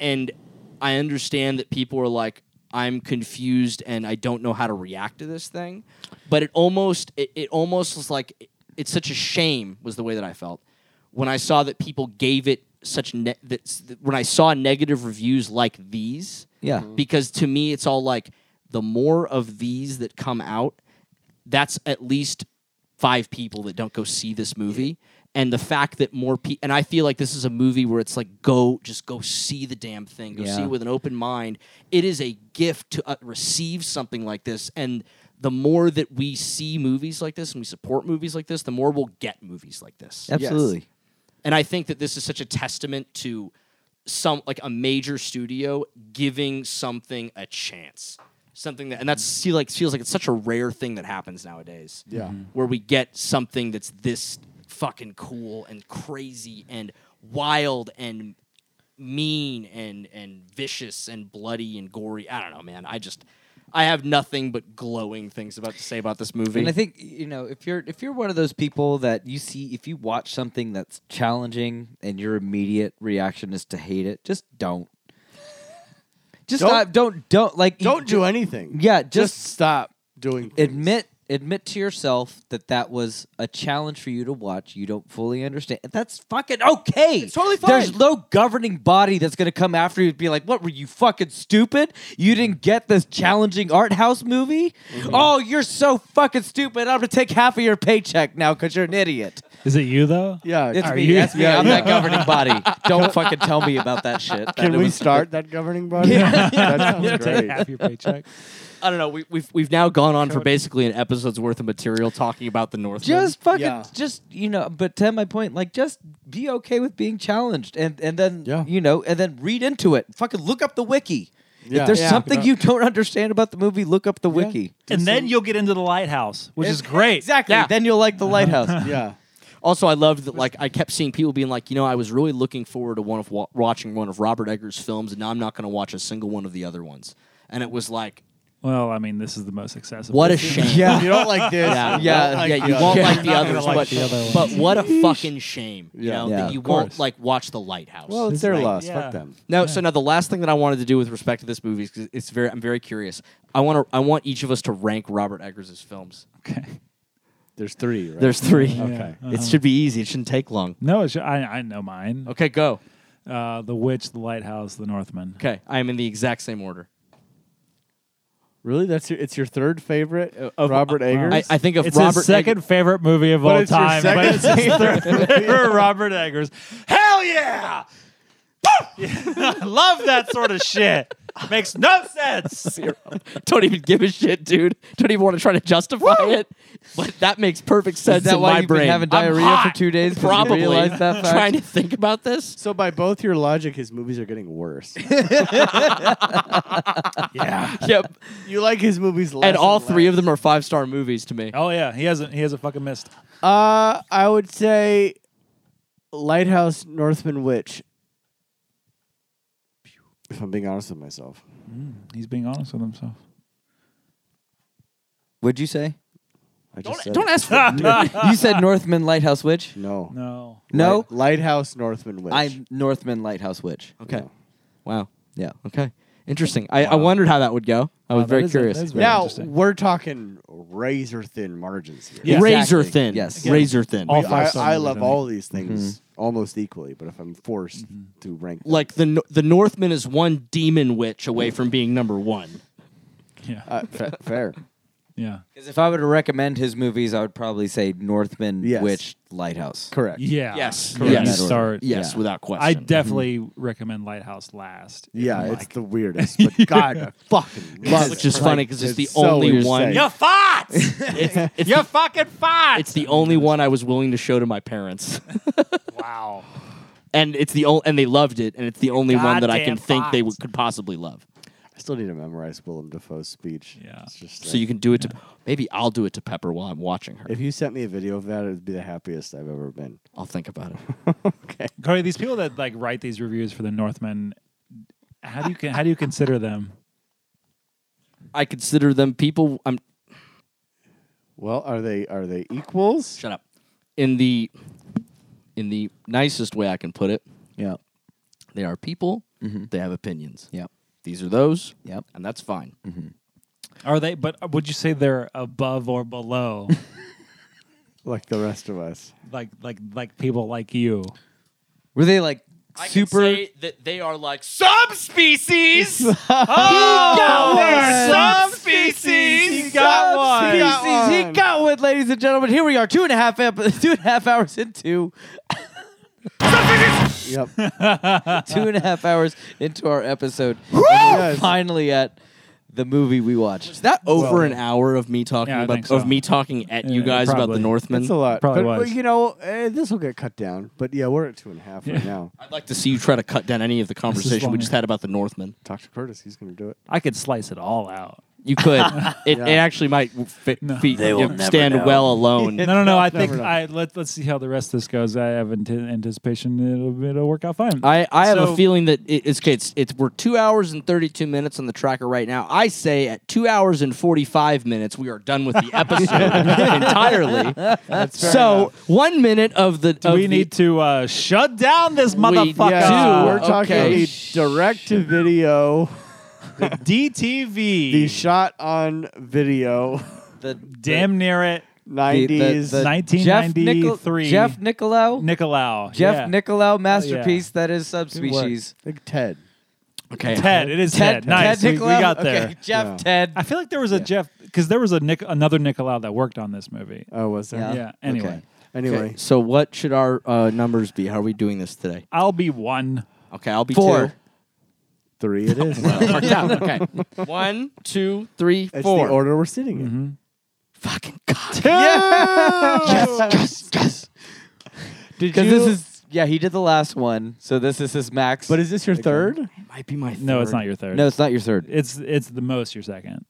[SPEAKER 5] and I understand that people are like, I'm confused and I don't know how to react to this thing. But it almost it, it almost was like it's such a shame was the way that I felt when I saw that people gave it such ne- that s- that when I saw negative reviews like these.
[SPEAKER 6] Yeah.
[SPEAKER 5] Because to me, it's all like the more of these that come out, that's at least five people that don't go see this movie. And the fact that more people, and I feel like this is a movie where it's like, go, just go see the damn thing, go see
[SPEAKER 6] Yeah.
[SPEAKER 5] it with an open mind. It is a gift to uh, receive something like this. And the more that we see movies like this and we support movies like this, the more we'll get movies like this.
[SPEAKER 6] Absolutely.
[SPEAKER 5] And I think that this is such a testament to some like a major studio giving something a chance. Something that and that's feel like feels like it's such a rare thing that happens nowadays. Yeah. Where we get something that's this fucking cool and crazy and wild and mean and and vicious and bloody and gory. I don't know, man. I just I have nothing but glowing things about to say about this movie.
[SPEAKER 6] And I think you know if you're if you're one of those people that you see if you watch something that's challenging and your immediate reaction is to hate it, just don't. Just
[SPEAKER 3] Don't-
[SPEAKER 6] not don't don't like you
[SPEAKER 3] Don't
[SPEAKER 6] ju-
[SPEAKER 3] do anything.
[SPEAKER 6] Yeah,
[SPEAKER 3] Just,
[SPEAKER 6] just
[SPEAKER 3] stop doing. things.
[SPEAKER 6] admit admit to yourself that that was a challenge for you to watch. You don't fully understand. That's fucking okay. It's
[SPEAKER 5] totally fine.
[SPEAKER 6] There's no governing body that's going to come after you and be like, "What were you fucking stupid? You didn't get this challenging art house movie? Oh, you're so fucking stupid. I'm going to take half of your paycheck now cuz you're an idiot."
[SPEAKER 4] Is it you though?
[SPEAKER 3] Yeah.
[SPEAKER 6] It's
[SPEAKER 3] Are
[SPEAKER 6] me.
[SPEAKER 3] you-
[SPEAKER 6] That's me.
[SPEAKER 3] yeah,
[SPEAKER 6] I'm
[SPEAKER 3] yeah.
[SPEAKER 6] that governing body. Don't fucking tell me about that shit.
[SPEAKER 3] Can
[SPEAKER 6] That
[SPEAKER 3] we
[SPEAKER 6] was-
[SPEAKER 3] start that governing body? That sounds great.
[SPEAKER 4] Half your paycheck.
[SPEAKER 5] I don't know. We, we've we've now gone on for basically an episode's worth of material talking about the North.
[SPEAKER 6] just fucking
[SPEAKER 3] Yeah.
[SPEAKER 6] just you know but to my point like just be okay with being challenged and and then
[SPEAKER 3] Yeah.
[SPEAKER 6] you know and then read into it fucking look up the wiki
[SPEAKER 3] Yeah.
[SPEAKER 6] If there's
[SPEAKER 3] Yeah.
[SPEAKER 6] something you don't understand about the movie, look up the wiki.
[SPEAKER 4] and then you'll get into the lighthouse, which is great.
[SPEAKER 6] Exactly. Then you'll like the lighthouse.
[SPEAKER 3] yeah.
[SPEAKER 5] Also, I loved that. Like, I kept seeing people being like, you know, I was really looking forward to one of wa- watching one of Robert Eggers' films, and now I'm not going to watch a single one of the other ones. And it was like,
[SPEAKER 4] Well, I mean, this is the most accessible.
[SPEAKER 5] what a shame.
[SPEAKER 3] If You don't like this.
[SPEAKER 5] Yeah,
[SPEAKER 3] you
[SPEAKER 6] Yeah,
[SPEAKER 3] don't like
[SPEAKER 5] yeah,
[SPEAKER 3] the
[SPEAKER 5] you
[SPEAKER 3] other.
[SPEAKER 5] won't
[SPEAKER 3] Yeah.
[SPEAKER 5] like the
[SPEAKER 4] Not gonna
[SPEAKER 5] others,
[SPEAKER 4] like
[SPEAKER 5] but,
[SPEAKER 4] the other ones.
[SPEAKER 5] but what a fucking shame, you know,
[SPEAKER 6] Yeah,
[SPEAKER 5] that you
[SPEAKER 6] of
[SPEAKER 5] won't
[SPEAKER 4] course.
[SPEAKER 5] like watch the lighthouse.
[SPEAKER 3] Well, it's their
[SPEAKER 4] Right,
[SPEAKER 3] loss.
[SPEAKER 4] yeah.
[SPEAKER 3] Fuck them.
[SPEAKER 5] No, so now the last thing that I wanted to do with respect to this movie is 'cause it's very I'm very curious. I want to I want each of us to rank Robert Eggers' films.
[SPEAKER 4] Okay.
[SPEAKER 3] There's three, right?
[SPEAKER 5] There's three.
[SPEAKER 4] Okay.
[SPEAKER 6] Uh-huh.
[SPEAKER 5] It should be easy. It shouldn't take long.
[SPEAKER 4] No, it's, I I know mine.
[SPEAKER 5] Okay, go.
[SPEAKER 4] Uh, the Witch, The Lighthouse, The Northman.
[SPEAKER 5] Okay, I am in the exact same order.
[SPEAKER 3] really? That's your, it's your third favorite uh,
[SPEAKER 4] Oh,
[SPEAKER 3] Robert Eggers?
[SPEAKER 5] I, I think of
[SPEAKER 4] It's
[SPEAKER 5] Robert
[SPEAKER 4] his second
[SPEAKER 5] Eggers-
[SPEAKER 4] favorite movie of all
[SPEAKER 3] it's your
[SPEAKER 4] time, but
[SPEAKER 3] second
[SPEAKER 4] it's his third favorite Robert Eggers. Hell yeah! Woo! I love that sort of shit. Makes no sense.
[SPEAKER 5] Don't even give a shit, dude. Don't even want to try to justify it. But that makes perfect sense
[SPEAKER 6] Is that
[SPEAKER 5] in
[SPEAKER 6] why
[SPEAKER 5] my
[SPEAKER 6] you've
[SPEAKER 5] brain.
[SPEAKER 6] been having
[SPEAKER 5] I'm
[SPEAKER 6] diarrhea
[SPEAKER 5] hot.
[SPEAKER 6] for two days? 'cause you
[SPEAKER 5] Probably
[SPEAKER 6] realized that fact?
[SPEAKER 5] trying to think about this.
[SPEAKER 3] so by both your logic, his movies are getting worse.
[SPEAKER 4] Yeah.
[SPEAKER 5] Yep.
[SPEAKER 3] you like his movies less.
[SPEAKER 5] and all three
[SPEAKER 3] less.
[SPEAKER 5] of them are five star movies to me.
[SPEAKER 4] Oh yeah, he hasn't. He hasn't fucking missed.
[SPEAKER 3] Uh, I would say Lighthouse, Northman, Witch. If I'm being honest with myself,
[SPEAKER 4] He's being honest with himself.
[SPEAKER 6] What'd you say?
[SPEAKER 3] I just said
[SPEAKER 5] Don't ask for
[SPEAKER 6] you said Northman Lighthouse Witch.
[SPEAKER 3] no.
[SPEAKER 4] No.
[SPEAKER 6] No,
[SPEAKER 3] Light- Lighthouse, Northman, Witch.
[SPEAKER 6] I'm Northman Lighthouse Witch.
[SPEAKER 5] Okay. Wow.
[SPEAKER 6] Yeah.
[SPEAKER 5] Okay. Interesting. I, I wondered how that would go. I
[SPEAKER 4] Wow,
[SPEAKER 5] was
[SPEAKER 4] that
[SPEAKER 5] very
[SPEAKER 4] is-
[SPEAKER 5] curious.
[SPEAKER 4] that is very
[SPEAKER 3] Now
[SPEAKER 4] interesting.
[SPEAKER 3] we're talking razor thin margins here.
[SPEAKER 4] Yeah.
[SPEAKER 5] Razor
[SPEAKER 6] Exactly.
[SPEAKER 5] thin.
[SPEAKER 6] Yes.
[SPEAKER 5] Razor thin.
[SPEAKER 4] All
[SPEAKER 3] I,
[SPEAKER 4] five-star
[SPEAKER 3] I
[SPEAKER 4] movies,
[SPEAKER 3] love
[SPEAKER 4] think.
[SPEAKER 3] all these things almost equally, but if I'm forced to rank, them,
[SPEAKER 5] Like the Nor- the Northman is one demon witch away from being number one.
[SPEAKER 4] Yeah.
[SPEAKER 3] uh, fa- fair.
[SPEAKER 4] yeah.
[SPEAKER 6] Because if I were to recommend his movies, I would probably say Northman
[SPEAKER 3] Yes.
[SPEAKER 6] Witch Lighthouse.
[SPEAKER 3] Correct.
[SPEAKER 4] Yeah.
[SPEAKER 5] Yes.
[SPEAKER 4] Yeah,
[SPEAKER 5] Yes.
[SPEAKER 4] you start.
[SPEAKER 5] Yes,
[SPEAKER 6] Yeah.
[SPEAKER 5] without question.
[SPEAKER 4] I definitely recommend Lighthouse last. if
[SPEAKER 3] Yeah,
[SPEAKER 4] I'm
[SPEAKER 3] it's
[SPEAKER 4] like-
[SPEAKER 3] the weirdest. But God, I fucking love
[SPEAKER 5] which
[SPEAKER 3] it.
[SPEAKER 5] is funny because it's, the
[SPEAKER 3] It's so
[SPEAKER 5] only
[SPEAKER 3] you're
[SPEAKER 5] one.
[SPEAKER 3] saying. You
[SPEAKER 4] farts.
[SPEAKER 5] It's, it's,
[SPEAKER 4] you fucking farts.
[SPEAKER 5] it's the only one I was willing to show to my parents,
[SPEAKER 4] wow.
[SPEAKER 5] and it's the only and they loved it, and it's the only one that I
[SPEAKER 4] Goddamn
[SPEAKER 5] can think they
[SPEAKER 4] fox.
[SPEAKER 5] would, could possibly love.
[SPEAKER 3] I still need to memorize Willem Dafoe's speech.
[SPEAKER 4] Yeah.
[SPEAKER 3] It's just
[SPEAKER 5] So
[SPEAKER 3] like-
[SPEAKER 5] you can do it to maybe I'll do it to Pepper while I'm watching her.
[SPEAKER 3] if you sent me a video of that, it would be the happiest I've ever been.
[SPEAKER 5] I'll think about it.
[SPEAKER 4] Cody, these people that like write these reviews for the Northmen, how do you con- how do you consider them?
[SPEAKER 5] I consider them people. I'm
[SPEAKER 3] Well, are they are they equals?
[SPEAKER 5] shut up. In the in the nicest way I can put it,
[SPEAKER 6] Yeah.
[SPEAKER 5] they are people. They have opinions.
[SPEAKER 6] Yep.
[SPEAKER 5] These are those.
[SPEAKER 6] Yep.
[SPEAKER 5] And that's fine.
[SPEAKER 4] Are they? But would you say they're above or below,
[SPEAKER 3] Like the rest of us.
[SPEAKER 4] like like like people like you?
[SPEAKER 6] Were they like super?
[SPEAKER 5] that they are like subspecies.
[SPEAKER 6] Oh,
[SPEAKER 5] subspecies.
[SPEAKER 6] He got, one. he got one, ladies and gentlemen. Here we are, two and a half ep- two and a half hours into
[SPEAKER 3] Yep.
[SPEAKER 6] two and a half hours into our episode.
[SPEAKER 3] Yes.
[SPEAKER 6] Finally, at the movie we watched.
[SPEAKER 5] That over an hour of me talking
[SPEAKER 4] Yeah, I
[SPEAKER 5] about
[SPEAKER 4] think so.
[SPEAKER 5] of me talking at
[SPEAKER 4] Yeah,
[SPEAKER 5] you guys about
[SPEAKER 4] probably.
[SPEAKER 5] the Northmen.
[SPEAKER 3] That's a lot.
[SPEAKER 4] Probably
[SPEAKER 3] but, but,
[SPEAKER 4] was.
[SPEAKER 3] you know, uh, this will get cut down. But yeah, we're at two and a half right
[SPEAKER 4] Yeah.
[SPEAKER 3] now.
[SPEAKER 5] I'd like to see you try to cut down any of the conversation we
[SPEAKER 4] longer.
[SPEAKER 5] just had about the Northmen.
[SPEAKER 3] Talk to Curtis. He's going to do it.
[SPEAKER 4] I could slice it all out.
[SPEAKER 5] You could. it, it actually might fit, feet, stand well alone.
[SPEAKER 4] No, no, no. I think
[SPEAKER 3] never know.
[SPEAKER 4] I let let's see how the rest of this goes. I have ant- anticipation it'll it'll work out fine.
[SPEAKER 5] I, I have
[SPEAKER 4] So-
[SPEAKER 5] a feeling that it, it's, okay, it's it's we're two hours and thirty two minutes on the tracker right now. I say at two hours and forty five minutes we are done with the episode entirely. so one minute of the
[SPEAKER 4] Do
[SPEAKER 5] of
[SPEAKER 4] we
[SPEAKER 5] the-
[SPEAKER 4] need to uh, shut down this motherfucker.
[SPEAKER 5] yeah,
[SPEAKER 3] Dude,
[SPEAKER 5] Uh,
[SPEAKER 3] we're talking
[SPEAKER 5] okay.
[SPEAKER 3] a direct to video,
[SPEAKER 4] uh, DTV.
[SPEAKER 3] the shot on video,
[SPEAKER 6] The
[SPEAKER 4] damn near it.
[SPEAKER 3] 90s.
[SPEAKER 6] the- Jeff,
[SPEAKER 4] 1993.
[SPEAKER 6] Nicol- Jeff Nicolau.
[SPEAKER 4] Nicolau.
[SPEAKER 6] Jeff
[SPEAKER 4] yeah.
[SPEAKER 6] Nicolau masterpiece that is subspecies.
[SPEAKER 3] Like Ted.
[SPEAKER 5] okay
[SPEAKER 4] Ted. It is Ted. Nice.
[SPEAKER 6] Ted
[SPEAKER 4] we, we
[SPEAKER 6] Nicolau?
[SPEAKER 4] got there.
[SPEAKER 6] Okay, Jeff
[SPEAKER 3] Yeah.
[SPEAKER 6] Ted.
[SPEAKER 4] I feel like there was a Jeff because there was a Nic- another Nicolau that worked on this movie.
[SPEAKER 3] Oh, was there?
[SPEAKER 6] Yeah.
[SPEAKER 4] yeah. Anyway,
[SPEAKER 6] Okay.
[SPEAKER 3] Anyway.
[SPEAKER 5] Okay, so what should our uh, numbers be? How are we doing this today?
[SPEAKER 4] I'll be one.
[SPEAKER 5] uh, Okay, I'll be
[SPEAKER 6] Four.
[SPEAKER 3] Three it is.
[SPEAKER 5] two. Marked out. Okay, one, two, three,
[SPEAKER 3] It's
[SPEAKER 5] four.
[SPEAKER 3] the order we're sitting in.
[SPEAKER 5] Fucking god.
[SPEAKER 6] Yes, yes, yes.
[SPEAKER 3] Did
[SPEAKER 6] Because this is yeah, he did the last one, so this is his max.
[SPEAKER 3] But is this your third?
[SPEAKER 9] Might be my third.
[SPEAKER 4] No, it's not your third.
[SPEAKER 6] no, it's not your third.
[SPEAKER 4] it's it's the most your second.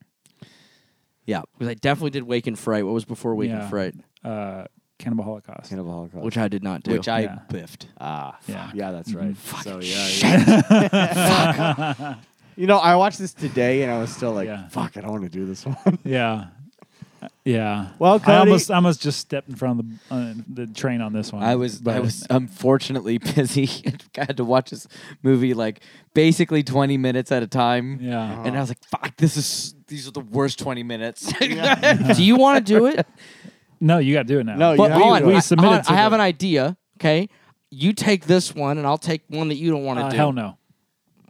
[SPEAKER 6] Yeah,
[SPEAKER 9] Because I definitely did Wake and Fright. What was before Wake
[SPEAKER 4] Yeah.
[SPEAKER 9] and Fright?
[SPEAKER 4] Uh, Cannibal Holocaust.
[SPEAKER 6] Cannibal Holocaust,
[SPEAKER 9] Which I did not do.
[SPEAKER 6] which I
[SPEAKER 4] Yeah.
[SPEAKER 6] biffed. Ah,
[SPEAKER 4] yeah.
[SPEAKER 3] Yeah, that's right. So yeah, yeah. you know, I watched this today and I was still like,
[SPEAKER 4] Yeah.
[SPEAKER 3] "Fuck, I don't want to do this one."
[SPEAKER 4] Yeah. Uh, Yeah.
[SPEAKER 3] Well,
[SPEAKER 4] I
[SPEAKER 3] Cody-
[SPEAKER 4] almost I almost just stepped in front of the uh, the train on this one.
[SPEAKER 6] I was I
[SPEAKER 4] but-
[SPEAKER 6] was unfortunately busy. I had to watch this movie like basically twenty minutes at a time.
[SPEAKER 4] Yeah.
[SPEAKER 6] and I was like, "Fuck, this is these are the worst twenty minutes."
[SPEAKER 5] do you want to do it?
[SPEAKER 4] No, you got to do it now.
[SPEAKER 3] No,
[SPEAKER 5] But
[SPEAKER 3] you
[SPEAKER 5] hold on,
[SPEAKER 4] we
[SPEAKER 5] I,
[SPEAKER 4] submitted
[SPEAKER 5] hold on,
[SPEAKER 4] to
[SPEAKER 5] I have
[SPEAKER 4] the-
[SPEAKER 5] an idea. Okay, you take this one, and I'll take one that you don't want to
[SPEAKER 4] Uh,
[SPEAKER 5] do.
[SPEAKER 4] hell no.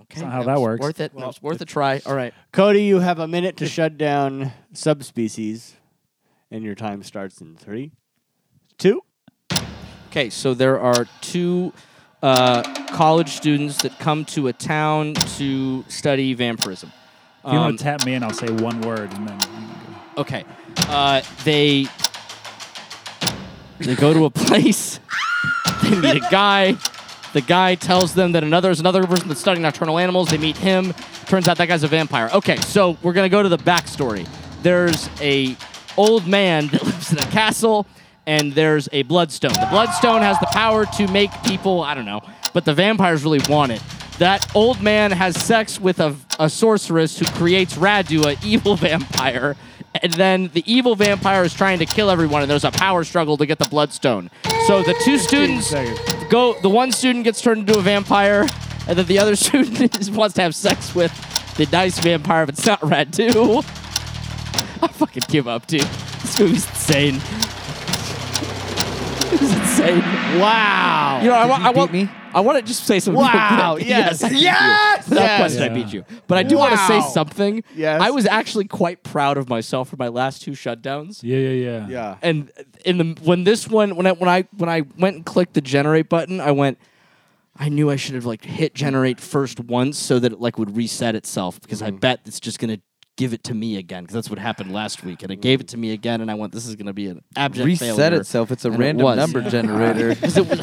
[SPEAKER 5] okay,
[SPEAKER 4] not how
[SPEAKER 5] it
[SPEAKER 4] that
[SPEAKER 5] was
[SPEAKER 4] works.
[SPEAKER 5] Worth it. it was worth a try. All right.
[SPEAKER 3] Cody, you have a minute to shut down subspecies, and your time starts in three, two.
[SPEAKER 5] Okay, so there are two uh, college students that come to a town to study vampirism.
[SPEAKER 4] If you
[SPEAKER 5] Um,
[SPEAKER 4] want to tap me in, I'll say one word and then. you can go.
[SPEAKER 5] okay, uh, they they go to a place. they meet a guy. The guy tells them that another is another person that's studying nocturnal animals. They meet him. Turns out that guy's a vampire. Okay, so we're gonna go to the backstory. There's a old man that lives in a castle, and there's a bloodstone. The bloodstone has the power to make people I don't know, but the vampires really want it. That old man has sex with a, a sorceress who creates Radu, an evil vampire, and then the evil vampire is trying to kill everyone, and there's a power struggle to get the bloodstone. So the two students
[SPEAKER 4] seconds.
[SPEAKER 5] go the one student gets turned into a vampire and then the other student is, wants to have sex with the nice vampire but it's not Radu. I fucking give up, dude. This movie's insane. This is insane. Wow. You know, I, wa- I want me. I want to just say something. real
[SPEAKER 3] Wow,
[SPEAKER 5] quick.
[SPEAKER 3] yes.
[SPEAKER 5] yes, I beat you.
[SPEAKER 3] Yes,
[SPEAKER 5] Without
[SPEAKER 3] yes.
[SPEAKER 5] question, I
[SPEAKER 4] Yeah.
[SPEAKER 5] beat you. But I do want to say
[SPEAKER 3] Wow.
[SPEAKER 5] something.
[SPEAKER 3] Yes.
[SPEAKER 5] I was actually quite proud of myself for my last two shutdowns
[SPEAKER 4] Yeah, yeah, yeah.
[SPEAKER 3] Yeah.
[SPEAKER 5] and in the when this one when I when I when I went and clicked the generate button, I went. I knew I should have like hit generate first once so that it like would reset itself because I bet it's just gonna give it to me again because that's what happened last week and it gave it to me again and I went this is gonna be an abject
[SPEAKER 6] Reset
[SPEAKER 5] failure.
[SPEAKER 6] itself. It's a
[SPEAKER 5] And it
[SPEAKER 6] random
[SPEAKER 5] was.
[SPEAKER 6] number generator.
[SPEAKER 5] 'Cause it was-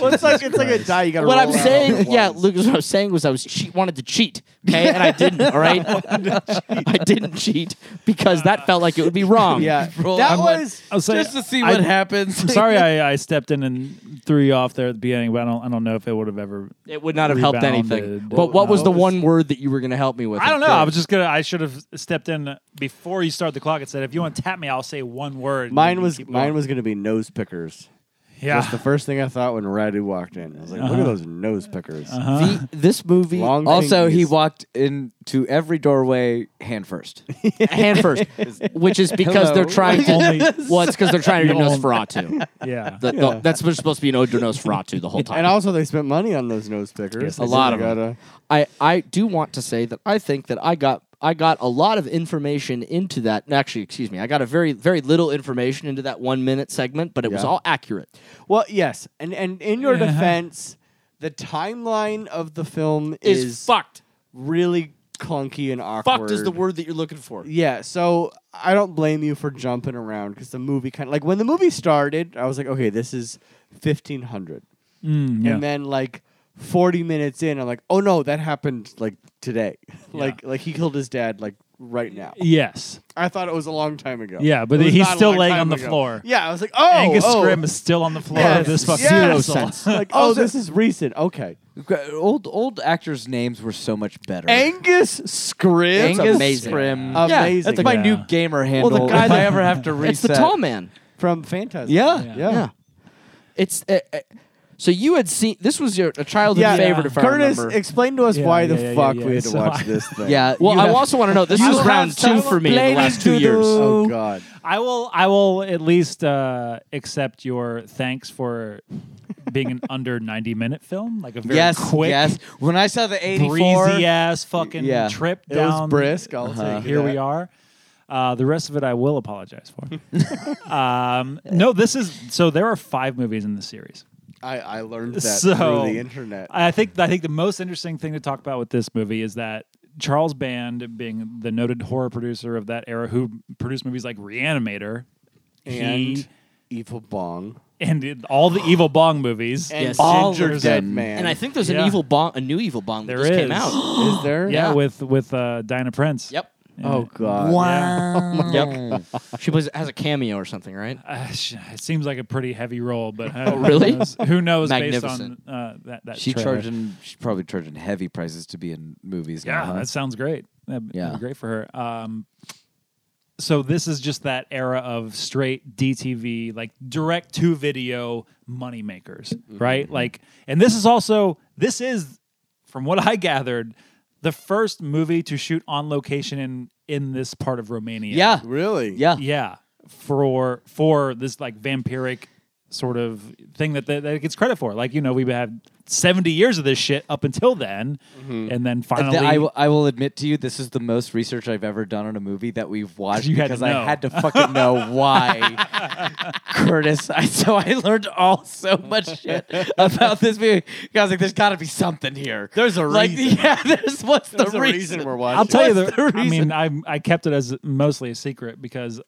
[SPEAKER 3] well, it's like it's like a die. You got to.
[SPEAKER 5] what I'm saying, yeah, Lucas, what I was saying was I was che- wanted to cheat, okay, and I didn't. All right, I didn't cheat because that felt like it would be wrong.
[SPEAKER 3] Yeah,
[SPEAKER 6] Roll.
[SPEAKER 3] that
[SPEAKER 6] I'm like-
[SPEAKER 3] was.
[SPEAKER 4] I'll say,
[SPEAKER 6] Just to see what
[SPEAKER 4] I-
[SPEAKER 6] happens.
[SPEAKER 4] I'm sorry I, I stepped in and threw you off there at the beginning, but I don't I don't know if it would have ever.
[SPEAKER 5] It would not have helped anything.
[SPEAKER 4] Rebounded.
[SPEAKER 5] But what was
[SPEAKER 4] No,
[SPEAKER 5] the
[SPEAKER 4] it was-
[SPEAKER 5] one word that you were going to help me with?
[SPEAKER 4] I don't know. I was just gonna. I should have stepped in before you start the clock and said, "If you want to tap me, I'll say one word."
[SPEAKER 3] Mine was mine was gonna be nose pickers.
[SPEAKER 4] Yeah.
[SPEAKER 3] That's the first thing I thought when Radu walked in. I was like, look at those nose pickers.
[SPEAKER 5] The- this movie,
[SPEAKER 3] Long
[SPEAKER 6] Also, he
[SPEAKER 3] fingies.
[SPEAKER 6] walked into every doorway hand first.
[SPEAKER 5] hand first, which is because they're trying to.
[SPEAKER 4] Only-
[SPEAKER 5] well, it's because they're trying to do
[SPEAKER 4] You're only-
[SPEAKER 5] Nosferatu.
[SPEAKER 4] yeah.
[SPEAKER 5] The, the, that's what's supposed to be an ode to Nosferatu the whole time.
[SPEAKER 3] And also, they spent money on those nose pickers.
[SPEAKER 4] Yes,
[SPEAKER 3] So
[SPEAKER 4] they
[SPEAKER 3] they
[SPEAKER 5] lot of 'em.
[SPEAKER 3] gotta-
[SPEAKER 5] I, I do want to say that I think that I got I got a lot of information into that. Actually, excuse me, I got a very very little information into that one minute segment, but it was
[SPEAKER 3] Yeah.
[SPEAKER 5] all accurate.
[SPEAKER 3] Well, yes, and and in your defense, the timeline of the film
[SPEAKER 5] Is,
[SPEAKER 3] is,
[SPEAKER 5] fucked.
[SPEAKER 3] really clunky and awkward.
[SPEAKER 5] Fucked is the word that you're looking for.
[SPEAKER 3] Yeah, so I don't blame you for jumping around because the movie kind of like when the movie started, I was like, okay, this is fifteen hundred,
[SPEAKER 4] Mm, yeah.
[SPEAKER 3] and then like forty minutes in, I'm like, oh no, that happened like today, like like he killed his dad like right now.
[SPEAKER 4] yes.
[SPEAKER 3] I thought it was a long time ago.
[SPEAKER 4] Yeah, but
[SPEAKER 3] It was
[SPEAKER 4] he's
[SPEAKER 3] not a
[SPEAKER 4] still
[SPEAKER 3] long
[SPEAKER 4] laying
[SPEAKER 3] time
[SPEAKER 4] on the
[SPEAKER 3] ago.
[SPEAKER 4] floor.
[SPEAKER 3] Yeah, I was like, oh,
[SPEAKER 4] Angus
[SPEAKER 3] oh.
[SPEAKER 4] Scrimm is still on the floor
[SPEAKER 3] Yes,
[SPEAKER 4] of this fucking
[SPEAKER 3] yes.
[SPEAKER 4] castle.
[SPEAKER 3] Like, oh, this is recent. Okay.
[SPEAKER 6] Old old actors' names were so much better.
[SPEAKER 3] Angus Scrimm.
[SPEAKER 6] Angus
[SPEAKER 5] amazing.
[SPEAKER 6] Scrimm.
[SPEAKER 3] Amazing.
[SPEAKER 6] that's my
[SPEAKER 4] Yeah.
[SPEAKER 6] new gamer handle.
[SPEAKER 5] Well, the guy
[SPEAKER 6] if I
[SPEAKER 5] that-
[SPEAKER 6] ever have to reset,
[SPEAKER 5] It's the tall man.
[SPEAKER 3] From Phantasm.
[SPEAKER 6] Yeah.
[SPEAKER 3] Yeah.
[SPEAKER 4] Yeah.
[SPEAKER 3] Yeah.
[SPEAKER 5] It's uh, uh, so you had seen this was your a childhood favorite if I
[SPEAKER 3] Curtis,
[SPEAKER 5] remember.
[SPEAKER 3] explain to us
[SPEAKER 4] Yeah,
[SPEAKER 3] why
[SPEAKER 4] yeah,
[SPEAKER 3] the
[SPEAKER 4] yeah,
[SPEAKER 3] fuck
[SPEAKER 4] yeah,
[SPEAKER 3] we had to
[SPEAKER 4] so
[SPEAKER 3] watch
[SPEAKER 4] I-
[SPEAKER 3] this thing.
[SPEAKER 6] Yeah.
[SPEAKER 5] well,
[SPEAKER 6] you
[SPEAKER 5] I
[SPEAKER 6] have-
[SPEAKER 5] also want to know. This
[SPEAKER 6] you
[SPEAKER 5] was
[SPEAKER 6] have
[SPEAKER 5] round two
[SPEAKER 6] some
[SPEAKER 5] for me in the
[SPEAKER 6] planning
[SPEAKER 5] last
[SPEAKER 6] to
[SPEAKER 5] two years.
[SPEAKER 6] do.
[SPEAKER 3] Oh God.
[SPEAKER 4] I will. I will at least uh, accept your thanks for being an under ninety minute film, like a very
[SPEAKER 6] yes,
[SPEAKER 4] quick,
[SPEAKER 6] yes. When I saw the eighty-four,
[SPEAKER 4] breezy ass fucking
[SPEAKER 6] Yeah.
[SPEAKER 4] trip
[SPEAKER 3] It was
[SPEAKER 4] down.
[SPEAKER 3] brisk. I'll take
[SPEAKER 4] Here
[SPEAKER 3] that.
[SPEAKER 4] we are. Uh, the rest of it, I will apologize for. um, no, this is so. There are five movies in the series.
[SPEAKER 3] I, I learned that
[SPEAKER 4] So-
[SPEAKER 3] through the internet.
[SPEAKER 4] I think I think the most interesting thing to talk about with this movie is that Charles Band, being the noted horror producer of that era, who produced movies like Reanimator,
[SPEAKER 3] And-
[SPEAKER 4] he
[SPEAKER 3] Evil Bong,
[SPEAKER 4] and in all the Evil Bong movies.
[SPEAKER 3] and
[SPEAKER 5] Yes.
[SPEAKER 6] All
[SPEAKER 3] Ginger
[SPEAKER 6] of
[SPEAKER 3] Dead
[SPEAKER 6] them.
[SPEAKER 3] Man.
[SPEAKER 5] And I think there's an
[SPEAKER 4] Yeah.
[SPEAKER 5] evil bomb, a new evil bomb that
[SPEAKER 4] There
[SPEAKER 5] just came
[SPEAKER 4] is.
[SPEAKER 5] out.
[SPEAKER 3] is there.
[SPEAKER 4] yeah,
[SPEAKER 5] Yeah.
[SPEAKER 4] with with uh, Diana Prince.
[SPEAKER 5] yep.
[SPEAKER 3] Oh God.
[SPEAKER 4] Oh
[SPEAKER 6] Wow.
[SPEAKER 5] Yep. she plays has a cameo or something, right?
[SPEAKER 4] Uh, sh- it seems like a pretty heavy role, but uh,
[SPEAKER 5] really?
[SPEAKER 4] Who knows, who knows based on
[SPEAKER 5] Magnificent.
[SPEAKER 4] uh, that that
[SPEAKER 6] She
[SPEAKER 4] trailer.
[SPEAKER 6] charging. She's probably charging heavy prices to be in movies.
[SPEAKER 4] Yeah,
[SPEAKER 6] now, huh?
[SPEAKER 4] that sounds great. That'd, be- that'd be
[SPEAKER 6] Uh-huh. Yeah.
[SPEAKER 4] great for her. Um, so this is just that era of straight DTV, like direct to video moneymakers,
[SPEAKER 6] Mm-hmm.
[SPEAKER 4] right? Like, and this is also this is, from what I gathered, the first movie to shoot on location in in this part of Romania.
[SPEAKER 6] yeah,
[SPEAKER 3] Really?
[SPEAKER 6] yeah.
[SPEAKER 4] yeah, for for this like vampiric sort of thing that that, that it gets credit for. Like, you know, we've had seventy years of this shit up until then, and then
[SPEAKER 6] Th-
[SPEAKER 4] finally,
[SPEAKER 6] Mm-hmm. I, will, I will admit to you, this is the most research I've ever done on a movie that we've watched
[SPEAKER 4] You had to
[SPEAKER 6] because
[SPEAKER 4] know.
[SPEAKER 6] I had to fucking know why Curtis. I, so I learned all so much shit about this movie. I was like, "There's got to be something here."
[SPEAKER 3] There's a
[SPEAKER 6] like,
[SPEAKER 3] reason.
[SPEAKER 6] yeah, there's what's
[SPEAKER 3] There's
[SPEAKER 6] the
[SPEAKER 3] a
[SPEAKER 6] reason?
[SPEAKER 3] reason we're watching.
[SPEAKER 4] I'll tell you the,
[SPEAKER 6] What's the
[SPEAKER 4] I mean, I I kept it as mostly a secret because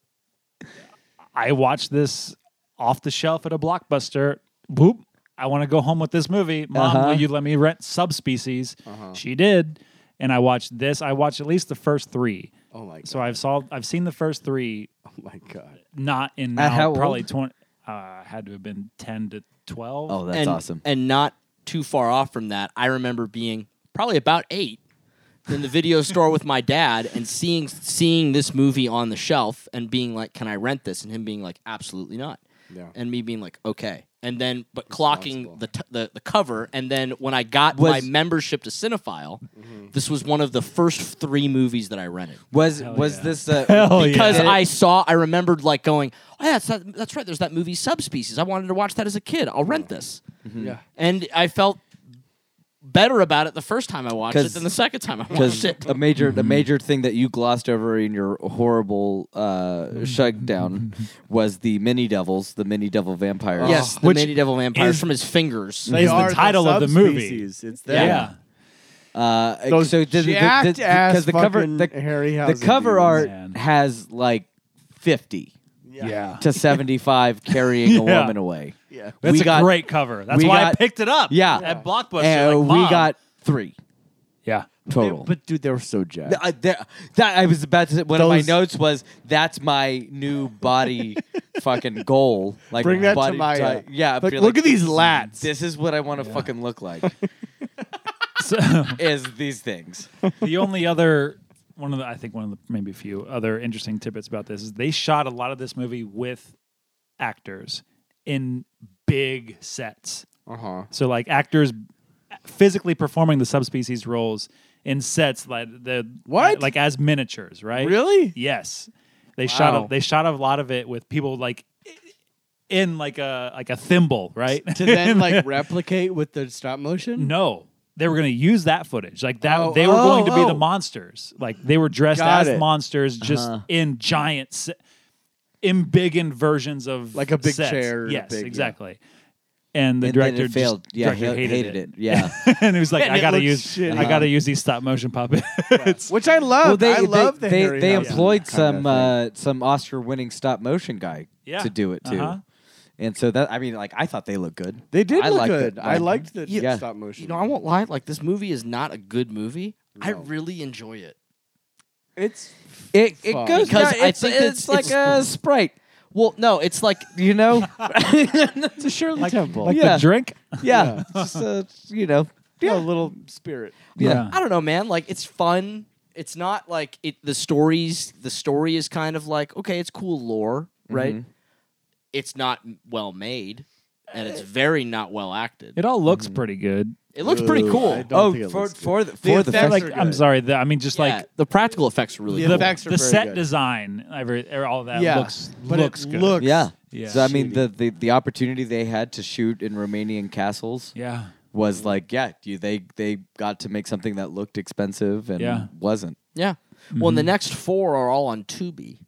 [SPEAKER 4] I watched this off the shelf at a blockbuster. Whoop! I want to go home with this movie. Mom, will
[SPEAKER 6] Uh-huh.
[SPEAKER 4] you let me rent Subspecies? She did, and I watched this. I watched at least the first three.
[SPEAKER 3] Oh my God.
[SPEAKER 4] So I've saw I've seen the first three,
[SPEAKER 3] Oh my God.
[SPEAKER 4] not in
[SPEAKER 6] At
[SPEAKER 4] now
[SPEAKER 6] how old?
[SPEAKER 4] probably twenty. Uh, had to have been ten to twelve.
[SPEAKER 6] Oh, that's
[SPEAKER 5] and,
[SPEAKER 6] awesome.
[SPEAKER 5] And not too far off from that, I remember being probably about eight in the video store with my dad and seeing seeing this movie on the shelf and being like, "Can I rent this?" and him being like, "Absolutely not."
[SPEAKER 3] Yeah.
[SPEAKER 5] And me being like, "Okay." And then, but clocking the, t- the the cover, and then when I got my
[SPEAKER 6] Was- Mm-hmm.
[SPEAKER 5] membership to Cinephile, this was one of the first three movies that I rented
[SPEAKER 6] was was
[SPEAKER 4] yeah.
[SPEAKER 6] this uh,
[SPEAKER 4] Hell yeah.
[SPEAKER 5] because
[SPEAKER 6] did it-
[SPEAKER 5] I saw, I remembered like going, oh, yeah, that's, that, that's right. There's that movie Subspecies. I wanted to watch that as a kid. I'll rent this.
[SPEAKER 3] Yeah.
[SPEAKER 5] And I felt better about it the first time I watched it
[SPEAKER 6] 'Cause-
[SPEAKER 5] than the second time I watched
[SPEAKER 6] because
[SPEAKER 5] it.
[SPEAKER 6] a major a major thing that you glossed over in your horrible uh, shutdown was the mini devils, the mini devil vampires.
[SPEAKER 5] yes, the
[SPEAKER 4] Which
[SPEAKER 5] mini devil vampires
[SPEAKER 4] is-
[SPEAKER 5] from his fingers.
[SPEAKER 3] They
[SPEAKER 4] Is the
[SPEAKER 3] are
[SPEAKER 4] title of the movie.
[SPEAKER 3] subspecies. It's
[SPEAKER 4] yeah.
[SPEAKER 3] there.
[SPEAKER 6] Uh,
[SPEAKER 3] Those
[SPEAKER 6] so did- did- did-
[SPEAKER 3] jacked-ass
[SPEAKER 6] because the cover
[SPEAKER 3] fucking
[SPEAKER 6] the, the
[SPEAKER 3] Harryhausen
[SPEAKER 6] cover
[SPEAKER 3] dudes.
[SPEAKER 6] art
[SPEAKER 4] Man.
[SPEAKER 6] has like fifty
[SPEAKER 3] Yeah.
[SPEAKER 6] to seventy five carrying a
[SPEAKER 4] Yeah.
[SPEAKER 6] woman away.
[SPEAKER 3] Yeah.
[SPEAKER 4] That's
[SPEAKER 6] We
[SPEAKER 4] a
[SPEAKER 6] got-
[SPEAKER 4] great cover. That's
[SPEAKER 6] we
[SPEAKER 4] why I
[SPEAKER 6] got-
[SPEAKER 4] picked it up.
[SPEAKER 6] Yeah.
[SPEAKER 4] at Blockbuster.
[SPEAKER 6] And
[SPEAKER 4] like,
[SPEAKER 6] we
[SPEAKER 4] Mom.
[SPEAKER 6] got three
[SPEAKER 4] yeah.
[SPEAKER 6] total.
[SPEAKER 3] But dude, they were so jacked.
[SPEAKER 6] Th- I, there- that I was about to say. One of my
[SPEAKER 3] Those-
[SPEAKER 6] notes was that's my new body fucking goal. Like
[SPEAKER 3] Bring that
[SPEAKER 6] body
[SPEAKER 3] to my
[SPEAKER 6] type. yeah.
[SPEAKER 3] Like,
[SPEAKER 6] be
[SPEAKER 3] look
[SPEAKER 6] like,
[SPEAKER 3] at these lats.
[SPEAKER 6] This is what I want to fucking look like.
[SPEAKER 4] So-
[SPEAKER 6] is these things?
[SPEAKER 4] the only other one of the I think one of the maybe a few other interesting tidbits about this is they shot a lot of this movie with actors in big sets.
[SPEAKER 3] Uh huh.
[SPEAKER 4] So like actors physically performing the subspecies roles in sets like the
[SPEAKER 3] What?
[SPEAKER 4] like as miniatures, right?
[SPEAKER 3] Really?
[SPEAKER 4] Yes. They shot
[SPEAKER 3] Wow.
[SPEAKER 4] a, they shot a lot of it with people like in like a like a thimble, right?
[SPEAKER 3] to then like replicate with the stop motion.
[SPEAKER 4] No, they were going to use that footage. Like that,
[SPEAKER 3] Mm. Oh,
[SPEAKER 4] they were going
[SPEAKER 3] oh,
[SPEAKER 4] to be the
[SPEAKER 3] oh.
[SPEAKER 4] monsters. Like they were dressed
[SPEAKER 3] Got
[SPEAKER 4] as
[SPEAKER 3] it. Uh-huh.
[SPEAKER 4] monsters, just in giant, se- in big inversions of
[SPEAKER 3] Like a big
[SPEAKER 4] sets.
[SPEAKER 3] chair and a
[SPEAKER 4] Yes,
[SPEAKER 3] big- yeah.
[SPEAKER 4] exactly. And the
[SPEAKER 6] And then
[SPEAKER 4] director
[SPEAKER 6] it
[SPEAKER 4] just-
[SPEAKER 6] failed. yeah,
[SPEAKER 4] director
[SPEAKER 6] he-
[SPEAKER 4] hated, it,
[SPEAKER 6] Yeah.
[SPEAKER 4] and he was like,
[SPEAKER 3] And
[SPEAKER 4] "I
[SPEAKER 3] it
[SPEAKER 4] gotta
[SPEAKER 3] looks
[SPEAKER 4] use,
[SPEAKER 3] shitty. Uh-huh.
[SPEAKER 4] I gotta use these stop motion puppets."
[SPEAKER 3] Which I love. I love
[SPEAKER 6] they,
[SPEAKER 3] the
[SPEAKER 6] they,
[SPEAKER 3] Harry
[SPEAKER 6] they
[SPEAKER 3] Housen
[SPEAKER 6] employed
[SPEAKER 3] kinda
[SPEAKER 6] some
[SPEAKER 3] thing.
[SPEAKER 6] uh, some Oscar winning stop motion guy
[SPEAKER 4] Yeah.
[SPEAKER 6] to do it too.
[SPEAKER 4] Uh-huh.
[SPEAKER 6] And so that I mean, like I thought they looked good.
[SPEAKER 3] they did
[SPEAKER 6] I
[SPEAKER 3] look
[SPEAKER 6] liked it.
[SPEAKER 3] good. I
[SPEAKER 6] Like,
[SPEAKER 3] liked the
[SPEAKER 6] Yeah.
[SPEAKER 3] stop motion.
[SPEAKER 5] You know, I won't lie. Like this movie is not a good movie. I really enjoy it.
[SPEAKER 3] It's
[SPEAKER 6] it. It
[SPEAKER 3] Fuck.
[SPEAKER 6] goes
[SPEAKER 5] Because
[SPEAKER 6] because
[SPEAKER 5] I
[SPEAKER 6] it's,
[SPEAKER 5] think it's-
[SPEAKER 6] it's, like a sprite.
[SPEAKER 5] Well, no, it's like
[SPEAKER 6] You know,
[SPEAKER 3] it's a Shirley Temple.
[SPEAKER 4] like
[SPEAKER 6] Yeah.
[SPEAKER 4] the drink.
[SPEAKER 6] yeah, it's just uh, you know,
[SPEAKER 3] yeah, a little spirit.
[SPEAKER 6] yeah.
[SPEAKER 5] I don't know, man. Like it's fun. It's not like it. The stories. The story is kind of like okay, it's cool lore, right? It's not m- well made, and it's very not well acted.
[SPEAKER 4] It all
[SPEAKER 3] Mm-hmm.
[SPEAKER 4] looks pretty good.
[SPEAKER 5] It looks pretty cool.
[SPEAKER 3] I don't
[SPEAKER 6] Oh,
[SPEAKER 3] think it
[SPEAKER 6] for
[SPEAKER 3] looks good.
[SPEAKER 6] for the
[SPEAKER 3] The
[SPEAKER 6] for the
[SPEAKER 3] effects
[SPEAKER 6] fact-
[SPEAKER 4] Like
[SPEAKER 3] are
[SPEAKER 4] I'm
[SPEAKER 3] good.
[SPEAKER 4] sorry, the, I mean just
[SPEAKER 5] Yeah,
[SPEAKER 4] like
[SPEAKER 5] the practical effects are really
[SPEAKER 3] The
[SPEAKER 5] cool.
[SPEAKER 3] effects are
[SPEAKER 4] the
[SPEAKER 3] very
[SPEAKER 4] set
[SPEAKER 3] good.
[SPEAKER 4] design, every, all that
[SPEAKER 3] Yeah,
[SPEAKER 4] looks
[SPEAKER 3] but it
[SPEAKER 4] looks good.
[SPEAKER 3] looks-
[SPEAKER 6] yeah.
[SPEAKER 4] Yeah.
[SPEAKER 6] So I mean, the, the the opportunity they had to shoot in Romanian castles
[SPEAKER 4] yeah.
[SPEAKER 5] Mm-hmm.
[SPEAKER 6] was like, yeah, you, they they got to make something that looked expensive and
[SPEAKER 4] Yeah.
[SPEAKER 6] wasn't.
[SPEAKER 5] yeah. Well,
[SPEAKER 6] Mm-hmm.
[SPEAKER 5] and the next four are all on Tubi,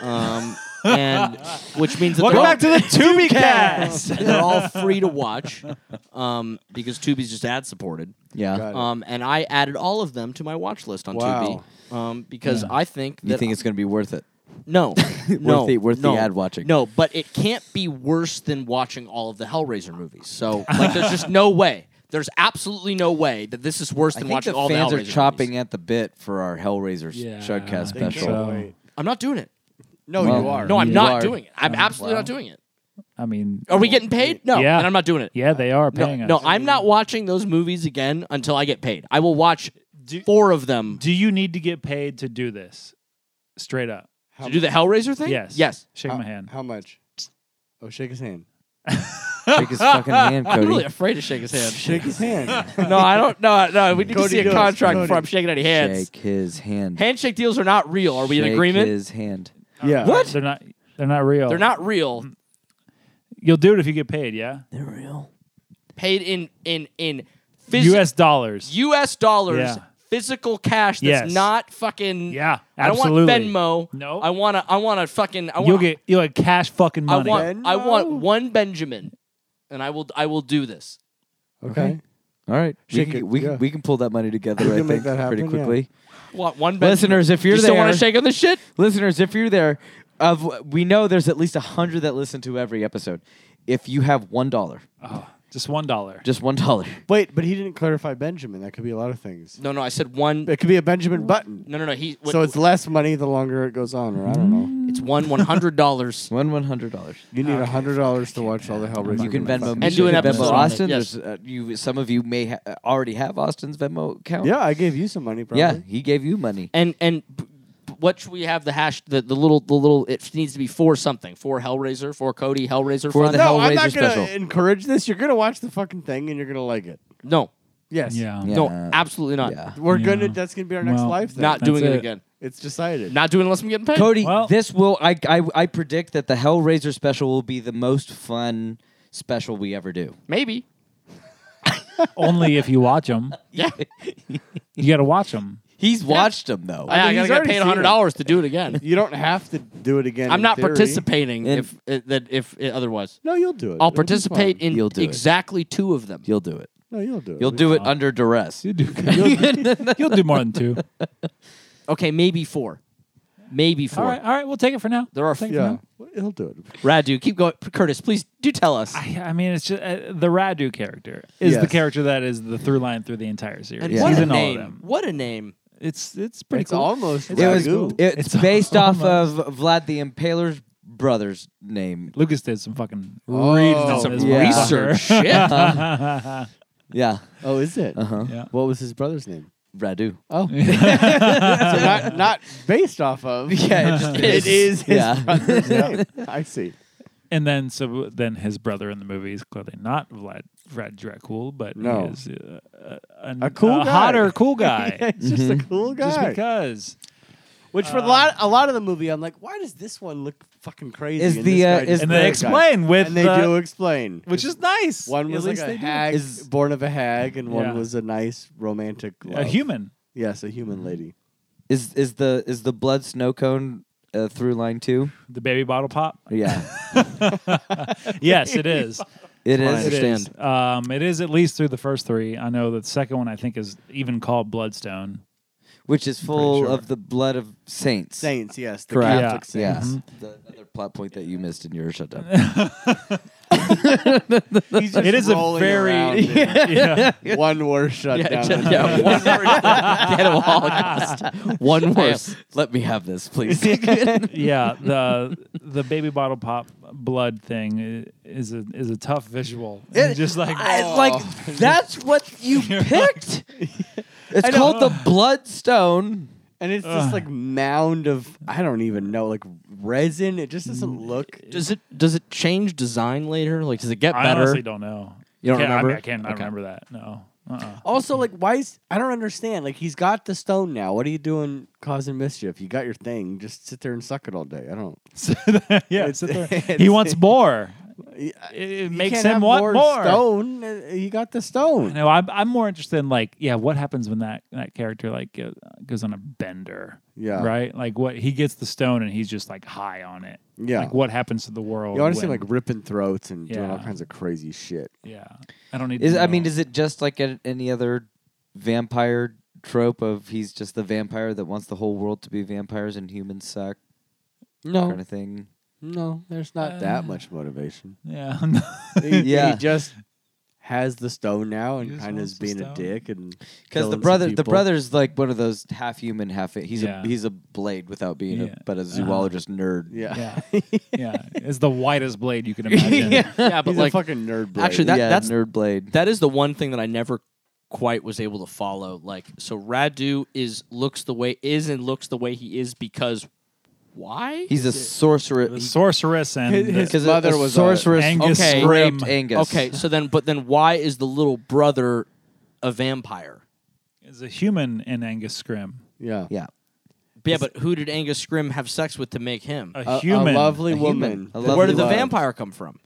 [SPEAKER 5] um, and which means that
[SPEAKER 4] Welcome
[SPEAKER 5] they're all-
[SPEAKER 4] back to the Tubi cast.
[SPEAKER 5] and they're all free to watch um, because Tubi's just ad supported.
[SPEAKER 6] Yeah.
[SPEAKER 3] Got it.
[SPEAKER 5] Um, and I added all of them to my watch list on
[SPEAKER 3] Wow.
[SPEAKER 5] Tubi um, because I think that
[SPEAKER 6] You think it's going to be worth it?
[SPEAKER 5] No, no,
[SPEAKER 6] Worth the- worth the
[SPEAKER 5] no,
[SPEAKER 6] ad watching.
[SPEAKER 5] No, but it can't be worse than watching all of the Hellraiser movies. So like, there's just no way. There's absolutely no way that this is worse
[SPEAKER 6] I
[SPEAKER 5] than
[SPEAKER 6] think
[SPEAKER 5] watching
[SPEAKER 6] the
[SPEAKER 5] all the
[SPEAKER 6] fans
[SPEAKER 5] Hellraiser
[SPEAKER 6] are chopping
[SPEAKER 5] movies.
[SPEAKER 6] at the bit for our Hellraiser s-
[SPEAKER 4] Yeah,
[SPEAKER 6] Shudcast
[SPEAKER 4] I think
[SPEAKER 6] special.
[SPEAKER 4] so.
[SPEAKER 5] I'm not doing it.
[SPEAKER 3] No,
[SPEAKER 6] Well,
[SPEAKER 3] you are.
[SPEAKER 5] No, I'm
[SPEAKER 6] You
[SPEAKER 5] not
[SPEAKER 6] are.
[SPEAKER 5] doing it. I'm absolutely
[SPEAKER 6] wow.
[SPEAKER 5] not doing it.
[SPEAKER 4] I mean,
[SPEAKER 5] Are we getting paid? No,
[SPEAKER 4] Yeah.
[SPEAKER 5] and I'm not doing it.
[SPEAKER 4] yeah, they are
[SPEAKER 5] No,
[SPEAKER 4] paying us.
[SPEAKER 5] no, I'm not watching those movies again until I get paid. I will watch four of them
[SPEAKER 4] Do you need to get paid to do this? Straight up.
[SPEAKER 3] How
[SPEAKER 5] to do the Hellraiser thing.
[SPEAKER 4] Yes.
[SPEAKER 5] yes. Uh,
[SPEAKER 4] Shake
[SPEAKER 6] Uh,
[SPEAKER 3] How-
[SPEAKER 4] my hand.
[SPEAKER 3] How much? Oh, shake his hand.
[SPEAKER 6] Shake his fucking hand,
[SPEAKER 5] I'm really
[SPEAKER 6] Cody.
[SPEAKER 5] afraid to shake his hand.
[SPEAKER 3] Shake his hand.
[SPEAKER 5] no, I don't. No, no. We need
[SPEAKER 3] Cody
[SPEAKER 5] to see a
[SPEAKER 3] does.
[SPEAKER 5] contract
[SPEAKER 3] Cody.
[SPEAKER 5] before I'm shaking any hands.
[SPEAKER 6] Shake his hand.
[SPEAKER 5] Handshake deals are not real. Are we in
[SPEAKER 6] Shake
[SPEAKER 5] agreement?
[SPEAKER 6] His hand.
[SPEAKER 3] yeah.
[SPEAKER 4] What? They're not. They're not real.
[SPEAKER 5] They're not real.
[SPEAKER 3] Mm.
[SPEAKER 4] You'll do it if you get paid. Yeah.
[SPEAKER 6] They're real.
[SPEAKER 5] Paid in in in physical
[SPEAKER 4] U.S. dollars.
[SPEAKER 5] U.S. dollars,
[SPEAKER 4] Yeah.
[SPEAKER 5] physical cash that's
[SPEAKER 4] Yes.
[SPEAKER 5] not fucking.
[SPEAKER 4] Yeah,
[SPEAKER 5] I
[SPEAKER 4] absolutely.
[SPEAKER 5] don't want Venmo.
[SPEAKER 4] No.
[SPEAKER 5] I want to. I want to fucking. I
[SPEAKER 4] You'll
[SPEAKER 5] want.
[SPEAKER 4] get. You'll get cash fucking
[SPEAKER 5] I
[SPEAKER 4] money.
[SPEAKER 5] want. I
[SPEAKER 3] Venmo?
[SPEAKER 5] want one Benjamin, and I will. I will do this.
[SPEAKER 3] Okay.
[SPEAKER 6] All right,
[SPEAKER 3] Shake
[SPEAKER 6] we can,
[SPEAKER 3] it,
[SPEAKER 6] we,
[SPEAKER 3] yeah.
[SPEAKER 6] can, we can pull that money together. I
[SPEAKER 3] can
[SPEAKER 6] think
[SPEAKER 3] make that
[SPEAKER 6] pretty
[SPEAKER 3] happen, yeah.
[SPEAKER 6] quickly.
[SPEAKER 5] Want one Benjamin.
[SPEAKER 6] Listeners, if
[SPEAKER 5] you
[SPEAKER 6] you're
[SPEAKER 5] still want
[SPEAKER 6] there-
[SPEAKER 5] to shake on this shit,
[SPEAKER 6] Listeners, if you're there, of we know there's at least a hundred that listen to every episode. If you have one dollar,
[SPEAKER 4] Oh, just one dollar.
[SPEAKER 6] just one dollar,
[SPEAKER 3] Wait, but he didn't clarify Benjamin. That could be a lot of things.
[SPEAKER 5] no, no. I said one.
[SPEAKER 3] It could be a Benjamin Button.
[SPEAKER 5] No, no, no. He.
[SPEAKER 3] So it's less money the longer it goes on, or I don't know.
[SPEAKER 5] it's one one hundred dollars.
[SPEAKER 6] one one hundred dollars.
[SPEAKER 3] You need a hundred dollars to watch all the Hellraiser.
[SPEAKER 6] You can
[SPEAKER 3] movies.
[SPEAKER 6] Venmo me.
[SPEAKER 5] And do
[SPEAKER 6] you
[SPEAKER 5] an
[SPEAKER 6] can
[SPEAKER 5] episode
[SPEAKER 6] Venmo
[SPEAKER 5] on it,
[SPEAKER 6] Austin.
[SPEAKER 5] yes.
[SPEAKER 6] There's, uh, you, some of you may ha- uh, already have Austin's Venmo account.
[SPEAKER 3] Yeah, I gave you some money. Probably.
[SPEAKER 6] yeah, he gave you money.
[SPEAKER 5] And and b- b- what should we have the hash? The, the little the little. It needs to be for something. For Hellraiser. For Cody Hellraiser.
[SPEAKER 6] For
[SPEAKER 5] fund.
[SPEAKER 6] the
[SPEAKER 3] No, I'm
[SPEAKER 6] Hellraiser
[SPEAKER 3] not gonna
[SPEAKER 6] special.
[SPEAKER 3] encourage this. You're gonna watch the fucking thing and you're gonna like it.
[SPEAKER 5] no.
[SPEAKER 3] Yes.
[SPEAKER 4] Yeah.
[SPEAKER 6] Yeah.
[SPEAKER 5] No, absolutely not.
[SPEAKER 6] Yeah.
[SPEAKER 3] We're
[SPEAKER 4] Yeah.
[SPEAKER 3] gonna. That's gonna be our next
[SPEAKER 4] Well,
[SPEAKER 3] life. Thing.
[SPEAKER 5] Not
[SPEAKER 4] That's
[SPEAKER 5] doing it.
[SPEAKER 4] it.
[SPEAKER 5] again.
[SPEAKER 3] It's decided.
[SPEAKER 5] Not doing it unless I'm getting paid.
[SPEAKER 6] Cody,
[SPEAKER 4] Well-
[SPEAKER 6] this will I, I I predict that the Hellraiser special will be the most fun special we ever do.
[SPEAKER 5] Maybe.
[SPEAKER 4] Only if you watch them.
[SPEAKER 5] Yeah.
[SPEAKER 4] You got to watch them.
[SPEAKER 6] He's watched them though.
[SPEAKER 5] I,
[SPEAKER 3] mean,
[SPEAKER 5] I
[SPEAKER 3] he's
[SPEAKER 5] gotta get
[SPEAKER 3] already
[SPEAKER 5] paid
[SPEAKER 3] seen
[SPEAKER 5] hundred dollars to do it again.
[SPEAKER 3] you don't have to do it again.
[SPEAKER 5] I'm
[SPEAKER 3] in
[SPEAKER 5] not
[SPEAKER 3] theory.
[SPEAKER 5] participating
[SPEAKER 6] And-
[SPEAKER 5] if uh, that if uh, otherwise.
[SPEAKER 3] No, you'll do it.
[SPEAKER 5] I'll
[SPEAKER 3] It'll be
[SPEAKER 5] participate
[SPEAKER 3] fine.
[SPEAKER 5] in
[SPEAKER 6] You'll do it.
[SPEAKER 5] exactly two of them.
[SPEAKER 6] You'll do it.
[SPEAKER 3] No, you'll do it.
[SPEAKER 6] You'll do it
[SPEAKER 4] Uh,
[SPEAKER 6] under duress.
[SPEAKER 4] You do. You'll, you'll do more than two.
[SPEAKER 5] Okay, maybe four. Maybe four.
[SPEAKER 4] All right. All right. We'll take it for now.
[SPEAKER 5] There are
[SPEAKER 4] Take it for
[SPEAKER 3] Yeah,
[SPEAKER 4] now.
[SPEAKER 3] he'll do it.
[SPEAKER 5] Radu, keep going. Curtis, please do tell us.
[SPEAKER 4] I, I mean, it's just uh, the Radu character is the
[SPEAKER 3] Yes.
[SPEAKER 4] character that is the through line through the entire series.
[SPEAKER 5] and
[SPEAKER 6] Yeah.
[SPEAKER 5] what
[SPEAKER 4] He's
[SPEAKER 5] a
[SPEAKER 4] in all of
[SPEAKER 5] name!
[SPEAKER 4] them.
[SPEAKER 5] What a name!
[SPEAKER 4] It's it's pretty
[SPEAKER 3] It's
[SPEAKER 4] cool.
[SPEAKER 3] almost
[SPEAKER 4] It's
[SPEAKER 6] It
[SPEAKER 3] Radu.
[SPEAKER 4] pretty
[SPEAKER 6] was.
[SPEAKER 4] cool.
[SPEAKER 6] It's
[SPEAKER 4] It's
[SPEAKER 6] based off
[SPEAKER 4] almost-
[SPEAKER 6] of Vlad the Impaler's brother's name.
[SPEAKER 4] Lucas did some fucking
[SPEAKER 3] Oh,
[SPEAKER 4] reading on
[SPEAKER 3] some
[SPEAKER 4] this
[SPEAKER 6] Yeah.
[SPEAKER 4] motherfucker.
[SPEAKER 5] Shit.
[SPEAKER 6] Yeah,
[SPEAKER 3] Oh, is it?
[SPEAKER 6] Uh-huh.
[SPEAKER 4] Yeah.
[SPEAKER 3] What was his brother's name?
[SPEAKER 6] Radu.
[SPEAKER 3] Oh, so not not based off of.
[SPEAKER 6] Yeah, it, just
[SPEAKER 3] It is his
[SPEAKER 6] Yeah.
[SPEAKER 3] brother's name. I see.
[SPEAKER 4] And then so then his brother in the movie is clearly not Vlad Vlad Dracul, but
[SPEAKER 3] No.
[SPEAKER 4] he is uh, a,
[SPEAKER 3] A cool
[SPEAKER 4] a
[SPEAKER 3] guy.
[SPEAKER 4] hotter cool guy.
[SPEAKER 3] It's just a cool guy.
[SPEAKER 4] Just because
[SPEAKER 3] Which for a lot, a lot of the movie, I'm like, why does this one look fucking crazy?
[SPEAKER 6] Is
[SPEAKER 3] and
[SPEAKER 6] the,
[SPEAKER 3] this guy
[SPEAKER 6] uh,
[SPEAKER 3] just
[SPEAKER 6] is
[SPEAKER 3] looks
[SPEAKER 4] and
[SPEAKER 6] the-
[SPEAKER 4] they
[SPEAKER 3] like a guy?
[SPEAKER 4] explain with
[SPEAKER 3] and they
[SPEAKER 4] the,
[SPEAKER 3] do explain,
[SPEAKER 4] which is nice.
[SPEAKER 3] one was
[SPEAKER 4] At
[SPEAKER 3] like
[SPEAKER 4] least
[SPEAKER 3] a
[SPEAKER 4] they do.
[SPEAKER 3] hag,
[SPEAKER 6] Is-
[SPEAKER 3] born of a hag, and
[SPEAKER 4] Yeah.
[SPEAKER 3] one was a nice romantic,
[SPEAKER 4] a
[SPEAKER 3] love.
[SPEAKER 4] human.
[SPEAKER 3] Yes, a human lady.
[SPEAKER 6] is is the is the blood snow cone uh, through line two?
[SPEAKER 4] The baby bottle pop.
[SPEAKER 6] Yeah,
[SPEAKER 4] yes, it is.
[SPEAKER 6] it is.
[SPEAKER 4] It is. Um, it is at least through the first three. I know the second one I think is even called Bloodstone.
[SPEAKER 6] Which is full
[SPEAKER 4] sure.
[SPEAKER 6] of the blood of saints.
[SPEAKER 3] Saints, yes, the
[SPEAKER 6] Correct.
[SPEAKER 3] Catholic
[SPEAKER 6] Yeah.
[SPEAKER 3] saints.
[SPEAKER 6] The other plot point that you missed in your shutdown.
[SPEAKER 3] He's just
[SPEAKER 4] It is a
[SPEAKER 3] rolling
[SPEAKER 4] very-
[SPEAKER 3] around in
[SPEAKER 4] Yeah.
[SPEAKER 3] one worse
[SPEAKER 5] yeah,
[SPEAKER 3] shutdown.
[SPEAKER 5] ju- yeah, one worse. Dead of Holocaust. One worse.
[SPEAKER 6] Let me have this, please.
[SPEAKER 4] yeah, the the baby bottle pop blood thing i- is a is a tough visual. And
[SPEAKER 6] It-
[SPEAKER 4] just like
[SPEAKER 6] I-
[SPEAKER 3] Oh.
[SPEAKER 6] like that's what you picked. It's called the Bloodstone.
[SPEAKER 3] And it's this like mound of I don't even know, like resin. It just doesn't
[SPEAKER 6] Mm.
[SPEAKER 3] look.
[SPEAKER 5] Does it does it change design later? Like, does it get
[SPEAKER 4] I
[SPEAKER 5] better?
[SPEAKER 4] honestly don't know.
[SPEAKER 5] You don't
[SPEAKER 4] Can't- I mean,
[SPEAKER 5] remember?
[SPEAKER 4] I, can't I
[SPEAKER 5] Okay.
[SPEAKER 4] remember that. No. Uh-uh.
[SPEAKER 3] Also, like, why is I don't understand. Like, he's got the stone now. What are you doing, causing mischief? You got your thing. Just sit there and suck it all day. I don't.
[SPEAKER 4] So the- yeah, it's,
[SPEAKER 3] It's-
[SPEAKER 4] he
[SPEAKER 3] it's-
[SPEAKER 4] wants more.
[SPEAKER 3] It,
[SPEAKER 4] It, it makes him want more.
[SPEAKER 3] stone. Uh, You got the stone.
[SPEAKER 4] No, I'm I'm more interested in like yeah, what happens when that that character like go- goes on a bender.
[SPEAKER 3] Yeah.
[SPEAKER 4] Right. Like what he gets the stone and he's just like high on it.
[SPEAKER 3] Yeah.
[SPEAKER 4] Like what happens to the world?
[SPEAKER 3] You want to see him
[SPEAKER 4] when-
[SPEAKER 3] like ripping throats and doing all
[SPEAKER 4] Yeah.
[SPEAKER 3] kinds of crazy shit.
[SPEAKER 4] yeah. I don't need.
[SPEAKER 6] Is
[SPEAKER 4] to
[SPEAKER 6] I mean,
[SPEAKER 4] know.
[SPEAKER 6] is it just like a, any other vampire trope of he's just the vampire that wants the whole world to be vampires and humans suck?
[SPEAKER 3] No.
[SPEAKER 6] kind of thing.
[SPEAKER 3] No, there's not
[SPEAKER 4] Uh,
[SPEAKER 3] that much motivation.
[SPEAKER 4] Yeah.
[SPEAKER 3] He,
[SPEAKER 6] Yeah.
[SPEAKER 3] he just has the stone now and
[SPEAKER 4] just
[SPEAKER 3] kind of
[SPEAKER 4] wants
[SPEAKER 3] is
[SPEAKER 4] the
[SPEAKER 3] being a
[SPEAKER 4] stone.
[SPEAKER 3] dick and
[SPEAKER 6] Because the
[SPEAKER 3] killing some
[SPEAKER 6] brother, the
[SPEAKER 3] people.
[SPEAKER 6] brother's like one of those half human, half he's
[SPEAKER 4] Yeah.
[SPEAKER 6] a he's a blade without being
[SPEAKER 4] Yeah.
[SPEAKER 6] a but a
[SPEAKER 4] Uh-huh.
[SPEAKER 6] zoologist nerd.
[SPEAKER 3] Yeah.
[SPEAKER 4] yeah. Yeah. It's the whitest blade you can imagine.
[SPEAKER 5] yeah, but
[SPEAKER 3] He's
[SPEAKER 5] like
[SPEAKER 3] a fucking nerd blade.
[SPEAKER 5] Actually, that-
[SPEAKER 6] yeah,
[SPEAKER 5] that's-
[SPEAKER 6] nerd blade.
[SPEAKER 5] that is the one thing that I never quite was able to follow. Like, so Radu is looks the way is and looks the way he is because why?
[SPEAKER 6] He's a sorcerer.
[SPEAKER 4] The sorceress and
[SPEAKER 3] His- his-
[SPEAKER 6] Because
[SPEAKER 3] mother
[SPEAKER 6] a,
[SPEAKER 3] was a-
[SPEAKER 6] sorceress
[SPEAKER 4] Angus
[SPEAKER 5] Okay.
[SPEAKER 6] raped
[SPEAKER 4] Grim.
[SPEAKER 6] Angus.
[SPEAKER 5] okay, so then, but then why is the little brother a vampire?
[SPEAKER 4] is a human in Angus Scrim.
[SPEAKER 3] yeah.
[SPEAKER 6] Yeah.
[SPEAKER 5] But yeah, but who did Angus Scrim have sex with to make him?
[SPEAKER 4] A,
[SPEAKER 3] A, a
[SPEAKER 4] human.
[SPEAKER 3] lovely
[SPEAKER 6] A
[SPEAKER 3] woman.
[SPEAKER 6] human. A
[SPEAKER 3] that
[SPEAKER 6] lovely
[SPEAKER 3] he
[SPEAKER 5] Where did the
[SPEAKER 3] loves.
[SPEAKER 5] vampire come from?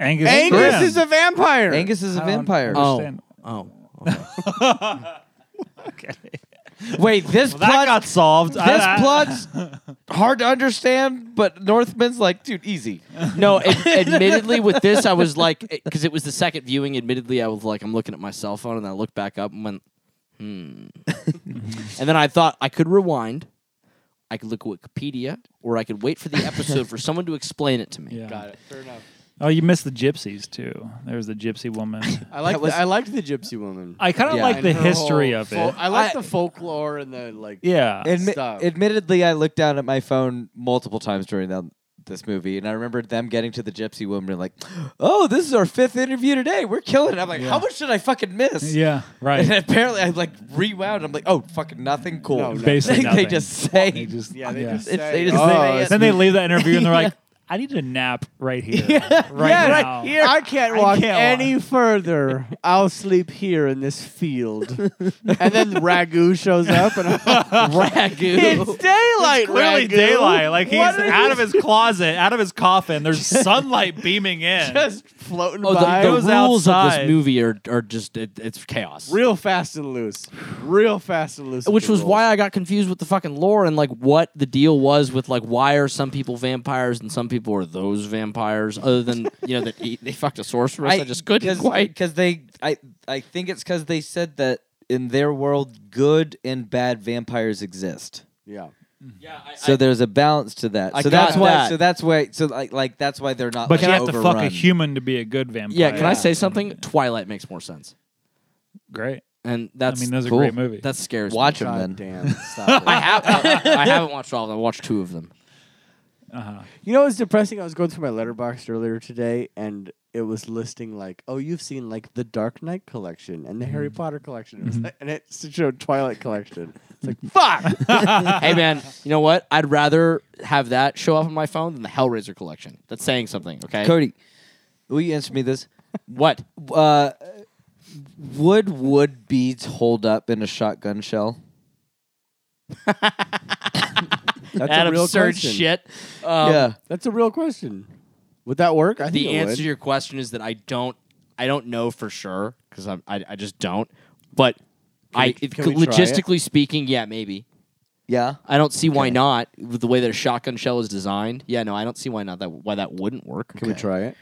[SPEAKER 4] Angus.
[SPEAKER 3] Angus
[SPEAKER 4] Scrim.
[SPEAKER 3] is a vampire.
[SPEAKER 6] Angus is a
[SPEAKER 4] I don't
[SPEAKER 6] vampire.
[SPEAKER 4] understand.
[SPEAKER 5] Oh,
[SPEAKER 6] Wait, this
[SPEAKER 4] That
[SPEAKER 6] plot
[SPEAKER 4] got solved. I-
[SPEAKER 6] this
[SPEAKER 4] I-
[SPEAKER 6] plot's hard to understand, but Northman's like, dude, easy.
[SPEAKER 5] No, ad- admittedly, with this, I was like, because it was the second viewing. Admittedly, I was like, I'm looking at my cell phone, and I looked back up and went, hmm. and then I thought I could rewind, I could look at Wikipedia, or I could wait for the episode for someone to explain it to me.
[SPEAKER 4] Yeah.
[SPEAKER 3] Got it. Fair enough.
[SPEAKER 4] Oh, you missed the gypsies too. There's the gypsy woman.
[SPEAKER 3] I like.
[SPEAKER 6] That was-
[SPEAKER 3] the, I liked the gypsy woman.
[SPEAKER 4] I kind of
[SPEAKER 6] Yeah.
[SPEAKER 4] like
[SPEAKER 3] And
[SPEAKER 4] the
[SPEAKER 3] her
[SPEAKER 4] history
[SPEAKER 3] whole
[SPEAKER 4] of
[SPEAKER 3] fol-
[SPEAKER 4] it.
[SPEAKER 3] I like the folklore and the like.
[SPEAKER 4] yeah.
[SPEAKER 6] Admi-
[SPEAKER 3] Stop.
[SPEAKER 6] admittedly, I looked down at my phone multiple times during that, this movie, and I remembered them getting to the gypsy woman and like, oh, this is our fifth interview today. We're killing it. I'm like, how much did I fucking miss?
[SPEAKER 4] yeah. Right.
[SPEAKER 6] And apparently, I like rewound. I'm like, oh, fucking nothing cool.
[SPEAKER 3] No, no.
[SPEAKER 4] Basically
[SPEAKER 6] they,
[SPEAKER 4] nothing.
[SPEAKER 6] just say.
[SPEAKER 4] They just-
[SPEAKER 3] Yeah, they just
[SPEAKER 6] It's-
[SPEAKER 3] say,
[SPEAKER 6] they just
[SPEAKER 3] "Oh,
[SPEAKER 6] say
[SPEAKER 3] it's-
[SPEAKER 4] Then they leave that interview and they're like, "I need a nap right here, right now."
[SPEAKER 3] I can't walk
[SPEAKER 4] can't
[SPEAKER 3] any further. I'll sleep here in this field. and then Ragu shows up, and I'm
[SPEAKER 5] Ragu.
[SPEAKER 3] it's daylight.
[SPEAKER 4] Clearly
[SPEAKER 3] Ragu.
[SPEAKER 4] daylight. Like he's
[SPEAKER 3] What are
[SPEAKER 4] out
[SPEAKER 3] you
[SPEAKER 4] of his closet, out of his coffin. There's sunlight beaming in.
[SPEAKER 3] just floating
[SPEAKER 5] Oh, the,
[SPEAKER 3] by.
[SPEAKER 5] the
[SPEAKER 4] Goes
[SPEAKER 5] rules of
[SPEAKER 4] outside.
[SPEAKER 5] this movie are, are just it, it's chaos.
[SPEAKER 3] real fast and loose, real fast and loose.
[SPEAKER 5] Which was why I got confused with the fucking lore and like what the deal was with like why are some people vampires and some people are those vampires other than you know that he, they fucked a sorceress. I, just couldn't quite
[SPEAKER 6] because they. I I think it's because they said that in their world, good and bad vampires exist.
[SPEAKER 3] yeah.
[SPEAKER 6] So there's a balance to that.
[SPEAKER 5] I
[SPEAKER 6] so
[SPEAKER 5] got
[SPEAKER 6] that's why.
[SPEAKER 5] that.
[SPEAKER 6] So that's why. So like, like that's why they're not.
[SPEAKER 4] But you
[SPEAKER 6] like,
[SPEAKER 4] have to fuck a
[SPEAKER 6] overrun.
[SPEAKER 4] human to be a good vampire.
[SPEAKER 5] Yeah, can I say something? Twilight makes more sense,
[SPEAKER 4] Great.
[SPEAKER 5] and that's
[SPEAKER 4] I mean, those
[SPEAKER 5] cool.
[SPEAKER 4] are great movies.
[SPEAKER 5] That scares me.
[SPEAKER 6] Watch
[SPEAKER 3] God
[SPEAKER 6] them then.
[SPEAKER 3] damn. Stop
[SPEAKER 5] I
[SPEAKER 3] it.
[SPEAKER 5] have. I haven't watched all of them. I watched two of them.
[SPEAKER 3] You know, it's depressing. I was going through my letterbox earlier today, and it was listing like, "Oh, you've seen like the Dark Knight collection and the Harry
[SPEAKER 5] Mm-hmm.
[SPEAKER 3] Potter collection," it was like, and it showed Twilight collection. It's like, fuck.
[SPEAKER 5] hey man, you know what? I'd rather have that show up on my phone than the Hellraiser collection. That's saying something. Okay.
[SPEAKER 6] Cody, will you answer me this?
[SPEAKER 5] What?
[SPEAKER 6] Uh, would wood beads hold up in a shotgun shell?
[SPEAKER 3] That's
[SPEAKER 5] that
[SPEAKER 3] a real
[SPEAKER 5] absurd
[SPEAKER 3] question.
[SPEAKER 5] shit. Um,
[SPEAKER 6] yeah.
[SPEAKER 3] That's a real question. Would that work? I
[SPEAKER 5] The
[SPEAKER 3] think it
[SPEAKER 5] answer
[SPEAKER 3] would.
[SPEAKER 5] to your question is that I don't. I don't know for sure because I, I just don't. But I
[SPEAKER 3] we-
[SPEAKER 5] it-
[SPEAKER 3] can we try it?
[SPEAKER 5] logistically speaking, yeah, maybe.
[SPEAKER 6] Yeah.
[SPEAKER 5] I don't see why not with the way that a shotgun shell is designed. Yeah, no, I don't see why not that why that wouldn't work.
[SPEAKER 3] Can we try it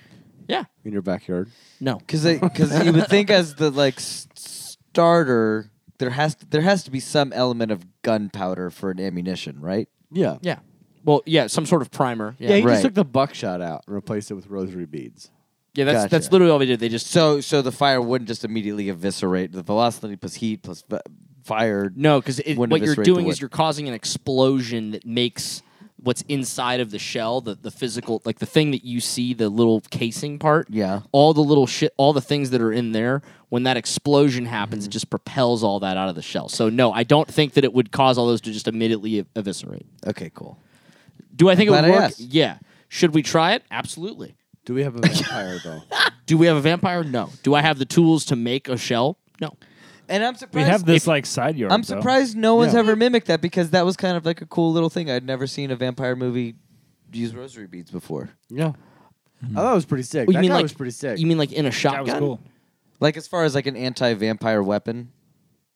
[SPEAKER 5] Yeah.
[SPEAKER 3] in your backyard?
[SPEAKER 5] No.
[SPEAKER 6] Because because you would think as the like s- starter, there has to, there has to be some element of gunpowder for an ammunition, right?
[SPEAKER 3] Yeah.
[SPEAKER 5] Yeah. Well, yeah, some sort of primer.
[SPEAKER 3] Yeah,
[SPEAKER 5] Yeah.
[SPEAKER 3] he
[SPEAKER 5] Yeah,
[SPEAKER 6] right.
[SPEAKER 3] just took the buckshot out and replaced it with rosary beads.
[SPEAKER 5] that's
[SPEAKER 6] Gotcha.
[SPEAKER 5] that's literally all they did. They just
[SPEAKER 6] So so the fire wouldn't just immediately eviscerate the velocity plus heat plus fi- fire.
[SPEAKER 5] no, because
[SPEAKER 6] Wouldn't
[SPEAKER 5] what you're
[SPEAKER 6] eviscerate the
[SPEAKER 5] doing is
[SPEAKER 6] wood.
[SPEAKER 5] you're causing an explosion that makes what's inside of the shell, the the physical, like the thing that you see, the little casing part.
[SPEAKER 6] Yeah.
[SPEAKER 5] All the little shit, all the things that are in there. When that explosion happens, it just propels all that out of the shell. So no, I don't think that it would cause all those to just immediately ev- eviscerate.
[SPEAKER 6] Okay, cool.
[SPEAKER 5] Do I think it
[SPEAKER 6] Glad
[SPEAKER 5] would
[SPEAKER 6] I
[SPEAKER 5] work?
[SPEAKER 6] asked.
[SPEAKER 5] Yeah. Should we try it? Absolutely.
[SPEAKER 3] Do we have a vampire though?
[SPEAKER 5] Do we have a vampire? No. Do I have the tools to make a shell? No.
[SPEAKER 6] And I'm surprised
[SPEAKER 4] We have this like side yard.
[SPEAKER 6] I'm
[SPEAKER 4] though.
[SPEAKER 6] surprised no one's
[SPEAKER 3] Yeah.
[SPEAKER 6] ever mimicked that because that was kind of like a cool little thing. I'd never seen a vampire movie use rosary beads before.
[SPEAKER 3] Yeah. I thought it was pretty sick.
[SPEAKER 5] Oh,
[SPEAKER 3] that guy was pretty sick.
[SPEAKER 5] You mean like in a shotgun?
[SPEAKER 4] That was cool.
[SPEAKER 6] Like as far as like an anti-vampire weapon,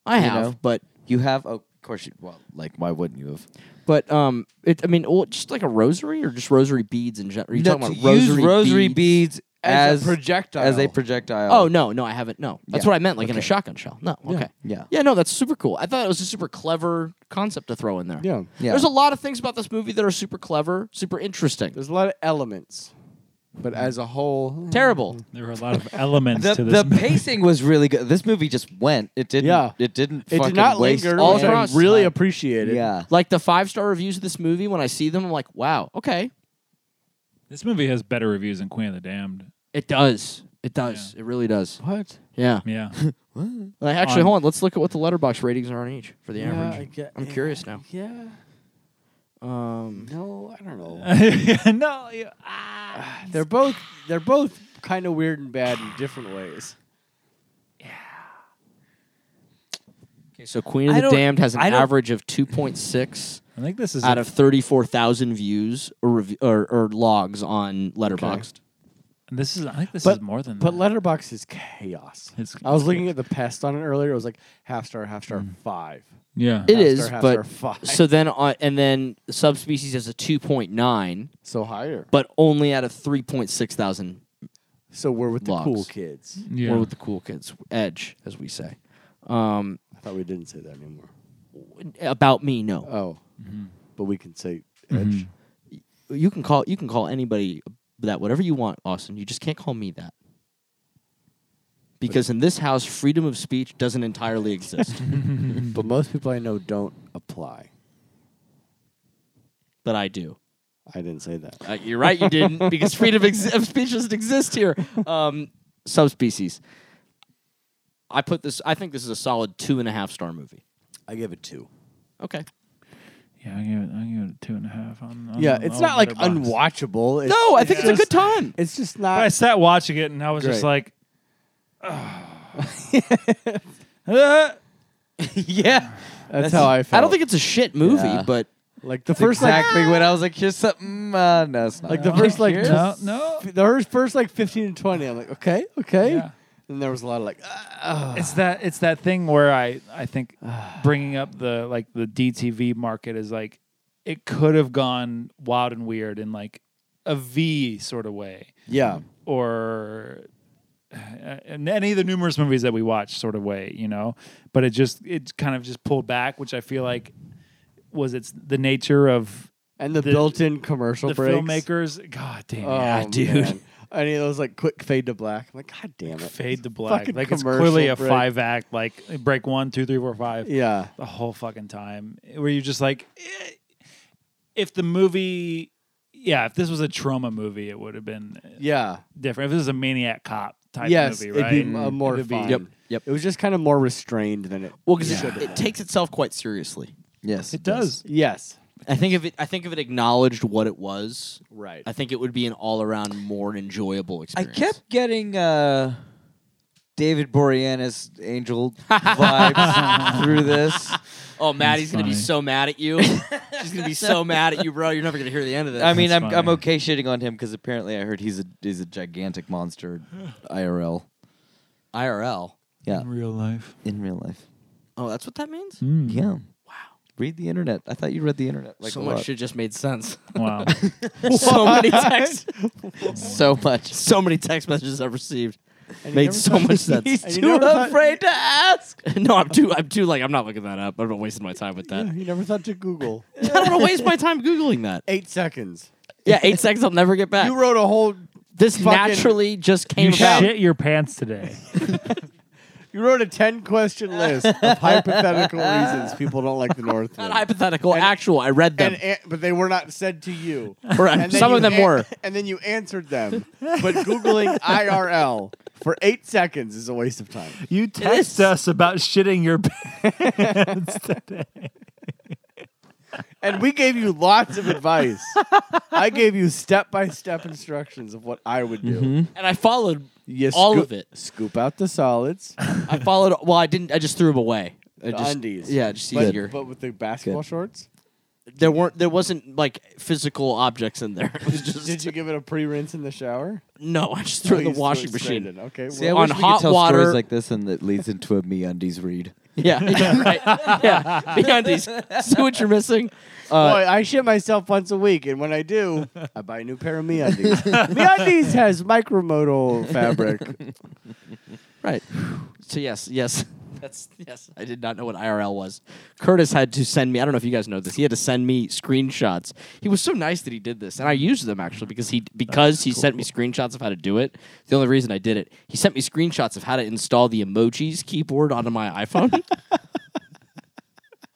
[SPEAKER 5] I
[SPEAKER 6] You
[SPEAKER 5] have,
[SPEAKER 6] know?
[SPEAKER 5] but
[SPEAKER 6] you have. Oh, of course you. Well, like why wouldn't you have?
[SPEAKER 5] but um, it. I mean, well, just like a rosary or just rosary beads in general. Are you
[SPEAKER 6] No,
[SPEAKER 5] talking about
[SPEAKER 6] to use
[SPEAKER 5] rosary,
[SPEAKER 6] rosary beads
[SPEAKER 3] As a
[SPEAKER 6] as
[SPEAKER 3] projectile.
[SPEAKER 6] As a projectile.
[SPEAKER 5] Oh no, no, I haven't. No, that's
[SPEAKER 6] Yeah.
[SPEAKER 5] what I meant, like in a shotgun shell. No, okay,
[SPEAKER 6] Yeah.
[SPEAKER 5] yeah, no, that's super cool. I thought it was a super clever concept to throw in there.
[SPEAKER 3] Yeah.
[SPEAKER 6] Yeah.
[SPEAKER 5] there's a lot of things about this movie that are super clever, super interesting.
[SPEAKER 3] There's a lot of elements, but as a whole,
[SPEAKER 5] Terrible.
[SPEAKER 4] There were a lot of elements
[SPEAKER 6] The,
[SPEAKER 4] to this.
[SPEAKER 6] the
[SPEAKER 4] movie.
[SPEAKER 6] pacing was really good. This movie just went. It didn't.
[SPEAKER 3] Yeah.
[SPEAKER 6] It didn't.
[SPEAKER 3] it
[SPEAKER 6] fucking
[SPEAKER 3] did not
[SPEAKER 6] waste
[SPEAKER 3] linger.
[SPEAKER 6] all
[SPEAKER 3] Which I
[SPEAKER 6] time.
[SPEAKER 5] across
[SPEAKER 3] really
[SPEAKER 5] time.
[SPEAKER 3] appreciate it.
[SPEAKER 6] Yeah.
[SPEAKER 5] Like the five star reviews of this movie, when I see them, I'm like, wow, okay,
[SPEAKER 4] This movie has better reviews than Queen of the Damned.
[SPEAKER 5] it does, it does, it really does.
[SPEAKER 3] What?
[SPEAKER 5] Yeah.
[SPEAKER 4] Yeah.
[SPEAKER 5] Like, actually,
[SPEAKER 4] On-
[SPEAKER 5] hold on, let's look at what the letterbox ratings are on each for the average.
[SPEAKER 3] I get-
[SPEAKER 5] I'm curious now.
[SPEAKER 3] Yeah.
[SPEAKER 5] Um,
[SPEAKER 3] No, I don't know.
[SPEAKER 4] no. yeah.
[SPEAKER 3] They're both they're both kind of weird and bad in different ways.
[SPEAKER 5] okay, so Queen of
[SPEAKER 4] I
[SPEAKER 5] the
[SPEAKER 4] don't-
[SPEAKER 5] Damned has an
[SPEAKER 4] I don't-
[SPEAKER 5] average of 2.6.
[SPEAKER 4] I think this is
[SPEAKER 5] out
[SPEAKER 4] a-
[SPEAKER 5] of 34,000 views or, rev- or or logs on Letterboxd.
[SPEAKER 4] this is I think this
[SPEAKER 3] But-
[SPEAKER 4] is more than
[SPEAKER 3] But
[SPEAKER 4] that.
[SPEAKER 3] Letterbox is chaos.
[SPEAKER 4] Hmm. It's-
[SPEAKER 3] I was looking at the pest on it earlier. It was like half star, half star, five.
[SPEAKER 4] yeah.
[SPEAKER 5] It
[SPEAKER 3] Half
[SPEAKER 5] is,
[SPEAKER 3] star, half
[SPEAKER 5] but
[SPEAKER 3] star, five.
[SPEAKER 5] So then on, and then subspecies has a 2.9,
[SPEAKER 3] so higher.
[SPEAKER 5] but only out of 3.6 thousand
[SPEAKER 3] So we're with the
[SPEAKER 5] Logs.
[SPEAKER 3] cool kids.
[SPEAKER 4] yeah.
[SPEAKER 5] or with the cool kids edge as we say. Um,
[SPEAKER 3] I thought we didn't say that anymore.
[SPEAKER 5] about me, no.
[SPEAKER 3] Oh, but we can say edge.
[SPEAKER 5] You can call you can call anybody that whatever you want, Austin. You just can't call me that. Because in this house, freedom of speech doesn't entirely exist.
[SPEAKER 3] But most people I know don't apply.
[SPEAKER 5] but I do.
[SPEAKER 3] I didn't say that.
[SPEAKER 5] Uh, you're right, you didn't, because freedom ex- of speech doesn't exist here. Um, subspecies. I put this. I think this is a solid two and a half star movie.
[SPEAKER 3] I give it two.
[SPEAKER 5] Okay.
[SPEAKER 4] yeah, I give it I give it two and a half. On, on
[SPEAKER 3] Yeah, it's
[SPEAKER 4] on
[SPEAKER 3] not like
[SPEAKER 4] Letterboxd.
[SPEAKER 3] unwatchable. It's,
[SPEAKER 5] No, I think it's a
[SPEAKER 4] Yes.
[SPEAKER 5] good time.
[SPEAKER 3] it's just
[SPEAKER 4] But I
[SPEAKER 3] not.
[SPEAKER 4] sat watching it and I was just
[SPEAKER 3] Great.
[SPEAKER 4] like, "Ah."
[SPEAKER 6] yeah.
[SPEAKER 3] That's how I felt.
[SPEAKER 5] I don't think it's a shit movie,
[SPEAKER 6] Yeah.
[SPEAKER 5] but
[SPEAKER 3] like the
[SPEAKER 6] First
[SPEAKER 3] first like
[SPEAKER 6] exactly when I was like, here's something. Uh, no, it's not.
[SPEAKER 3] Like the first like
[SPEAKER 6] Here's-
[SPEAKER 4] no, no.
[SPEAKER 3] f- the first, first like fifteen and twenty. I'm like, okay, okay.
[SPEAKER 4] Yeah.
[SPEAKER 3] And there was a lot of like, ah,
[SPEAKER 4] It's that it's that thing where I I think bringing up the like the DTV market is like it could have gone wild and weird in like a V sort of way
[SPEAKER 3] yeah,
[SPEAKER 4] or uh, in any of the numerous movies that we watch sort of way, you know. But it just it kind of just pulled back, which I feel like was it's the nature of
[SPEAKER 3] and the,
[SPEAKER 4] The-
[SPEAKER 3] built-in commercial
[SPEAKER 4] the
[SPEAKER 3] breaks.
[SPEAKER 4] filmmakers. God damn, it.
[SPEAKER 3] oh,
[SPEAKER 4] yeah, dude.
[SPEAKER 3] man. Any of those like quick fade to black. I'm like, god damn it,
[SPEAKER 4] Fade to black.
[SPEAKER 3] Fucking
[SPEAKER 4] Like it's
[SPEAKER 3] commercial
[SPEAKER 4] clearly a
[SPEAKER 3] break.
[SPEAKER 4] five act, like break one, two, three, four, five.
[SPEAKER 3] Yeah,
[SPEAKER 4] the whole fucking time where you're just like eh, if the movie yeah if this was a trauma movie it would have been eh,
[SPEAKER 3] yeah,
[SPEAKER 4] different if this was a maniac cop type
[SPEAKER 3] yes.
[SPEAKER 4] movie right
[SPEAKER 3] It'd be uh, more
[SPEAKER 4] It'd be-
[SPEAKER 3] fun.
[SPEAKER 5] Yep, yep.
[SPEAKER 3] It was just kind of more restrained than it.
[SPEAKER 5] well, because it, it takes itself quite seriously.
[SPEAKER 6] Yes.
[SPEAKER 4] it does
[SPEAKER 3] Yes,
[SPEAKER 5] I think if it, I think if it acknowledged what it was,
[SPEAKER 3] right.
[SPEAKER 5] I think it would be an all around more enjoyable
[SPEAKER 6] I
[SPEAKER 5] experience.
[SPEAKER 6] kept getting uh, David Boreanaz angel vibes through this.
[SPEAKER 5] Oh, Maddie's gonna be
[SPEAKER 4] funny.
[SPEAKER 5] so mad at you. She's gonna be so mad at you, bro. You're never gonna hear the end of this.
[SPEAKER 6] I mean,
[SPEAKER 4] That's
[SPEAKER 6] I'm I'm
[SPEAKER 4] funny.
[SPEAKER 6] okay shitting on him because apparently I heard he's a he's a gigantic monster, IRL.
[SPEAKER 5] IRL.
[SPEAKER 6] Yeah,
[SPEAKER 4] real life Hmm.
[SPEAKER 6] in real life.
[SPEAKER 5] Oh, that's what that means.
[SPEAKER 6] Yeah. Wow. Read the internet. I thought you read the internet like
[SPEAKER 5] so
[SPEAKER 6] a
[SPEAKER 5] much
[SPEAKER 6] lot.
[SPEAKER 5] shit just made sense.
[SPEAKER 4] wow
[SPEAKER 5] so many texts.
[SPEAKER 6] so much.
[SPEAKER 5] so many text messages I've received.
[SPEAKER 3] And you
[SPEAKER 5] Made
[SPEAKER 3] never
[SPEAKER 5] so
[SPEAKER 3] thought-
[SPEAKER 5] much sense.
[SPEAKER 3] And you never thought-
[SPEAKER 5] to ask. no, I'm too. I'm too. Like I'm not looking that up. I'm not wasting my time with that.
[SPEAKER 3] You never thought to Google
[SPEAKER 5] I don't want to waste my time googling that.
[SPEAKER 3] eight seconds.
[SPEAKER 5] Yeah, eight seconds. I'll never get back.
[SPEAKER 3] You wrote a whole.
[SPEAKER 5] this
[SPEAKER 3] fucking-
[SPEAKER 5] naturally just came
[SPEAKER 4] you
[SPEAKER 5] about.
[SPEAKER 4] shit your pants today
[SPEAKER 3] You wrote a ten question list of hypothetical reasons people don't like the North.
[SPEAKER 5] Not
[SPEAKER 3] Wind.
[SPEAKER 5] hypothetical, actual. I read them.
[SPEAKER 3] and an- but they were not said to you.
[SPEAKER 5] Correct.
[SPEAKER 3] then
[SPEAKER 5] Some
[SPEAKER 3] you
[SPEAKER 5] of them
[SPEAKER 3] an-
[SPEAKER 5] were.
[SPEAKER 3] And then you answered them. But Googling IRL for eight seconds is a waste of time.
[SPEAKER 4] you text us about shitting your pants today
[SPEAKER 3] And we gave you lots of advice. I gave you step by step instructions of what I would do.
[SPEAKER 5] and I followed.
[SPEAKER 3] You
[SPEAKER 5] All
[SPEAKER 3] scoo-
[SPEAKER 5] of it.
[SPEAKER 3] Scoop out the solids,
[SPEAKER 5] I followed. Well, I didn't. I just threw them away.
[SPEAKER 3] the
[SPEAKER 5] I just,
[SPEAKER 3] undies.
[SPEAKER 5] Yeah, just
[SPEAKER 3] but,
[SPEAKER 5] easier.
[SPEAKER 3] But with the basketball shorts,
[SPEAKER 5] There weren't. There wasn't like physical objects in there. It was just
[SPEAKER 3] did you give it a pre rinse in the shower?
[SPEAKER 5] no. I just threw
[SPEAKER 3] Oh,
[SPEAKER 5] it in
[SPEAKER 3] you
[SPEAKER 5] the
[SPEAKER 3] threw
[SPEAKER 5] washing
[SPEAKER 3] it straight
[SPEAKER 5] machine.
[SPEAKER 3] in. Okay.
[SPEAKER 6] See, I
[SPEAKER 3] well-
[SPEAKER 5] on
[SPEAKER 6] wish we
[SPEAKER 5] hot
[SPEAKER 6] could tell
[SPEAKER 5] water-
[SPEAKER 6] stories like this and that leads into a me undies read.
[SPEAKER 5] Yeah, yeah, right. Yeah, MeUndies. See what you're missing. Uh,
[SPEAKER 3] Boy, I shit myself once a week, and when I do, I buy a new pair of MeUndies. MeUndies has micromodal fabric.
[SPEAKER 5] Right. So yes, yes. That's yes. I did not know what IRL was. Curtis had to send me. I don't know if you guys know this. He had to send me screenshots. He was so nice that he did this, and I used them actually because he because he sent me screenshots of how to do it. The only reason I did it, he sent me screenshots of how to install the emojis keyboard onto my iPhone.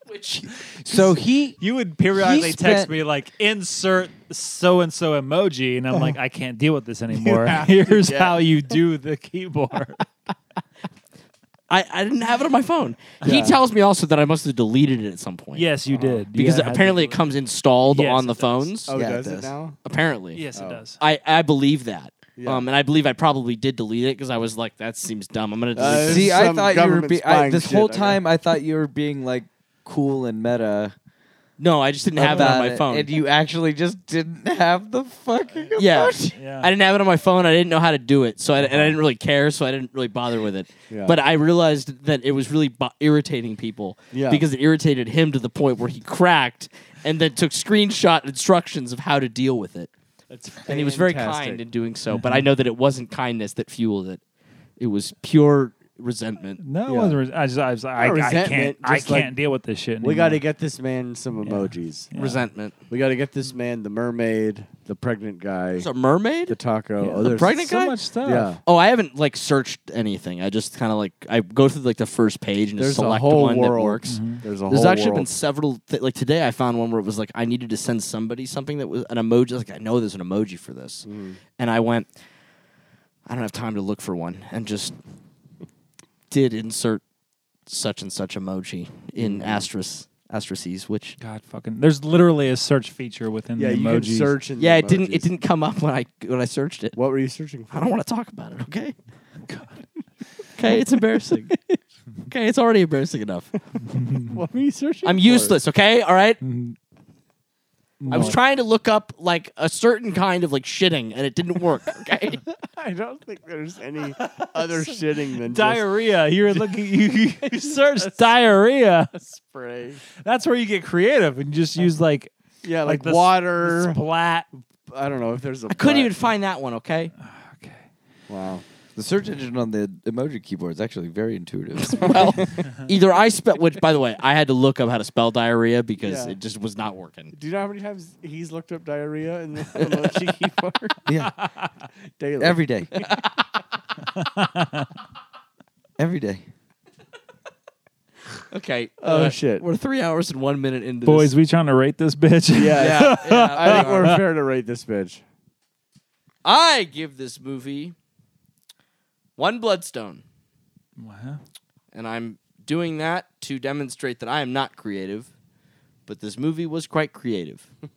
[SPEAKER 5] Which
[SPEAKER 6] So he
[SPEAKER 4] You would periodically text
[SPEAKER 6] spent-
[SPEAKER 4] me like insert so and so emoji, and I'm like, I can't deal with this anymore. Here's how you do the keyboard.
[SPEAKER 5] I, I didn't have it on my phone. He tells me also that I must have deleted it at some point.
[SPEAKER 4] yes, you did You
[SPEAKER 5] Because
[SPEAKER 4] had- had
[SPEAKER 5] apparently it
[SPEAKER 4] to-
[SPEAKER 5] comes installed
[SPEAKER 4] Yes,
[SPEAKER 5] on
[SPEAKER 4] it
[SPEAKER 5] the
[SPEAKER 4] does.
[SPEAKER 5] phones.
[SPEAKER 3] Oh,
[SPEAKER 6] Yeah, it
[SPEAKER 3] does it
[SPEAKER 6] does.
[SPEAKER 3] now?
[SPEAKER 5] Apparently.
[SPEAKER 4] Yes, it
[SPEAKER 3] Oh.
[SPEAKER 4] does.
[SPEAKER 5] I, I believe that.
[SPEAKER 3] Yeah.
[SPEAKER 5] Um, and I believe I probably did delete it because I was like, that seems dumb. I'm gonna delete
[SPEAKER 3] Uh,
[SPEAKER 5] it.
[SPEAKER 6] See, I
[SPEAKER 3] some
[SPEAKER 6] thought you were
[SPEAKER 3] government
[SPEAKER 6] be- I,
[SPEAKER 3] spying
[SPEAKER 6] this
[SPEAKER 3] shit,
[SPEAKER 6] whole
[SPEAKER 3] I guess.
[SPEAKER 6] time. I thought you were being like cool and meta.
[SPEAKER 5] No, I just didn't have it on
[SPEAKER 6] about
[SPEAKER 5] my phone.
[SPEAKER 6] and you actually just didn't have the fucking.
[SPEAKER 5] yeah.
[SPEAKER 4] Yeah.
[SPEAKER 5] I didn't have it on my phone. I didn't know how to do it, so I, and I didn't really care, so I didn't really bother with it.
[SPEAKER 3] Yeah.
[SPEAKER 5] But I realized that it was really bo- irritating people
[SPEAKER 3] Yeah.
[SPEAKER 5] because it irritated him to the point where he cracked and then took screenshot instructions of how to deal with it. and he was very
[SPEAKER 3] fantastic.
[SPEAKER 5] kind in doing so, but I know that it wasn't kindness that fueled it; it was pure resentment.
[SPEAKER 4] No, it
[SPEAKER 3] Yeah.
[SPEAKER 4] wasn't. res- I just, I, was, I,
[SPEAKER 3] Not
[SPEAKER 4] I can't,
[SPEAKER 3] resentment,
[SPEAKER 4] I
[SPEAKER 3] just like-
[SPEAKER 4] can't deal with this shit. Anymore.
[SPEAKER 3] We got to get this man some emojis.
[SPEAKER 5] Resentment.
[SPEAKER 3] We got to get this man the mermaid, the pregnant guy,
[SPEAKER 5] There's a mermaid.
[SPEAKER 3] the taco. oh,
[SPEAKER 4] the
[SPEAKER 3] there's-
[SPEAKER 5] pregnant
[SPEAKER 4] so
[SPEAKER 5] guy?
[SPEAKER 4] much stuff.
[SPEAKER 3] Yeah.
[SPEAKER 5] Oh, I haven't like searched anything. I just kind of like I go through like the first page and just
[SPEAKER 3] There's a
[SPEAKER 5] select
[SPEAKER 3] whole
[SPEAKER 5] one
[SPEAKER 3] world. Mm-hmm.
[SPEAKER 5] that works.
[SPEAKER 3] There's a
[SPEAKER 5] There's
[SPEAKER 3] whole
[SPEAKER 5] actually
[SPEAKER 3] world.
[SPEAKER 5] been several. Th- like today, I found one where it was like I needed to send somebody something that was an emoji. Like I know there's an emoji for this,
[SPEAKER 3] Mm.
[SPEAKER 5] and I went, I don't have time to look for one, and just did insert such and such emoji
[SPEAKER 3] Mm.
[SPEAKER 5] in asterisk asterisks, which
[SPEAKER 4] God, fucking. There's literally a search feature within
[SPEAKER 3] yeah,
[SPEAKER 4] the
[SPEAKER 3] you can
[SPEAKER 4] emojis.
[SPEAKER 3] search. In the
[SPEAKER 5] yeah, it didn't it
[SPEAKER 3] Mm. emojis.
[SPEAKER 5] didn't come up when I when I searched it.
[SPEAKER 3] What were you searching
[SPEAKER 5] I
[SPEAKER 3] for?
[SPEAKER 5] don't want to talk about it. Okay. okay, it's embarrassing. okay, it's already embarrassing enough.
[SPEAKER 3] What were you searching?
[SPEAKER 5] I'm
[SPEAKER 3] for?
[SPEAKER 5] useless. Okay, all right. I was trying to look up like a certain kind of like shitting, and it didn't work. Okay.
[SPEAKER 3] I don't think there's any other shitting than just
[SPEAKER 4] Diarrhea. You're looking. You, you search diarrhea.
[SPEAKER 3] spray.
[SPEAKER 4] That's where you get creative and just use like,
[SPEAKER 3] Yeah, like,
[SPEAKER 4] like the s-
[SPEAKER 3] water.
[SPEAKER 4] splat.
[SPEAKER 3] I don't know if there's a.
[SPEAKER 5] I couldn't
[SPEAKER 3] butt.
[SPEAKER 5] even find that one. Okay.
[SPEAKER 4] Okay.
[SPEAKER 3] Wow.
[SPEAKER 6] The search engine on the emoji keyboard is actually very intuitive.
[SPEAKER 5] Well, either I spell. Which, by the way, I had to look up how to spell diarrhea because
[SPEAKER 3] Yeah.
[SPEAKER 5] it just was not working.
[SPEAKER 3] Do you know how many times he's looked up diarrhea in the emoji keyboard
[SPEAKER 6] yeah,
[SPEAKER 3] daily?
[SPEAKER 6] every day. every day.
[SPEAKER 5] Okay. uh,
[SPEAKER 3] Oh, shit.
[SPEAKER 5] We're three hours and one minute into
[SPEAKER 4] Boys,
[SPEAKER 5] this.
[SPEAKER 4] we trying to rate this bitch.
[SPEAKER 3] yeah,
[SPEAKER 5] Yeah, yeah,
[SPEAKER 3] I think we're fair to rate this bitch.
[SPEAKER 5] I give this movie one bloodstone.
[SPEAKER 4] Wow.
[SPEAKER 5] and I'm doing that to demonstrate that I am not creative, but this movie was quite creative.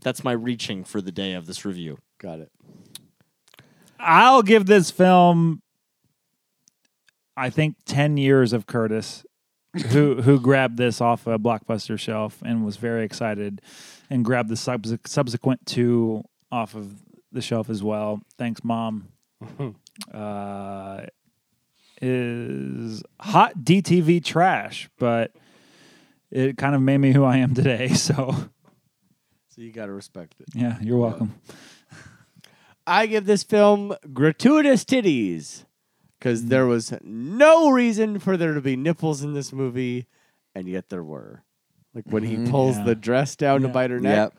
[SPEAKER 5] That's my reaching for the day of this review.
[SPEAKER 3] Got it.
[SPEAKER 4] I'll give this film I think 10 years of Curtis who who grabbed this off a blockbuster shelf and was very excited and grabbed the subse- subsequent two off of the shelf as well. Thanks mom. uh is hot DTV trash, but it kind of made me who I am today, so
[SPEAKER 3] So you got to respect it.
[SPEAKER 4] yeah, you're welcome.
[SPEAKER 3] I give this film gratuitous titties because there was no reason for there to be nipples in this movie, and yet there were. Like when he pulls
[SPEAKER 4] Yeah.
[SPEAKER 3] the dress down
[SPEAKER 4] Yeah.
[SPEAKER 3] to bite her neck,
[SPEAKER 6] Mm-hmm.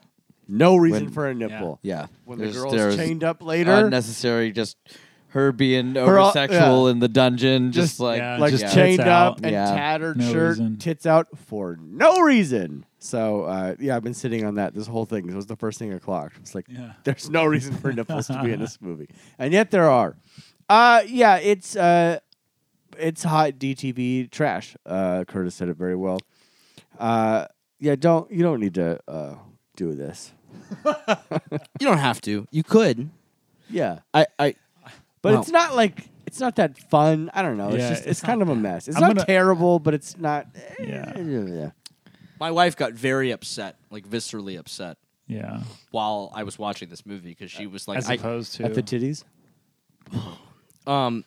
[SPEAKER 6] Yep.
[SPEAKER 3] no reason
[SPEAKER 6] When-
[SPEAKER 3] for a nipple.
[SPEAKER 6] Yeah.
[SPEAKER 3] When
[SPEAKER 6] There's-
[SPEAKER 3] the girl's
[SPEAKER 6] there's
[SPEAKER 3] chained up later,
[SPEAKER 6] unnecessary. Just her being
[SPEAKER 3] Her all-
[SPEAKER 6] oversexual in the dungeon. Just,
[SPEAKER 3] Just-
[SPEAKER 6] like
[SPEAKER 4] yeah,
[SPEAKER 3] like
[SPEAKER 4] just
[SPEAKER 6] yeah.
[SPEAKER 4] chain-
[SPEAKER 3] chained
[SPEAKER 4] tits
[SPEAKER 3] up
[SPEAKER 6] out.
[SPEAKER 3] and
[SPEAKER 6] Yeah.
[SPEAKER 3] tattered
[SPEAKER 4] No
[SPEAKER 3] shirt,
[SPEAKER 4] reason.
[SPEAKER 3] tits out for no reason. So uh, yeah, I've been sitting on that this whole thing. It was the first thing I clocked. It's like
[SPEAKER 4] Yeah.
[SPEAKER 3] there's no reason for nipples to be in this movie, and yet there are. Uh, yeah, it's uh, it's hot DTV trash. Uh, Curtis said it very well. Uh, yeah, don't you don't need to uh, do this.
[SPEAKER 5] You don't have to. You could.
[SPEAKER 3] Yeah,
[SPEAKER 5] I. I
[SPEAKER 3] but
[SPEAKER 5] Wow.
[SPEAKER 3] it's not like. It's not that fun. I don't know.
[SPEAKER 4] Yeah,
[SPEAKER 3] it's just it's,
[SPEAKER 4] it's
[SPEAKER 3] kind of a mess. It's
[SPEAKER 4] I'm
[SPEAKER 3] not
[SPEAKER 4] gonna-
[SPEAKER 3] terrible, but it's not.
[SPEAKER 4] Yeah.
[SPEAKER 3] yeah.
[SPEAKER 5] my wife got very upset, like viscerally upset,
[SPEAKER 4] Yeah.
[SPEAKER 5] while I was watching this Uh, movie because she was like,
[SPEAKER 4] As
[SPEAKER 5] I,
[SPEAKER 4] opposed to
[SPEAKER 3] At the titties.
[SPEAKER 5] um,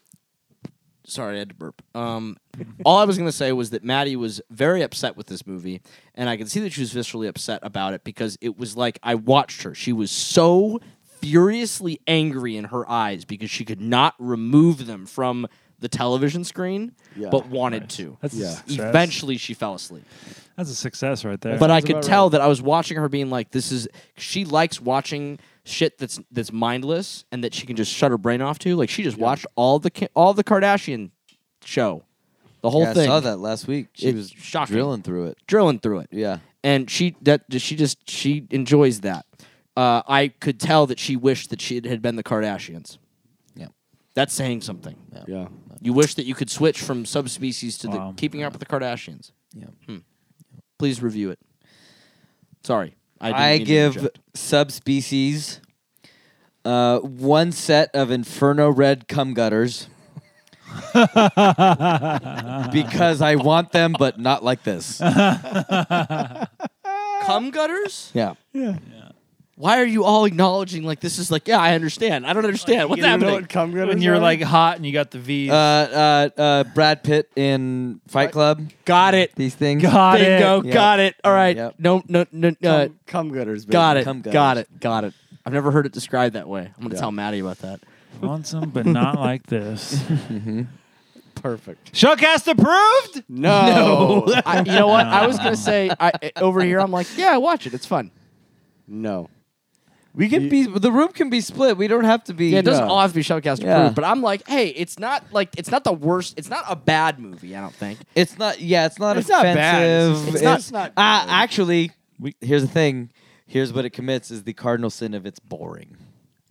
[SPEAKER 5] sorry, I had to burp. Um, all I was going to say was that Maddie was very upset with this movie, and I could see that she was viscerally upset about it because it was like I watched her. She was so furiously angry in her eyes because she could not remove them from the television screen, but wanted to.
[SPEAKER 4] That's yeah.
[SPEAKER 5] Eventually, she fell asleep.
[SPEAKER 4] That's a success right there.
[SPEAKER 5] But I could tell that I was watching her being like, "This is." She likes watching shit that's that's mindless and that she can just shut her brain off to. Like she just watched all the Ki- all the Kardashian show, the whole
[SPEAKER 6] Yeah,
[SPEAKER 5] thing,
[SPEAKER 6] I saw that last week. She
[SPEAKER 5] It-
[SPEAKER 6] was
[SPEAKER 5] shocking.
[SPEAKER 6] drilling through it.
[SPEAKER 5] drilling through it.
[SPEAKER 6] Yeah.
[SPEAKER 5] and she that she just she enjoys that. Uh, I could tell that she wished that she had been the Kardashians.
[SPEAKER 6] Yeah.
[SPEAKER 5] That's saying something.
[SPEAKER 3] Yeah. Um,
[SPEAKER 5] You wish that you could switch from subspecies to
[SPEAKER 4] Wow.
[SPEAKER 5] the keeping up with the Kardashians.
[SPEAKER 6] Yeah.
[SPEAKER 5] Hmm. Please review it. Sorry. I, didn't
[SPEAKER 6] I,
[SPEAKER 5] mean to
[SPEAKER 6] give
[SPEAKER 5] interject.
[SPEAKER 6] subspecies uh, one set of Inferno Red cum gutters because I want them, but not like this. Uh,
[SPEAKER 5] cum gutters?
[SPEAKER 6] Yeah.
[SPEAKER 5] Why are you all acknowledging like this is like yeah, I understand. I don't understand. What's
[SPEAKER 3] You know
[SPEAKER 5] happening?
[SPEAKER 3] what cum gutters
[SPEAKER 4] when you're
[SPEAKER 3] are?
[SPEAKER 4] like hot and you got the V.
[SPEAKER 6] Uh, uh, uh, Brad Pitt in Fight Club.
[SPEAKER 5] got it.
[SPEAKER 6] These things.
[SPEAKER 4] Got it.
[SPEAKER 5] Bingo.
[SPEAKER 6] Yeah.
[SPEAKER 5] Got it. All right.
[SPEAKER 6] Yep.
[SPEAKER 5] No no no uh,
[SPEAKER 3] cum, cum gutters. Baby.
[SPEAKER 5] got it.
[SPEAKER 6] cum gutters.
[SPEAKER 5] Got it. Got it. I've never heard it described that way. I'm going to tell Maddie about that.
[SPEAKER 4] Want some, but not like this.
[SPEAKER 3] Perfect.
[SPEAKER 4] Showcast approved.
[SPEAKER 3] No. No.
[SPEAKER 10] I, you know what? I was gonna say I, I- over here. I'm like, yeah, watch it. It's fun.
[SPEAKER 6] We can be. The room can be split. We don't have to be.
[SPEAKER 10] Yeah, it doesn't
[SPEAKER 6] No.
[SPEAKER 10] all have to be shoutcast
[SPEAKER 6] Yeah.
[SPEAKER 10] approved. But I'm like, hey, it's not like it's not the worst. It's not a bad movie. I don't think.
[SPEAKER 6] It's not. Yeah, it's not
[SPEAKER 3] It's not bad.
[SPEAKER 6] offensive.
[SPEAKER 3] It's- it's not- it's not
[SPEAKER 6] Uh, actually,
[SPEAKER 4] We-
[SPEAKER 6] here's the thing. Here's what it commits: is the cardinal sin of it's boring.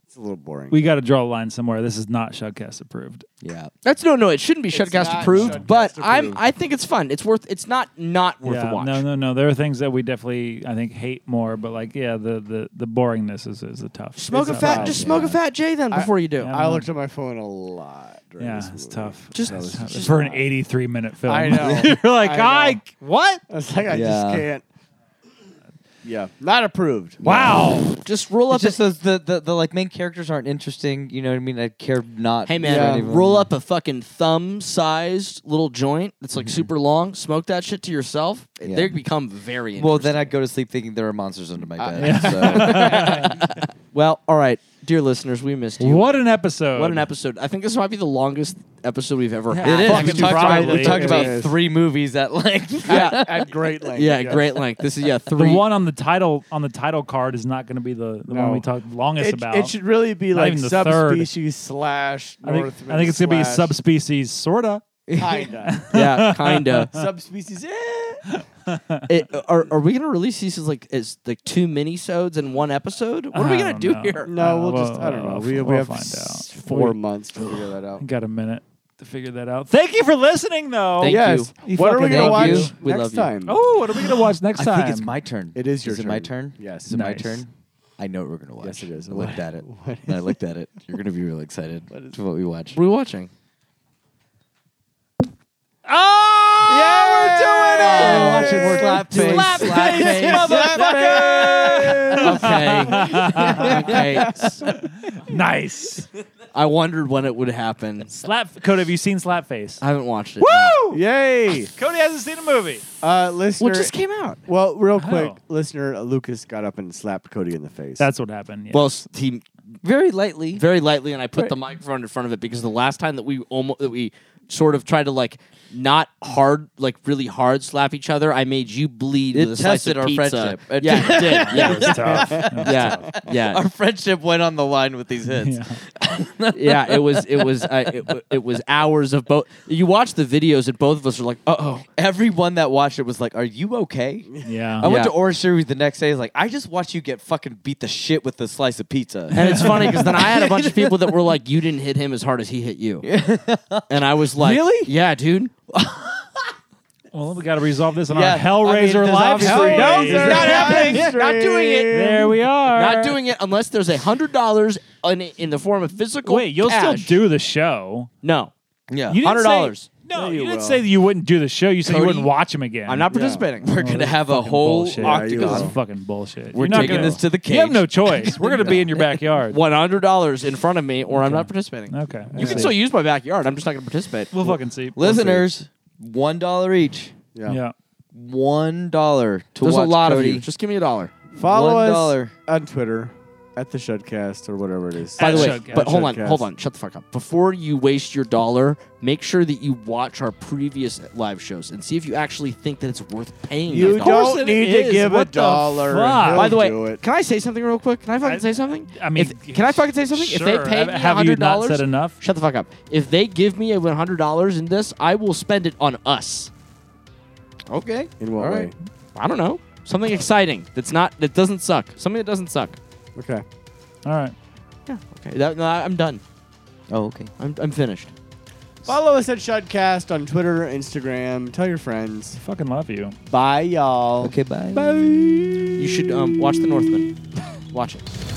[SPEAKER 3] It's a little boring.
[SPEAKER 4] We got to draw a line somewhere. This is not Showcast approved.
[SPEAKER 6] Yeah.
[SPEAKER 10] That's no, no. It shouldn't be shoutcast
[SPEAKER 3] not
[SPEAKER 10] approved.
[SPEAKER 3] Shudcast
[SPEAKER 10] but I'm.
[SPEAKER 3] approved.
[SPEAKER 10] I think it's fun. It's worth. It's not not worth
[SPEAKER 4] yeah,
[SPEAKER 10] a watch.
[SPEAKER 4] no, no, no. There are things that we definitely, I think, hate more. But like, yeah, the the the boringness is is a tough.
[SPEAKER 10] Smoke
[SPEAKER 4] is
[SPEAKER 10] a
[SPEAKER 4] tough.
[SPEAKER 10] fat. Just smoke a fat J then before you do.
[SPEAKER 4] Yeah.
[SPEAKER 3] I looked at my phone a lot. During
[SPEAKER 4] Yeah,
[SPEAKER 3] this
[SPEAKER 4] it's
[SPEAKER 3] movie.
[SPEAKER 4] tough.
[SPEAKER 10] Just-
[SPEAKER 4] That was
[SPEAKER 10] just-
[SPEAKER 4] tough. for an 83 minute film.
[SPEAKER 3] I know.
[SPEAKER 4] You're like, I,
[SPEAKER 3] I know.
[SPEAKER 4] what?
[SPEAKER 3] I was like, I
[SPEAKER 6] Yeah.
[SPEAKER 3] just can't. Yeah, not approved.
[SPEAKER 4] Wow.
[SPEAKER 10] Just roll up.
[SPEAKER 6] It's just those the, the the like main characters aren't interesting. You know what I mean? I care not.
[SPEAKER 5] Hey man, uh,
[SPEAKER 6] for
[SPEAKER 3] Yeah.
[SPEAKER 6] anyone.
[SPEAKER 5] roll up a fucking thumb-sized little joint that's like super long. Smoke that shit to yourself.
[SPEAKER 6] Yeah.
[SPEAKER 5] They become very
[SPEAKER 6] Well, then I go to sleep thinking there are monsters under
[SPEAKER 3] Uh,
[SPEAKER 6] my bed. so.
[SPEAKER 5] well, all right, dear listeners, we missed you.
[SPEAKER 4] What an episode.
[SPEAKER 5] What an episode! I think this might be the longest episode we've ever had.
[SPEAKER 6] It is.
[SPEAKER 4] Fucking
[SPEAKER 6] We talked about,
[SPEAKER 4] probably.
[SPEAKER 6] we talked about
[SPEAKER 3] It is.
[SPEAKER 6] three movies at length.
[SPEAKER 5] Yeah,
[SPEAKER 3] At great length.
[SPEAKER 5] yeah, great length. This is yeah
[SPEAKER 4] The
[SPEAKER 5] three.
[SPEAKER 4] one on the title on the title card is not going to be the, the one
[SPEAKER 3] No.
[SPEAKER 4] we talked longest
[SPEAKER 3] It,
[SPEAKER 4] about.
[SPEAKER 3] it should really be
[SPEAKER 4] Not
[SPEAKER 3] like
[SPEAKER 4] even the third.
[SPEAKER 3] subspecies slash
[SPEAKER 4] I think,
[SPEAKER 3] Northman.
[SPEAKER 4] I think it's going to be
[SPEAKER 3] slash
[SPEAKER 4] subspecies, sorta.
[SPEAKER 3] Kinda.
[SPEAKER 5] yeah, kinda.
[SPEAKER 3] subspecies. Eh.
[SPEAKER 5] It- are, are we gonna release these as like as like two minisodes in one episode? What are we
[SPEAKER 4] I
[SPEAKER 5] gonna
[SPEAKER 4] don't
[SPEAKER 5] do
[SPEAKER 4] know.
[SPEAKER 5] here?
[SPEAKER 3] No, we'll
[SPEAKER 4] well,
[SPEAKER 3] just. I don't know.
[SPEAKER 4] well,
[SPEAKER 3] We, we
[SPEAKER 4] we'll
[SPEAKER 3] have
[SPEAKER 4] find
[SPEAKER 3] s-
[SPEAKER 4] out.
[SPEAKER 3] four
[SPEAKER 4] We-
[SPEAKER 3] months to figure that out.
[SPEAKER 4] Got a minute to figure that out. Thank you for listening, though.
[SPEAKER 5] Thank
[SPEAKER 3] yes.
[SPEAKER 4] you.
[SPEAKER 3] What are we
[SPEAKER 4] Fucking
[SPEAKER 3] gonna watch
[SPEAKER 6] thank you.
[SPEAKER 3] next
[SPEAKER 6] We love you.
[SPEAKER 3] time?
[SPEAKER 4] Oh, what are we going to watch next
[SPEAKER 6] I
[SPEAKER 4] time?
[SPEAKER 6] think it's my turn.
[SPEAKER 3] It is your
[SPEAKER 6] Is it my
[SPEAKER 3] turn.
[SPEAKER 6] turn?
[SPEAKER 3] Yes.
[SPEAKER 6] Is it my
[SPEAKER 4] Nice.
[SPEAKER 6] turn? I know what we're gonna watch.
[SPEAKER 3] Yes, it is.
[SPEAKER 6] I
[SPEAKER 3] What-
[SPEAKER 6] looked at it.
[SPEAKER 3] what
[SPEAKER 6] I looked at it. You're gonna be real excited what to what we watch.
[SPEAKER 5] What are we watching?
[SPEAKER 6] Yeah,
[SPEAKER 3] we're doing it!
[SPEAKER 6] Slap face.
[SPEAKER 5] Slap face, Okay. okay.
[SPEAKER 4] nice.
[SPEAKER 5] I wondered when it would happen.
[SPEAKER 4] Slap Cody, have you seen Slapface?
[SPEAKER 5] I haven't watched it.
[SPEAKER 4] Woo!
[SPEAKER 3] Yay!
[SPEAKER 4] Cody hasn't seen a movie.
[SPEAKER 3] Uh, listener,
[SPEAKER 5] Well, it just came out.
[SPEAKER 3] well, real quick,
[SPEAKER 4] Oh.
[SPEAKER 3] listener, uh, Lucas got up and slapped Cody in the face.
[SPEAKER 4] That's what happened. Yeah.
[SPEAKER 5] Well, s- he
[SPEAKER 6] Very lightly.
[SPEAKER 5] very lightly, and I put the microphone in front of it because the last time that we almost that we sort of tried to like not hard, like really hard slap each other, I made you bleed.
[SPEAKER 6] It
[SPEAKER 5] with a slice
[SPEAKER 6] tested
[SPEAKER 5] of
[SPEAKER 6] our
[SPEAKER 5] pizza.
[SPEAKER 6] friendship. It
[SPEAKER 5] yeah, it
[SPEAKER 6] did.
[SPEAKER 5] did.
[SPEAKER 4] it was
[SPEAKER 5] Yeah,
[SPEAKER 4] tough.
[SPEAKER 5] yeah, yeah.
[SPEAKER 6] Our friendship went on the line with these hits.
[SPEAKER 4] Yeah.
[SPEAKER 5] yeah, it was it was uh, it, wa- it was hours of both. You watch the videos, and both of us are like, "Uh oh,
[SPEAKER 6] Everyone that watched it was like, "Are you okay?"
[SPEAKER 4] Yeah.
[SPEAKER 6] I went
[SPEAKER 5] Yeah.
[SPEAKER 6] to Orange Series the next day. It's like, I just watched you get fucking beat the shit with the slice of pizza.
[SPEAKER 5] And it's funny because then I had a bunch of people that were like, "You didn't hit him as hard as he hit you," and I was like,
[SPEAKER 6] Really?
[SPEAKER 5] Yeah, dude.
[SPEAKER 4] Well, we got to resolve this on
[SPEAKER 6] Yeah,
[SPEAKER 4] our
[SPEAKER 6] I
[SPEAKER 4] Hellraiser
[SPEAKER 6] mean, there's
[SPEAKER 4] live
[SPEAKER 6] obviously-
[SPEAKER 4] stream.
[SPEAKER 6] No, it's
[SPEAKER 4] There-
[SPEAKER 6] not
[SPEAKER 5] happening. Not doing it.
[SPEAKER 4] There we are.
[SPEAKER 5] Not doing it unless there's a hundred dollars in, in the form of physical.
[SPEAKER 4] Wait, you'll
[SPEAKER 5] cash.
[SPEAKER 4] still do the show.
[SPEAKER 5] no.
[SPEAKER 6] yeah.
[SPEAKER 4] You didn't
[SPEAKER 5] $100.
[SPEAKER 4] say- No,
[SPEAKER 5] Yeah,
[SPEAKER 4] you,
[SPEAKER 5] you
[SPEAKER 4] didn't
[SPEAKER 5] will.
[SPEAKER 4] say that you wouldn't do the show. You said you
[SPEAKER 6] Cody,
[SPEAKER 4] wouldn't watch him again.
[SPEAKER 5] I'm not
[SPEAKER 3] Yeah.
[SPEAKER 5] participating.
[SPEAKER 6] We're gonna have a whole
[SPEAKER 4] bullshit.
[SPEAKER 6] octagon.
[SPEAKER 4] This is fucking bullshit.
[SPEAKER 6] We're
[SPEAKER 4] You're not
[SPEAKER 6] taking
[SPEAKER 4] gonna-
[SPEAKER 6] this to the
[SPEAKER 4] You have
[SPEAKER 6] cage.
[SPEAKER 4] no choice. We're gonna be in your backyard.
[SPEAKER 5] One hundred dollars in front of me, or I'm not participating.
[SPEAKER 4] Okay.
[SPEAKER 5] You can still use my backyard. I'm just not going to participate.
[SPEAKER 4] We'll fucking see.
[SPEAKER 6] Listeners, one dollar each.
[SPEAKER 3] Yeah.
[SPEAKER 4] Yeah.
[SPEAKER 6] One dollar to
[SPEAKER 5] There's a
[SPEAKER 6] watch
[SPEAKER 5] lot
[SPEAKER 6] Cody.
[SPEAKER 5] of you. Just give me a dollar.
[SPEAKER 3] Follow
[SPEAKER 6] One
[SPEAKER 3] us
[SPEAKER 6] dollar.
[SPEAKER 3] on Twitter at the Shudcast or whatever it is.
[SPEAKER 5] By the way,
[SPEAKER 4] Shudcast.
[SPEAKER 5] but hold on,
[SPEAKER 3] Shudcast.
[SPEAKER 5] hold on, shut the fuck up. Before you waste your dollar, make sure that you watch our previous live shows and see if you actually think that it's worth paying.
[SPEAKER 3] You
[SPEAKER 5] that dollar.
[SPEAKER 4] course
[SPEAKER 3] don't
[SPEAKER 4] it
[SPEAKER 3] need
[SPEAKER 4] is.
[SPEAKER 3] to give
[SPEAKER 4] What
[SPEAKER 3] a
[SPEAKER 4] the
[SPEAKER 3] dollar.
[SPEAKER 4] fuck?
[SPEAKER 3] He'll
[SPEAKER 5] By the
[SPEAKER 3] do
[SPEAKER 5] way,
[SPEAKER 3] it.
[SPEAKER 5] can I say something real quick? Can I fucking
[SPEAKER 4] I-
[SPEAKER 5] say something?
[SPEAKER 4] I mean,
[SPEAKER 5] If- can I fucking say something? If
[SPEAKER 4] sure.
[SPEAKER 5] they pay
[SPEAKER 4] Have-
[SPEAKER 5] me
[SPEAKER 4] have you
[SPEAKER 5] hundred
[SPEAKER 4] not
[SPEAKER 5] dollars,
[SPEAKER 4] said enough?
[SPEAKER 5] Shut the fuck up. If they give me one hundred dollars in this, I will spend it on us.
[SPEAKER 6] Okay.
[SPEAKER 3] in what
[SPEAKER 6] All
[SPEAKER 3] way?
[SPEAKER 6] right.
[SPEAKER 5] I don't know something exciting that's not that doesn't suck. Something that doesn't suck.
[SPEAKER 3] Okay.
[SPEAKER 4] All right.
[SPEAKER 5] Yeah. Okay. That, no, I'm done.
[SPEAKER 6] Oh, okay.
[SPEAKER 5] I'm, I'm finished.
[SPEAKER 3] Follow us at Shudcast on Twitter, Instagram. Tell your friends.
[SPEAKER 4] Fucking love you.
[SPEAKER 3] Bye, y'all.
[SPEAKER 6] Okay. Bye.
[SPEAKER 5] You should um, watch The Northman. watch it.